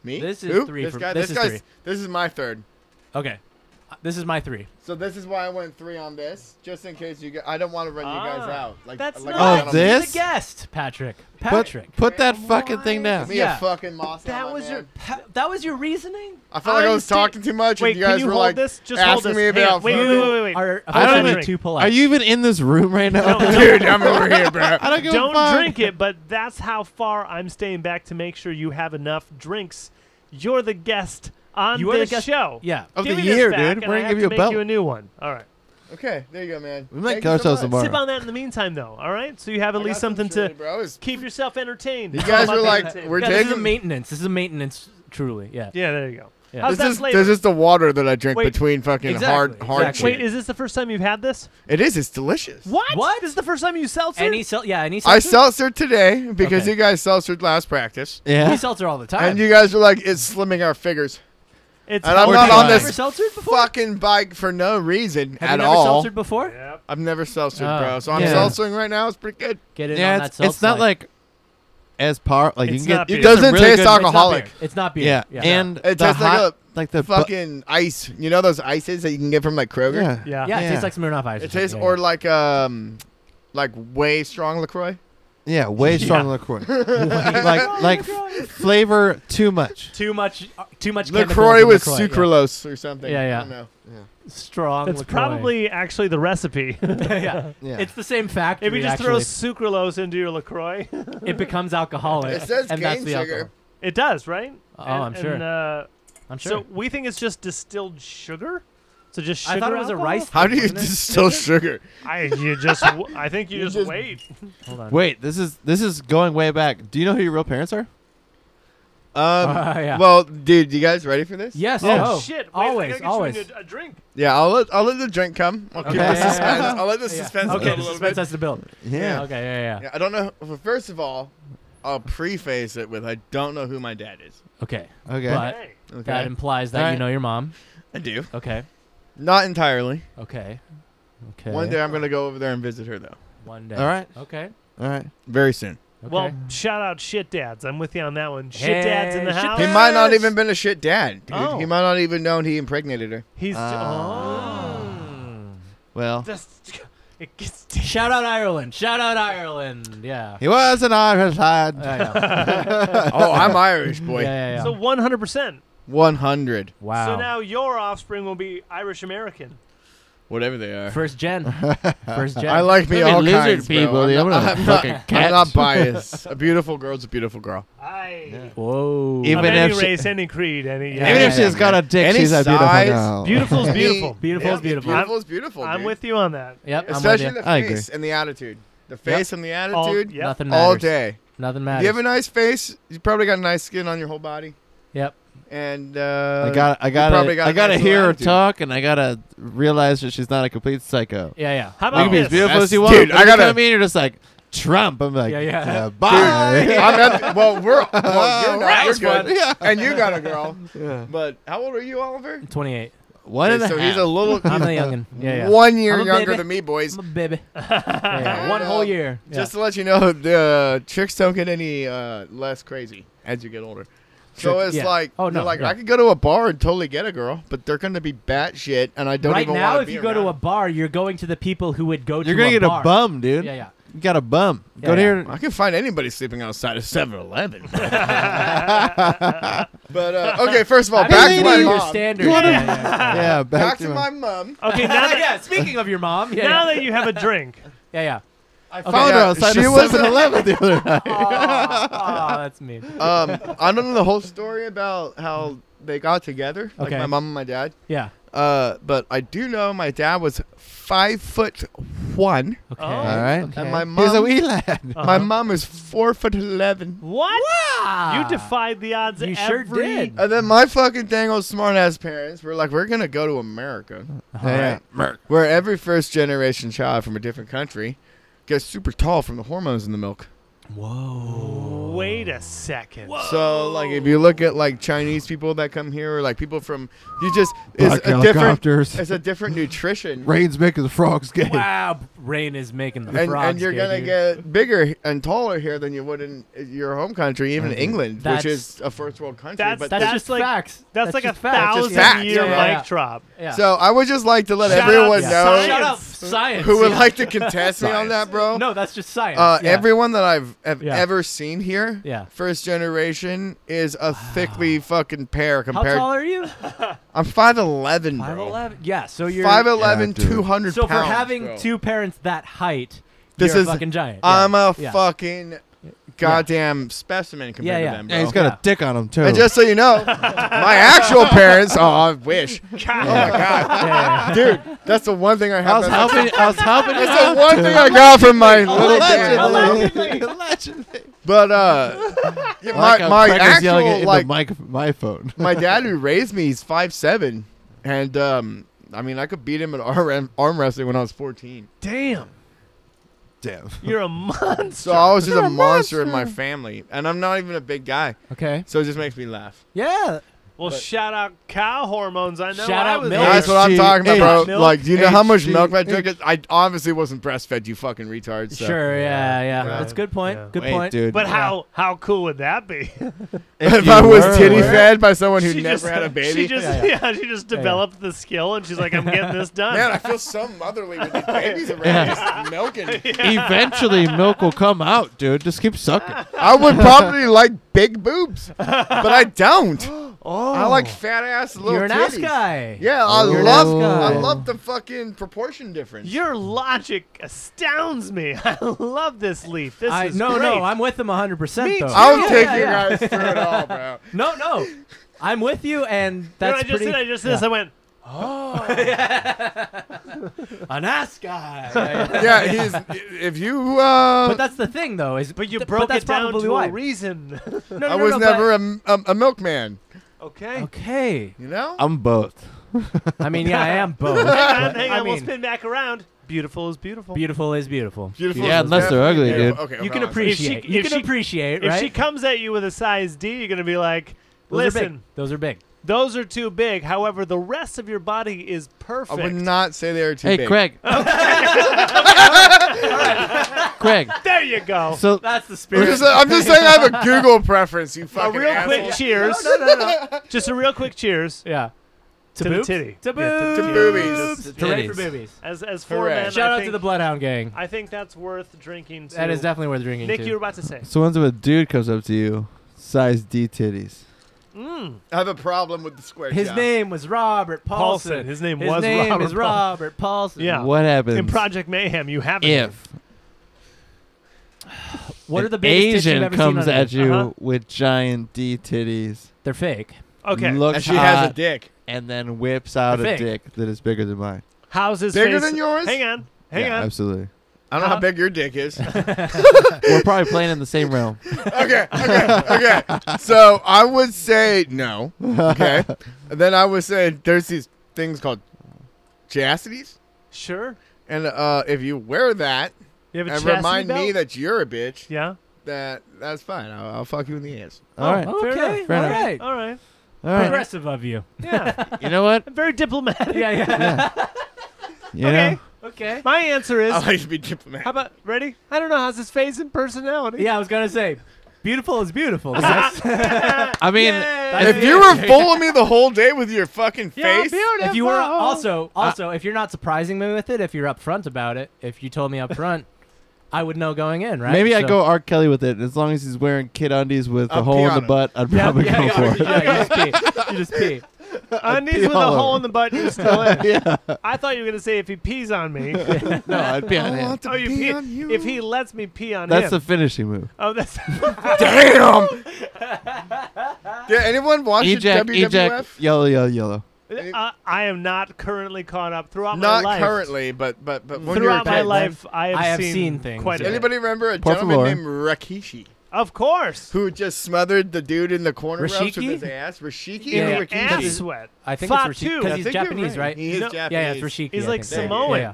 [SPEAKER 2] me.
[SPEAKER 1] This is
[SPEAKER 2] Who?
[SPEAKER 1] three
[SPEAKER 2] This
[SPEAKER 1] for-
[SPEAKER 2] guy.
[SPEAKER 1] this
[SPEAKER 2] This,
[SPEAKER 1] is
[SPEAKER 2] guy's.
[SPEAKER 1] three.
[SPEAKER 2] This is my third.
[SPEAKER 1] Okay. Uh, This is my three.
[SPEAKER 2] So this is why I went three on this, just in case you. Guys, I don't want to run you guys
[SPEAKER 3] Ah,
[SPEAKER 2] out. Like
[SPEAKER 3] that's
[SPEAKER 2] like
[SPEAKER 3] not-
[SPEAKER 2] I
[SPEAKER 4] Oh,
[SPEAKER 2] don't-
[SPEAKER 4] this-
[SPEAKER 1] He's a guest, Patrick.
[SPEAKER 4] put,
[SPEAKER 1] Patrick.
[SPEAKER 4] put that fucking thing down.
[SPEAKER 2] Give me
[SPEAKER 1] Yeah.
[SPEAKER 2] a fucking moss.
[SPEAKER 1] that was your pa- that was your reasoning.
[SPEAKER 2] I felt like I was
[SPEAKER 3] I'm sta-
[SPEAKER 2] talking too much,
[SPEAKER 3] Wait,
[SPEAKER 2] and you guys
[SPEAKER 3] can you
[SPEAKER 2] were
[SPEAKER 3] hold
[SPEAKER 2] like
[SPEAKER 3] this? Just
[SPEAKER 2] asking
[SPEAKER 3] hold this.
[SPEAKER 2] me
[SPEAKER 3] Hang on,
[SPEAKER 2] about.
[SPEAKER 3] wait, wait,
[SPEAKER 2] fucking-
[SPEAKER 3] wait, wait, wait.
[SPEAKER 1] Are
[SPEAKER 4] I don't
[SPEAKER 1] unfortunately
[SPEAKER 4] drink.
[SPEAKER 1] too polite.
[SPEAKER 4] Are you even in this room right now?
[SPEAKER 3] No,
[SPEAKER 2] Dude, I'm over here, bro.
[SPEAKER 4] I don't give a
[SPEAKER 3] Don't
[SPEAKER 4] fuck.
[SPEAKER 3] drink it, but that's how far I'm staying back to make sure you have enough drinks. You're the guest on
[SPEAKER 1] You are the
[SPEAKER 3] this
[SPEAKER 1] guest-
[SPEAKER 3] show.
[SPEAKER 1] Yeah.
[SPEAKER 4] Of
[SPEAKER 3] Give
[SPEAKER 4] the
[SPEAKER 3] me this
[SPEAKER 4] year,
[SPEAKER 3] back,
[SPEAKER 4] dude.
[SPEAKER 3] and
[SPEAKER 4] We're
[SPEAKER 3] I
[SPEAKER 4] gonna
[SPEAKER 3] have
[SPEAKER 4] give
[SPEAKER 3] to
[SPEAKER 4] you a
[SPEAKER 3] make
[SPEAKER 4] belt.
[SPEAKER 3] you a new one. All right.
[SPEAKER 2] Okay, there you go, man.
[SPEAKER 4] We might
[SPEAKER 2] Thank
[SPEAKER 4] kill
[SPEAKER 2] you so
[SPEAKER 4] ourselves
[SPEAKER 2] much.
[SPEAKER 4] tomorrow. All
[SPEAKER 3] Sip
[SPEAKER 4] right.
[SPEAKER 3] on that in the meantime, though. All right, so you have
[SPEAKER 2] I
[SPEAKER 3] at
[SPEAKER 2] got
[SPEAKER 3] least
[SPEAKER 2] some
[SPEAKER 3] something
[SPEAKER 2] chili,
[SPEAKER 3] to
[SPEAKER 2] bro. I was-
[SPEAKER 3] keep yourself entertained.
[SPEAKER 2] You
[SPEAKER 3] That's
[SPEAKER 2] guys
[SPEAKER 3] all
[SPEAKER 2] were
[SPEAKER 3] I'm
[SPEAKER 2] like,
[SPEAKER 3] saying.
[SPEAKER 2] we're
[SPEAKER 1] yeah, this is a
[SPEAKER 2] taking-
[SPEAKER 1] maintenance. This is a maintenance. Truly, yeah.
[SPEAKER 3] Yeah, there you go.
[SPEAKER 1] Yeah.
[SPEAKER 3] How's
[SPEAKER 2] This
[SPEAKER 3] that
[SPEAKER 2] is
[SPEAKER 3] flavor?
[SPEAKER 2] this is the water that I drink
[SPEAKER 3] Wait,
[SPEAKER 2] between fucking hard
[SPEAKER 1] exactly,
[SPEAKER 2] hard
[SPEAKER 1] exactly.
[SPEAKER 3] Wait,
[SPEAKER 2] shit.
[SPEAKER 3] is this the first time you've had this?
[SPEAKER 2] it is. It's delicious.
[SPEAKER 3] What?
[SPEAKER 1] What?
[SPEAKER 3] This is the first time you seltzer?
[SPEAKER 1] Any sel- yeah, any
[SPEAKER 2] I
[SPEAKER 1] seltzer.
[SPEAKER 2] seltzer today because
[SPEAKER 1] Okay.
[SPEAKER 2] you guys seltzered last practice,
[SPEAKER 1] We
[SPEAKER 4] Yeah.
[SPEAKER 1] seltzer all the time.
[SPEAKER 2] and you guys were like, "It's slimming our figures."
[SPEAKER 3] It's
[SPEAKER 2] And I'm
[SPEAKER 3] hard
[SPEAKER 2] not
[SPEAKER 3] to
[SPEAKER 1] Have
[SPEAKER 2] on
[SPEAKER 3] find.
[SPEAKER 1] you
[SPEAKER 2] this
[SPEAKER 1] ever seltzered before?
[SPEAKER 2] Fucking bike for no reason
[SPEAKER 1] Have
[SPEAKER 2] at
[SPEAKER 1] you never
[SPEAKER 2] all.
[SPEAKER 1] seltzered before?
[SPEAKER 3] Yep.
[SPEAKER 2] I've never seltzered,
[SPEAKER 1] Oh,
[SPEAKER 2] bro. So I'm
[SPEAKER 4] yeah.
[SPEAKER 2] seltzering right now. It's pretty good.
[SPEAKER 1] Get in on
[SPEAKER 4] Yeah.
[SPEAKER 1] that
[SPEAKER 4] It's, it's
[SPEAKER 1] seltzer.
[SPEAKER 4] not like as power. Like
[SPEAKER 3] It's
[SPEAKER 4] you can
[SPEAKER 3] not
[SPEAKER 4] get.
[SPEAKER 3] beer.
[SPEAKER 4] you can get some
[SPEAKER 2] Doesn't
[SPEAKER 4] really
[SPEAKER 2] taste
[SPEAKER 4] good-
[SPEAKER 1] It's not beer.
[SPEAKER 2] alcoholic.
[SPEAKER 1] It's not beer.
[SPEAKER 4] Yeah. And
[SPEAKER 2] It
[SPEAKER 4] the
[SPEAKER 2] tastes like
[SPEAKER 4] hot,
[SPEAKER 2] a
[SPEAKER 4] like the bu-
[SPEAKER 2] Fucking ice. You know those ices that you can get from like Kroger.
[SPEAKER 4] Yeah.
[SPEAKER 3] Yeah.
[SPEAKER 1] yeah,
[SPEAKER 4] Yeah.
[SPEAKER 1] it tastes like Smirnoff Ice.
[SPEAKER 2] It
[SPEAKER 1] something,
[SPEAKER 2] tastes
[SPEAKER 1] yeah,
[SPEAKER 2] or
[SPEAKER 1] yeah.
[SPEAKER 2] like um, like way strong Lacroix.
[SPEAKER 4] Yeah, way strong liqueur.
[SPEAKER 3] Oh,
[SPEAKER 4] like like f- flavor too much.
[SPEAKER 1] too much, uh, too much. chemicals
[SPEAKER 2] Lacroix
[SPEAKER 1] in
[SPEAKER 2] with
[SPEAKER 1] LaCroix, yeah.
[SPEAKER 2] sucralose or something.
[SPEAKER 1] Yeah, yeah.
[SPEAKER 2] I don't know.
[SPEAKER 1] Strong.
[SPEAKER 3] That's
[SPEAKER 1] LaCroix.
[SPEAKER 3] probably actually the recipe.
[SPEAKER 1] yeah.
[SPEAKER 4] Yeah.
[SPEAKER 1] It's the same factory.
[SPEAKER 3] if you just throw
[SPEAKER 1] actually.
[SPEAKER 3] sucralose into your LaCroix,
[SPEAKER 1] it becomes alcoholic.
[SPEAKER 2] It says
[SPEAKER 1] and that's
[SPEAKER 2] cane
[SPEAKER 1] the
[SPEAKER 2] sugar.
[SPEAKER 1] alcohol.
[SPEAKER 3] it does, right?
[SPEAKER 1] Oh,
[SPEAKER 3] And-
[SPEAKER 1] I'm sure.
[SPEAKER 3] and, uh,
[SPEAKER 1] I'm sure.
[SPEAKER 3] So we think it's just distilled sugar. So just sugar.
[SPEAKER 1] I thought it was a
[SPEAKER 3] alcohol?
[SPEAKER 1] rice-
[SPEAKER 2] How do you
[SPEAKER 1] Isn't it?
[SPEAKER 2] distill sugar?
[SPEAKER 3] I you just w- I think you,
[SPEAKER 2] You
[SPEAKER 3] just,
[SPEAKER 2] just-
[SPEAKER 3] wait.
[SPEAKER 1] Hold on.
[SPEAKER 4] Wait, this is this is going way back. Do you know who your real parents are?
[SPEAKER 2] Um,
[SPEAKER 1] Uh, yeah.
[SPEAKER 2] Well, dude, you guys ready for this?
[SPEAKER 1] Yes.
[SPEAKER 4] Yeah.
[SPEAKER 1] Oh,
[SPEAKER 3] shit! Wait, I gotta
[SPEAKER 1] Always.
[SPEAKER 3] get you
[SPEAKER 1] Always.
[SPEAKER 3] a- a drink.
[SPEAKER 2] Yeah, I'll let I'll let the drink come. I'll keep
[SPEAKER 1] Okay.
[SPEAKER 2] the suspense.
[SPEAKER 1] Yeah.
[SPEAKER 2] I'll let the
[SPEAKER 1] Yeah.
[SPEAKER 2] suspense build
[SPEAKER 1] Okay.
[SPEAKER 2] a
[SPEAKER 1] The
[SPEAKER 2] little
[SPEAKER 1] suspense
[SPEAKER 2] bit.
[SPEAKER 1] has to build.
[SPEAKER 2] Yeah.
[SPEAKER 1] Okay. Yeah. Yeah. yeah.
[SPEAKER 2] Yeah, I don't know. Well, first of all, I'll preface it with I don't know who my dad is.
[SPEAKER 1] Okay.
[SPEAKER 4] Okay.
[SPEAKER 1] But
[SPEAKER 3] Hey.
[SPEAKER 2] Okay,
[SPEAKER 1] that implies that you
[SPEAKER 4] Alright.
[SPEAKER 1] know your mom.
[SPEAKER 2] I do.
[SPEAKER 1] Okay.
[SPEAKER 2] Not entirely.
[SPEAKER 1] Okay. Okay.
[SPEAKER 2] One day I'm gonna go over there and visit her though.
[SPEAKER 1] One day.
[SPEAKER 4] All right.
[SPEAKER 1] Okay.
[SPEAKER 4] All right.
[SPEAKER 2] Very soon.
[SPEAKER 1] okay.
[SPEAKER 3] Well, shout out shit dads. I'm with you on that one. Shit dads in the
[SPEAKER 1] Hey, shit
[SPEAKER 3] house.
[SPEAKER 2] He
[SPEAKER 1] dads.
[SPEAKER 2] might not even been a shit dad, dude.
[SPEAKER 3] Oh.
[SPEAKER 2] He might not even known he impregnated her.
[SPEAKER 3] He's
[SPEAKER 1] Uh,
[SPEAKER 4] Ah.
[SPEAKER 3] oh,
[SPEAKER 1] Hmm.
[SPEAKER 4] Well,
[SPEAKER 3] just it gets
[SPEAKER 1] Shout out Ireland. Shout out Ireland. Yeah.
[SPEAKER 4] he was an Irish lad.
[SPEAKER 1] Yeah, yeah.
[SPEAKER 2] oh, I'm Irish,
[SPEAKER 1] yeah,
[SPEAKER 2] boy.
[SPEAKER 1] yeah, yeah.
[SPEAKER 3] so 100. percent
[SPEAKER 2] One hundred.
[SPEAKER 1] wow.
[SPEAKER 3] So now your offspring will be Irish American.
[SPEAKER 2] whatever they are.
[SPEAKER 1] First gen. First gen.
[SPEAKER 2] I like me
[SPEAKER 4] Look at
[SPEAKER 2] all
[SPEAKER 4] lizard
[SPEAKER 2] kinds, bro.
[SPEAKER 4] people,
[SPEAKER 2] I'm
[SPEAKER 4] dude. I'm
[SPEAKER 2] not-
[SPEAKER 4] gonna
[SPEAKER 2] I'm not-
[SPEAKER 4] fucking
[SPEAKER 2] I'm
[SPEAKER 4] cat.
[SPEAKER 2] not biased. A beautiful girl's a beautiful girl.
[SPEAKER 3] I
[SPEAKER 1] Whoa.
[SPEAKER 4] Even
[SPEAKER 3] of any
[SPEAKER 4] if she-
[SPEAKER 3] race, any creed, any.
[SPEAKER 4] Even
[SPEAKER 3] yeah.
[SPEAKER 4] if she's got a dick,
[SPEAKER 2] Any
[SPEAKER 4] she's a beautiful
[SPEAKER 2] size,
[SPEAKER 4] girl.
[SPEAKER 3] Beautiful's beautiful.
[SPEAKER 1] Beautiful is beautiful.
[SPEAKER 2] Beautiful is beautiful.
[SPEAKER 3] I'm
[SPEAKER 2] dude.
[SPEAKER 3] with you on that.
[SPEAKER 1] yep. I'm with
[SPEAKER 2] Especially
[SPEAKER 1] you.
[SPEAKER 2] the
[SPEAKER 4] I agree.
[SPEAKER 2] face and the attitude. The face and the attitude
[SPEAKER 3] All- yep.
[SPEAKER 1] Nothing matters.
[SPEAKER 2] all day.
[SPEAKER 1] Nothing
[SPEAKER 2] If
[SPEAKER 1] matters.
[SPEAKER 2] you have a nice face, you probably got nice skin on your whole body.
[SPEAKER 1] yep.
[SPEAKER 2] And uh,
[SPEAKER 4] I got, I got,
[SPEAKER 2] probably got
[SPEAKER 4] I
[SPEAKER 2] a
[SPEAKER 4] got to
[SPEAKER 2] nice
[SPEAKER 4] hear her
[SPEAKER 2] attitude.
[SPEAKER 4] talk, and I gotta realize that she's not a complete psycho.
[SPEAKER 1] Yeah. Yeah.
[SPEAKER 3] How
[SPEAKER 4] You
[SPEAKER 3] about
[SPEAKER 4] can be as
[SPEAKER 3] this?
[SPEAKER 4] beautiful
[SPEAKER 2] That's-
[SPEAKER 4] as you want.
[SPEAKER 2] dude,
[SPEAKER 4] but
[SPEAKER 2] I
[SPEAKER 4] you
[SPEAKER 2] gotta-
[SPEAKER 4] come in, you're just like Trump. I'm like,
[SPEAKER 1] Yeah,
[SPEAKER 4] yeah,
[SPEAKER 1] yeah.
[SPEAKER 4] yeah. bye.
[SPEAKER 2] I'm at the- well, we're well, you're, not, you're
[SPEAKER 1] That's
[SPEAKER 2] good,
[SPEAKER 1] one.
[SPEAKER 4] Yeah.
[SPEAKER 2] and you got a girl.
[SPEAKER 4] Yeah.
[SPEAKER 2] But how old are you, Oliver?
[SPEAKER 1] Twenty-eight.
[SPEAKER 4] One and
[SPEAKER 2] Okay,
[SPEAKER 4] a
[SPEAKER 2] so he's
[SPEAKER 4] half.
[SPEAKER 2] a little
[SPEAKER 1] I'm
[SPEAKER 2] he's
[SPEAKER 1] the youngin. Yeah. Yeah.
[SPEAKER 2] one year
[SPEAKER 1] I'm a
[SPEAKER 2] younger
[SPEAKER 1] baby.
[SPEAKER 2] than me, boys.
[SPEAKER 1] I'm a baby. Yeah, yeah. One
[SPEAKER 2] And,
[SPEAKER 1] whole
[SPEAKER 2] uh,
[SPEAKER 1] year. Yeah.
[SPEAKER 2] Just to let you know, the uh, chicks don't get any uh, less crazy as you get older. So
[SPEAKER 1] Trick-
[SPEAKER 2] it's
[SPEAKER 1] yeah.
[SPEAKER 2] like,
[SPEAKER 1] Oh,
[SPEAKER 2] oh no,
[SPEAKER 1] no,
[SPEAKER 2] like
[SPEAKER 1] yeah.
[SPEAKER 2] I could go to a bar and totally get a girl, but they're gonna be batshit, and I don't
[SPEAKER 1] right
[SPEAKER 2] even
[SPEAKER 1] now,
[SPEAKER 2] want
[SPEAKER 1] if
[SPEAKER 2] be
[SPEAKER 1] you go
[SPEAKER 2] around
[SPEAKER 1] to a
[SPEAKER 2] them.
[SPEAKER 1] bar, you're going to the people who would go to.
[SPEAKER 4] You're gonna
[SPEAKER 1] a
[SPEAKER 4] get
[SPEAKER 1] bar.
[SPEAKER 4] a bum, dude.
[SPEAKER 1] Yeah. Yeah.
[SPEAKER 4] You got a bum.
[SPEAKER 1] Yeah,
[SPEAKER 4] Go to
[SPEAKER 1] yeah.
[SPEAKER 4] here.
[SPEAKER 2] I can find anybody sleeping outside of 7-Eleven. but uh, okay, first of all,
[SPEAKER 1] I
[SPEAKER 2] back
[SPEAKER 1] mean,
[SPEAKER 2] to my
[SPEAKER 1] your
[SPEAKER 2] mom.
[SPEAKER 1] standards.
[SPEAKER 4] You wanna-
[SPEAKER 1] Yeah, yeah, yeah.
[SPEAKER 4] Yeah, back,
[SPEAKER 2] Back
[SPEAKER 4] to
[SPEAKER 2] to my mom.
[SPEAKER 3] Okay, now that,
[SPEAKER 1] yeah, speaking of your mom, yeah,
[SPEAKER 3] now
[SPEAKER 1] yeah.
[SPEAKER 3] that you have a drink,
[SPEAKER 1] yeah, yeah.
[SPEAKER 2] I
[SPEAKER 4] Found her outside
[SPEAKER 2] she
[SPEAKER 4] of
[SPEAKER 2] was
[SPEAKER 4] 7-Eleven the other night.
[SPEAKER 1] Oh, oh, that's mean.
[SPEAKER 2] um, I don't know the whole story about how they got together, like
[SPEAKER 1] Okay.
[SPEAKER 2] my mom and my dad.
[SPEAKER 1] Yeah.
[SPEAKER 2] Uh, but I do know my dad was five foot one.
[SPEAKER 1] Okay.
[SPEAKER 3] Oh.
[SPEAKER 4] All right.
[SPEAKER 2] And
[SPEAKER 1] Okay.
[SPEAKER 2] my mom, Uh,
[SPEAKER 4] He's a wee Uh-huh. lad.
[SPEAKER 2] my mom is four foot eleven.
[SPEAKER 3] what?
[SPEAKER 1] Wow.
[SPEAKER 3] You defied the odds.
[SPEAKER 1] You sure
[SPEAKER 3] every
[SPEAKER 1] did.
[SPEAKER 2] And then my fucking dang old smart ass parents were like, we're gonna go to America,
[SPEAKER 4] Yeah.
[SPEAKER 2] where every first generation child from a different country gets super tall from the hormones in the milk.
[SPEAKER 1] Whoa.
[SPEAKER 3] Wait a second.
[SPEAKER 2] So like, if you look at like Chinese people that come here, or like people from, you just it's
[SPEAKER 4] Black
[SPEAKER 2] a different,
[SPEAKER 4] helicopters.
[SPEAKER 2] it's a different nutrition.
[SPEAKER 4] Rain's making the frogs gay.
[SPEAKER 1] Wow. Rain is making the
[SPEAKER 2] and,
[SPEAKER 1] frogs.
[SPEAKER 2] and you're
[SPEAKER 1] gay,
[SPEAKER 2] gonna
[SPEAKER 1] dude.
[SPEAKER 2] get bigger and taller here than you would in your home country,
[SPEAKER 1] Mm-hmm.
[SPEAKER 2] even England,
[SPEAKER 1] That's-
[SPEAKER 2] which is a first world country.
[SPEAKER 3] that's-
[SPEAKER 2] but
[SPEAKER 1] That's,
[SPEAKER 3] That's
[SPEAKER 1] just
[SPEAKER 3] like-
[SPEAKER 1] facts.
[SPEAKER 3] That's, like a
[SPEAKER 1] just facts.
[SPEAKER 2] just
[SPEAKER 3] thousand
[SPEAKER 2] facts,
[SPEAKER 3] year
[SPEAKER 2] yeah,
[SPEAKER 3] mic
[SPEAKER 1] yeah.
[SPEAKER 3] drop.
[SPEAKER 1] Yeah.
[SPEAKER 2] so I would just like to let
[SPEAKER 3] Shout out
[SPEAKER 2] everyone
[SPEAKER 3] to
[SPEAKER 2] know
[SPEAKER 3] science.
[SPEAKER 1] Shut up, science.
[SPEAKER 2] who would
[SPEAKER 1] yeah.
[SPEAKER 2] like to contest me on that, bro.
[SPEAKER 1] No, that's just science.
[SPEAKER 2] Uh,
[SPEAKER 1] yeah.
[SPEAKER 2] Everyone that I've have
[SPEAKER 1] Yeah.
[SPEAKER 2] ever seen here,
[SPEAKER 1] Yeah.
[SPEAKER 2] first generation, is a thickly fucking pair
[SPEAKER 1] How
[SPEAKER 2] compared.
[SPEAKER 1] tall are you?
[SPEAKER 2] I'm five eleven,
[SPEAKER 1] Five
[SPEAKER 2] bro.
[SPEAKER 1] eleven. Yeah. So you're
[SPEAKER 2] 5'11",
[SPEAKER 4] Yeah, dude.
[SPEAKER 2] 200
[SPEAKER 1] So for
[SPEAKER 2] pounds,
[SPEAKER 1] having
[SPEAKER 2] bro.
[SPEAKER 1] two parents that height,
[SPEAKER 2] This
[SPEAKER 1] you're
[SPEAKER 2] is- Um,
[SPEAKER 1] a fucking giant. Yeah.
[SPEAKER 2] I'm a
[SPEAKER 1] yeah.
[SPEAKER 2] fucking goddamn specimen compared
[SPEAKER 1] yeah.
[SPEAKER 2] to them, bro.
[SPEAKER 4] Yeah, he's got
[SPEAKER 1] Yeah.
[SPEAKER 4] a dick on him too.
[SPEAKER 2] And just so you know, my actual parents. Oh, I wish.
[SPEAKER 3] God.
[SPEAKER 2] Oh my god,
[SPEAKER 1] Yeah, yeah,
[SPEAKER 2] dude, that's the one thing I
[SPEAKER 4] I was
[SPEAKER 2] have. That's
[SPEAKER 4] helping. I was helping. you
[SPEAKER 2] the
[SPEAKER 4] out,
[SPEAKER 2] one
[SPEAKER 4] dude.
[SPEAKER 2] thing I got from my little
[SPEAKER 1] Allegedly.
[SPEAKER 2] dad.
[SPEAKER 4] Allegedly. Allegedly.
[SPEAKER 2] But uh, yeah,
[SPEAKER 4] I like
[SPEAKER 2] my
[SPEAKER 4] how
[SPEAKER 2] my
[SPEAKER 4] Craig was yelling it
[SPEAKER 2] actual
[SPEAKER 4] in
[SPEAKER 2] like
[SPEAKER 4] the mic, my phone.
[SPEAKER 2] my dad who raised me, he's five seven, and um, I mean I could beat him at arm arm wrestling when I was fourteen.
[SPEAKER 3] Damn.
[SPEAKER 4] Damn.
[SPEAKER 3] You're a monster.
[SPEAKER 2] So I was just a monster in my family, and I'm not even a big guy.
[SPEAKER 1] Okay.
[SPEAKER 2] So it just makes me laugh.
[SPEAKER 1] Yeah.
[SPEAKER 3] Well, shout out cow hormones. I know.
[SPEAKER 1] Shout
[SPEAKER 3] I
[SPEAKER 1] out
[SPEAKER 3] was
[SPEAKER 1] milk.
[SPEAKER 3] there.
[SPEAKER 2] That's what I'm talking about, bro.
[SPEAKER 3] milk?
[SPEAKER 2] Like, do you know how much
[SPEAKER 4] HG.
[SPEAKER 2] milk I drink? I obviously wasn't breastfed, you fucking retard. So.
[SPEAKER 1] Sure. Yeah. Yeah.
[SPEAKER 3] Yeah.
[SPEAKER 1] That's a good point.
[SPEAKER 3] Yeah.
[SPEAKER 1] Good
[SPEAKER 4] Wait,
[SPEAKER 1] point.
[SPEAKER 4] dude.
[SPEAKER 3] But how how cool would that be?
[SPEAKER 2] If
[SPEAKER 4] you
[SPEAKER 2] I was
[SPEAKER 4] were-
[SPEAKER 2] titty fed by someone who
[SPEAKER 3] She
[SPEAKER 2] never
[SPEAKER 3] just-
[SPEAKER 2] had a baby.
[SPEAKER 3] She just
[SPEAKER 1] Yeah,
[SPEAKER 3] yeah, she just developed the skill and she's like, I'm getting this done.
[SPEAKER 2] Man, I feel so motherly with these babies around
[SPEAKER 4] Yeah.
[SPEAKER 2] just milking.
[SPEAKER 4] Eventually, milk will come out, dude. Just keep sucking.
[SPEAKER 2] I would probably like big boobs, but I don't. I like fat ass little
[SPEAKER 1] You're an ass
[SPEAKER 2] titties.
[SPEAKER 1] guy.
[SPEAKER 2] Yeah, I
[SPEAKER 4] You're an
[SPEAKER 2] love
[SPEAKER 1] ass guy.
[SPEAKER 2] I love the fucking proportion difference.
[SPEAKER 3] Your logic astounds me. I love this leaf. This
[SPEAKER 1] I,
[SPEAKER 3] is
[SPEAKER 1] no,
[SPEAKER 3] great.
[SPEAKER 1] no, I'm with them 100 percent
[SPEAKER 3] Me
[SPEAKER 4] Oh.
[SPEAKER 1] though.
[SPEAKER 3] too.
[SPEAKER 2] I'll
[SPEAKER 3] Yeah,
[SPEAKER 2] take
[SPEAKER 1] yeah,
[SPEAKER 2] you
[SPEAKER 1] yeah.
[SPEAKER 2] guys through it all, bro.
[SPEAKER 1] No, no, I'm with you, and
[SPEAKER 3] You know
[SPEAKER 1] that's
[SPEAKER 3] what I just Oh.
[SPEAKER 1] pretty.
[SPEAKER 3] did. I just did this. I went.
[SPEAKER 1] an ass guy. Yeah, yeah.
[SPEAKER 2] Yeah, he's if you uh
[SPEAKER 1] but that's the thing, though, is
[SPEAKER 3] But you
[SPEAKER 1] th-
[SPEAKER 3] broke
[SPEAKER 1] that's
[SPEAKER 3] it down
[SPEAKER 1] probably
[SPEAKER 3] to
[SPEAKER 1] why.
[SPEAKER 3] a reason.
[SPEAKER 1] No, no,
[SPEAKER 2] I
[SPEAKER 1] no,
[SPEAKER 2] was
[SPEAKER 1] no, but-
[SPEAKER 2] never a m a a a milkman,
[SPEAKER 3] okay.
[SPEAKER 1] okay.
[SPEAKER 2] you know?
[SPEAKER 4] I'm both.
[SPEAKER 1] I mean, yeah, I am both.
[SPEAKER 3] Hang on,
[SPEAKER 1] but,
[SPEAKER 3] hang
[SPEAKER 1] I
[SPEAKER 3] on. we'll
[SPEAKER 1] mean,
[SPEAKER 3] spin back around. Beautiful is beautiful.
[SPEAKER 1] beautiful is beautiful.
[SPEAKER 2] Beautiful.
[SPEAKER 4] Yeah,
[SPEAKER 2] is
[SPEAKER 4] unless they're
[SPEAKER 2] definitely
[SPEAKER 4] ugly,
[SPEAKER 2] beautiful.
[SPEAKER 4] dude.
[SPEAKER 2] Okay,
[SPEAKER 1] You
[SPEAKER 2] hold
[SPEAKER 1] can
[SPEAKER 2] on a second.
[SPEAKER 1] appreciate.
[SPEAKER 3] she-
[SPEAKER 1] you
[SPEAKER 3] if
[SPEAKER 1] can
[SPEAKER 3] she-
[SPEAKER 1] appreciate,
[SPEAKER 3] If
[SPEAKER 1] right?
[SPEAKER 3] she comes at you with a size D, you're gonna be like,
[SPEAKER 1] those are big.
[SPEAKER 3] "Listen,
[SPEAKER 1] Those are big.
[SPEAKER 3] those are too big." However, the rest of your body is
[SPEAKER 2] I
[SPEAKER 3] perfect.
[SPEAKER 2] would not say they're too
[SPEAKER 4] Hey,
[SPEAKER 2] big.
[SPEAKER 4] Craig. Craig.
[SPEAKER 3] there you go.
[SPEAKER 4] So
[SPEAKER 1] That's the
[SPEAKER 2] I'm
[SPEAKER 1] spirit.
[SPEAKER 2] just, I'm just saying I have a Google preference, you
[SPEAKER 3] a
[SPEAKER 2] fucking
[SPEAKER 3] real
[SPEAKER 2] asshole.
[SPEAKER 3] quick cheers. Just a real quick cheers.
[SPEAKER 1] yeah.
[SPEAKER 3] To the
[SPEAKER 1] boobs?
[SPEAKER 3] titty.
[SPEAKER 1] To
[SPEAKER 3] Yeah, to-
[SPEAKER 1] boobies.
[SPEAKER 3] to
[SPEAKER 2] boobies.
[SPEAKER 1] To rape for
[SPEAKER 4] Titties.
[SPEAKER 1] boobies.
[SPEAKER 3] As as four
[SPEAKER 2] Hooray.
[SPEAKER 3] men,
[SPEAKER 1] Shout
[SPEAKER 3] I
[SPEAKER 1] out
[SPEAKER 3] think,
[SPEAKER 1] to the Bloodhound Gang.
[SPEAKER 3] I think that's worth drinking. To.
[SPEAKER 1] That is definitely worth drinking.
[SPEAKER 3] Nick,
[SPEAKER 1] to.
[SPEAKER 3] you were about to say.
[SPEAKER 4] So once if a dude comes up to you, size D titties,
[SPEAKER 2] I have a problem with the square.
[SPEAKER 1] His
[SPEAKER 2] jaw.
[SPEAKER 1] name was Robert Paulson.
[SPEAKER 3] Paulson. His name was
[SPEAKER 1] is
[SPEAKER 3] Robert Paul-
[SPEAKER 1] Robert Paulson.
[SPEAKER 3] Yeah.
[SPEAKER 4] What happens
[SPEAKER 3] In Project Mayhem, you have it.
[SPEAKER 4] if
[SPEAKER 1] What
[SPEAKER 4] an
[SPEAKER 1] are the biggest tits you've
[SPEAKER 4] Asian
[SPEAKER 1] ever
[SPEAKER 4] comes
[SPEAKER 1] seen on
[SPEAKER 4] at
[SPEAKER 1] Earth?
[SPEAKER 4] you
[SPEAKER 3] Uh-huh.
[SPEAKER 4] with giant D titties,
[SPEAKER 1] They're fake.
[SPEAKER 3] Okay.
[SPEAKER 4] looks
[SPEAKER 2] And she has a
[SPEAKER 4] hot,
[SPEAKER 2] dick.
[SPEAKER 4] and then whips out
[SPEAKER 1] They're
[SPEAKER 4] a
[SPEAKER 1] fake.
[SPEAKER 4] dick that is bigger than mine?
[SPEAKER 3] How's his
[SPEAKER 2] Bigger
[SPEAKER 3] face?
[SPEAKER 2] than yours?
[SPEAKER 3] Hang on. Hang
[SPEAKER 4] yeah,
[SPEAKER 3] on.
[SPEAKER 4] absolutely.
[SPEAKER 2] I don't
[SPEAKER 3] Uh,
[SPEAKER 2] know
[SPEAKER 1] Uh-huh.
[SPEAKER 2] how big your dick is.
[SPEAKER 4] We're probably playing in the same realm.
[SPEAKER 2] okay, okay, okay. So I would say no. Okay. And then I would say there's these things called chastities.
[SPEAKER 3] Sure.
[SPEAKER 2] And uh, if you wear that
[SPEAKER 3] You have a
[SPEAKER 2] and
[SPEAKER 3] chastity
[SPEAKER 2] remind me
[SPEAKER 3] belt?
[SPEAKER 2] that you're a bitch,
[SPEAKER 3] Yeah.
[SPEAKER 2] that that's fine. I'll, I'll fuck you in the ass.
[SPEAKER 4] All right, all
[SPEAKER 1] okay.
[SPEAKER 4] enough, fair
[SPEAKER 1] all
[SPEAKER 4] enough.
[SPEAKER 1] right.
[SPEAKER 3] All right.
[SPEAKER 4] right.
[SPEAKER 1] Progressive of you.
[SPEAKER 3] Yeah.
[SPEAKER 4] You know what?
[SPEAKER 3] I'm very diplomatic.
[SPEAKER 1] Yeah, yeah.
[SPEAKER 4] You
[SPEAKER 3] Okay.
[SPEAKER 4] know,
[SPEAKER 1] Okay.
[SPEAKER 3] My answer is.
[SPEAKER 2] I like to be diplomatic.
[SPEAKER 3] How about ready? I don't know how's his face and personality.
[SPEAKER 1] Yeah, I was gonna say, beautiful is beautiful. guys.
[SPEAKER 4] I mean,
[SPEAKER 1] That's
[SPEAKER 2] if
[SPEAKER 1] it.
[SPEAKER 2] you were fooling me the whole day with your fucking
[SPEAKER 3] You're
[SPEAKER 2] face,
[SPEAKER 3] beautiful.
[SPEAKER 1] if you were also also if you're not surprising me with it, if you're upfront about it, if you told me upfront, I would know going in, right?
[SPEAKER 4] maybe I
[SPEAKER 1] So-
[SPEAKER 4] go R. Kelly with it. As long as he's wearing kid undies with a
[SPEAKER 2] A
[SPEAKER 4] hole in the
[SPEAKER 2] piano.
[SPEAKER 4] butt, I'd
[SPEAKER 1] Yeah,
[SPEAKER 4] probably
[SPEAKER 1] yeah,
[SPEAKER 4] go
[SPEAKER 1] yeah,
[SPEAKER 4] for it.
[SPEAKER 1] yeah, you just pee. You just pee.
[SPEAKER 3] undies
[SPEAKER 4] pee
[SPEAKER 3] with a
[SPEAKER 4] all
[SPEAKER 3] hole
[SPEAKER 4] over.
[SPEAKER 3] in the butt, you're still in.
[SPEAKER 4] Yeah.
[SPEAKER 3] I thought you were gonna say if he pees on me.
[SPEAKER 4] No, I'd be on
[SPEAKER 2] I
[SPEAKER 4] him.
[SPEAKER 2] want to
[SPEAKER 3] oh, you
[SPEAKER 2] pee
[SPEAKER 3] pee
[SPEAKER 2] on you.
[SPEAKER 3] If he lets me pee on
[SPEAKER 4] That's
[SPEAKER 3] him.
[SPEAKER 4] the finishing move.
[SPEAKER 3] oh, that's.
[SPEAKER 2] damn. Did anyone watch the
[SPEAKER 4] Eject,
[SPEAKER 2] WWF?
[SPEAKER 4] eject, yellow, yellow, yellow.
[SPEAKER 3] uh, I am not currently caught up throughout
[SPEAKER 2] Not
[SPEAKER 3] my life.
[SPEAKER 2] currently, but but but when you were
[SPEAKER 3] Throughout my
[SPEAKER 2] kids.
[SPEAKER 3] life, I have,
[SPEAKER 1] I have
[SPEAKER 3] seen,
[SPEAKER 1] seen things,
[SPEAKER 3] Quite a
[SPEAKER 1] yeah.
[SPEAKER 3] bit.
[SPEAKER 2] Anybody remember a
[SPEAKER 4] Por
[SPEAKER 2] gentleman
[SPEAKER 4] favor.
[SPEAKER 2] named Rakishi
[SPEAKER 3] Of course.
[SPEAKER 2] who just smothered the dude in the corner ropes with
[SPEAKER 1] Rashiki?
[SPEAKER 2] his ass? Rashiki
[SPEAKER 1] Yeah,
[SPEAKER 2] or
[SPEAKER 1] yeah.
[SPEAKER 3] In the
[SPEAKER 2] Rikishi?
[SPEAKER 3] ass sweat.
[SPEAKER 1] I think
[SPEAKER 3] Fatu.
[SPEAKER 1] it's Rashiki because
[SPEAKER 2] I
[SPEAKER 1] he's
[SPEAKER 2] think you're
[SPEAKER 1] Japanese, right?
[SPEAKER 2] He is
[SPEAKER 3] No-
[SPEAKER 2] Japanese.
[SPEAKER 1] Yeah, yeah, it's Rashiki.
[SPEAKER 3] He's
[SPEAKER 1] I
[SPEAKER 3] like
[SPEAKER 1] think. Yeah,
[SPEAKER 3] Samoan.
[SPEAKER 1] yeah.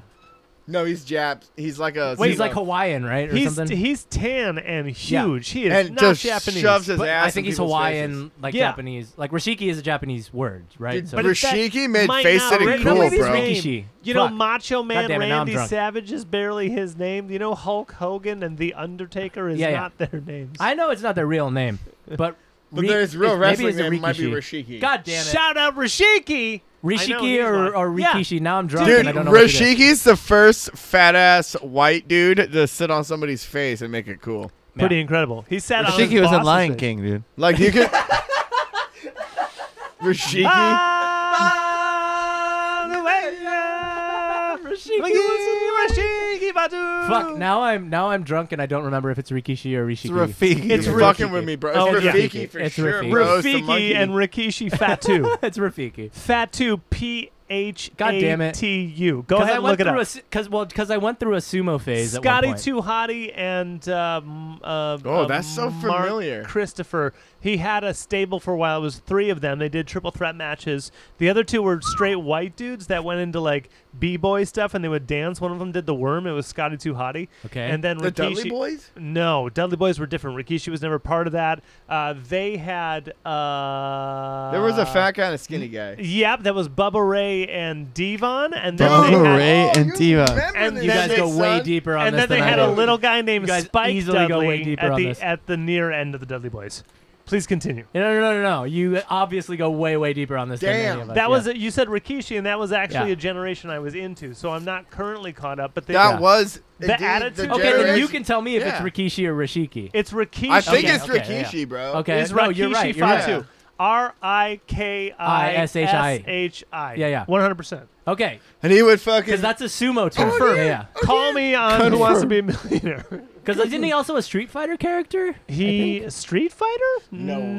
[SPEAKER 2] No, he's Jap. He's like a.
[SPEAKER 1] He's like Hawaiian, right, or
[SPEAKER 3] he's
[SPEAKER 1] something?
[SPEAKER 3] he's tan and huge. He is
[SPEAKER 2] and
[SPEAKER 3] not
[SPEAKER 2] just
[SPEAKER 3] Japanese.
[SPEAKER 2] shoves his
[SPEAKER 1] but
[SPEAKER 2] ass.
[SPEAKER 1] I think
[SPEAKER 2] in
[SPEAKER 1] he's
[SPEAKER 2] people's
[SPEAKER 1] Hawaiian,
[SPEAKER 2] faces.
[SPEAKER 1] like
[SPEAKER 3] Yeah.
[SPEAKER 1] Japanese. Like Rashiki is a Japanese word, right?
[SPEAKER 2] Dude,
[SPEAKER 1] So
[SPEAKER 3] But it's that
[SPEAKER 2] Rashiki made
[SPEAKER 3] might
[SPEAKER 2] face
[SPEAKER 3] not
[SPEAKER 2] sitting
[SPEAKER 3] read-
[SPEAKER 1] no,
[SPEAKER 2] cool,
[SPEAKER 1] maybe it's
[SPEAKER 2] bro.
[SPEAKER 1] Rikishi.
[SPEAKER 3] You know,
[SPEAKER 1] Fuck.
[SPEAKER 3] Macho Man
[SPEAKER 1] damn it, now I'm
[SPEAKER 3] Randy
[SPEAKER 1] drunk.
[SPEAKER 3] Savage is barely his name. You know, Hulk Hogan and The Undertaker is
[SPEAKER 1] Yeah, yeah.
[SPEAKER 3] not their names.
[SPEAKER 1] I know it's not their real name, but
[SPEAKER 2] But
[SPEAKER 1] Ri-
[SPEAKER 2] there's real
[SPEAKER 1] it's- maybe
[SPEAKER 2] wrestling
[SPEAKER 1] it's a
[SPEAKER 2] name might be
[SPEAKER 1] Rikishi.
[SPEAKER 2] Rashiki.
[SPEAKER 1] God damn it.
[SPEAKER 3] Shout out Rashiki. I know
[SPEAKER 1] Rishiki
[SPEAKER 3] he's
[SPEAKER 1] or,
[SPEAKER 3] lying.
[SPEAKER 1] or
[SPEAKER 3] Yeah.
[SPEAKER 1] Rikishi. Now I'm drunk
[SPEAKER 2] Dude,
[SPEAKER 1] and I don't know what it is.
[SPEAKER 2] Rashiki's the first fat ass white dude to sit on somebody's face and make it cool.
[SPEAKER 3] Pretty incredible. He sat
[SPEAKER 4] I
[SPEAKER 3] on.
[SPEAKER 4] think
[SPEAKER 3] his
[SPEAKER 4] he was in
[SPEAKER 3] boss's
[SPEAKER 4] Lion
[SPEAKER 3] face.
[SPEAKER 4] King, dude.
[SPEAKER 2] Like you could. Rashiki.
[SPEAKER 3] Ah, the way- ah,
[SPEAKER 1] Rashiki.
[SPEAKER 3] like he was in Rashiki Badu.
[SPEAKER 1] Fuck! Now I'm now I'm drunk and I don't remember if it's Rikishi or Rishiki.
[SPEAKER 4] It's Rafiki.
[SPEAKER 3] It's
[SPEAKER 2] You're
[SPEAKER 3] Rafiki.
[SPEAKER 2] fucking with me, bro. It's
[SPEAKER 3] Oh, yeah.
[SPEAKER 2] Rafiki
[SPEAKER 1] Rafiki.
[SPEAKER 2] for
[SPEAKER 1] It's
[SPEAKER 2] sure,
[SPEAKER 1] Rafiki.
[SPEAKER 2] bro. It's the
[SPEAKER 3] Rafiki
[SPEAKER 2] monkey.
[SPEAKER 3] and Rikishi Fatu.
[SPEAKER 1] it's Rafiki.
[SPEAKER 3] Fatu P H
[SPEAKER 1] God damn
[SPEAKER 3] A
[SPEAKER 1] it.
[SPEAKER 3] T U. Go
[SPEAKER 1] Because
[SPEAKER 3] ahead
[SPEAKER 1] I
[SPEAKER 3] and
[SPEAKER 1] went
[SPEAKER 3] look it
[SPEAKER 1] through a
[SPEAKER 3] up.
[SPEAKER 1] su- cause well because I went through a sumo phase. at
[SPEAKER 3] Scotty
[SPEAKER 1] one point.
[SPEAKER 3] Too Hotty and um, uh,
[SPEAKER 2] Oh,
[SPEAKER 3] uh,
[SPEAKER 2] that's so
[SPEAKER 3] Mark
[SPEAKER 2] familiar.
[SPEAKER 3] Christopher. He had a stable for a while. It was three of them. They did triple threat matches. The other two were straight white dudes that went into like b boy stuff and they would dance. One of them did the worm. It was Scotty Too Hotty.
[SPEAKER 1] Okay.
[SPEAKER 3] And then
[SPEAKER 2] The
[SPEAKER 3] Rikishi.
[SPEAKER 2] Dudley Boys?
[SPEAKER 3] No, Dudley Boys were different. Rikishi was never part of that. Uh, they had. Uh,
[SPEAKER 2] There was a fat guy and a skinny guy.
[SPEAKER 3] Yep, that was Bubba Ray and Devon, and then they
[SPEAKER 4] Bubba
[SPEAKER 3] had
[SPEAKER 4] Ray and Diva.
[SPEAKER 3] And
[SPEAKER 1] you guys go way deeper on
[SPEAKER 3] and
[SPEAKER 1] this
[SPEAKER 3] then they
[SPEAKER 1] than I
[SPEAKER 3] had a
[SPEAKER 1] did.
[SPEAKER 3] little guy named
[SPEAKER 1] You guys
[SPEAKER 3] Spike
[SPEAKER 1] easily go
[SPEAKER 3] Dudley
[SPEAKER 1] way deeper
[SPEAKER 3] at
[SPEAKER 1] on
[SPEAKER 3] the
[SPEAKER 1] this.
[SPEAKER 3] at the near end of the Dudley Boys. Please continue.
[SPEAKER 1] No, no, no, no, no. You obviously go way, way deeper on this. than any
[SPEAKER 2] Damn.
[SPEAKER 1] of us.
[SPEAKER 3] That was it. You said Rikishi, and that was actually
[SPEAKER 1] Yeah.
[SPEAKER 3] a generation I was into, so I'm not currently caught up. But they,
[SPEAKER 2] That
[SPEAKER 1] Yeah.
[SPEAKER 2] was
[SPEAKER 3] The
[SPEAKER 2] indeed
[SPEAKER 3] attitude-
[SPEAKER 2] The
[SPEAKER 1] okay. Then you
[SPEAKER 2] generation-
[SPEAKER 1] can tell me if it's
[SPEAKER 2] Yeah.
[SPEAKER 1] Rikishi or Rishiki.
[SPEAKER 3] it's Rikishi.
[SPEAKER 2] I think
[SPEAKER 1] Okay,
[SPEAKER 2] it's
[SPEAKER 1] okay,
[SPEAKER 2] Rikishi,
[SPEAKER 1] yeah.
[SPEAKER 2] bro.
[SPEAKER 1] Okay,
[SPEAKER 3] Is
[SPEAKER 1] no,
[SPEAKER 3] Rikishi
[SPEAKER 1] you're right. You're
[SPEAKER 2] Fatu.
[SPEAKER 1] right.
[SPEAKER 2] Yeah.
[SPEAKER 3] Fatu. R I K I S H I H I.
[SPEAKER 1] Yeah, yeah.
[SPEAKER 3] One hundred percent.
[SPEAKER 1] Okay,
[SPEAKER 2] And he would fucking.
[SPEAKER 1] because that's a sumo term.
[SPEAKER 3] Oh,
[SPEAKER 1] yeah, yeah.
[SPEAKER 2] Oh,
[SPEAKER 3] Call me on Who Wants to Be a Millionaire.
[SPEAKER 1] Because isn't he also a Street Fighter character?
[SPEAKER 3] He Street Fighter?
[SPEAKER 2] No way,
[SPEAKER 3] no.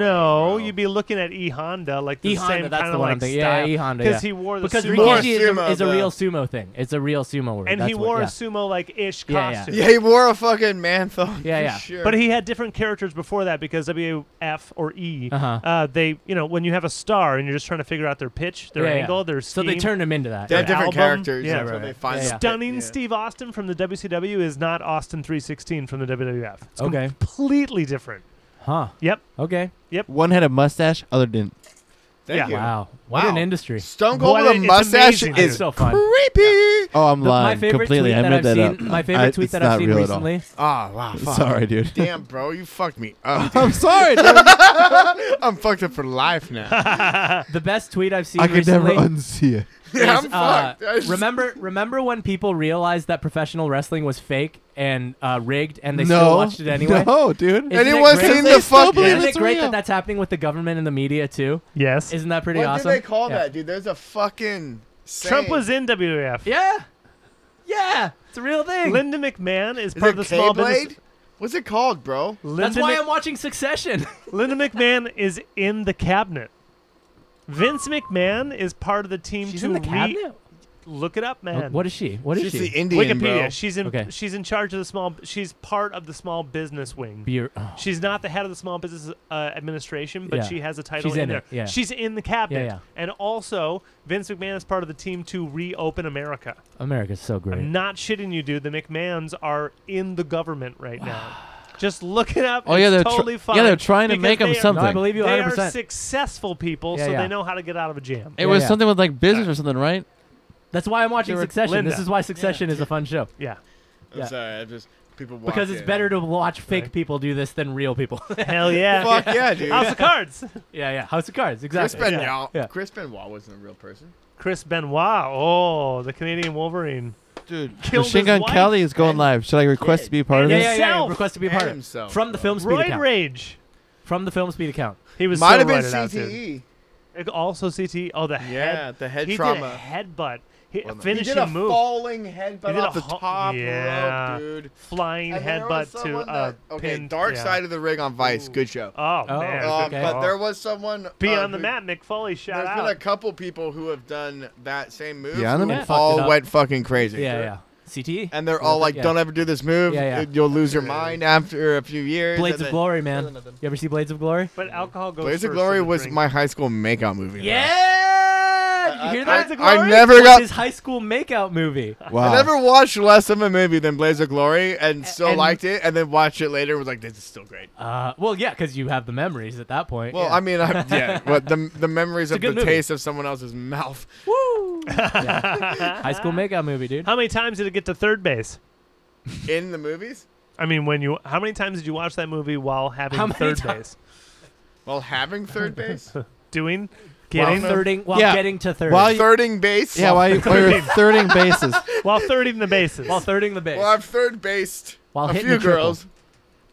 [SPEAKER 2] bro.
[SPEAKER 3] You'd be looking at E Honda like the
[SPEAKER 1] E
[SPEAKER 3] same
[SPEAKER 1] Honda, that's
[SPEAKER 3] kind
[SPEAKER 1] the
[SPEAKER 3] of
[SPEAKER 1] one
[SPEAKER 3] like
[SPEAKER 1] I'm thinking. Yeah,
[SPEAKER 3] style.
[SPEAKER 1] E Honda,
[SPEAKER 3] Because
[SPEAKER 1] yeah.
[SPEAKER 3] he wore the
[SPEAKER 1] Because
[SPEAKER 3] sumo,
[SPEAKER 2] More
[SPEAKER 1] Rikishi is, a,
[SPEAKER 2] sumo,
[SPEAKER 1] is a
[SPEAKER 2] though.
[SPEAKER 1] real sumo thing. It's a real sumo word.
[SPEAKER 3] and
[SPEAKER 1] that's
[SPEAKER 3] he
[SPEAKER 1] what-
[SPEAKER 3] wore
[SPEAKER 1] yeah.
[SPEAKER 3] a sumo like ish
[SPEAKER 1] Yeah, yeah.
[SPEAKER 3] costume.
[SPEAKER 2] yeah, he wore a fucking man thong.
[SPEAKER 1] Yeah,
[SPEAKER 2] for
[SPEAKER 1] yeah.
[SPEAKER 2] Sure.
[SPEAKER 3] But he had different characters before that because WF or E,
[SPEAKER 1] Uh-huh.
[SPEAKER 3] uh, they you know when you have a star and you're just trying to figure out their pitch, their
[SPEAKER 1] Yeah, yeah.
[SPEAKER 3] angle, their
[SPEAKER 1] So
[SPEAKER 3] scheme.
[SPEAKER 1] they turned him into that.
[SPEAKER 2] They have
[SPEAKER 3] their
[SPEAKER 2] different
[SPEAKER 3] album.
[SPEAKER 2] characters.
[SPEAKER 3] Yeah,
[SPEAKER 2] Yeah,
[SPEAKER 1] right,
[SPEAKER 2] they
[SPEAKER 1] right.
[SPEAKER 2] find
[SPEAKER 1] Yeah,
[SPEAKER 2] the
[SPEAKER 1] yeah.
[SPEAKER 3] Stunning
[SPEAKER 2] fit, yeah.
[SPEAKER 3] Steve Austin from the WCW is not Austin 316 from the WWF. It's
[SPEAKER 1] Okay.
[SPEAKER 3] completely different.
[SPEAKER 1] Huh.
[SPEAKER 3] Yep.
[SPEAKER 1] Okay.
[SPEAKER 4] One had a mustache, other didn't.
[SPEAKER 2] Thank
[SPEAKER 3] Yeah.
[SPEAKER 2] you.
[SPEAKER 1] Wow. What an
[SPEAKER 2] Wow.
[SPEAKER 1] industry.
[SPEAKER 2] Stone Cold
[SPEAKER 3] What
[SPEAKER 2] with
[SPEAKER 3] a-
[SPEAKER 2] a
[SPEAKER 3] it's
[SPEAKER 2] mustache
[SPEAKER 3] amazing, dude.
[SPEAKER 1] It's
[SPEAKER 2] is
[SPEAKER 1] so fun.
[SPEAKER 2] creepy.
[SPEAKER 4] Oh, I'm
[SPEAKER 1] The- my
[SPEAKER 4] lying
[SPEAKER 1] favorite
[SPEAKER 4] completely.
[SPEAKER 1] tweet
[SPEAKER 4] I
[SPEAKER 1] that
[SPEAKER 4] made
[SPEAKER 1] I've
[SPEAKER 4] that
[SPEAKER 1] seen.
[SPEAKER 4] up.
[SPEAKER 1] My
[SPEAKER 4] I-
[SPEAKER 1] favorite tweet
[SPEAKER 4] it's
[SPEAKER 1] that
[SPEAKER 4] not
[SPEAKER 1] I've seen
[SPEAKER 4] real at all.
[SPEAKER 1] recently.
[SPEAKER 2] Ah, wow. Fuck.
[SPEAKER 4] Sorry, dude.
[SPEAKER 2] Damn, bro, you fucked me up. dude.
[SPEAKER 4] I'm sorry, dude.
[SPEAKER 2] I'm fucked up for life now.
[SPEAKER 1] The best tweet I've seen
[SPEAKER 4] I could never
[SPEAKER 1] recently
[SPEAKER 4] unsee it.
[SPEAKER 1] is,
[SPEAKER 2] Yeah, I'm
[SPEAKER 1] uh,
[SPEAKER 2] fucked. I just-
[SPEAKER 1] remember, remember when people realized that professional wrestling was fake and uh, rigged, and they
[SPEAKER 4] no,
[SPEAKER 1] still watched it anyway.
[SPEAKER 4] No, dude.
[SPEAKER 1] Isn't
[SPEAKER 2] and it
[SPEAKER 1] it
[SPEAKER 2] wasn't
[SPEAKER 1] great?
[SPEAKER 2] in
[SPEAKER 4] They
[SPEAKER 2] the
[SPEAKER 4] still
[SPEAKER 2] fucking.
[SPEAKER 4] believe
[SPEAKER 1] Isn't it
[SPEAKER 4] it's
[SPEAKER 1] great
[SPEAKER 4] real.
[SPEAKER 1] that that's happening with the government and the media too?
[SPEAKER 3] Yes.
[SPEAKER 1] Isn't that pretty
[SPEAKER 2] What
[SPEAKER 1] awesome?
[SPEAKER 2] do they call
[SPEAKER 1] Yeah.
[SPEAKER 2] that, dude? There's a fucking.
[SPEAKER 3] Trump
[SPEAKER 2] saying.
[SPEAKER 3] was in WWF.
[SPEAKER 1] Yeah, yeah, it's a real thing.
[SPEAKER 3] Linda McMahon is,
[SPEAKER 2] Is
[SPEAKER 3] part
[SPEAKER 2] it
[SPEAKER 3] of the small
[SPEAKER 2] K-Blade?
[SPEAKER 3] business.
[SPEAKER 2] What's it called, bro?
[SPEAKER 3] Linda,
[SPEAKER 1] that's why
[SPEAKER 3] Mc-
[SPEAKER 1] I'm watching Succession.
[SPEAKER 3] Linda McMahon is in the cabinet. Vince McMahon is part of the team
[SPEAKER 1] She's
[SPEAKER 3] to
[SPEAKER 1] in the
[SPEAKER 3] re-
[SPEAKER 1] cabinet. Oh,
[SPEAKER 3] look it up, man.
[SPEAKER 1] What is she? What is
[SPEAKER 2] She's
[SPEAKER 1] she?
[SPEAKER 2] the Indian,
[SPEAKER 3] Wikipedia.
[SPEAKER 2] bro.
[SPEAKER 3] She's in.
[SPEAKER 1] Okay.
[SPEAKER 3] She's in charge of the small. She's part of the small business wing.
[SPEAKER 1] Be- oh.
[SPEAKER 3] She's not the head of the Small Business uh, Administration, but
[SPEAKER 1] Yeah.
[SPEAKER 3] she has a title
[SPEAKER 1] She's
[SPEAKER 3] in,
[SPEAKER 1] in
[SPEAKER 3] there.
[SPEAKER 1] it, yeah.
[SPEAKER 3] She's in the cabinet.
[SPEAKER 1] Yeah, yeah.
[SPEAKER 3] And also, Vince McMahon is part of the team to reopen America.
[SPEAKER 1] America's so great.
[SPEAKER 3] I'm not shitting you, dude. The McMahons are in the government right now. Just look it up.
[SPEAKER 4] Oh, yeah,
[SPEAKER 3] It's
[SPEAKER 4] they're tr-
[SPEAKER 3] totally fine.
[SPEAKER 4] yeah, they're trying to
[SPEAKER 3] because
[SPEAKER 4] make 'em
[SPEAKER 3] they are-
[SPEAKER 1] no,
[SPEAKER 4] something.
[SPEAKER 1] I believe you
[SPEAKER 3] They
[SPEAKER 1] 100.
[SPEAKER 3] are
[SPEAKER 1] percent
[SPEAKER 3] successful people,
[SPEAKER 1] Yeah,
[SPEAKER 3] so
[SPEAKER 1] yeah.
[SPEAKER 3] they know how to get out of a jam.
[SPEAKER 4] It
[SPEAKER 1] Yeah,
[SPEAKER 4] was
[SPEAKER 1] yeah.
[SPEAKER 4] something with like business or something, right?
[SPEAKER 1] That's why I'm watching
[SPEAKER 4] They were-
[SPEAKER 1] Succession. This
[SPEAKER 3] Linda.
[SPEAKER 1] is why Succession is a fun show
[SPEAKER 3] Yeah,
[SPEAKER 2] I'm
[SPEAKER 1] Yeah.
[SPEAKER 2] sorry, I just people walk
[SPEAKER 1] because it's
[SPEAKER 2] in.
[SPEAKER 1] better to watch fake
[SPEAKER 3] Right.
[SPEAKER 1] people do this than real people.
[SPEAKER 3] hell yeah.
[SPEAKER 2] Fuck yeah, dude.
[SPEAKER 3] House of Cards.
[SPEAKER 1] yeah, yeah. House of Cards,
[SPEAKER 2] Chris
[SPEAKER 1] exactly.
[SPEAKER 2] Benoit.
[SPEAKER 1] Yeah.
[SPEAKER 2] Chris Benoit wasn't a real person.
[SPEAKER 3] Chris Benoit. Oh, the Canadian Wolverine.
[SPEAKER 4] Dude,
[SPEAKER 3] Killed
[SPEAKER 4] Machine
[SPEAKER 3] his
[SPEAKER 4] Gun
[SPEAKER 3] wife
[SPEAKER 4] Kelly is going live. Should I request to be a part of
[SPEAKER 1] yeah,
[SPEAKER 4] this?
[SPEAKER 1] yeah, yeah, yeah.
[SPEAKER 3] Himself.
[SPEAKER 1] Request to be a
[SPEAKER 2] And
[SPEAKER 1] part of it.
[SPEAKER 2] himself,
[SPEAKER 1] from the
[SPEAKER 2] bro.
[SPEAKER 1] film speed
[SPEAKER 3] Roid
[SPEAKER 1] account.
[SPEAKER 3] Rage.
[SPEAKER 1] From the film speed account.
[SPEAKER 3] He was so
[SPEAKER 2] Might have been E.
[SPEAKER 3] roided out, dude.
[SPEAKER 2] CTE.
[SPEAKER 3] It- Also CTE. Oh, the
[SPEAKER 2] Yeah,
[SPEAKER 3] head.
[SPEAKER 2] the head
[SPEAKER 3] he
[SPEAKER 2] trauma.
[SPEAKER 3] did a headbutt. He,
[SPEAKER 2] Well, no.
[SPEAKER 3] finishing
[SPEAKER 2] he did a
[SPEAKER 3] move.
[SPEAKER 2] falling
[SPEAKER 3] He
[SPEAKER 2] headbutt
[SPEAKER 3] did
[SPEAKER 2] off
[SPEAKER 3] a
[SPEAKER 2] the
[SPEAKER 3] hu-
[SPEAKER 2] top
[SPEAKER 3] Yeah.
[SPEAKER 2] rope, dude.
[SPEAKER 3] flying
[SPEAKER 2] And there was
[SPEAKER 3] headbutt to
[SPEAKER 2] someone
[SPEAKER 3] uh,
[SPEAKER 2] that- okay,
[SPEAKER 3] pin.
[SPEAKER 2] Dark
[SPEAKER 3] yeah.
[SPEAKER 2] Side of the Ring on Vice, good show.
[SPEAKER 3] Oh,
[SPEAKER 1] Oh,
[SPEAKER 3] man,
[SPEAKER 1] okay.
[SPEAKER 2] Um,
[SPEAKER 3] good
[SPEAKER 2] But
[SPEAKER 3] call.
[SPEAKER 2] there was someone
[SPEAKER 3] Be
[SPEAKER 2] uh,
[SPEAKER 3] on the
[SPEAKER 2] who-
[SPEAKER 3] mat, Mick Foley. Shout
[SPEAKER 2] There's
[SPEAKER 3] out.
[SPEAKER 2] been a couple people who have done that same move.
[SPEAKER 4] Be on the
[SPEAKER 2] who
[SPEAKER 4] mat.
[SPEAKER 1] Fucked it
[SPEAKER 2] All
[SPEAKER 1] up.
[SPEAKER 2] went fucking crazy.
[SPEAKER 1] Yeah, yeah. E? CTE.
[SPEAKER 2] And they're all like,
[SPEAKER 1] Yeah.
[SPEAKER 2] "Don't ever do this move.
[SPEAKER 1] Yeah, yeah.
[SPEAKER 2] It- You'll lose your mind after a few years."
[SPEAKER 1] Blades
[SPEAKER 2] And
[SPEAKER 1] of
[SPEAKER 2] then-
[SPEAKER 1] Glory, man. You ever see Blades of Glory?
[SPEAKER 3] but alcohol goes.
[SPEAKER 2] Blades of
[SPEAKER 3] first
[SPEAKER 2] Glory
[SPEAKER 3] in the
[SPEAKER 2] was
[SPEAKER 3] drink.
[SPEAKER 2] my high school makeout movie. bro.
[SPEAKER 1] Yeah. Did you hear that?
[SPEAKER 3] Blades of
[SPEAKER 2] Uh, I
[SPEAKER 3] Glory?
[SPEAKER 2] never
[SPEAKER 1] It's
[SPEAKER 2] got
[SPEAKER 1] his high school makeout movie.
[SPEAKER 4] Wow.
[SPEAKER 2] I never watched less of a movie than Blaze of Glory and still
[SPEAKER 1] and-
[SPEAKER 2] liked it, and then watched it later and was like, this is still great.
[SPEAKER 1] Uh, well, yeah, because you have the memories at that point.
[SPEAKER 2] Well,
[SPEAKER 1] yeah.
[SPEAKER 2] I mean, I, yeah, but the, the memories
[SPEAKER 1] a
[SPEAKER 2] of the
[SPEAKER 1] good movie.
[SPEAKER 2] taste of someone else's mouth.
[SPEAKER 1] Woo! Yeah. High school makeout movie, dude.
[SPEAKER 3] How many times did it get to third base?
[SPEAKER 2] In the movies?
[SPEAKER 3] I mean, when you, how many times did you watch that movie while having
[SPEAKER 1] How many
[SPEAKER 3] third
[SPEAKER 1] times?
[SPEAKER 3] base?
[SPEAKER 2] While having third base?
[SPEAKER 3] Doing,
[SPEAKER 1] While
[SPEAKER 3] getting,
[SPEAKER 1] thirding, while
[SPEAKER 4] Yeah.
[SPEAKER 1] getting to third.
[SPEAKER 4] While you-
[SPEAKER 2] Thirding base?
[SPEAKER 4] Yeah, while, you, while you're thirding bases.
[SPEAKER 3] while thirding the bases.
[SPEAKER 1] while thirding the base.
[SPEAKER 2] Well, I've third based
[SPEAKER 1] While
[SPEAKER 2] a
[SPEAKER 1] hitting
[SPEAKER 2] few
[SPEAKER 1] the triple.
[SPEAKER 2] girls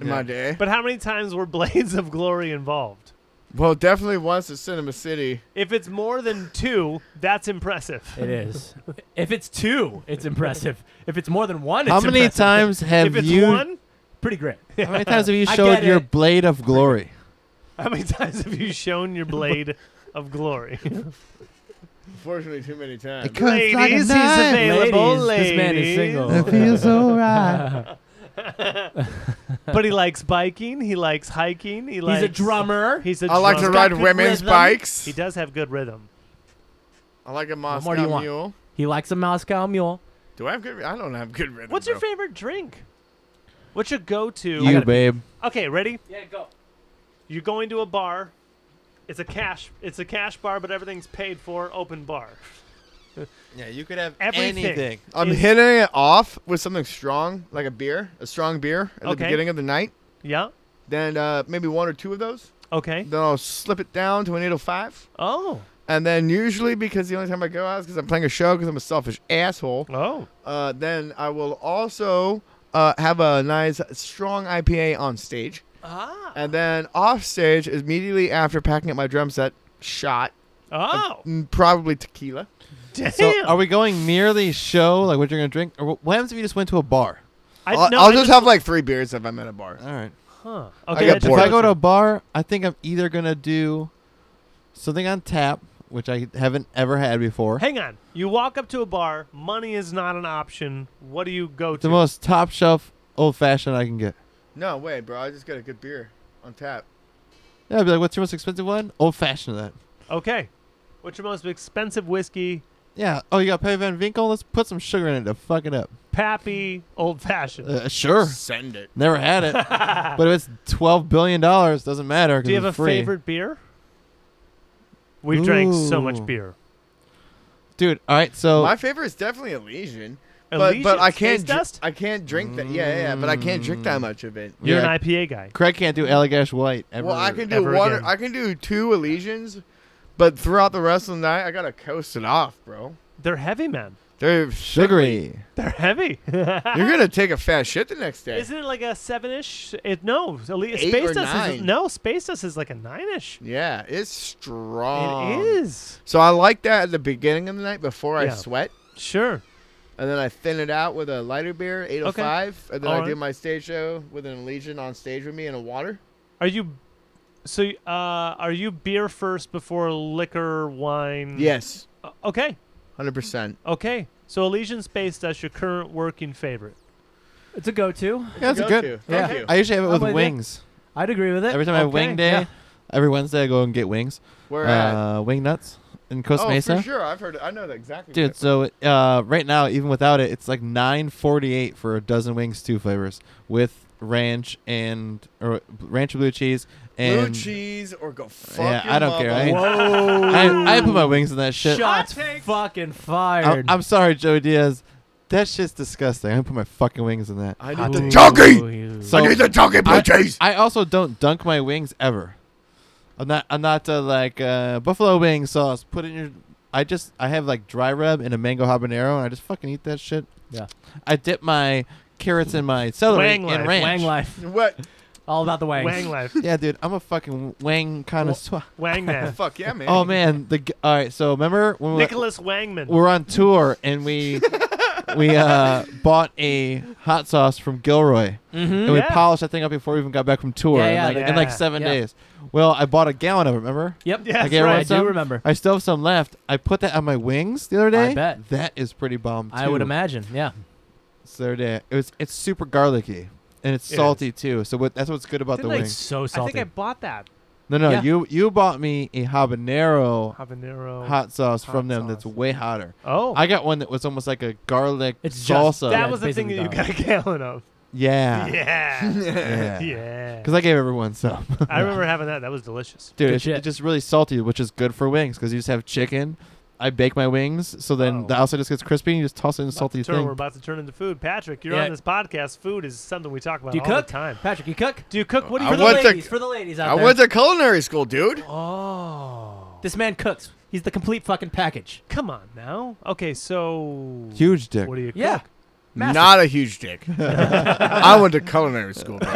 [SPEAKER 2] in my day.
[SPEAKER 3] but how many times were Blades of Glory involved?
[SPEAKER 2] Well, definitely once at Cinema City.
[SPEAKER 3] If it's more than two, that's impressive.
[SPEAKER 1] It is. if it's two, it's impressive. If it's more than one, it's
[SPEAKER 4] How many
[SPEAKER 1] impressive.
[SPEAKER 4] times have
[SPEAKER 3] If it's
[SPEAKER 4] you?
[SPEAKER 3] one,
[SPEAKER 1] Pretty great.
[SPEAKER 4] How many times have you
[SPEAKER 1] I
[SPEAKER 4] showed
[SPEAKER 1] get
[SPEAKER 4] your
[SPEAKER 1] it.
[SPEAKER 4] blade of glory?
[SPEAKER 3] how many times have you shown your blade of glory?
[SPEAKER 2] Unfortunately, too many times.
[SPEAKER 4] It cuts like a
[SPEAKER 3] Ladies, he's
[SPEAKER 4] knife.
[SPEAKER 3] available.
[SPEAKER 1] Ladies, this man is
[SPEAKER 3] ladies.
[SPEAKER 1] single.
[SPEAKER 4] It feels so right.
[SPEAKER 3] but he likes biking. He likes hiking. He likes.
[SPEAKER 1] He's a drummer.
[SPEAKER 3] He's a
[SPEAKER 2] I like to
[SPEAKER 3] drummer.
[SPEAKER 2] ride
[SPEAKER 1] good
[SPEAKER 2] women's
[SPEAKER 1] rhythm.
[SPEAKER 2] bikes.
[SPEAKER 3] He does have good rhythm.
[SPEAKER 2] I like a
[SPEAKER 1] more do you
[SPEAKER 2] Moscow
[SPEAKER 1] want?
[SPEAKER 2] mule.
[SPEAKER 1] He likes a Moscow Mule.
[SPEAKER 2] Do I have good? I don't have good rhythm.
[SPEAKER 3] What's your
[SPEAKER 2] bro.
[SPEAKER 3] favorite drink? What's your go-to?
[SPEAKER 4] You, babe.
[SPEAKER 3] Okay, ready?
[SPEAKER 1] Yeah, go.
[SPEAKER 3] You're going to a bar. It's a cash. It's a cash bar, but everything's paid for. Open bar.
[SPEAKER 4] Yeah, you could have
[SPEAKER 3] Everything. anything.
[SPEAKER 2] I'm
[SPEAKER 3] is-
[SPEAKER 2] hitting it off with something strong, like a beer, a strong beer at
[SPEAKER 3] Okay.
[SPEAKER 2] the beginning of the night.
[SPEAKER 3] Yeah.
[SPEAKER 2] Then uh, maybe one or two of those.
[SPEAKER 3] Okay.
[SPEAKER 2] Then I'll slip it down to an 805.
[SPEAKER 3] Oh.
[SPEAKER 2] And then usually, because the only time I go out is because I'm playing a show because I'm a selfish asshole,
[SPEAKER 3] Oh.
[SPEAKER 2] uh, then I will also uh, have a nice strong IPA on stage.
[SPEAKER 3] Ah.
[SPEAKER 2] And then off stage, immediately after packing up my drum set, shot,
[SPEAKER 3] Oh.
[SPEAKER 2] mm, probably tequila.
[SPEAKER 3] Damn.
[SPEAKER 4] So, are we going merely show like what you're gonna drink, or wh- what happens if you just went to a bar?
[SPEAKER 3] I,
[SPEAKER 2] I'll,
[SPEAKER 3] no,
[SPEAKER 2] I'll
[SPEAKER 3] I
[SPEAKER 2] just have like three beers if I'm at a bar.
[SPEAKER 4] All right.
[SPEAKER 3] Huh.
[SPEAKER 2] I
[SPEAKER 3] Okay.
[SPEAKER 2] got
[SPEAKER 3] that
[SPEAKER 4] if
[SPEAKER 2] bored.
[SPEAKER 4] I
[SPEAKER 3] just-
[SPEAKER 4] go to a bar, I think I'm either gonna do something on tap, which I haven't ever had before.
[SPEAKER 3] Hang on. You walk up to a bar. Money is not an option. What do you go to?
[SPEAKER 4] the most top shelf old fashioned I can get.
[SPEAKER 2] No way, bro. I just got a good beer on tap.
[SPEAKER 4] Yeah, I'd be like, what's your most expensive one? Old fashioned that.
[SPEAKER 3] Okay. What's your most expensive whiskey?
[SPEAKER 4] Yeah. Oh, you got Petty Van Winkle? Let's put some sugar in it to fuck it up.
[SPEAKER 3] Pappy, old fashioned.
[SPEAKER 4] Uh, sure.
[SPEAKER 2] Send it.
[SPEAKER 4] Never had it. but if it's twelve billion dollars, doesn't matter. 'cause
[SPEAKER 3] Do you have a
[SPEAKER 4] it's free.
[SPEAKER 3] favorite beer? We've drank so much
[SPEAKER 4] Ooh.
[SPEAKER 3] beer.
[SPEAKER 4] Dude. All right. So
[SPEAKER 2] My favorite is definitely Elysian. But, but I
[SPEAKER 3] Elysian's
[SPEAKER 2] can't
[SPEAKER 3] Oh. taste
[SPEAKER 2] dr-
[SPEAKER 3] test. Mm.
[SPEAKER 2] I can't drink that. Yeah, yeah, yeah, but I can't drink that much of it.
[SPEAKER 3] You're
[SPEAKER 4] Yeah.
[SPEAKER 3] an IPA guy.
[SPEAKER 4] Craig can't do Allagash White. Ever.
[SPEAKER 2] Well, I can do
[SPEAKER 3] ever
[SPEAKER 2] one.
[SPEAKER 3] again.
[SPEAKER 2] I can do two Elysians, but throughout the rest of the night, I gotta coast it off, bro.
[SPEAKER 3] They're heavy, man.
[SPEAKER 2] They're
[SPEAKER 4] Sugary.
[SPEAKER 3] They're heavy.
[SPEAKER 2] You're gonna take a fat shit the next day.
[SPEAKER 3] Isn't it like a seven-ish? It, no, at least
[SPEAKER 2] Eight
[SPEAKER 3] Space
[SPEAKER 2] or
[SPEAKER 3] Dust is
[SPEAKER 2] nine?
[SPEAKER 3] no Space Dust is like a nine-ish.
[SPEAKER 2] yeah, it's strong.
[SPEAKER 3] it is
[SPEAKER 2] So I like that at the beginning of the night before
[SPEAKER 3] Yeah.
[SPEAKER 2] I sweat,
[SPEAKER 3] sure.
[SPEAKER 2] and then I thin it out with a lighter beer, 805, and then I
[SPEAKER 3] Alright.
[SPEAKER 2] do my stage show with an Elysian on stage with me and a water.
[SPEAKER 3] Are you? So y- uh, are you beer first before liquor, wine?
[SPEAKER 2] Yes,
[SPEAKER 3] Uh, okay.
[SPEAKER 2] hundred percent.
[SPEAKER 3] Okay. So Elysian Space Dust, your current working favorite.
[SPEAKER 1] It's a go-to.
[SPEAKER 4] Yeah, that's
[SPEAKER 2] Go-to.
[SPEAKER 4] good.
[SPEAKER 2] Thank
[SPEAKER 1] Yeah.
[SPEAKER 2] you.
[SPEAKER 4] I usually have it
[SPEAKER 3] Oh,
[SPEAKER 1] I'm with
[SPEAKER 4] with
[SPEAKER 1] you.
[SPEAKER 4] wings.
[SPEAKER 1] I'd agree with it.
[SPEAKER 4] Every time I have
[SPEAKER 1] Okay,
[SPEAKER 4] wing day,
[SPEAKER 1] yeah.
[SPEAKER 4] every Wednesday I go and get wings.
[SPEAKER 2] We're at.
[SPEAKER 4] Uh, wing nuts in Costa
[SPEAKER 2] Oh,
[SPEAKER 4] Mesa.
[SPEAKER 2] for sure. I've heard. I know that exactly.
[SPEAKER 4] Dude, so uh, right now, even without it, it's like nine forty eight for a dozen wings, two flavors with ranch and or ranch and blue cheese and
[SPEAKER 2] blue cheese or go fuck
[SPEAKER 4] Yeah,
[SPEAKER 2] your
[SPEAKER 4] I don't care.
[SPEAKER 2] mama.
[SPEAKER 4] I ain't- I, I put my wings in that shit.
[SPEAKER 1] Shots
[SPEAKER 3] Hot takes.
[SPEAKER 1] fucking
[SPEAKER 4] I'm,
[SPEAKER 1] fired.
[SPEAKER 4] I'm sorry, Joey Diaz. That shit's disgusting. I put my fucking wings in that.
[SPEAKER 2] I
[SPEAKER 1] Hot
[SPEAKER 2] need the
[SPEAKER 1] takes.
[SPEAKER 2] donkey.
[SPEAKER 1] Ooh.
[SPEAKER 4] So-
[SPEAKER 2] I need the donkey blue
[SPEAKER 4] I-
[SPEAKER 2] cheese.
[SPEAKER 4] I also don't dunk my wings ever. I'm not. I'm not uh, like uh, buffalo wing sauce. Put in your. I just. I have like dry rub and a mango habanero, and I just fucking eat that shit.
[SPEAKER 1] Yeah.
[SPEAKER 4] I dip my carrots in my celery
[SPEAKER 3] Wang
[SPEAKER 4] and
[SPEAKER 3] life,
[SPEAKER 4] ranch.
[SPEAKER 1] Wang life.
[SPEAKER 2] what?
[SPEAKER 1] All about the wangs.
[SPEAKER 3] Wang life.
[SPEAKER 4] Yeah, dude. I'm a fucking wang connoisseur.
[SPEAKER 3] Wang man.
[SPEAKER 2] Fuck yeah, man.
[SPEAKER 4] Oh man. The g- all right. So remember when we
[SPEAKER 3] Nicholas Wangman.
[SPEAKER 4] we're on tour and we we uh, bought a hot sauce from Gilroy.
[SPEAKER 1] Mm-hmm.
[SPEAKER 4] and we
[SPEAKER 3] Yeah.
[SPEAKER 4] polished that thing up before we even got back from tour
[SPEAKER 1] Yeah,
[SPEAKER 4] in,
[SPEAKER 1] yeah,
[SPEAKER 4] like,
[SPEAKER 3] yeah.
[SPEAKER 4] in like seven
[SPEAKER 1] Yeah.
[SPEAKER 4] days. Well, I bought a gallon of it. Remember?
[SPEAKER 1] Yep.
[SPEAKER 3] Yeah,
[SPEAKER 4] Okay,
[SPEAKER 3] that's
[SPEAKER 1] I
[SPEAKER 4] everyone
[SPEAKER 3] right.
[SPEAKER 1] do
[SPEAKER 4] some-
[SPEAKER 1] remember.
[SPEAKER 4] I still have some left. I put that on my wings the other day.
[SPEAKER 1] I bet.
[SPEAKER 4] that is pretty bomb. Too.
[SPEAKER 1] I would imagine. Yeah.
[SPEAKER 4] It's the other day. It was. It's super garlicky and it's
[SPEAKER 3] It
[SPEAKER 4] salty too. So what, that's what's good about the
[SPEAKER 3] Didn't I
[SPEAKER 4] wings.
[SPEAKER 1] So salty.
[SPEAKER 3] bought that
[SPEAKER 4] No, no.
[SPEAKER 1] Yeah.
[SPEAKER 4] You you bought me a habanero
[SPEAKER 3] habanero.
[SPEAKER 4] hot sauce
[SPEAKER 3] hot
[SPEAKER 4] from them that's
[SPEAKER 3] sauce.
[SPEAKER 4] way hotter.
[SPEAKER 3] Oh,
[SPEAKER 4] I got one that was almost like a garlic
[SPEAKER 1] It's just-
[SPEAKER 4] salsa.
[SPEAKER 3] that
[SPEAKER 1] yeah,
[SPEAKER 3] was the
[SPEAKER 1] it's
[SPEAKER 3] thing that
[SPEAKER 1] basically
[SPEAKER 3] you got a gallon of.
[SPEAKER 4] yeah.
[SPEAKER 3] Yeah.
[SPEAKER 4] Yeah.
[SPEAKER 3] yeah.
[SPEAKER 4] Because I gave everyone some.
[SPEAKER 3] I remember having that. That was delicious.
[SPEAKER 4] Dude,
[SPEAKER 1] Good
[SPEAKER 4] it's,
[SPEAKER 1] shit.
[SPEAKER 4] it's just really salty, which is good for wings because you just have chicken. I bake my wings, so then
[SPEAKER 3] Oh.
[SPEAKER 4] the outside just gets crispy, and you just toss it in a salty
[SPEAKER 3] Turn, we're
[SPEAKER 4] thing.
[SPEAKER 3] about to turn into food. Patrick, you're
[SPEAKER 1] Yeah.
[SPEAKER 3] on this podcast. Food is something we talk about
[SPEAKER 1] Do you
[SPEAKER 3] all
[SPEAKER 1] cook?
[SPEAKER 3] the time.
[SPEAKER 1] Patrick, you cook?
[SPEAKER 3] Do you cook? What do
[SPEAKER 2] I
[SPEAKER 3] you
[SPEAKER 1] For the
[SPEAKER 2] went to-
[SPEAKER 1] ladies. For the ladies out
[SPEAKER 2] I
[SPEAKER 1] there.
[SPEAKER 2] went to culinary school, dude.
[SPEAKER 3] Oh,
[SPEAKER 1] This man cooks. He's the complete fucking package.
[SPEAKER 3] come on now. Okay, so
[SPEAKER 4] Huge dick.
[SPEAKER 3] What do you cook?
[SPEAKER 1] Yeah. Massive.
[SPEAKER 2] Not a huge dick. I went to culinary school. Bro.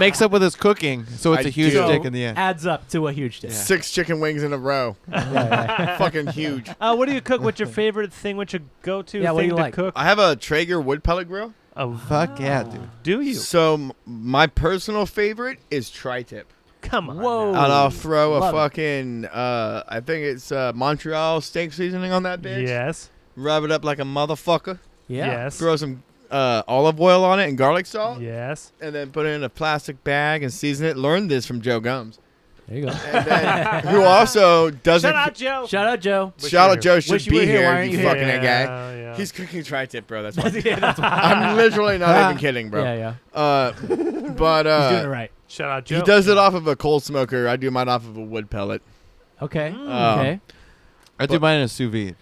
[SPEAKER 4] Makes up with his cooking, so it's a
[SPEAKER 2] I
[SPEAKER 4] huge
[SPEAKER 2] do.
[SPEAKER 4] dick in the end.
[SPEAKER 1] Adds up to a huge dish.
[SPEAKER 2] Six chicken wings in a row. Fucking huge.
[SPEAKER 3] Uh, what do you cook? What's your favorite thing? What's your go-to
[SPEAKER 1] Yeah,
[SPEAKER 3] thing
[SPEAKER 1] what do you
[SPEAKER 3] to
[SPEAKER 1] like?
[SPEAKER 3] cook?
[SPEAKER 2] I have a Traeger wood pellet grill.
[SPEAKER 3] Oh,
[SPEAKER 4] Fuck yeah, dude.
[SPEAKER 3] do you?
[SPEAKER 2] So m- my personal favorite is tri-tip.
[SPEAKER 3] Come on.
[SPEAKER 1] Whoa.
[SPEAKER 3] now.
[SPEAKER 2] and I'll throw a
[SPEAKER 1] love it.
[SPEAKER 2] fucking, uh, I think it's uh, Montreal steak seasoning on that bitch.
[SPEAKER 3] Yes.
[SPEAKER 2] Rub it up like a motherfucker.
[SPEAKER 1] Yeah.
[SPEAKER 3] Yes.
[SPEAKER 2] Throw some uh, olive oil on it and garlic salt.
[SPEAKER 3] Yes.
[SPEAKER 2] And then put it in a plastic bag and season it. Learned this from Joe Gums.
[SPEAKER 1] There you go.
[SPEAKER 2] And then, who also doesn't.
[SPEAKER 3] Shut up, Joe.
[SPEAKER 1] Shout out Joe.
[SPEAKER 2] Shout out Joe should
[SPEAKER 1] Wish you
[SPEAKER 2] be
[SPEAKER 1] were here.
[SPEAKER 2] here.
[SPEAKER 1] Why aren't
[SPEAKER 2] you
[SPEAKER 1] you here?
[SPEAKER 2] fucking that guy.
[SPEAKER 3] Yeah, yeah.
[SPEAKER 2] He's cooking tri-tip, bro. That's why.
[SPEAKER 1] yeah, that's why.
[SPEAKER 2] I'm literally not even kidding, bro.
[SPEAKER 1] Yeah, yeah.
[SPEAKER 2] Uh, but
[SPEAKER 1] He's
[SPEAKER 2] uh,
[SPEAKER 1] doing it right.
[SPEAKER 3] Shout out Joe.
[SPEAKER 2] he does it off of a coal smoker. I do mine off of a wood pellet
[SPEAKER 1] Okay.
[SPEAKER 2] Um,
[SPEAKER 1] okay.
[SPEAKER 4] I do
[SPEAKER 2] But-
[SPEAKER 4] mine in a sous vide.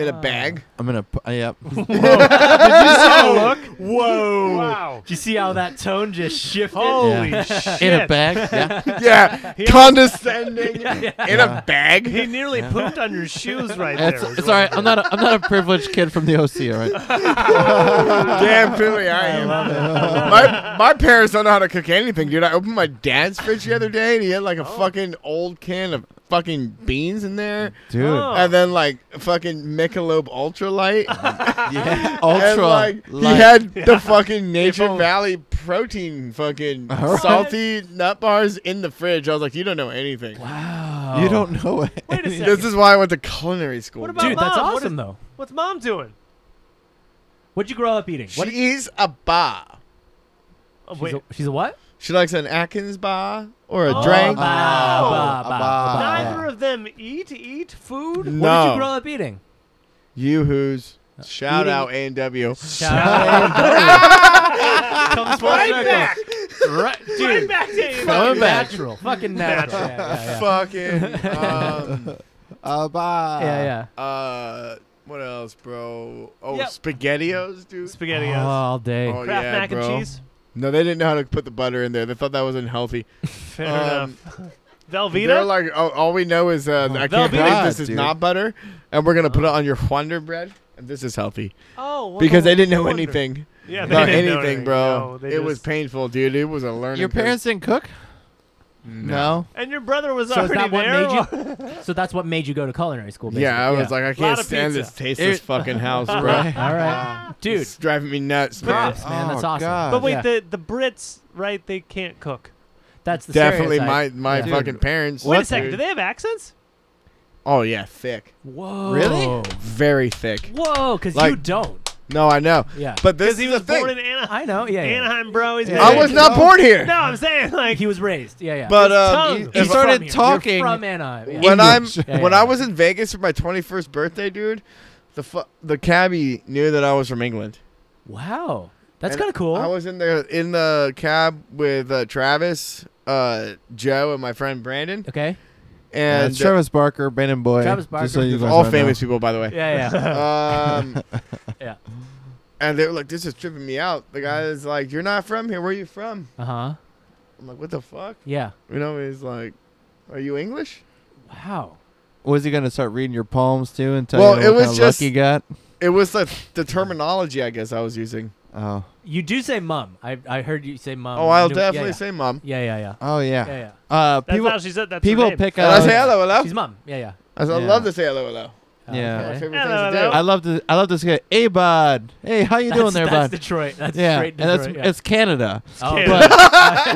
[SPEAKER 2] in a
[SPEAKER 1] Ah.
[SPEAKER 2] bag.
[SPEAKER 4] I'm gonna. P- uh, yep.
[SPEAKER 3] Oh, Look.
[SPEAKER 1] Whoa.
[SPEAKER 3] Wow.
[SPEAKER 1] Did you see how that tone just shifted?
[SPEAKER 3] Holy
[SPEAKER 4] Yeah.
[SPEAKER 3] shit.
[SPEAKER 4] in a bag. Yeah.
[SPEAKER 2] yeah, condescending in
[SPEAKER 4] Yeah.
[SPEAKER 2] a bag.
[SPEAKER 3] He nearly pooped on your shoes right
[SPEAKER 4] It's,
[SPEAKER 3] there.
[SPEAKER 4] it's all right. I'm not. A, I'm not a privileged kid from the OC. All right.
[SPEAKER 2] Damn, truly I am. My my parents don't know how to cook anything, dude. I opened my dad's fridge the other day, and he had like a
[SPEAKER 3] Oh.
[SPEAKER 2] fucking old can of fucking beans in there,
[SPEAKER 4] Dude.
[SPEAKER 3] Oh.
[SPEAKER 2] and then like fucking Michelob Ultralight.
[SPEAKER 4] Yeah.
[SPEAKER 2] And,
[SPEAKER 4] Ultra.
[SPEAKER 2] like,
[SPEAKER 4] light.
[SPEAKER 2] he had the fucking Nature Valley protein fucking
[SPEAKER 4] Alright.
[SPEAKER 2] salty nut bars in the fridge. I was like, you don't know anything.
[SPEAKER 1] Wow.
[SPEAKER 4] you don't know it.
[SPEAKER 3] Wait a
[SPEAKER 2] This
[SPEAKER 3] second.
[SPEAKER 2] is why I went to culinary school.
[SPEAKER 3] What about-
[SPEAKER 2] dude.
[SPEAKER 1] Dude, that's
[SPEAKER 3] Mom, what
[SPEAKER 1] awesome
[SPEAKER 3] is-
[SPEAKER 1] though.
[SPEAKER 3] What's mom doing?
[SPEAKER 1] What'd you grow up eating? What?
[SPEAKER 2] She's a bar.
[SPEAKER 3] Oh,
[SPEAKER 1] She's
[SPEAKER 3] wait.
[SPEAKER 1] a, she's a what?
[SPEAKER 2] She likes an Atkins bar or a
[SPEAKER 3] Oh,
[SPEAKER 1] Ba, ba,
[SPEAKER 4] Oh,
[SPEAKER 2] drink.
[SPEAKER 1] ba,
[SPEAKER 2] Ah.
[SPEAKER 4] ba.
[SPEAKER 1] ba.
[SPEAKER 3] Neither of them eat eat food.
[SPEAKER 1] What did
[SPEAKER 2] No.
[SPEAKER 1] you grow up eating?
[SPEAKER 2] Yoo-hoos. Shout
[SPEAKER 1] Eating-
[SPEAKER 2] out A&W.
[SPEAKER 1] Shout out. Comes full
[SPEAKER 3] Right
[SPEAKER 1] circle.
[SPEAKER 3] back.
[SPEAKER 1] Right,
[SPEAKER 3] Right
[SPEAKER 1] dude.
[SPEAKER 3] back to you.
[SPEAKER 4] Coming back.
[SPEAKER 1] Natural. Fucking natural. Yeah, yeah, yeah.
[SPEAKER 2] Fucking. Um,
[SPEAKER 4] Uh, bye.
[SPEAKER 1] yeah, yeah.
[SPEAKER 2] uh, what else, bro? Oh,
[SPEAKER 3] Yep.
[SPEAKER 2] SpaghettiOs, dude.
[SPEAKER 3] Spaghetti.
[SPEAKER 1] Oh, all day.
[SPEAKER 2] Oh,
[SPEAKER 3] Kraft
[SPEAKER 2] yeah,
[SPEAKER 3] mac
[SPEAKER 2] bro.
[SPEAKER 3] and cheese.
[SPEAKER 2] No, they didn't know how to put the butter in there. They thought that was unhealthy.
[SPEAKER 3] Fair
[SPEAKER 2] Um,
[SPEAKER 3] enough. Velveeta? Oh,
[SPEAKER 2] They're like, oh, all we know is uh, I can't
[SPEAKER 4] Velveeta.
[SPEAKER 2] believe this is
[SPEAKER 4] Dude.
[SPEAKER 2] not butter, and we're gonna put it on your Wonder Bread, and this is healthy
[SPEAKER 3] oh, well,
[SPEAKER 2] because
[SPEAKER 3] no
[SPEAKER 2] they didn't know
[SPEAKER 3] wonder.
[SPEAKER 2] anything
[SPEAKER 3] Yeah, they
[SPEAKER 2] about
[SPEAKER 3] didn't know
[SPEAKER 2] anything,
[SPEAKER 3] anything,
[SPEAKER 2] bro.
[SPEAKER 3] no, they
[SPEAKER 2] it was
[SPEAKER 3] just-
[SPEAKER 2] painful, dude. It was a learning.
[SPEAKER 4] Your
[SPEAKER 2] curve.
[SPEAKER 4] parents didn't cook? No.
[SPEAKER 3] And your brother was
[SPEAKER 1] So is that
[SPEAKER 3] already
[SPEAKER 1] what
[SPEAKER 3] there.
[SPEAKER 1] made you? So that's what made you go to culinary school. Basically.
[SPEAKER 2] Yeah, I was like, I can't
[SPEAKER 3] of
[SPEAKER 2] stand
[SPEAKER 3] pizza.
[SPEAKER 2] this tasteless
[SPEAKER 4] It-
[SPEAKER 2] fucking house, bro.
[SPEAKER 4] Right.
[SPEAKER 1] all right, dude.
[SPEAKER 2] It's driving me nuts, man.
[SPEAKER 1] Props, man.
[SPEAKER 4] Oh,
[SPEAKER 1] That's awesome.
[SPEAKER 4] God.
[SPEAKER 3] but wait,
[SPEAKER 1] Yeah.
[SPEAKER 3] the, the Brits, right? They can't cook.
[SPEAKER 1] that's the
[SPEAKER 2] Definitely my
[SPEAKER 1] stereotype.
[SPEAKER 2] my
[SPEAKER 1] Yeah.
[SPEAKER 4] Dude.
[SPEAKER 2] fucking parents.
[SPEAKER 3] Wait a
[SPEAKER 4] What,
[SPEAKER 3] second,
[SPEAKER 2] dude?
[SPEAKER 3] do they have accents?
[SPEAKER 2] Oh yeah, thick,
[SPEAKER 1] Whoa.
[SPEAKER 4] Really?
[SPEAKER 2] very thick.
[SPEAKER 1] Whoa, because you
[SPEAKER 2] Like-
[SPEAKER 1] don't.
[SPEAKER 2] No, I know,
[SPEAKER 1] Yeah.
[SPEAKER 2] but
[SPEAKER 3] Because
[SPEAKER 2] this is
[SPEAKER 3] he
[SPEAKER 2] the
[SPEAKER 3] was
[SPEAKER 2] thing.
[SPEAKER 3] born in Anaheim.
[SPEAKER 1] I know. Yeah. yeah.
[SPEAKER 3] Anaheim, bro. He's
[SPEAKER 1] Yeah.
[SPEAKER 3] been
[SPEAKER 2] I
[SPEAKER 3] there.
[SPEAKER 2] was not born here.
[SPEAKER 3] No, I'm saying like
[SPEAKER 1] He was raised. Yeah, yeah.
[SPEAKER 2] But
[SPEAKER 3] His
[SPEAKER 2] um,
[SPEAKER 3] tongue.
[SPEAKER 2] if
[SPEAKER 4] He
[SPEAKER 3] He's
[SPEAKER 2] I-
[SPEAKER 3] from
[SPEAKER 4] started
[SPEAKER 3] here.
[SPEAKER 4] talking.
[SPEAKER 1] from Anaheim. Yeah.
[SPEAKER 2] when I'm
[SPEAKER 4] English.
[SPEAKER 1] Yeah,
[SPEAKER 2] when
[SPEAKER 1] yeah.
[SPEAKER 2] I was in Vegas for my 21st birthday, dude, the fu- the cabbie knew that I was from England.
[SPEAKER 1] wow, that's
[SPEAKER 2] And
[SPEAKER 1] kind of cool.
[SPEAKER 2] I was in there in the cab with uh, Travis, uh, Joe, and my friend Brandon,
[SPEAKER 1] okay.
[SPEAKER 2] and uh,
[SPEAKER 4] That's Travis Barker, Brandon Boy.
[SPEAKER 1] Travis Barker,
[SPEAKER 4] Just so you
[SPEAKER 1] who's
[SPEAKER 4] guys
[SPEAKER 2] all
[SPEAKER 4] all
[SPEAKER 2] famous people, by the way.
[SPEAKER 1] Yeah, yeah.
[SPEAKER 2] Um,
[SPEAKER 1] Yeah.
[SPEAKER 2] And they were like, "This is tripping me out." The guy is like, "You're not from here. Where are you from?"
[SPEAKER 1] Uh huh.
[SPEAKER 2] I'm like, "What the fuck?"
[SPEAKER 1] Yeah.
[SPEAKER 2] You know, he's like, "Are you English?"
[SPEAKER 1] Wow.
[SPEAKER 4] Was he gonna start reading your poems too and tell
[SPEAKER 2] Well,
[SPEAKER 4] you
[SPEAKER 2] it
[SPEAKER 4] what
[SPEAKER 2] was
[SPEAKER 4] kind of
[SPEAKER 2] just-
[SPEAKER 4] luck you got?
[SPEAKER 2] It was the the terminology I guess I was using.
[SPEAKER 4] Oh,
[SPEAKER 1] You do say mum. I I heard you say mum.
[SPEAKER 2] oh, I'll
[SPEAKER 1] Yeah,
[SPEAKER 2] definitely
[SPEAKER 1] yeah.
[SPEAKER 2] say mom.
[SPEAKER 1] Yeah, yeah, yeah.
[SPEAKER 4] oh yeah.
[SPEAKER 1] Yeah,
[SPEAKER 4] Uh,
[SPEAKER 3] That's
[SPEAKER 4] people,
[SPEAKER 3] how she said. That's her
[SPEAKER 4] people
[SPEAKER 3] name.
[SPEAKER 4] pick
[SPEAKER 2] And I
[SPEAKER 4] up.
[SPEAKER 2] say hello, hello.
[SPEAKER 3] Oh.
[SPEAKER 1] yeah. She's mum. Yeah, yeah.
[SPEAKER 2] I, said, I
[SPEAKER 4] Yeah.
[SPEAKER 2] love to say hello, hello.
[SPEAKER 1] Uh,
[SPEAKER 4] Yeah.
[SPEAKER 2] One of my
[SPEAKER 1] okay.
[SPEAKER 2] favorite
[SPEAKER 3] Hello,
[SPEAKER 2] things to
[SPEAKER 3] hello.
[SPEAKER 2] do.
[SPEAKER 4] I love to. I love to say, "Hey, bud. Hey, how you
[SPEAKER 1] That's-
[SPEAKER 4] doing there,
[SPEAKER 1] That's
[SPEAKER 4] bud?"
[SPEAKER 1] Detroit. That's
[SPEAKER 4] yeah,
[SPEAKER 1] straight
[SPEAKER 4] and that's
[SPEAKER 1] Detroit. yeah.
[SPEAKER 4] it's Canada.
[SPEAKER 1] Oh,
[SPEAKER 3] Canada.
[SPEAKER 1] okay.
[SPEAKER 4] But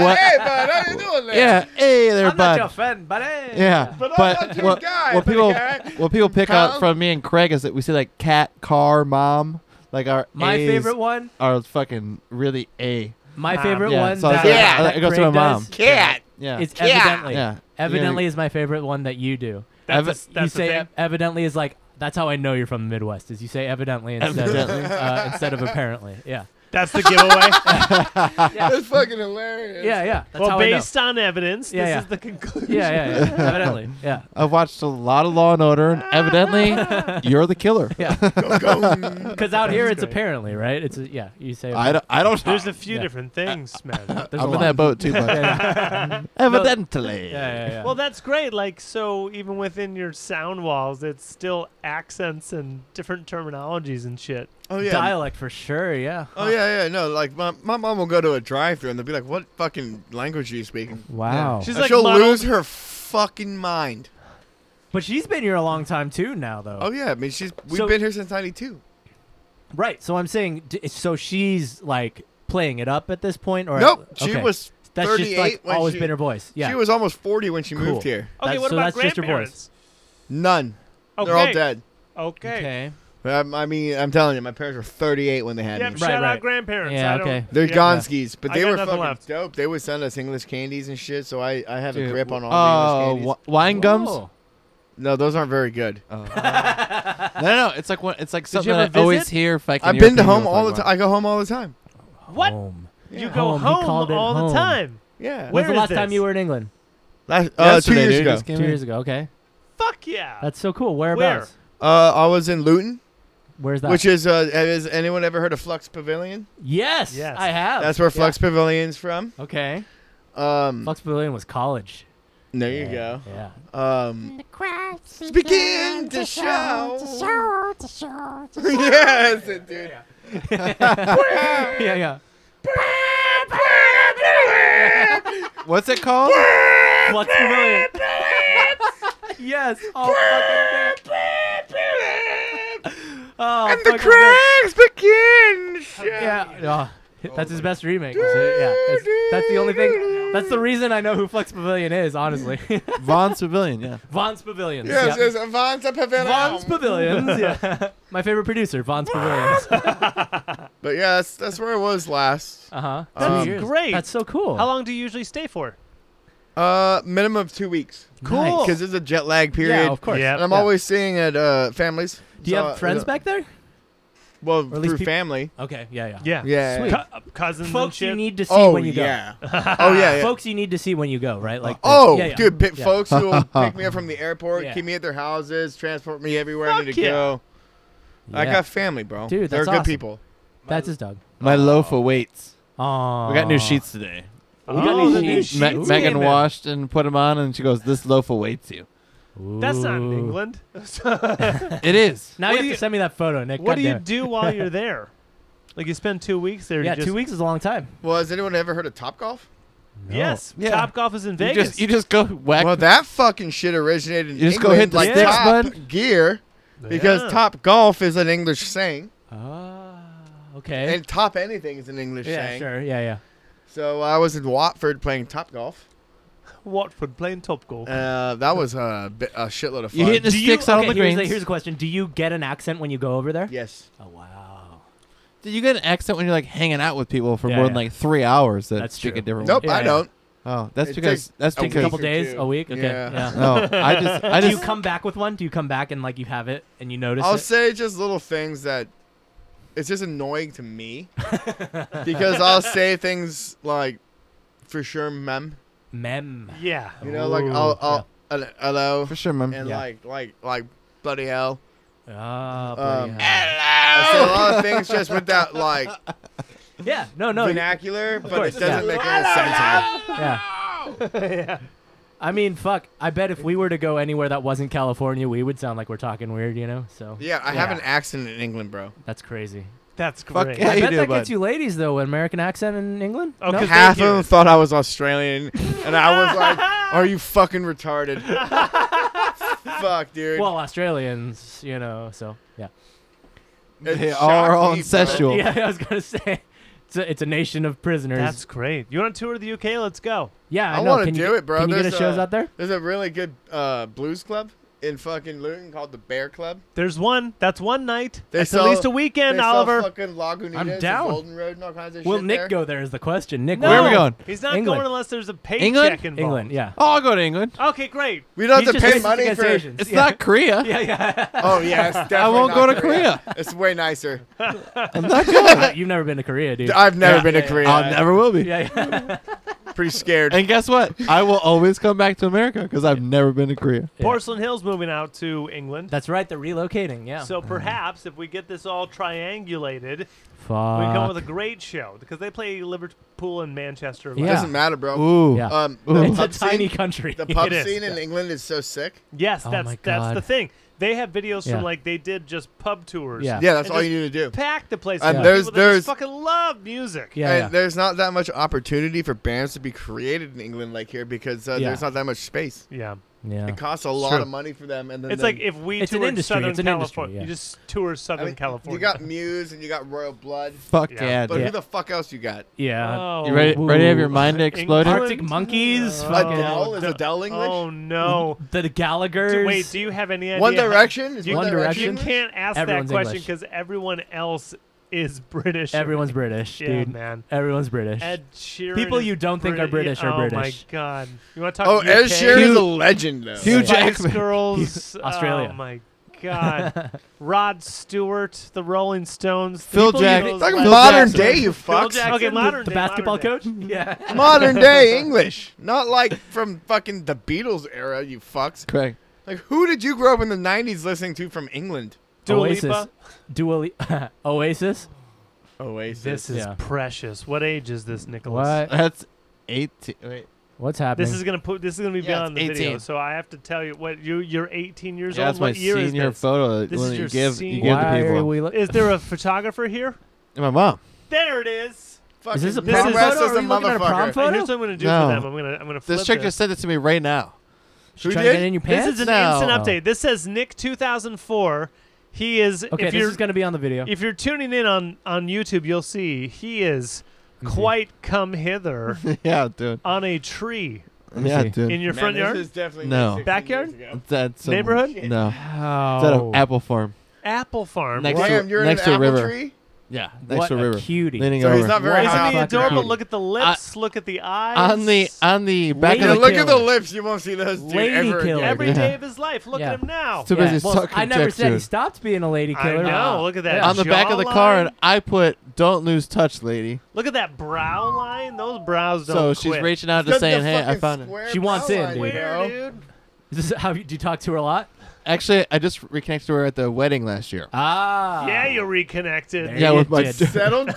[SPEAKER 4] what?
[SPEAKER 2] hey, bud, how you doing there?
[SPEAKER 4] Yeah. Hey there,
[SPEAKER 1] I'm not
[SPEAKER 4] bud.
[SPEAKER 1] your friend, buddy.
[SPEAKER 4] yeah.
[SPEAKER 2] But I'm not your
[SPEAKER 4] what,
[SPEAKER 2] guy,
[SPEAKER 4] what people
[SPEAKER 2] okay?
[SPEAKER 4] what people pick
[SPEAKER 2] Pal.
[SPEAKER 4] out from me and Craig is that we say like cat, car, mom. Like our
[SPEAKER 1] My
[SPEAKER 4] A's
[SPEAKER 1] favorite one.
[SPEAKER 4] are fucking really a.
[SPEAKER 1] My
[SPEAKER 3] Mom.
[SPEAKER 1] favorite
[SPEAKER 4] Yeah,
[SPEAKER 1] one.
[SPEAKER 4] so I
[SPEAKER 1] that,
[SPEAKER 4] said-
[SPEAKER 1] that
[SPEAKER 4] I- I go to
[SPEAKER 1] Craig
[SPEAKER 4] my mom.
[SPEAKER 1] does-
[SPEAKER 2] Cat.
[SPEAKER 4] Yeah.
[SPEAKER 1] It's
[SPEAKER 2] Yeah.
[SPEAKER 1] evidently.
[SPEAKER 4] yeah.
[SPEAKER 1] Evidently is my favorite one that you do.
[SPEAKER 4] Ev-
[SPEAKER 3] That's a, that's
[SPEAKER 1] you say
[SPEAKER 3] the thing.
[SPEAKER 1] ev- evidently is like that's how I know you're from the Midwest. Is you say evidently instead
[SPEAKER 4] Evidently.
[SPEAKER 1] of uh, instead of apparently. Yeah.
[SPEAKER 3] That's the giveaway.
[SPEAKER 2] That's fucking hilarious.
[SPEAKER 1] Yeah, yeah. That's
[SPEAKER 3] well,
[SPEAKER 1] how
[SPEAKER 3] based on evidence,
[SPEAKER 1] Yeah,
[SPEAKER 3] this
[SPEAKER 1] yeah.
[SPEAKER 3] is the
[SPEAKER 1] I
[SPEAKER 3] conclusion.
[SPEAKER 1] know. Yeah, yeah, yeah. evidently. Yeah.
[SPEAKER 4] I've watched a lot of Law and Order, and evidently, you're the killer.
[SPEAKER 1] Yeah.
[SPEAKER 2] Go-go.
[SPEAKER 1] Because out here it's
[SPEAKER 3] great.
[SPEAKER 1] apparently, right? It's a, yeah, you say
[SPEAKER 4] I don't. I don't.
[SPEAKER 3] There's a few
[SPEAKER 1] Yeah.
[SPEAKER 3] different things, man.
[SPEAKER 1] there's a
[SPEAKER 4] I'm in
[SPEAKER 1] lot.
[SPEAKER 4] that boat too, bud.
[SPEAKER 1] yeah,
[SPEAKER 4] evidently.
[SPEAKER 1] yeah, yeah, yeah.
[SPEAKER 3] Well, that's great. Like, so even within your sound walls, it's still accents and different terminologies and shit.
[SPEAKER 2] oh yeah.
[SPEAKER 1] dialect for sure, yeah.
[SPEAKER 2] Oh yeah, yeah. No, like my, my mom will go to a drive-through and they'll be like, "What fucking language are you speaking?"
[SPEAKER 1] Wow.
[SPEAKER 3] She's
[SPEAKER 2] And
[SPEAKER 3] like,
[SPEAKER 2] she'll
[SPEAKER 3] "Mom."
[SPEAKER 2] lose her fucking mind.
[SPEAKER 1] But she's been here a long time too now though.
[SPEAKER 2] Oh yeah, I mean she's we've
[SPEAKER 1] So-
[SPEAKER 2] been here since '92.
[SPEAKER 1] Right. So I'm saying d- so she's like playing it up at this point or
[SPEAKER 2] Nope, she
[SPEAKER 1] okay.
[SPEAKER 2] was
[SPEAKER 1] that's just
[SPEAKER 2] 38
[SPEAKER 1] like
[SPEAKER 2] when
[SPEAKER 1] always
[SPEAKER 2] she,
[SPEAKER 1] been her voice. Yeah.
[SPEAKER 2] She was almost 40 when she
[SPEAKER 1] Cool.
[SPEAKER 2] moved here.
[SPEAKER 3] Okay,
[SPEAKER 1] That's-
[SPEAKER 3] what
[SPEAKER 1] so
[SPEAKER 3] about
[SPEAKER 1] that's just your
[SPEAKER 3] grandparents?
[SPEAKER 2] None.
[SPEAKER 3] Okay.
[SPEAKER 2] They're all dead.
[SPEAKER 3] Okay.
[SPEAKER 1] okay.
[SPEAKER 2] Um, I mean, I'm telling you, my parents were 38 when they had
[SPEAKER 3] Yep,
[SPEAKER 2] me.
[SPEAKER 1] Right,
[SPEAKER 3] shout
[SPEAKER 1] right.
[SPEAKER 3] out grandparents.
[SPEAKER 1] Yeah,
[SPEAKER 3] I don't,
[SPEAKER 1] okay.
[SPEAKER 2] They're
[SPEAKER 3] yeah.
[SPEAKER 2] gone skis, but
[SPEAKER 3] I
[SPEAKER 2] they
[SPEAKER 3] got
[SPEAKER 2] were
[SPEAKER 3] nothing
[SPEAKER 2] fucking
[SPEAKER 3] left.
[SPEAKER 2] dope. They would send us English candies and shit, so I, I have a
[SPEAKER 4] Dude,
[SPEAKER 2] grip on all the
[SPEAKER 4] Oh,
[SPEAKER 2] English candies.
[SPEAKER 4] wi- wine gums.
[SPEAKER 1] Whoa.
[SPEAKER 2] No, those aren't very good.
[SPEAKER 4] Oh. no, no, it's like one, it's like something
[SPEAKER 1] you
[SPEAKER 4] that
[SPEAKER 1] ever
[SPEAKER 4] I always
[SPEAKER 1] visit?
[SPEAKER 4] hear. Fucking
[SPEAKER 2] I've been to
[SPEAKER 4] European
[SPEAKER 2] home
[SPEAKER 4] people
[SPEAKER 2] all the
[SPEAKER 4] like,
[SPEAKER 2] time. I go home all the time.
[SPEAKER 3] What?
[SPEAKER 1] Home.
[SPEAKER 3] You go
[SPEAKER 2] Yeah.
[SPEAKER 1] Home, he
[SPEAKER 3] home,
[SPEAKER 1] called it
[SPEAKER 3] all
[SPEAKER 1] home.
[SPEAKER 3] the time.
[SPEAKER 2] Yeah.
[SPEAKER 3] Where
[SPEAKER 1] When's the
[SPEAKER 3] is
[SPEAKER 1] last time
[SPEAKER 3] this?
[SPEAKER 1] you were in England?
[SPEAKER 2] Last,
[SPEAKER 4] wow.
[SPEAKER 2] uh, two
[SPEAKER 4] Yesterday,
[SPEAKER 2] years
[SPEAKER 4] dude,
[SPEAKER 2] ago.
[SPEAKER 4] just came
[SPEAKER 1] Two
[SPEAKER 4] in.
[SPEAKER 1] years ago. Okay.
[SPEAKER 3] Fuck yeah.
[SPEAKER 1] That's so cool. Whereabouts?
[SPEAKER 2] Uh, I was in Luton,
[SPEAKER 1] Where's that?
[SPEAKER 2] which is uh, has anyone ever heard of Flux Pavilion?
[SPEAKER 1] yes,
[SPEAKER 3] Yes.
[SPEAKER 1] I have.
[SPEAKER 2] That's where
[SPEAKER 1] Oh, Yeah.
[SPEAKER 2] Flux Pavilion's from.
[SPEAKER 1] Okay.
[SPEAKER 2] Um,
[SPEAKER 1] Flux Pavilion was college.
[SPEAKER 2] there you
[SPEAKER 1] yeah.
[SPEAKER 2] go.
[SPEAKER 1] Yeah.
[SPEAKER 2] Um,
[SPEAKER 5] The crowds
[SPEAKER 2] begin
[SPEAKER 5] begin
[SPEAKER 2] to
[SPEAKER 5] to shout, to
[SPEAKER 2] shout.
[SPEAKER 5] shout, to shout, to shout.
[SPEAKER 2] yes, it did.
[SPEAKER 1] yeah, yeah.
[SPEAKER 4] What's it called?
[SPEAKER 1] Flux Pavilion. yes. All fucking day. Oh, and the
[SPEAKER 2] Cracks begin. to shout.
[SPEAKER 1] Yeah. Oh, that's his best remake. so, yeah. It's, that's the only thing. That's the reason I know who Flux Pavilion is, honestly.
[SPEAKER 4] Von Civilian. Yeah.
[SPEAKER 1] Vaughn's Pavilions.
[SPEAKER 2] Yes,
[SPEAKER 1] yeah.
[SPEAKER 2] yes, Avanza Pavilion.
[SPEAKER 1] Vaughn's Pavilions. Yeah. My favorite producer, Vaughn's Pavilions.
[SPEAKER 2] But yeah, that's, that's where it was last. Um,
[SPEAKER 1] Uh huh.
[SPEAKER 2] That's
[SPEAKER 3] great.
[SPEAKER 1] That's so cool.
[SPEAKER 3] How long do you usually stay for?
[SPEAKER 2] Uh, minimum of two weeks.
[SPEAKER 1] Cool.
[SPEAKER 2] Because there's a jet lag period.
[SPEAKER 1] Yeah, of course.
[SPEAKER 3] Yeah.
[SPEAKER 2] And I'm
[SPEAKER 1] Yeah.
[SPEAKER 2] always seeing at uh, families.
[SPEAKER 1] Do you
[SPEAKER 2] So,
[SPEAKER 1] have friends
[SPEAKER 2] uh,
[SPEAKER 1] back there?
[SPEAKER 2] Well,
[SPEAKER 1] at least
[SPEAKER 2] through
[SPEAKER 1] peop-
[SPEAKER 2] family.
[SPEAKER 1] Okay. Yeah. Yeah.
[SPEAKER 3] Yeah.
[SPEAKER 2] Yeah.
[SPEAKER 1] Sweet.
[SPEAKER 3] Co- uh, cousins and
[SPEAKER 1] Folks,
[SPEAKER 3] shit.
[SPEAKER 1] you need to see
[SPEAKER 2] Oh
[SPEAKER 1] when you go.
[SPEAKER 2] yeah. oh yeah. yeah.
[SPEAKER 1] Folks, you need to see when you go. Right. Like. the-
[SPEAKER 2] Oh,
[SPEAKER 1] yeah, yeah.
[SPEAKER 2] dude, pit
[SPEAKER 1] Yeah.
[SPEAKER 2] folks who will pick me up from the airport,
[SPEAKER 1] Yeah.
[SPEAKER 2] keep me at their houses, transport me everywhere I
[SPEAKER 3] Fuck
[SPEAKER 2] need to
[SPEAKER 3] yeah.
[SPEAKER 2] go. I
[SPEAKER 1] Yeah.
[SPEAKER 2] got family, bro.
[SPEAKER 1] Dude,
[SPEAKER 2] they're
[SPEAKER 1] that's
[SPEAKER 2] good
[SPEAKER 1] awesome.
[SPEAKER 2] people.
[SPEAKER 1] That's his dog.
[SPEAKER 4] My loaf awaits.
[SPEAKER 1] Oh.
[SPEAKER 4] We got new sheets today.
[SPEAKER 1] We
[SPEAKER 3] got
[SPEAKER 1] Oh,
[SPEAKER 3] these
[SPEAKER 1] the
[SPEAKER 3] new
[SPEAKER 1] new
[SPEAKER 3] sheets
[SPEAKER 4] Me-
[SPEAKER 1] sheets
[SPEAKER 4] Megan
[SPEAKER 3] came in.
[SPEAKER 4] washed and put them on, and she goes, "This loaf awaits you."
[SPEAKER 3] That's not in
[SPEAKER 1] Ooh.
[SPEAKER 3] England.
[SPEAKER 4] It is.
[SPEAKER 1] Now
[SPEAKER 3] What
[SPEAKER 1] you
[SPEAKER 3] do
[SPEAKER 1] have
[SPEAKER 3] you-
[SPEAKER 1] to send me that photo, Nick.
[SPEAKER 3] what do you
[SPEAKER 1] goddamn.
[SPEAKER 3] do while you're there? Like you spend two weeks there.
[SPEAKER 1] Yeah,
[SPEAKER 3] you just,
[SPEAKER 1] two weeks is a long time.
[SPEAKER 2] Well, has anyone ever heard of Top Golf?
[SPEAKER 3] Yes,
[SPEAKER 4] Yeah.
[SPEAKER 3] Top Golf is in
[SPEAKER 4] You
[SPEAKER 3] Vegas.
[SPEAKER 4] just you just go whack.
[SPEAKER 2] Well, that fucking shit originated in
[SPEAKER 4] You just go
[SPEAKER 2] England,
[SPEAKER 4] hit the
[SPEAKER 2] like
[SPEAKER 3] sticks,
[SPEAKER 2] Top
[SPEAKER 4] bud.
[SPEAKER 2] Gear, because
[SPEAKER 3] Yeah.
[SPEAKER 2] Top Golf is an English saying,
[SPEAKER 1] Ah, okay.
[SPEAKER 2] and Top Anything is an English
[SPEAKER 1] yeah,
[SPEAKER 2] saying.
[SPEAKER 1] sure. Yeah, yeah.
[SPEAKER 2] So I was in Watford playing Top Golf.
[SPEAKER 3] Watford playing Top Golf.
[SPEAKER 2] Uh, that was a, bi- a shitload of fun.
[SPEAKER 4] You hitting the
[SPEAKER 1] Do you-
[SPEAKER 4] sticks out on
[SPEAKER 1] okay,
[SPEAKER 4] the
[SPEAKER 1] here's
[SPEAKER 4] greens.
[SPEAKER 1] a- here's a question: Do you get an accent when you go over there?
[SPEAKER 2] yes.
[SPEAKER 1] Oh wow.
[SPEAKER 4] Do you get an accent when you're like hanging out with people for
[SPEAKER 1] Yeah,
[SPEAKER 4] more than
[SPEAKER 1] yeah.
[SPEAKER 4] like three hours that
[SPEAKER 1] That's
[SPEAKER 4] speak
[SPEAKER 1] true.
[SPEAKER 4] a different?
[SPEAKER 2] Nope,
[SPEAKER 1] Yeah,
[SPEAKER 2] I
[SPEAKER 1] yeah.
[SPEAKER 2] don't.
[SPEAKER 4] Oh, that's
[SPEAKER 2] It
[SPEAKER 4] because
[SPEAKER 2] takes-
[SPEAKER 4] that's
[SPEAKER 1] Takes
[SPEAKER 4] because
[SPEAKER 1] a couple
[SPEAKER 2] Week or
[SPEAKER 1] days,
[SPEAKER 2] two.
[SPEAKER 1] a week. Okay.
[SPEAKER 2] Yeah.
[SPEAKER 1] Yeah.
[SPEAKER 4] no, I just I
[SPEAKER 1] do
[SPEAKER 4] just
[SPEAKER 1] you come back with one? Do you come back and like you have it and you notice
[SPEAKER 2] I'll
[SPEAKER 1] it?
[SPEAKER 2] say just little things that it's just annoying to me because I'll say things like, for sure, mem.
[SPEAKER 1] Mem.
[SPEAKER 3] yeah.
[SPEAKER 2] You know, like, I'll, I'll, uh, hello.
[SPEAKER 4] for sure, man.
[SPEAKER 2] And
[SPEAKER 1] Yeah.
[SPEAKER 2] like, like, like, bloody hell.
[SPEAKER 1] Ah, bloody
[SPEAKER 2] Um,
[SPEAKER 1] hell.
[SPEAKER 2] I say a lot of things just with that, like,
[SPEAKER 1] yeah. No, no.
[SPEAKER 2] vernacular, but
[SPEAKER 1] course,
[SPEAKER 2] it doesn't
[SPEAKER 1] yeah.
[SPEAKER 2] make any sense. to me.
[SPEAKER 1] Yeah. I mean, fuck. I bet if we were to go anywhere that wasn't California, we would sound like we're talking weird, you know? So
[SPEAKER 2] Yeah, I have
[SPEAKER 1] Yeah.
[SPEAKER 2] an accent in England, bro.
[SPEAKER 1] that's crazy.
[SPEAKER 3] That's
[SPEAKER 4] Fuck
[SPEAKER 3] great.
[SPEAKER 4] yeah. How
[SPEAKER 1] I
[SPEAKER 4] you
[SPEAKER 1] bet
[SPEAKER 4] do,
[SPEAKER 1] that
[SPEAKER 4] bud?
[SPEAKER 1] gets you ladies though, an American accent in England.
[SPEAKER 3] Oh, 'cause they
[SPEAKER 2] Half of
[SPEAKER 3] hear
[SPEAKER 2] them
[SPEAKER 3] it.
[SPEAKER 2] thought I was Australian, and I was like, "Are you fucking retarded?" Fuck, dude.
[SPEAKER 1] Well, Australians, you know, so yeah.
[SPEAKER 2] It
[SPEAKER 4] They
[SPEAKER 2] shocked
[SPEAKER 4] are all
[SPEAKER 2] me, bro.
[SPEAKER 4] incestual. Cool.
[SPEAKER 1] Yeah, I was gonna say it's a, it's a nation of prisoners.
[SPEAKER 3] That's great. You want to tour of the UK? Let's go.
[SPEAKER 1] yeah, I,
[SPEAKER 2] I
[SPEAKER 1] know.
[SPEAKER 2] wanna
[SPEAKER 1] Can you
[SPEAKER 2] do
[SPEAKER 1] get-
[SPEAKER 2] it, bro.
[SPEAKER 1] Can you get
[SPEAKER 2] There's
[SPEAKER 1] us shows
[SPEAKER 2] a-
[SPEAKER 1] out there?
[SPEAKER 2] There's a really good uh, blues club in fucking Luton called the Bear Club.
[SPEAKER 3] There's one. That's one night.
[SPEAKER 2] They
[SPEAKER 3] That's
[SPEAKER 2] sell-
[SPEAKER 3] at least a
[SPEAKER 2] they
[SPEAKER 3] weekend,
[SPEAKER 2] sell
[SPEAKER 3] Oliver.
[SPEAKER 2] fucking Lagunitas
[SPEAKER 1] I'm
[SPEAKER 2] and
[SPEAKER 1] down.
[SPEAKER 2] Golden Road and all kinds of
[SPEAKER 1] Will
[SPEAKER 2] shit
[SPEAKER 1] Nick
[SPEAKER 2] there.
[SPEAKER 1] go there? Is the question. Nick,
[SPEAKER 3] No.
[SPEAKER 4] Where are we going?
[SPEAKER 3] He's not
[SPEAKER 1] England.
[SPEAKER 3] going unless there's a paycheck
[SPEAKER 4] England?
[SPEAKER 3] involved.
[SPEAKER 1] England. Yeah.
[SPEAKER 4] Oh, I'll go to England.
[SPEAKER 3] Okay, great.
[SPEAKER 2] We don't
[SPEAKER 1] He's
[SPEAKER 2] have to
[SPEAKER 1] just
[SPEAKER 2] pay
[SPEAKER 1] racist
[SPEAKER 2] money
[SPEAKER 1] against
[SPEAKER 2] for.
[SPEAKER 1] Asians.
[SPEAKER 4] It's
[SPEAKER 1] Yeah.
[SPEAKER 4] not Korea.
[SPEAKER 1] Yeah, yeah.
[SPEAKER 2] Oh yeah, it's definitely
[SPEAKER 4] I won't
[SPEAKER 2] not
[SPEAKER 4] go to Korea.
[SPEAKER 2] It's way nicer.
[SPEAKER 4] I'm not going.
[SPEAKER 1] You've never been to Korea, dude.
[SPEAKER 2] I've never been to
[SPEAKER 1] yeah,
[SPEAKER 2] Korea.
[SPEAKER 4] I never will be.
[SPEAKER 1] yeah, yeah.
[SPEAKER 2] Pretty scared.
[SPEAKER 4] And guess what? I will always come back to America because I've never been to Korea.
[SPEAKER 1] Yeah.
[SPEAKER 3] Porcelain Hill's moving out to England.
[SPEAKER 1] That's right. They're relocating. Yeah.
[SPEAKER 3] So perhaps if we get this all triangulated, we
[SPEAKER 1] Fuck.
[SPEAKER 3] come up with a great show because they play Liverpool and Manchester.
[SPEAKER 1] Yeah.
[SPEAKER 2] Doesn't matter, bro.
[SPEAKER 4] Ooh.
[SPEAKER 1] Yeah.
[SPEAKER 2] Um,
[SPEAKER 4] Ooh.
[SPEAKER 2] the
[SPEAKER 1] it's a
[SPEAKER 2] pub
[SPEAKER 1] tiny
[SPEAKER 2] scene,
[SPEAKER 1] country.
[SPEAKER 2] the pub
[SPEAKER 3] It is,
[SPEAKER 2] scene in England is so sick.
[SPEAKER 3] Yes,
[SPEAKER 1] Oh
[SPEAKER 3] that's
[SPEAKER 1] my
[SPEAKER 3] that's the
[SPEAKER 1] God.
[SPEAKER 3] thing. They have videos
[SPEAKER 1] Yeah.
[SPEAKER 3] from like they did just pub tours.
[SPEAKER 1] Yeah.
[SPEAKER 2] Yeah, that's
[SPEAKER 3] And
[SPEAKER 2] all
[SPEAKER 3] just
[SPEAKER 2] you need to do.
[SPEAKER 3] Pack the place.
[SPEAKER 2] And
[SPEAKER 3] with
[SPEAKER 2] there's-
[SPEAKER 3] people that just
[SPEAKER 2] there's-
[SPEAKER 3] fucking love music.
[SPEAKER 1] yeah,
[SPEAKER 2] and
[SPEAKER 1] yeah.
[SPEAKER 2] there's not that much opportunity for bands to be created in England like here because uh,
[SPEAKER 1] Yeah.
[SPEAKER 2] there's not that much space.
[SPEAKER 3] Yeah.
[SPEAKER 1] yeah.
[SPEAKER 2] It costs a lot
[SPEAKER 4] true.
[SPEAKER 2] of money for them, and then
[SPEAKER 3] It's
[SPEAKER 2] then-
[SPEAKER 3] like if we
[SPEAKER 1] It's an
[SPEAKER 3] toured
[SPEAKER 1] industry,
[SPEAKER 3] Southern
[SPEAKER 1] it's an industry,
[SPEAKER 3] California.
[SPEAKER 1] yeah.
[SPEAKER 3] You just tour
[SPEAKER 2] I
[SPEAKER 3] Southern
[SPEAKER 2] mean,
[SPEAKER 3] California.
[SPEAKER 2] You got Muse and you got Royal Blood,
[SPEAKER 4] Fuck
[SPEAKER 3] Yeah.
[SPEAKER 4] yeah.
[SPEAKER 2] but
[SPEAKER 4] dude.
[SPEAKER 2] who the fuck else you got?
[SPEAKER 1] yeah.
[SPEAKER 3] Oh,
[SPEAKER 4] You ready? Ready to have your mind exploded?
[SPEAKER 3] England?
[SPEAKER 1] Arctic monkeys.
[SPEAKER 3] Oh.
[SPEAKER 1] fucking
[SPEAKER 2] Adele is Adele English.
[SPEAKER 3] Oh no.
[SPEAKER 1] the Gallagher's.
[SPEAKER 3] Do- wait, do you have any idea?
[SPEAKER 2] One
[SPEAKER 3] how-
[SPEAKER 2] Direction is
[SPEAKER 3] You-
[SPEAKER 2] One
[SPEAKER 1] One
[SPEAKER 2] Direction.
[SPEAKER 1] Direction?
[SPEAKER 3] You can't ask
[SPEAKER 1] Everyone's
[SPEAKER 3] that question
[SPEAKER 1] English.
[SPEAKER 3] because everyone else is British.
[SPEAKER 1] Everyone's British,
[SPEAKER 3] yeah,
[SPEAKER 1] dude.
[SPEAKER 3] man.
[SPEAKER 1] Everyone's British.
[SPEAKER 3] Ed Sheeran.
[SPEAKER 1] People
[SPEAKER 3] is
[SPEAKER 1] you don't think are
[SPEAKER 3] Briti-
[SPEAKER 1] British are
[SPEAKER 3] oh
[SPEAKER 1] British.
[SPEAKER 3] my god. You want to talk?
[SPEAKER 2] Oh,
[SPEAKER 3] UK?
[SPEAKER 2] Ed Sheeran is
[SPEAKER 4] Huge-
[SPEAKER 2] a legend though.
[SPEAKER 4] Huge
[SPEAKER 3] Spice
[SPEAKER 4] Jackman.
[SPEAKER 3] Girls,
[SPEAKER 1] Australia.
[SPEAKER 3] Oh my God, Rod Stewart, the Rolling Stones, the
[SPEAKER 4] Phil
[SPEAKER 3] people you
[SPEAKER 4] Jack-
[SPEAKER 3] know
[SPEAKER 2] Like
[SPEAKER 3] like-
[SPEAKER 4] Phil
[SPEAKER 2] modern
[SPEAKER 4] Jackson.
[SPEAKER 2] day, you fucks.
[SPEAKER 3] Jackson. Okay, modern
[SPEAKER 1] the, the
[SPEAKER 3] day,
[SPEAKER 1] basketball
[SPEAKER 3] modern
[SPEAKER 1] coach. Yeah.
[SPEAKER 2] Modern day English, not like from fucking the Beatles era, you fucks.
[SPEAKER 4] Craig.
[SPEAKER 2] Like, who did you grow up in the '90s listening to from England?
[SPEAKER 3] Dua
[SPEAKER 1] Oasis.
[SPEAKER 3] Lipa.
[SPEAKER 1] Dua Li- Oasis.
[SPEAKER 2] Oasis.
[SPEAKER 3] This is
[SPEAKER 1] Yeah.
[SPEAKER 3] precious. What age is this, Nicholas?
[SPEAKER 1] What?
[SPEAKER 4] That's 18. Wait.
[SPEAKER 1] What's happening?
[SPEAKER 3] This is gonna put. This is gonna be
[SPEAKER 4] Yeah,
[SPEAKER 3] beyond the
[SPEAKER 4] it's
[SPEAKER 3] video.
[SPEAKER 4] 18.
[SPEAKER 3] So I have to tell you what you. You're 18 years
[SPEAKER 4] Yeah,
[SPEAKER 3] old.
[SPEAKER 4] that's my
[SPEAKER 3] what year is
[SPEAKER 4] senior
[SPEAKER 3] this?
[SPEAKER 4] photo.
[SPEAKER 3] This
[SPEAKER 4] This
[SPEAKER 3] is
[SPEAKER 4] you
[SPEAKER 3] your
[SPEAKER 4] give, you
[SPEAKER 3] senior-
[SPEAKER 4] give to
[SPEAKER 1] Why are
[SPEAKER 4] people.
[SPEAKER 1] we lo-
[SPEAKER 3] Is there a photographer here?
[SPEAKER 4] And my mom.
[SPEAKER 3] There it is.
[SPEAKER 2] Fucking
[SPEAKER 1] Is this a
[SPEAKER 2] prom
[SPEAKER 3] prom
[SPEAKER 2] dress
[SPEAKER 1] photo?
[SPEAKER 2] as
[SPEAKER 1] Are we looking at a prom
[SPEAKER 2] motherfucker.
[SPEAKER 1] photo?
[SPEAKER 3] And here's what I'm gonna do
[SPEAKER 4] No.
[SPEAKER 3] for them. I'm gonna. I'm gonna flip
[SPEAKER 4] This chick
[SPEAKER 3] this.
[SPEAKER 4] just sent it to me right now.
[SPEAKER 2] Who
[SPEAKER 1] trying to get
[SPEAKER 2] did?
[SPEAKER 1] in your
[SPEAKER 3] This
[SPEAKER 1] pants?
[SPEAKER 3] is an
[SPEAKER 4] No.
[SPEAKER 3] instant update. This says Nick 2004. He is.
[SPEAKER 1] okay,
[SPEAKER 3] if
[SPEAKER 1] this
[SPEAKER 3] you're
[SPEAKER 1] is gonna be on the video.
[SPEAKER 3] if you're tuning in on on YouTube, you'll see he is
[SPEAKER 1] see.
[SPEAKER 3] quite come hither
[SPEAKER 4] yeah, dude.
[SPEAKER 3] on a tree
[SPEAKER 1] me
[SPEAKER 4] Yeah,
[SPEAKER 1] see.
[SPEAKER 4] dude.
[SPEAKER 3] in your
[SPEAKER 2] Man,
[SPEAKER 3] front
[SPEAKER 2] this
[SPEAKER 3] yard,
[SPEAKER 2] is definitely
[SPEAKER 4] No.
[SPEAKER 2] like 16 years
[SPEAKER 3] Backyard?
[SPEAKER 2] ago.
[SPEAKER 4] That's some-
[SPEAKER 3] neighborhood, Oh.
[SPEAKER 4] No. It's at
[SPEAKER 1] Wow.
[SPEAKER 4] an apple farm.
[SPEAKER 3] apple farm.
[SPEAKER 4] Next
[SPEAKER 3] Why-
[SPEAKER 4] to-
[SPEAKER 2] Damn, you're
[SPEAKER 4] next
[SPEAKER 2] in an
[SPEAKER 4] to a
[SPEAKER 2] apple
[SPEAKER 4] river.
[SPEAKER 2] tree.
[SPEAKER 4] Yeah. Next
[SPEAKER 1] What
[SPEAKER 4] to a
[SPEAKER 1] a
[SPEAKER 4] river.
[SPEAKER 1] cutie.
[SPEAKER 4] Leaning
[SPEAKER 2] So
[SPEAKER 4] over.
[SPEAKER 2] he's not very
[SPEAKER 1] Wow.
[SPEAKER 3] Isn't
[SPEAKER 2] high.
[SPEAKER 3] he
[SPEAKER 1] Fucking
[SPEAKER 3] adorable?
[SPEAKER 1] cute.
[SPEAKER 3] Look at the lips. look at the eyes.
[SPEAKER 4] on the on the back
[SPEAKER 1] Lady
[SPEAKER 4] of
[SPEAKER 2] Yeah,
[SPEAKER 4] the
[SPEAKER 2] look
[SPEAKER 4] camera.
[SPEAKER 2] at the lips. You won't see those dude
[SPEAKER 1] Lady
[SPEAKER 2] ever
[SPEAKER 1] killer.
[SPEAKER 2] again.
[SPEAKER 3] every
[SPEAKER 4] Yeah.
[SPEAKER 3] day of his life. Look
[SPEAKER 1] Yeah.
[SPEAKER 3] at him now.
[SPEAKER 4] Too busy
[SPEAKER 1] well,
[SPEAKER 4] sucking
[SPEAKER 1] I never
[SPEAKER 4] dick,
[SPEAKER 1] said he
[SPEAKER 4] dude.
[SPEAKER 1] stopped being a lady
[SPEAKER 3] I
[SPEAKER 1] killer.
[SPEAKER 3] know, look at that.
[SPEAKER 4] on the back of the car, and
[SPEAKER 3] jawline.
[SPEAKER 4] I put "Don't lose touch, lady."
[SPEAKER 3] Look at that brow line. Those brows don't.
[SPEAKER 4] So she's
[SPEAKER 3] quit.
[SPEAKER 4] reaching out
[SPEAKER 2] Look
[SPEAKER 4] to
[SPEAKER 2] at the
[SPEAKER 4] saying, "Hey, I
[SPEAKER 2] fucking
[SPEAKER 4] found it."
[SPEAKER 2] square
[SPEAKER 1] She wants
[SPEAKER 2] brow
[SPEAKER 1] in,
[SPEAKER 2] line,
[SPEAKER 1] dude.
[SPEAKER 2] bro.
[SPEAKER 3] Weird, dude.
[SPEAKER 1] Is this how you, do you talk to her a lot?
[SPEAKER 4] Actually, I just reconnected to her at the wedding last year.
[SPEAKER 1] Ah.
[SPEAKER 3] yeah, you reconnected.
[SPEAKER 1] There
[SPEAKER 4] Yeah,
[SPEAKER 1] you
[SPEAKER 4] with my
[SPEAKER 1] did.
[SPEAKER 4] d-
[SPEAKER 2] Settle down.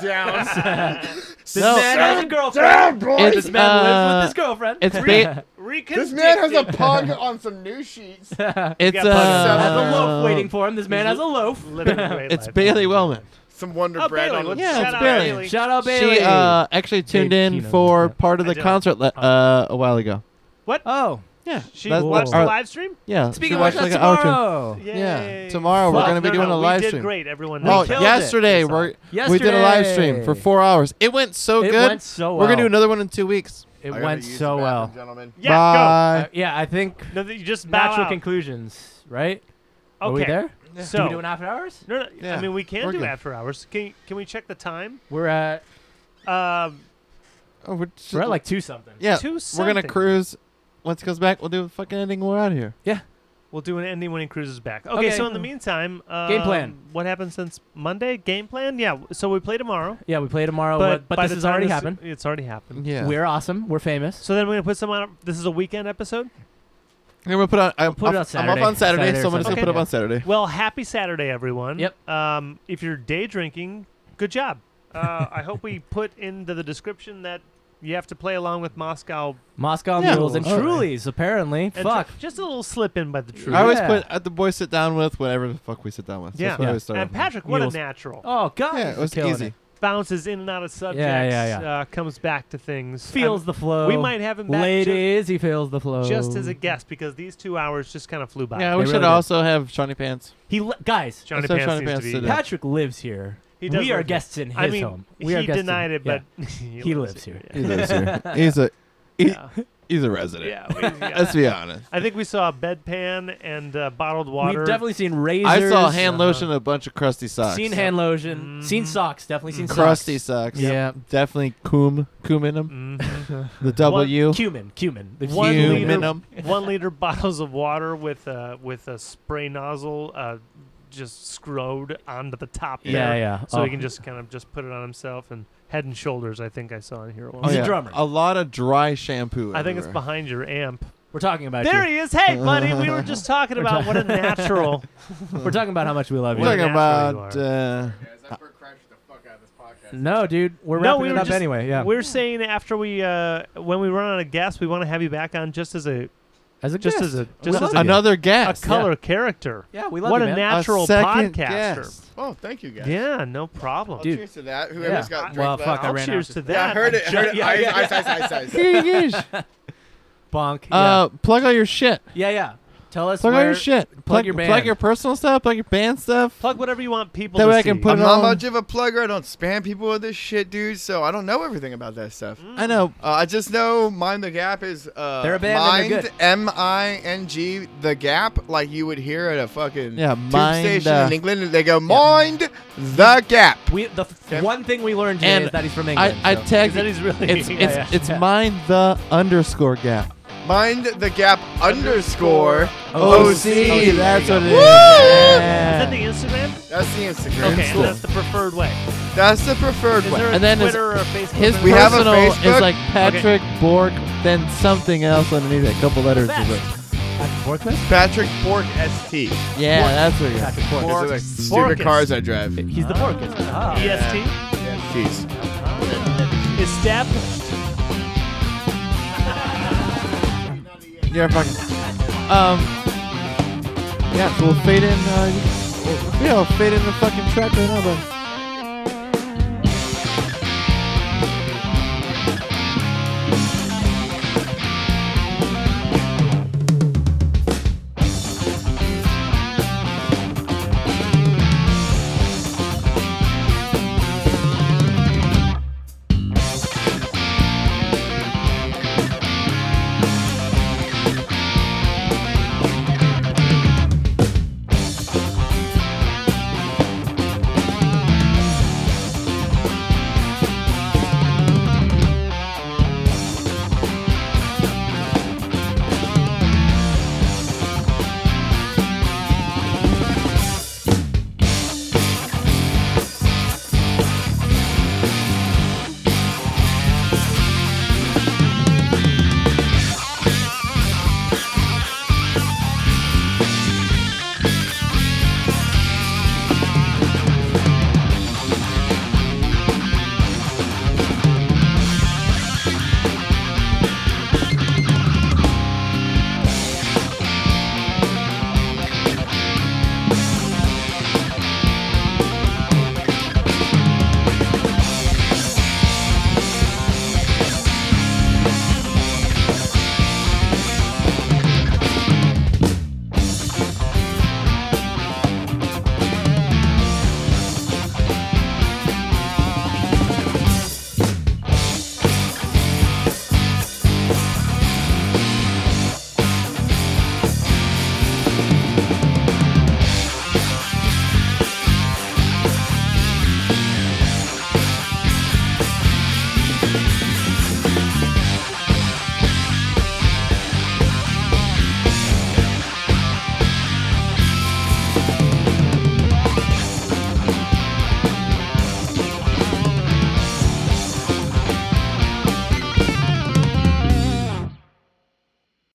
[SPEAKER 1] This
[SPEAKER 4] No.
[SPEAKER 1] man has a
[SPEAKER 2] Damn,
[SPEAKER 1] girlfriend.
[SPEAKER 2] boy.
[SPEAKER 4] It's-
[SPEAKER 2] This
[SPEAKER 1] This man lives with his girlfriend.
[SPEAKER 4] It's ba-
[SPEAKER 3] Reconnected.
[SPEAKER 2] this man has a pug on some new sheets.
[SPEAKER 4] it's
[SPEAKER 3] got buggers.
[SPEAKER 1] has a
[SPEAKER 4] uh,
[SPEAKER 1] loaf waiting for him. This man has a loaf.
[SPEAKER 3] Living great
[SPEAKER 4] It's
[SPEAKER 3] life.
[SPEAKER 4] Bailey Wellman.
[SPEAKER 2] Some Wonder
[SPEAKER 3] Oh,
[SPEAKER 2] Bread
[SPEAKER 3] Bailey,
[SPEAKER 2] on
[SPEAKER 3] let's
[SPEAKER 2] the
[SPEAKER 4] Yeah,
[SPEAKER 3] shout
[SPEAKER 4] it's
[SPEAKER 3] out
[SPEAKER 4] Bailey.
[SPEAKER 3] Bailey.
[SPEAKER 1] Shout out Bailey.
[SPEAKER 4] She uh, actually tuned
[SPEAKER 1] Babe
[SPEAKER 4] in
[SPEAKER 1] Keaton.
[SPEAKER 4] for
[SPEAKER 1] Yeah.
[SPEAKER 4] part of
[SPEAKER 3] I
[SPEAKER 4] the
[SPEAKER 3] did.
[SPEAKER 4] concert le- uh, a while ago.
[SPEAKER 1] oh,
[SPEAKER 4] Yeah,
[SPEAKER 3] She
[SPEAKER 4] that's-
[SPEAKER 3] watched
[SPEAKER 4] our-
[SPEAKER 3] the live stream.
[SPEAKER 4] Yeah,
[SPEAKER 1] speaking
[SPEAKER 4] she
[SPEAKER 1] of which,
[SPEAKER 4] watched
[SPEAKER 1] that's
[SPEAKER 4] like an hour or two.
[SPEAKER 1] tomorrow.
[SPEAKER 4] Yeah,
[SPEAKER 3] Yay.
[SPEAKER 4] tomorrow we're
[SPEAKER 1] Fuck.
[SPEAKER 4] gonna be
[SPEAKER 3] No,
[SPEAKER 4] doing a
[SPEAKER 3] no,
[SPEAKER 4] live
[SPEAKER 3] We did
[SPEAKER 4] stream.
[SPEAKER 3] great. Everyone.
[SPEAKER 4] Oh,
[SPEAKER 3] knows.
[SPEAKER 1] killed it.
[SPEAKER 4] yesterday
[SPEAKER 1] This
[SPEAKER 4] we're
[SPEAKER 1] song.
[SPEAKER 4] we did a live stream for
[SPEAKER 1] Yesterday.
[SPEAKER 4] four hours. It went so
[SPEAKER 1] it
[SPEAKER 4] good.
[SPEAKER 1] went so well.
[SPEAKER 4] We're gonna do another one in two weeks.
[SPEAKER 1] It
[SPEAKER 2] I gotta
[SPEAKER 1] went
[SPEAKER 2] use
[SPEAKER 1] so
[SPEAKER 2] the bathroom,
[SPEAKER 1] well.
[SPEAKER 2] Gentlemen.
[SPEAKER 3] Yeah,
[SPEAKER 4] Bye.
[SPEAKER 1] Uh, yeah, I think
[SPEAKER 3] go. No, you just bow
[SPEAKER 1] natural
[SPEAKER 3] out.
[SPEAKER 1] conclusions, right?
[SPEAKER 3] Okay.
[SPEAKER 1] Are we there?
[SPEAKER 3] So,
[SPEAKER 1] Do we do an after hours?
[SPEAKER 3] no, no,
[SPEAKER 4] Yeah,
[SPEAKER 3] I mean, we can
[SPEAKER 4] we're
[SPEAKER 3] do
[SPEAKER 4] good.
[SPEAKER 3] after hours. Can can we check the time?
[SPEAKER 1] We're at
[SPEAKER 3] Um,
[SPEAKER 4] Oh, we're, just,
[SPEAKER 1] we're at like two something.
[SPEAKER 4] yeah.
[SPEAKER 3] two
[SPEAKER 4] We're gonna
[SPEAKER 3] something.
[SPEAKER 4] cruise. Once it comes back, we'll do a fucking ending. We're out of here.
[SPEAKER 3] We'll do an ending when he cruises back. Okay,
[SPEAKER 1] Okay.
[SPEAKER 3] so in the meantime, um,
[SPEAKER 1] Game plan.
[SPEAKER 3] What happened since Monday? Game plan. Yeah. w- So we play tomorrow,
[SPEAKER 1] Yeah, we play tomorrow,
[SPEAKER 3] but
[SPEAKER 1] Oh, but,
[SPEAKER 3] by
[SPEAKER 1] this
[SPEAKER 3] the
[SPEAKER 1] has
[SPEAKER 3] time
[SPEAKER 1] already
[SPEAKER 3] this-
[SPEAKER 1] happened.
[SPEAKER 3] It's already happened.
[SPEAKER 4] Yeah.
[SPEAKER 1] We're awesome. We're famous.
[SPEAKER 3] So then we're gonna put some on. This is a weekend episode.
[SPEAKER 4] And we'll put on. I'm,
[SPEAKER 1] put it on
[SPEAKER 4] I'm- I'm off
[SPEAKER 1] Saturday.
[SPEAKER 4] on Saturday,
[SPEAKER 1] Saturday or
[SPEAKER 4] so I'm just gonna put
[SPEAKER 3] something.
[SPEAKER 4] it up
[SPEAKER 1] Yeah.
[SPEAKER 4] on Saturday.
[SPEAKER 3] Well, happy Saturday, everyone.
[SPEAKER 1] Yep.
[SPEAKER 3] Um, if you're day drinking, good job. Uh, I hope we put into the description that you have to play along with Moscow.
[SPEAKER 1] Moscow
[SPEAKER 4] Yeah.
[SPEAKER 1] Mules and
[SPEAKER 4] Oh, okay.
[SPEAKER 1] Trulies, apparently.
[SPEAKER 3] And
[SPEAKER 1] Fuck.
[SPEAKER 3] ju- just a little slip in by the truth.
[SPEAKER 4] I always
[SPEAKER 1] Yeah.
[SPEAKER 4] put at the boys sit down with whatever the fuck we sit down with. So
[SPEAKER 3] Yeah.
[SPEAKER 4] That's what I
[SPEAKER 1] Yeah.
[SPEAKER 4] always start
[SPEAKER 3] and
[SPEAKER 4] off with.
[SPEAKER 3] Patrick, what a
[SPEAKER 1] Mules.
[SPEAKER 3] natural.
[SPEAKER 1] Oh god,
[SPEAKER 4] Yeah, it was
[SPEAKER 1] killing
[SPEAKER 4] easy.
[SPEAKER 1] it.
[SPEAKER 3] Bounces in and out of subjects.
[SPEAKER 1] yeah.
[SPEAKER 3] Uh, comes back to things.
[SPEAKER 1] Feels the flow.
[SPEAKER 3] I'm- we might have him back ju-
[SPEAKER 1] Ladies, he feels the flow.
[SPEAKER 3] just as a guest because these two hours just kind of flew by.
[SPEAKER 4] Yeah, we
[SPEAKER 1] They
[SPEAKER 4] should
[SPEAKER 1] really did.
[SPEAKER 4] also have Shawnee Pants.
[SPEAKER 1] He li- guys,
[SPEAKER 3] Johnny
[SPEAKER 4] So
[SPEAKER 3] Pants
[SPEAKER 4] Johnny
[SPEAKER 3] needs
[SPEAKER 4] Pants
[SPEAKER 3] to
[SPEAKER 4] did
[SPEAKER 3] be.
[SPEAKER 4] it.
[SPEAKER 1] Patrick lives here.
[SPEAKER 3] He does
[SPEAKER 1] we are
[SPEAKER 3] live here.
[SPEAKER 1] guests in his
[SPEAKER 3] I mean,
[SPEAKER 1] home. We are
[SPEAKER 3] he
[SPEAKER 1] guests in-
[SPEAKER 3] denied it,
[SPEAKER 1] yeah.
[SPEAKER 3] but he,
[SPEAKER 1] He lives here.
[SPEAKER 4] He's a resident. he's a he-
[SPEAKER 3] Yeah.
[SPEAKER 4] he's a resident.
[SPEAKER 3] Yeah, we- yeah.
[SPEAKER 4] Let's be honest.
[SPEAKER 3] I think we saw a bedpan and uh, bottled water.
[SPEAKER 1] We've definitely seen razors.
[SPEAKER 4] I saw hand
[SPEAKER 3] uh-huh.
[SPEAKER 4] lotion, and a bunch of crusty socks.
[SPEAKER 1] seen hand lotion, seen
[SPEAKER 3] Mhm.
[SPEAKER 1] socks, definitely seen
[SPEAKER 4] crusty
[SPEAKER 1] socks.
[SPEAKER 4] socks.
[SPEAKER 1] Yeah.
[SPEAKER 4] definitely cum cum in them.
[SPEAKER 3] Mhm.
[SPEAKER 4] The W
[SPEAKER 1] Cumin, cumin. We've
[SPEAKER 3] One
[SPEAKER 1] seen
[SPEAKER 4] cum
[SPEAKER 1] cumin.
[SPEAKER 4] in
[SPEAKER 3] liter-
[SPEAKER 4] 'em.
[SPEAKER 3] One liter bottles of water with a with a spray nozzle, uh, just screwed onto the top.
[SPEAKER 1] Yeah,
[SPEAKER 3] there,
[SPEAKER 1] yeah.
[SPEAKER 3] So
[SPEAKER 1] oh.
[SPEAKER 3] he can just kind of just put it on himself and head and shoulders. I think I saw in here. at one
[SPEAKER 4] Oh,
[SPEAKER 1] He's a
[SPEAKER 4] yeah.
[SPEAKER 3] point.
[SPEAKER 1] drummer.
[SPEAKER 4] A lot of dry shampoo.
[SPEAKER 3] I think it's
[SPEAKER 4] everywhere.
[SPEAKER 3] behind your amp.
[SPEAKER 1] We're talking about
[SPEAKER 3] There
[SPEAKER 1] you.
[SPEAKER 3] he is. Hey, buddy, we were just talking about what a natural.
[SPEAKER 1] We're talking about how much we love
[SPEAKER 4] We're
[SPEAKER 1] you.
[SPEAKER 3] Look-
[SPEAKER 4] talking
[SPEAKER 3] natural
[SPEAKER 4] about
[SPEAKER 3] you
[SPEAKER 4] uh,
[SPEAKER 2] Guys, that bird crashes the fuck out of this podcast.
[SPEAKER 1] No, dude, we're
[SPEAKER 3] No,
[SPEAKER 1] wrapping
[SPEAKER 3] we
[SPEAKER 1] it
[SPEAKER 3] were
[SPEAKER 1] up
[SPEAKER 3] just-
[SPEAKER 1] anyway. Yeah,
[SPEAKER 3] We're saying after we uh, when we run out of guests, we want to have you back on just as a
[SPEAKER 1] as a
[SPEAKER 3] just
[SPEAKER 1] guest.
[SPEAKER 3] as a
[SPEAKER 1] We
[SPEAKER 3] just
[SPEAKER 1] love
[SPEAKER 3] as
[SPEAKER 1] you.
[SPEAKER 3] a,
[SPEAKER 4] another
[SPEAKER 3] a
[SPEAKER 4] guest.
[SPEAKER 3] color character.
[SPEAKER 1] Yeah, we love
[SPEAKER 3] what
[SPEAKER 1] you,
[SPEAKER 3] a
[SPEAKER 1] man.
[SPEAKER 4] A
[SPEAKER 3] natural
[SPEAKER 4] second
[SPEAKER 3] podcaster.
[SPEAKER 4] guest.
[SPEAKER 2] Oh, thank you guys.
[SPEAKER 3] Yeah, no problem.
[SPEAKER 1] Dude.
[SPEAKER 2] Cheers to that.
[SPEAKER 1] Yeah.
[SPEAKER 2] Whoever's got
[SPEAKER 1] Well,
[SPEAKER 2] drink left.
[SPEAKER 1] fuck, I
[SPEAKER 3] I'll
[SPEAKER 1] ran
[SPEAKER 3] cheers
[SPEAKER 1] out
[SPEAKER 3] to
[SPEAKER 1] just-
[SPEAKER 3] that.
[SPEAKER 2] Yeah, I heard it. I heard it.
[SPEAKER 1] yeah,
[SPEAKER 2] Ice,
[SPEAKER 1] yeah,
[SPEAKER 2] ice, ice, ice, ice.
[SPEAKER 1] Bonk. Yeah.
[SPEAKER 4] Uh, plug all your shit.
[SPEAKER 1] yeah, yeah. Tell us
[SPEAKER 4] Plug all
[SPEAKER 1] where
[SPEAKER 4] your shit.
[SPEAKER 1] plug your band.
[SPEAKER 4] Plug your personal stuff. Plug your band stuff.
[SPEAKER 3] Plug whatever you want people
[SPEAKER 4] That
[SPEAKER 3] to
[SPEAKER 4] way I
[SPEAKER 3] see.
[SPEAKER 4] can put
[SPEAKER 2] I'm
[SPEAKER 4] it
[SPEAKER 2] not
[SPEAKER 4] on.
[SPEAKER 2] much of a plugger. I don't spam people with this shit, dude. So I don't know everything about that stuff.
[SPEAKER 1] Mm.
[SPEAKER 4] I know.
[SPEAKER 2] Uh, I just know Mind the Gap is uh,
[SPEAKER 1] They're a band and they're
[SPEAKER 2] Mind
[SPEAKER 1] good.
[SPEAKER 2] M I N G the Gap, like you would hear at a fucking
[SPEAKER 4] Yeah,
[SPEAKER 2] tube
[SPEAKER 4] mind,
[SPEAKER 2] station
[SPEAKER 4] uh,
[SPEAKER 2] in England. And they go Mind the Gap.
[SPEAKER 1] We the f-
[SPEAKER 2] Okay.
[SPEAKER 1] one thing we learned today
[SPEAKER 4] And
[SPEAKER 1] is that he's from
[SPEAKER 4] I,
[SPEAKER 1] England.
[SPEAKER 4] I
[SPEAKER 1] so.
[SPEAKER 4] tagged
[SPEAKER 3] That he's really
[SPEAKER 4] It's
[SPEAKER 3] Yeah,
[SPEAKER 4] it's
[SPEAKER 3] yeah.
[SPEAKER 4] it's mind the underscore gap.
[SPEAKER 2] Mind the Gap underscore
[SPEAKER 1] O
[SPEAKER 4] Oh,
[SPEAKER 3] Oh,
[SPEAKER 2] O
[SPEAKER 1] C.
[SPEAKER 2] C.
[SPEAKER 4] that's what it
[SPEAKER 2] Woo!
[SPEAKER 4] is.
[SPEAKER 3] Is
[SPEAKER 4] Yeah.
[SPEAKER 3] that the Instagram?
[SPEAKER 2] That's the Instagram.
[SPEAKER 3] Okay,
[SPEAKER 2] Cool.
[SPEAKER 3] and that's the preferred way.
[SPEAKER 2] That's the preferred
[SPEAKER 3] Is
[SPEAKER 2] way.
[SPEAKER 3] there a
[SPEAKER 4] And then his-
[SPEAKER 3] Twitter or a Facebook?
[SPEAKER 4] His
[SPEAKER 3] or
[SPEAKER 2] We have a
[SPEAKER 4] personal
[SPEAKER 2] Facebook?
[SPEAKER 4] is like Patrick Bork, then something else underneath it, a couple letters.
[SPEAKER 3] Best.
[SPEAKER 4] Like,
[SPEAKER 1] Forklift?
[SPEAKER 2] Patrick Bork ST.
[SPEAKER 4] yeah, that's what you got.
[SPEAKER 1] Patrick Fork.
[SPEAKER 2] Those are the
[SPEAKER 3] Borkus.
[SPEAKER 2] stupid cars I drive.
[SPEAKER 1] He's the Forkist. Ah.
[SPEAKER 3] EST?
[SPEAKER 2] Jeez.
[SPEAKER 3] Established.
[SPEAKER 4] You're fucking. Um. Yeah, so we'll fade in. Uh, we'll, yeah, we'll fade in the fucking track right now, but.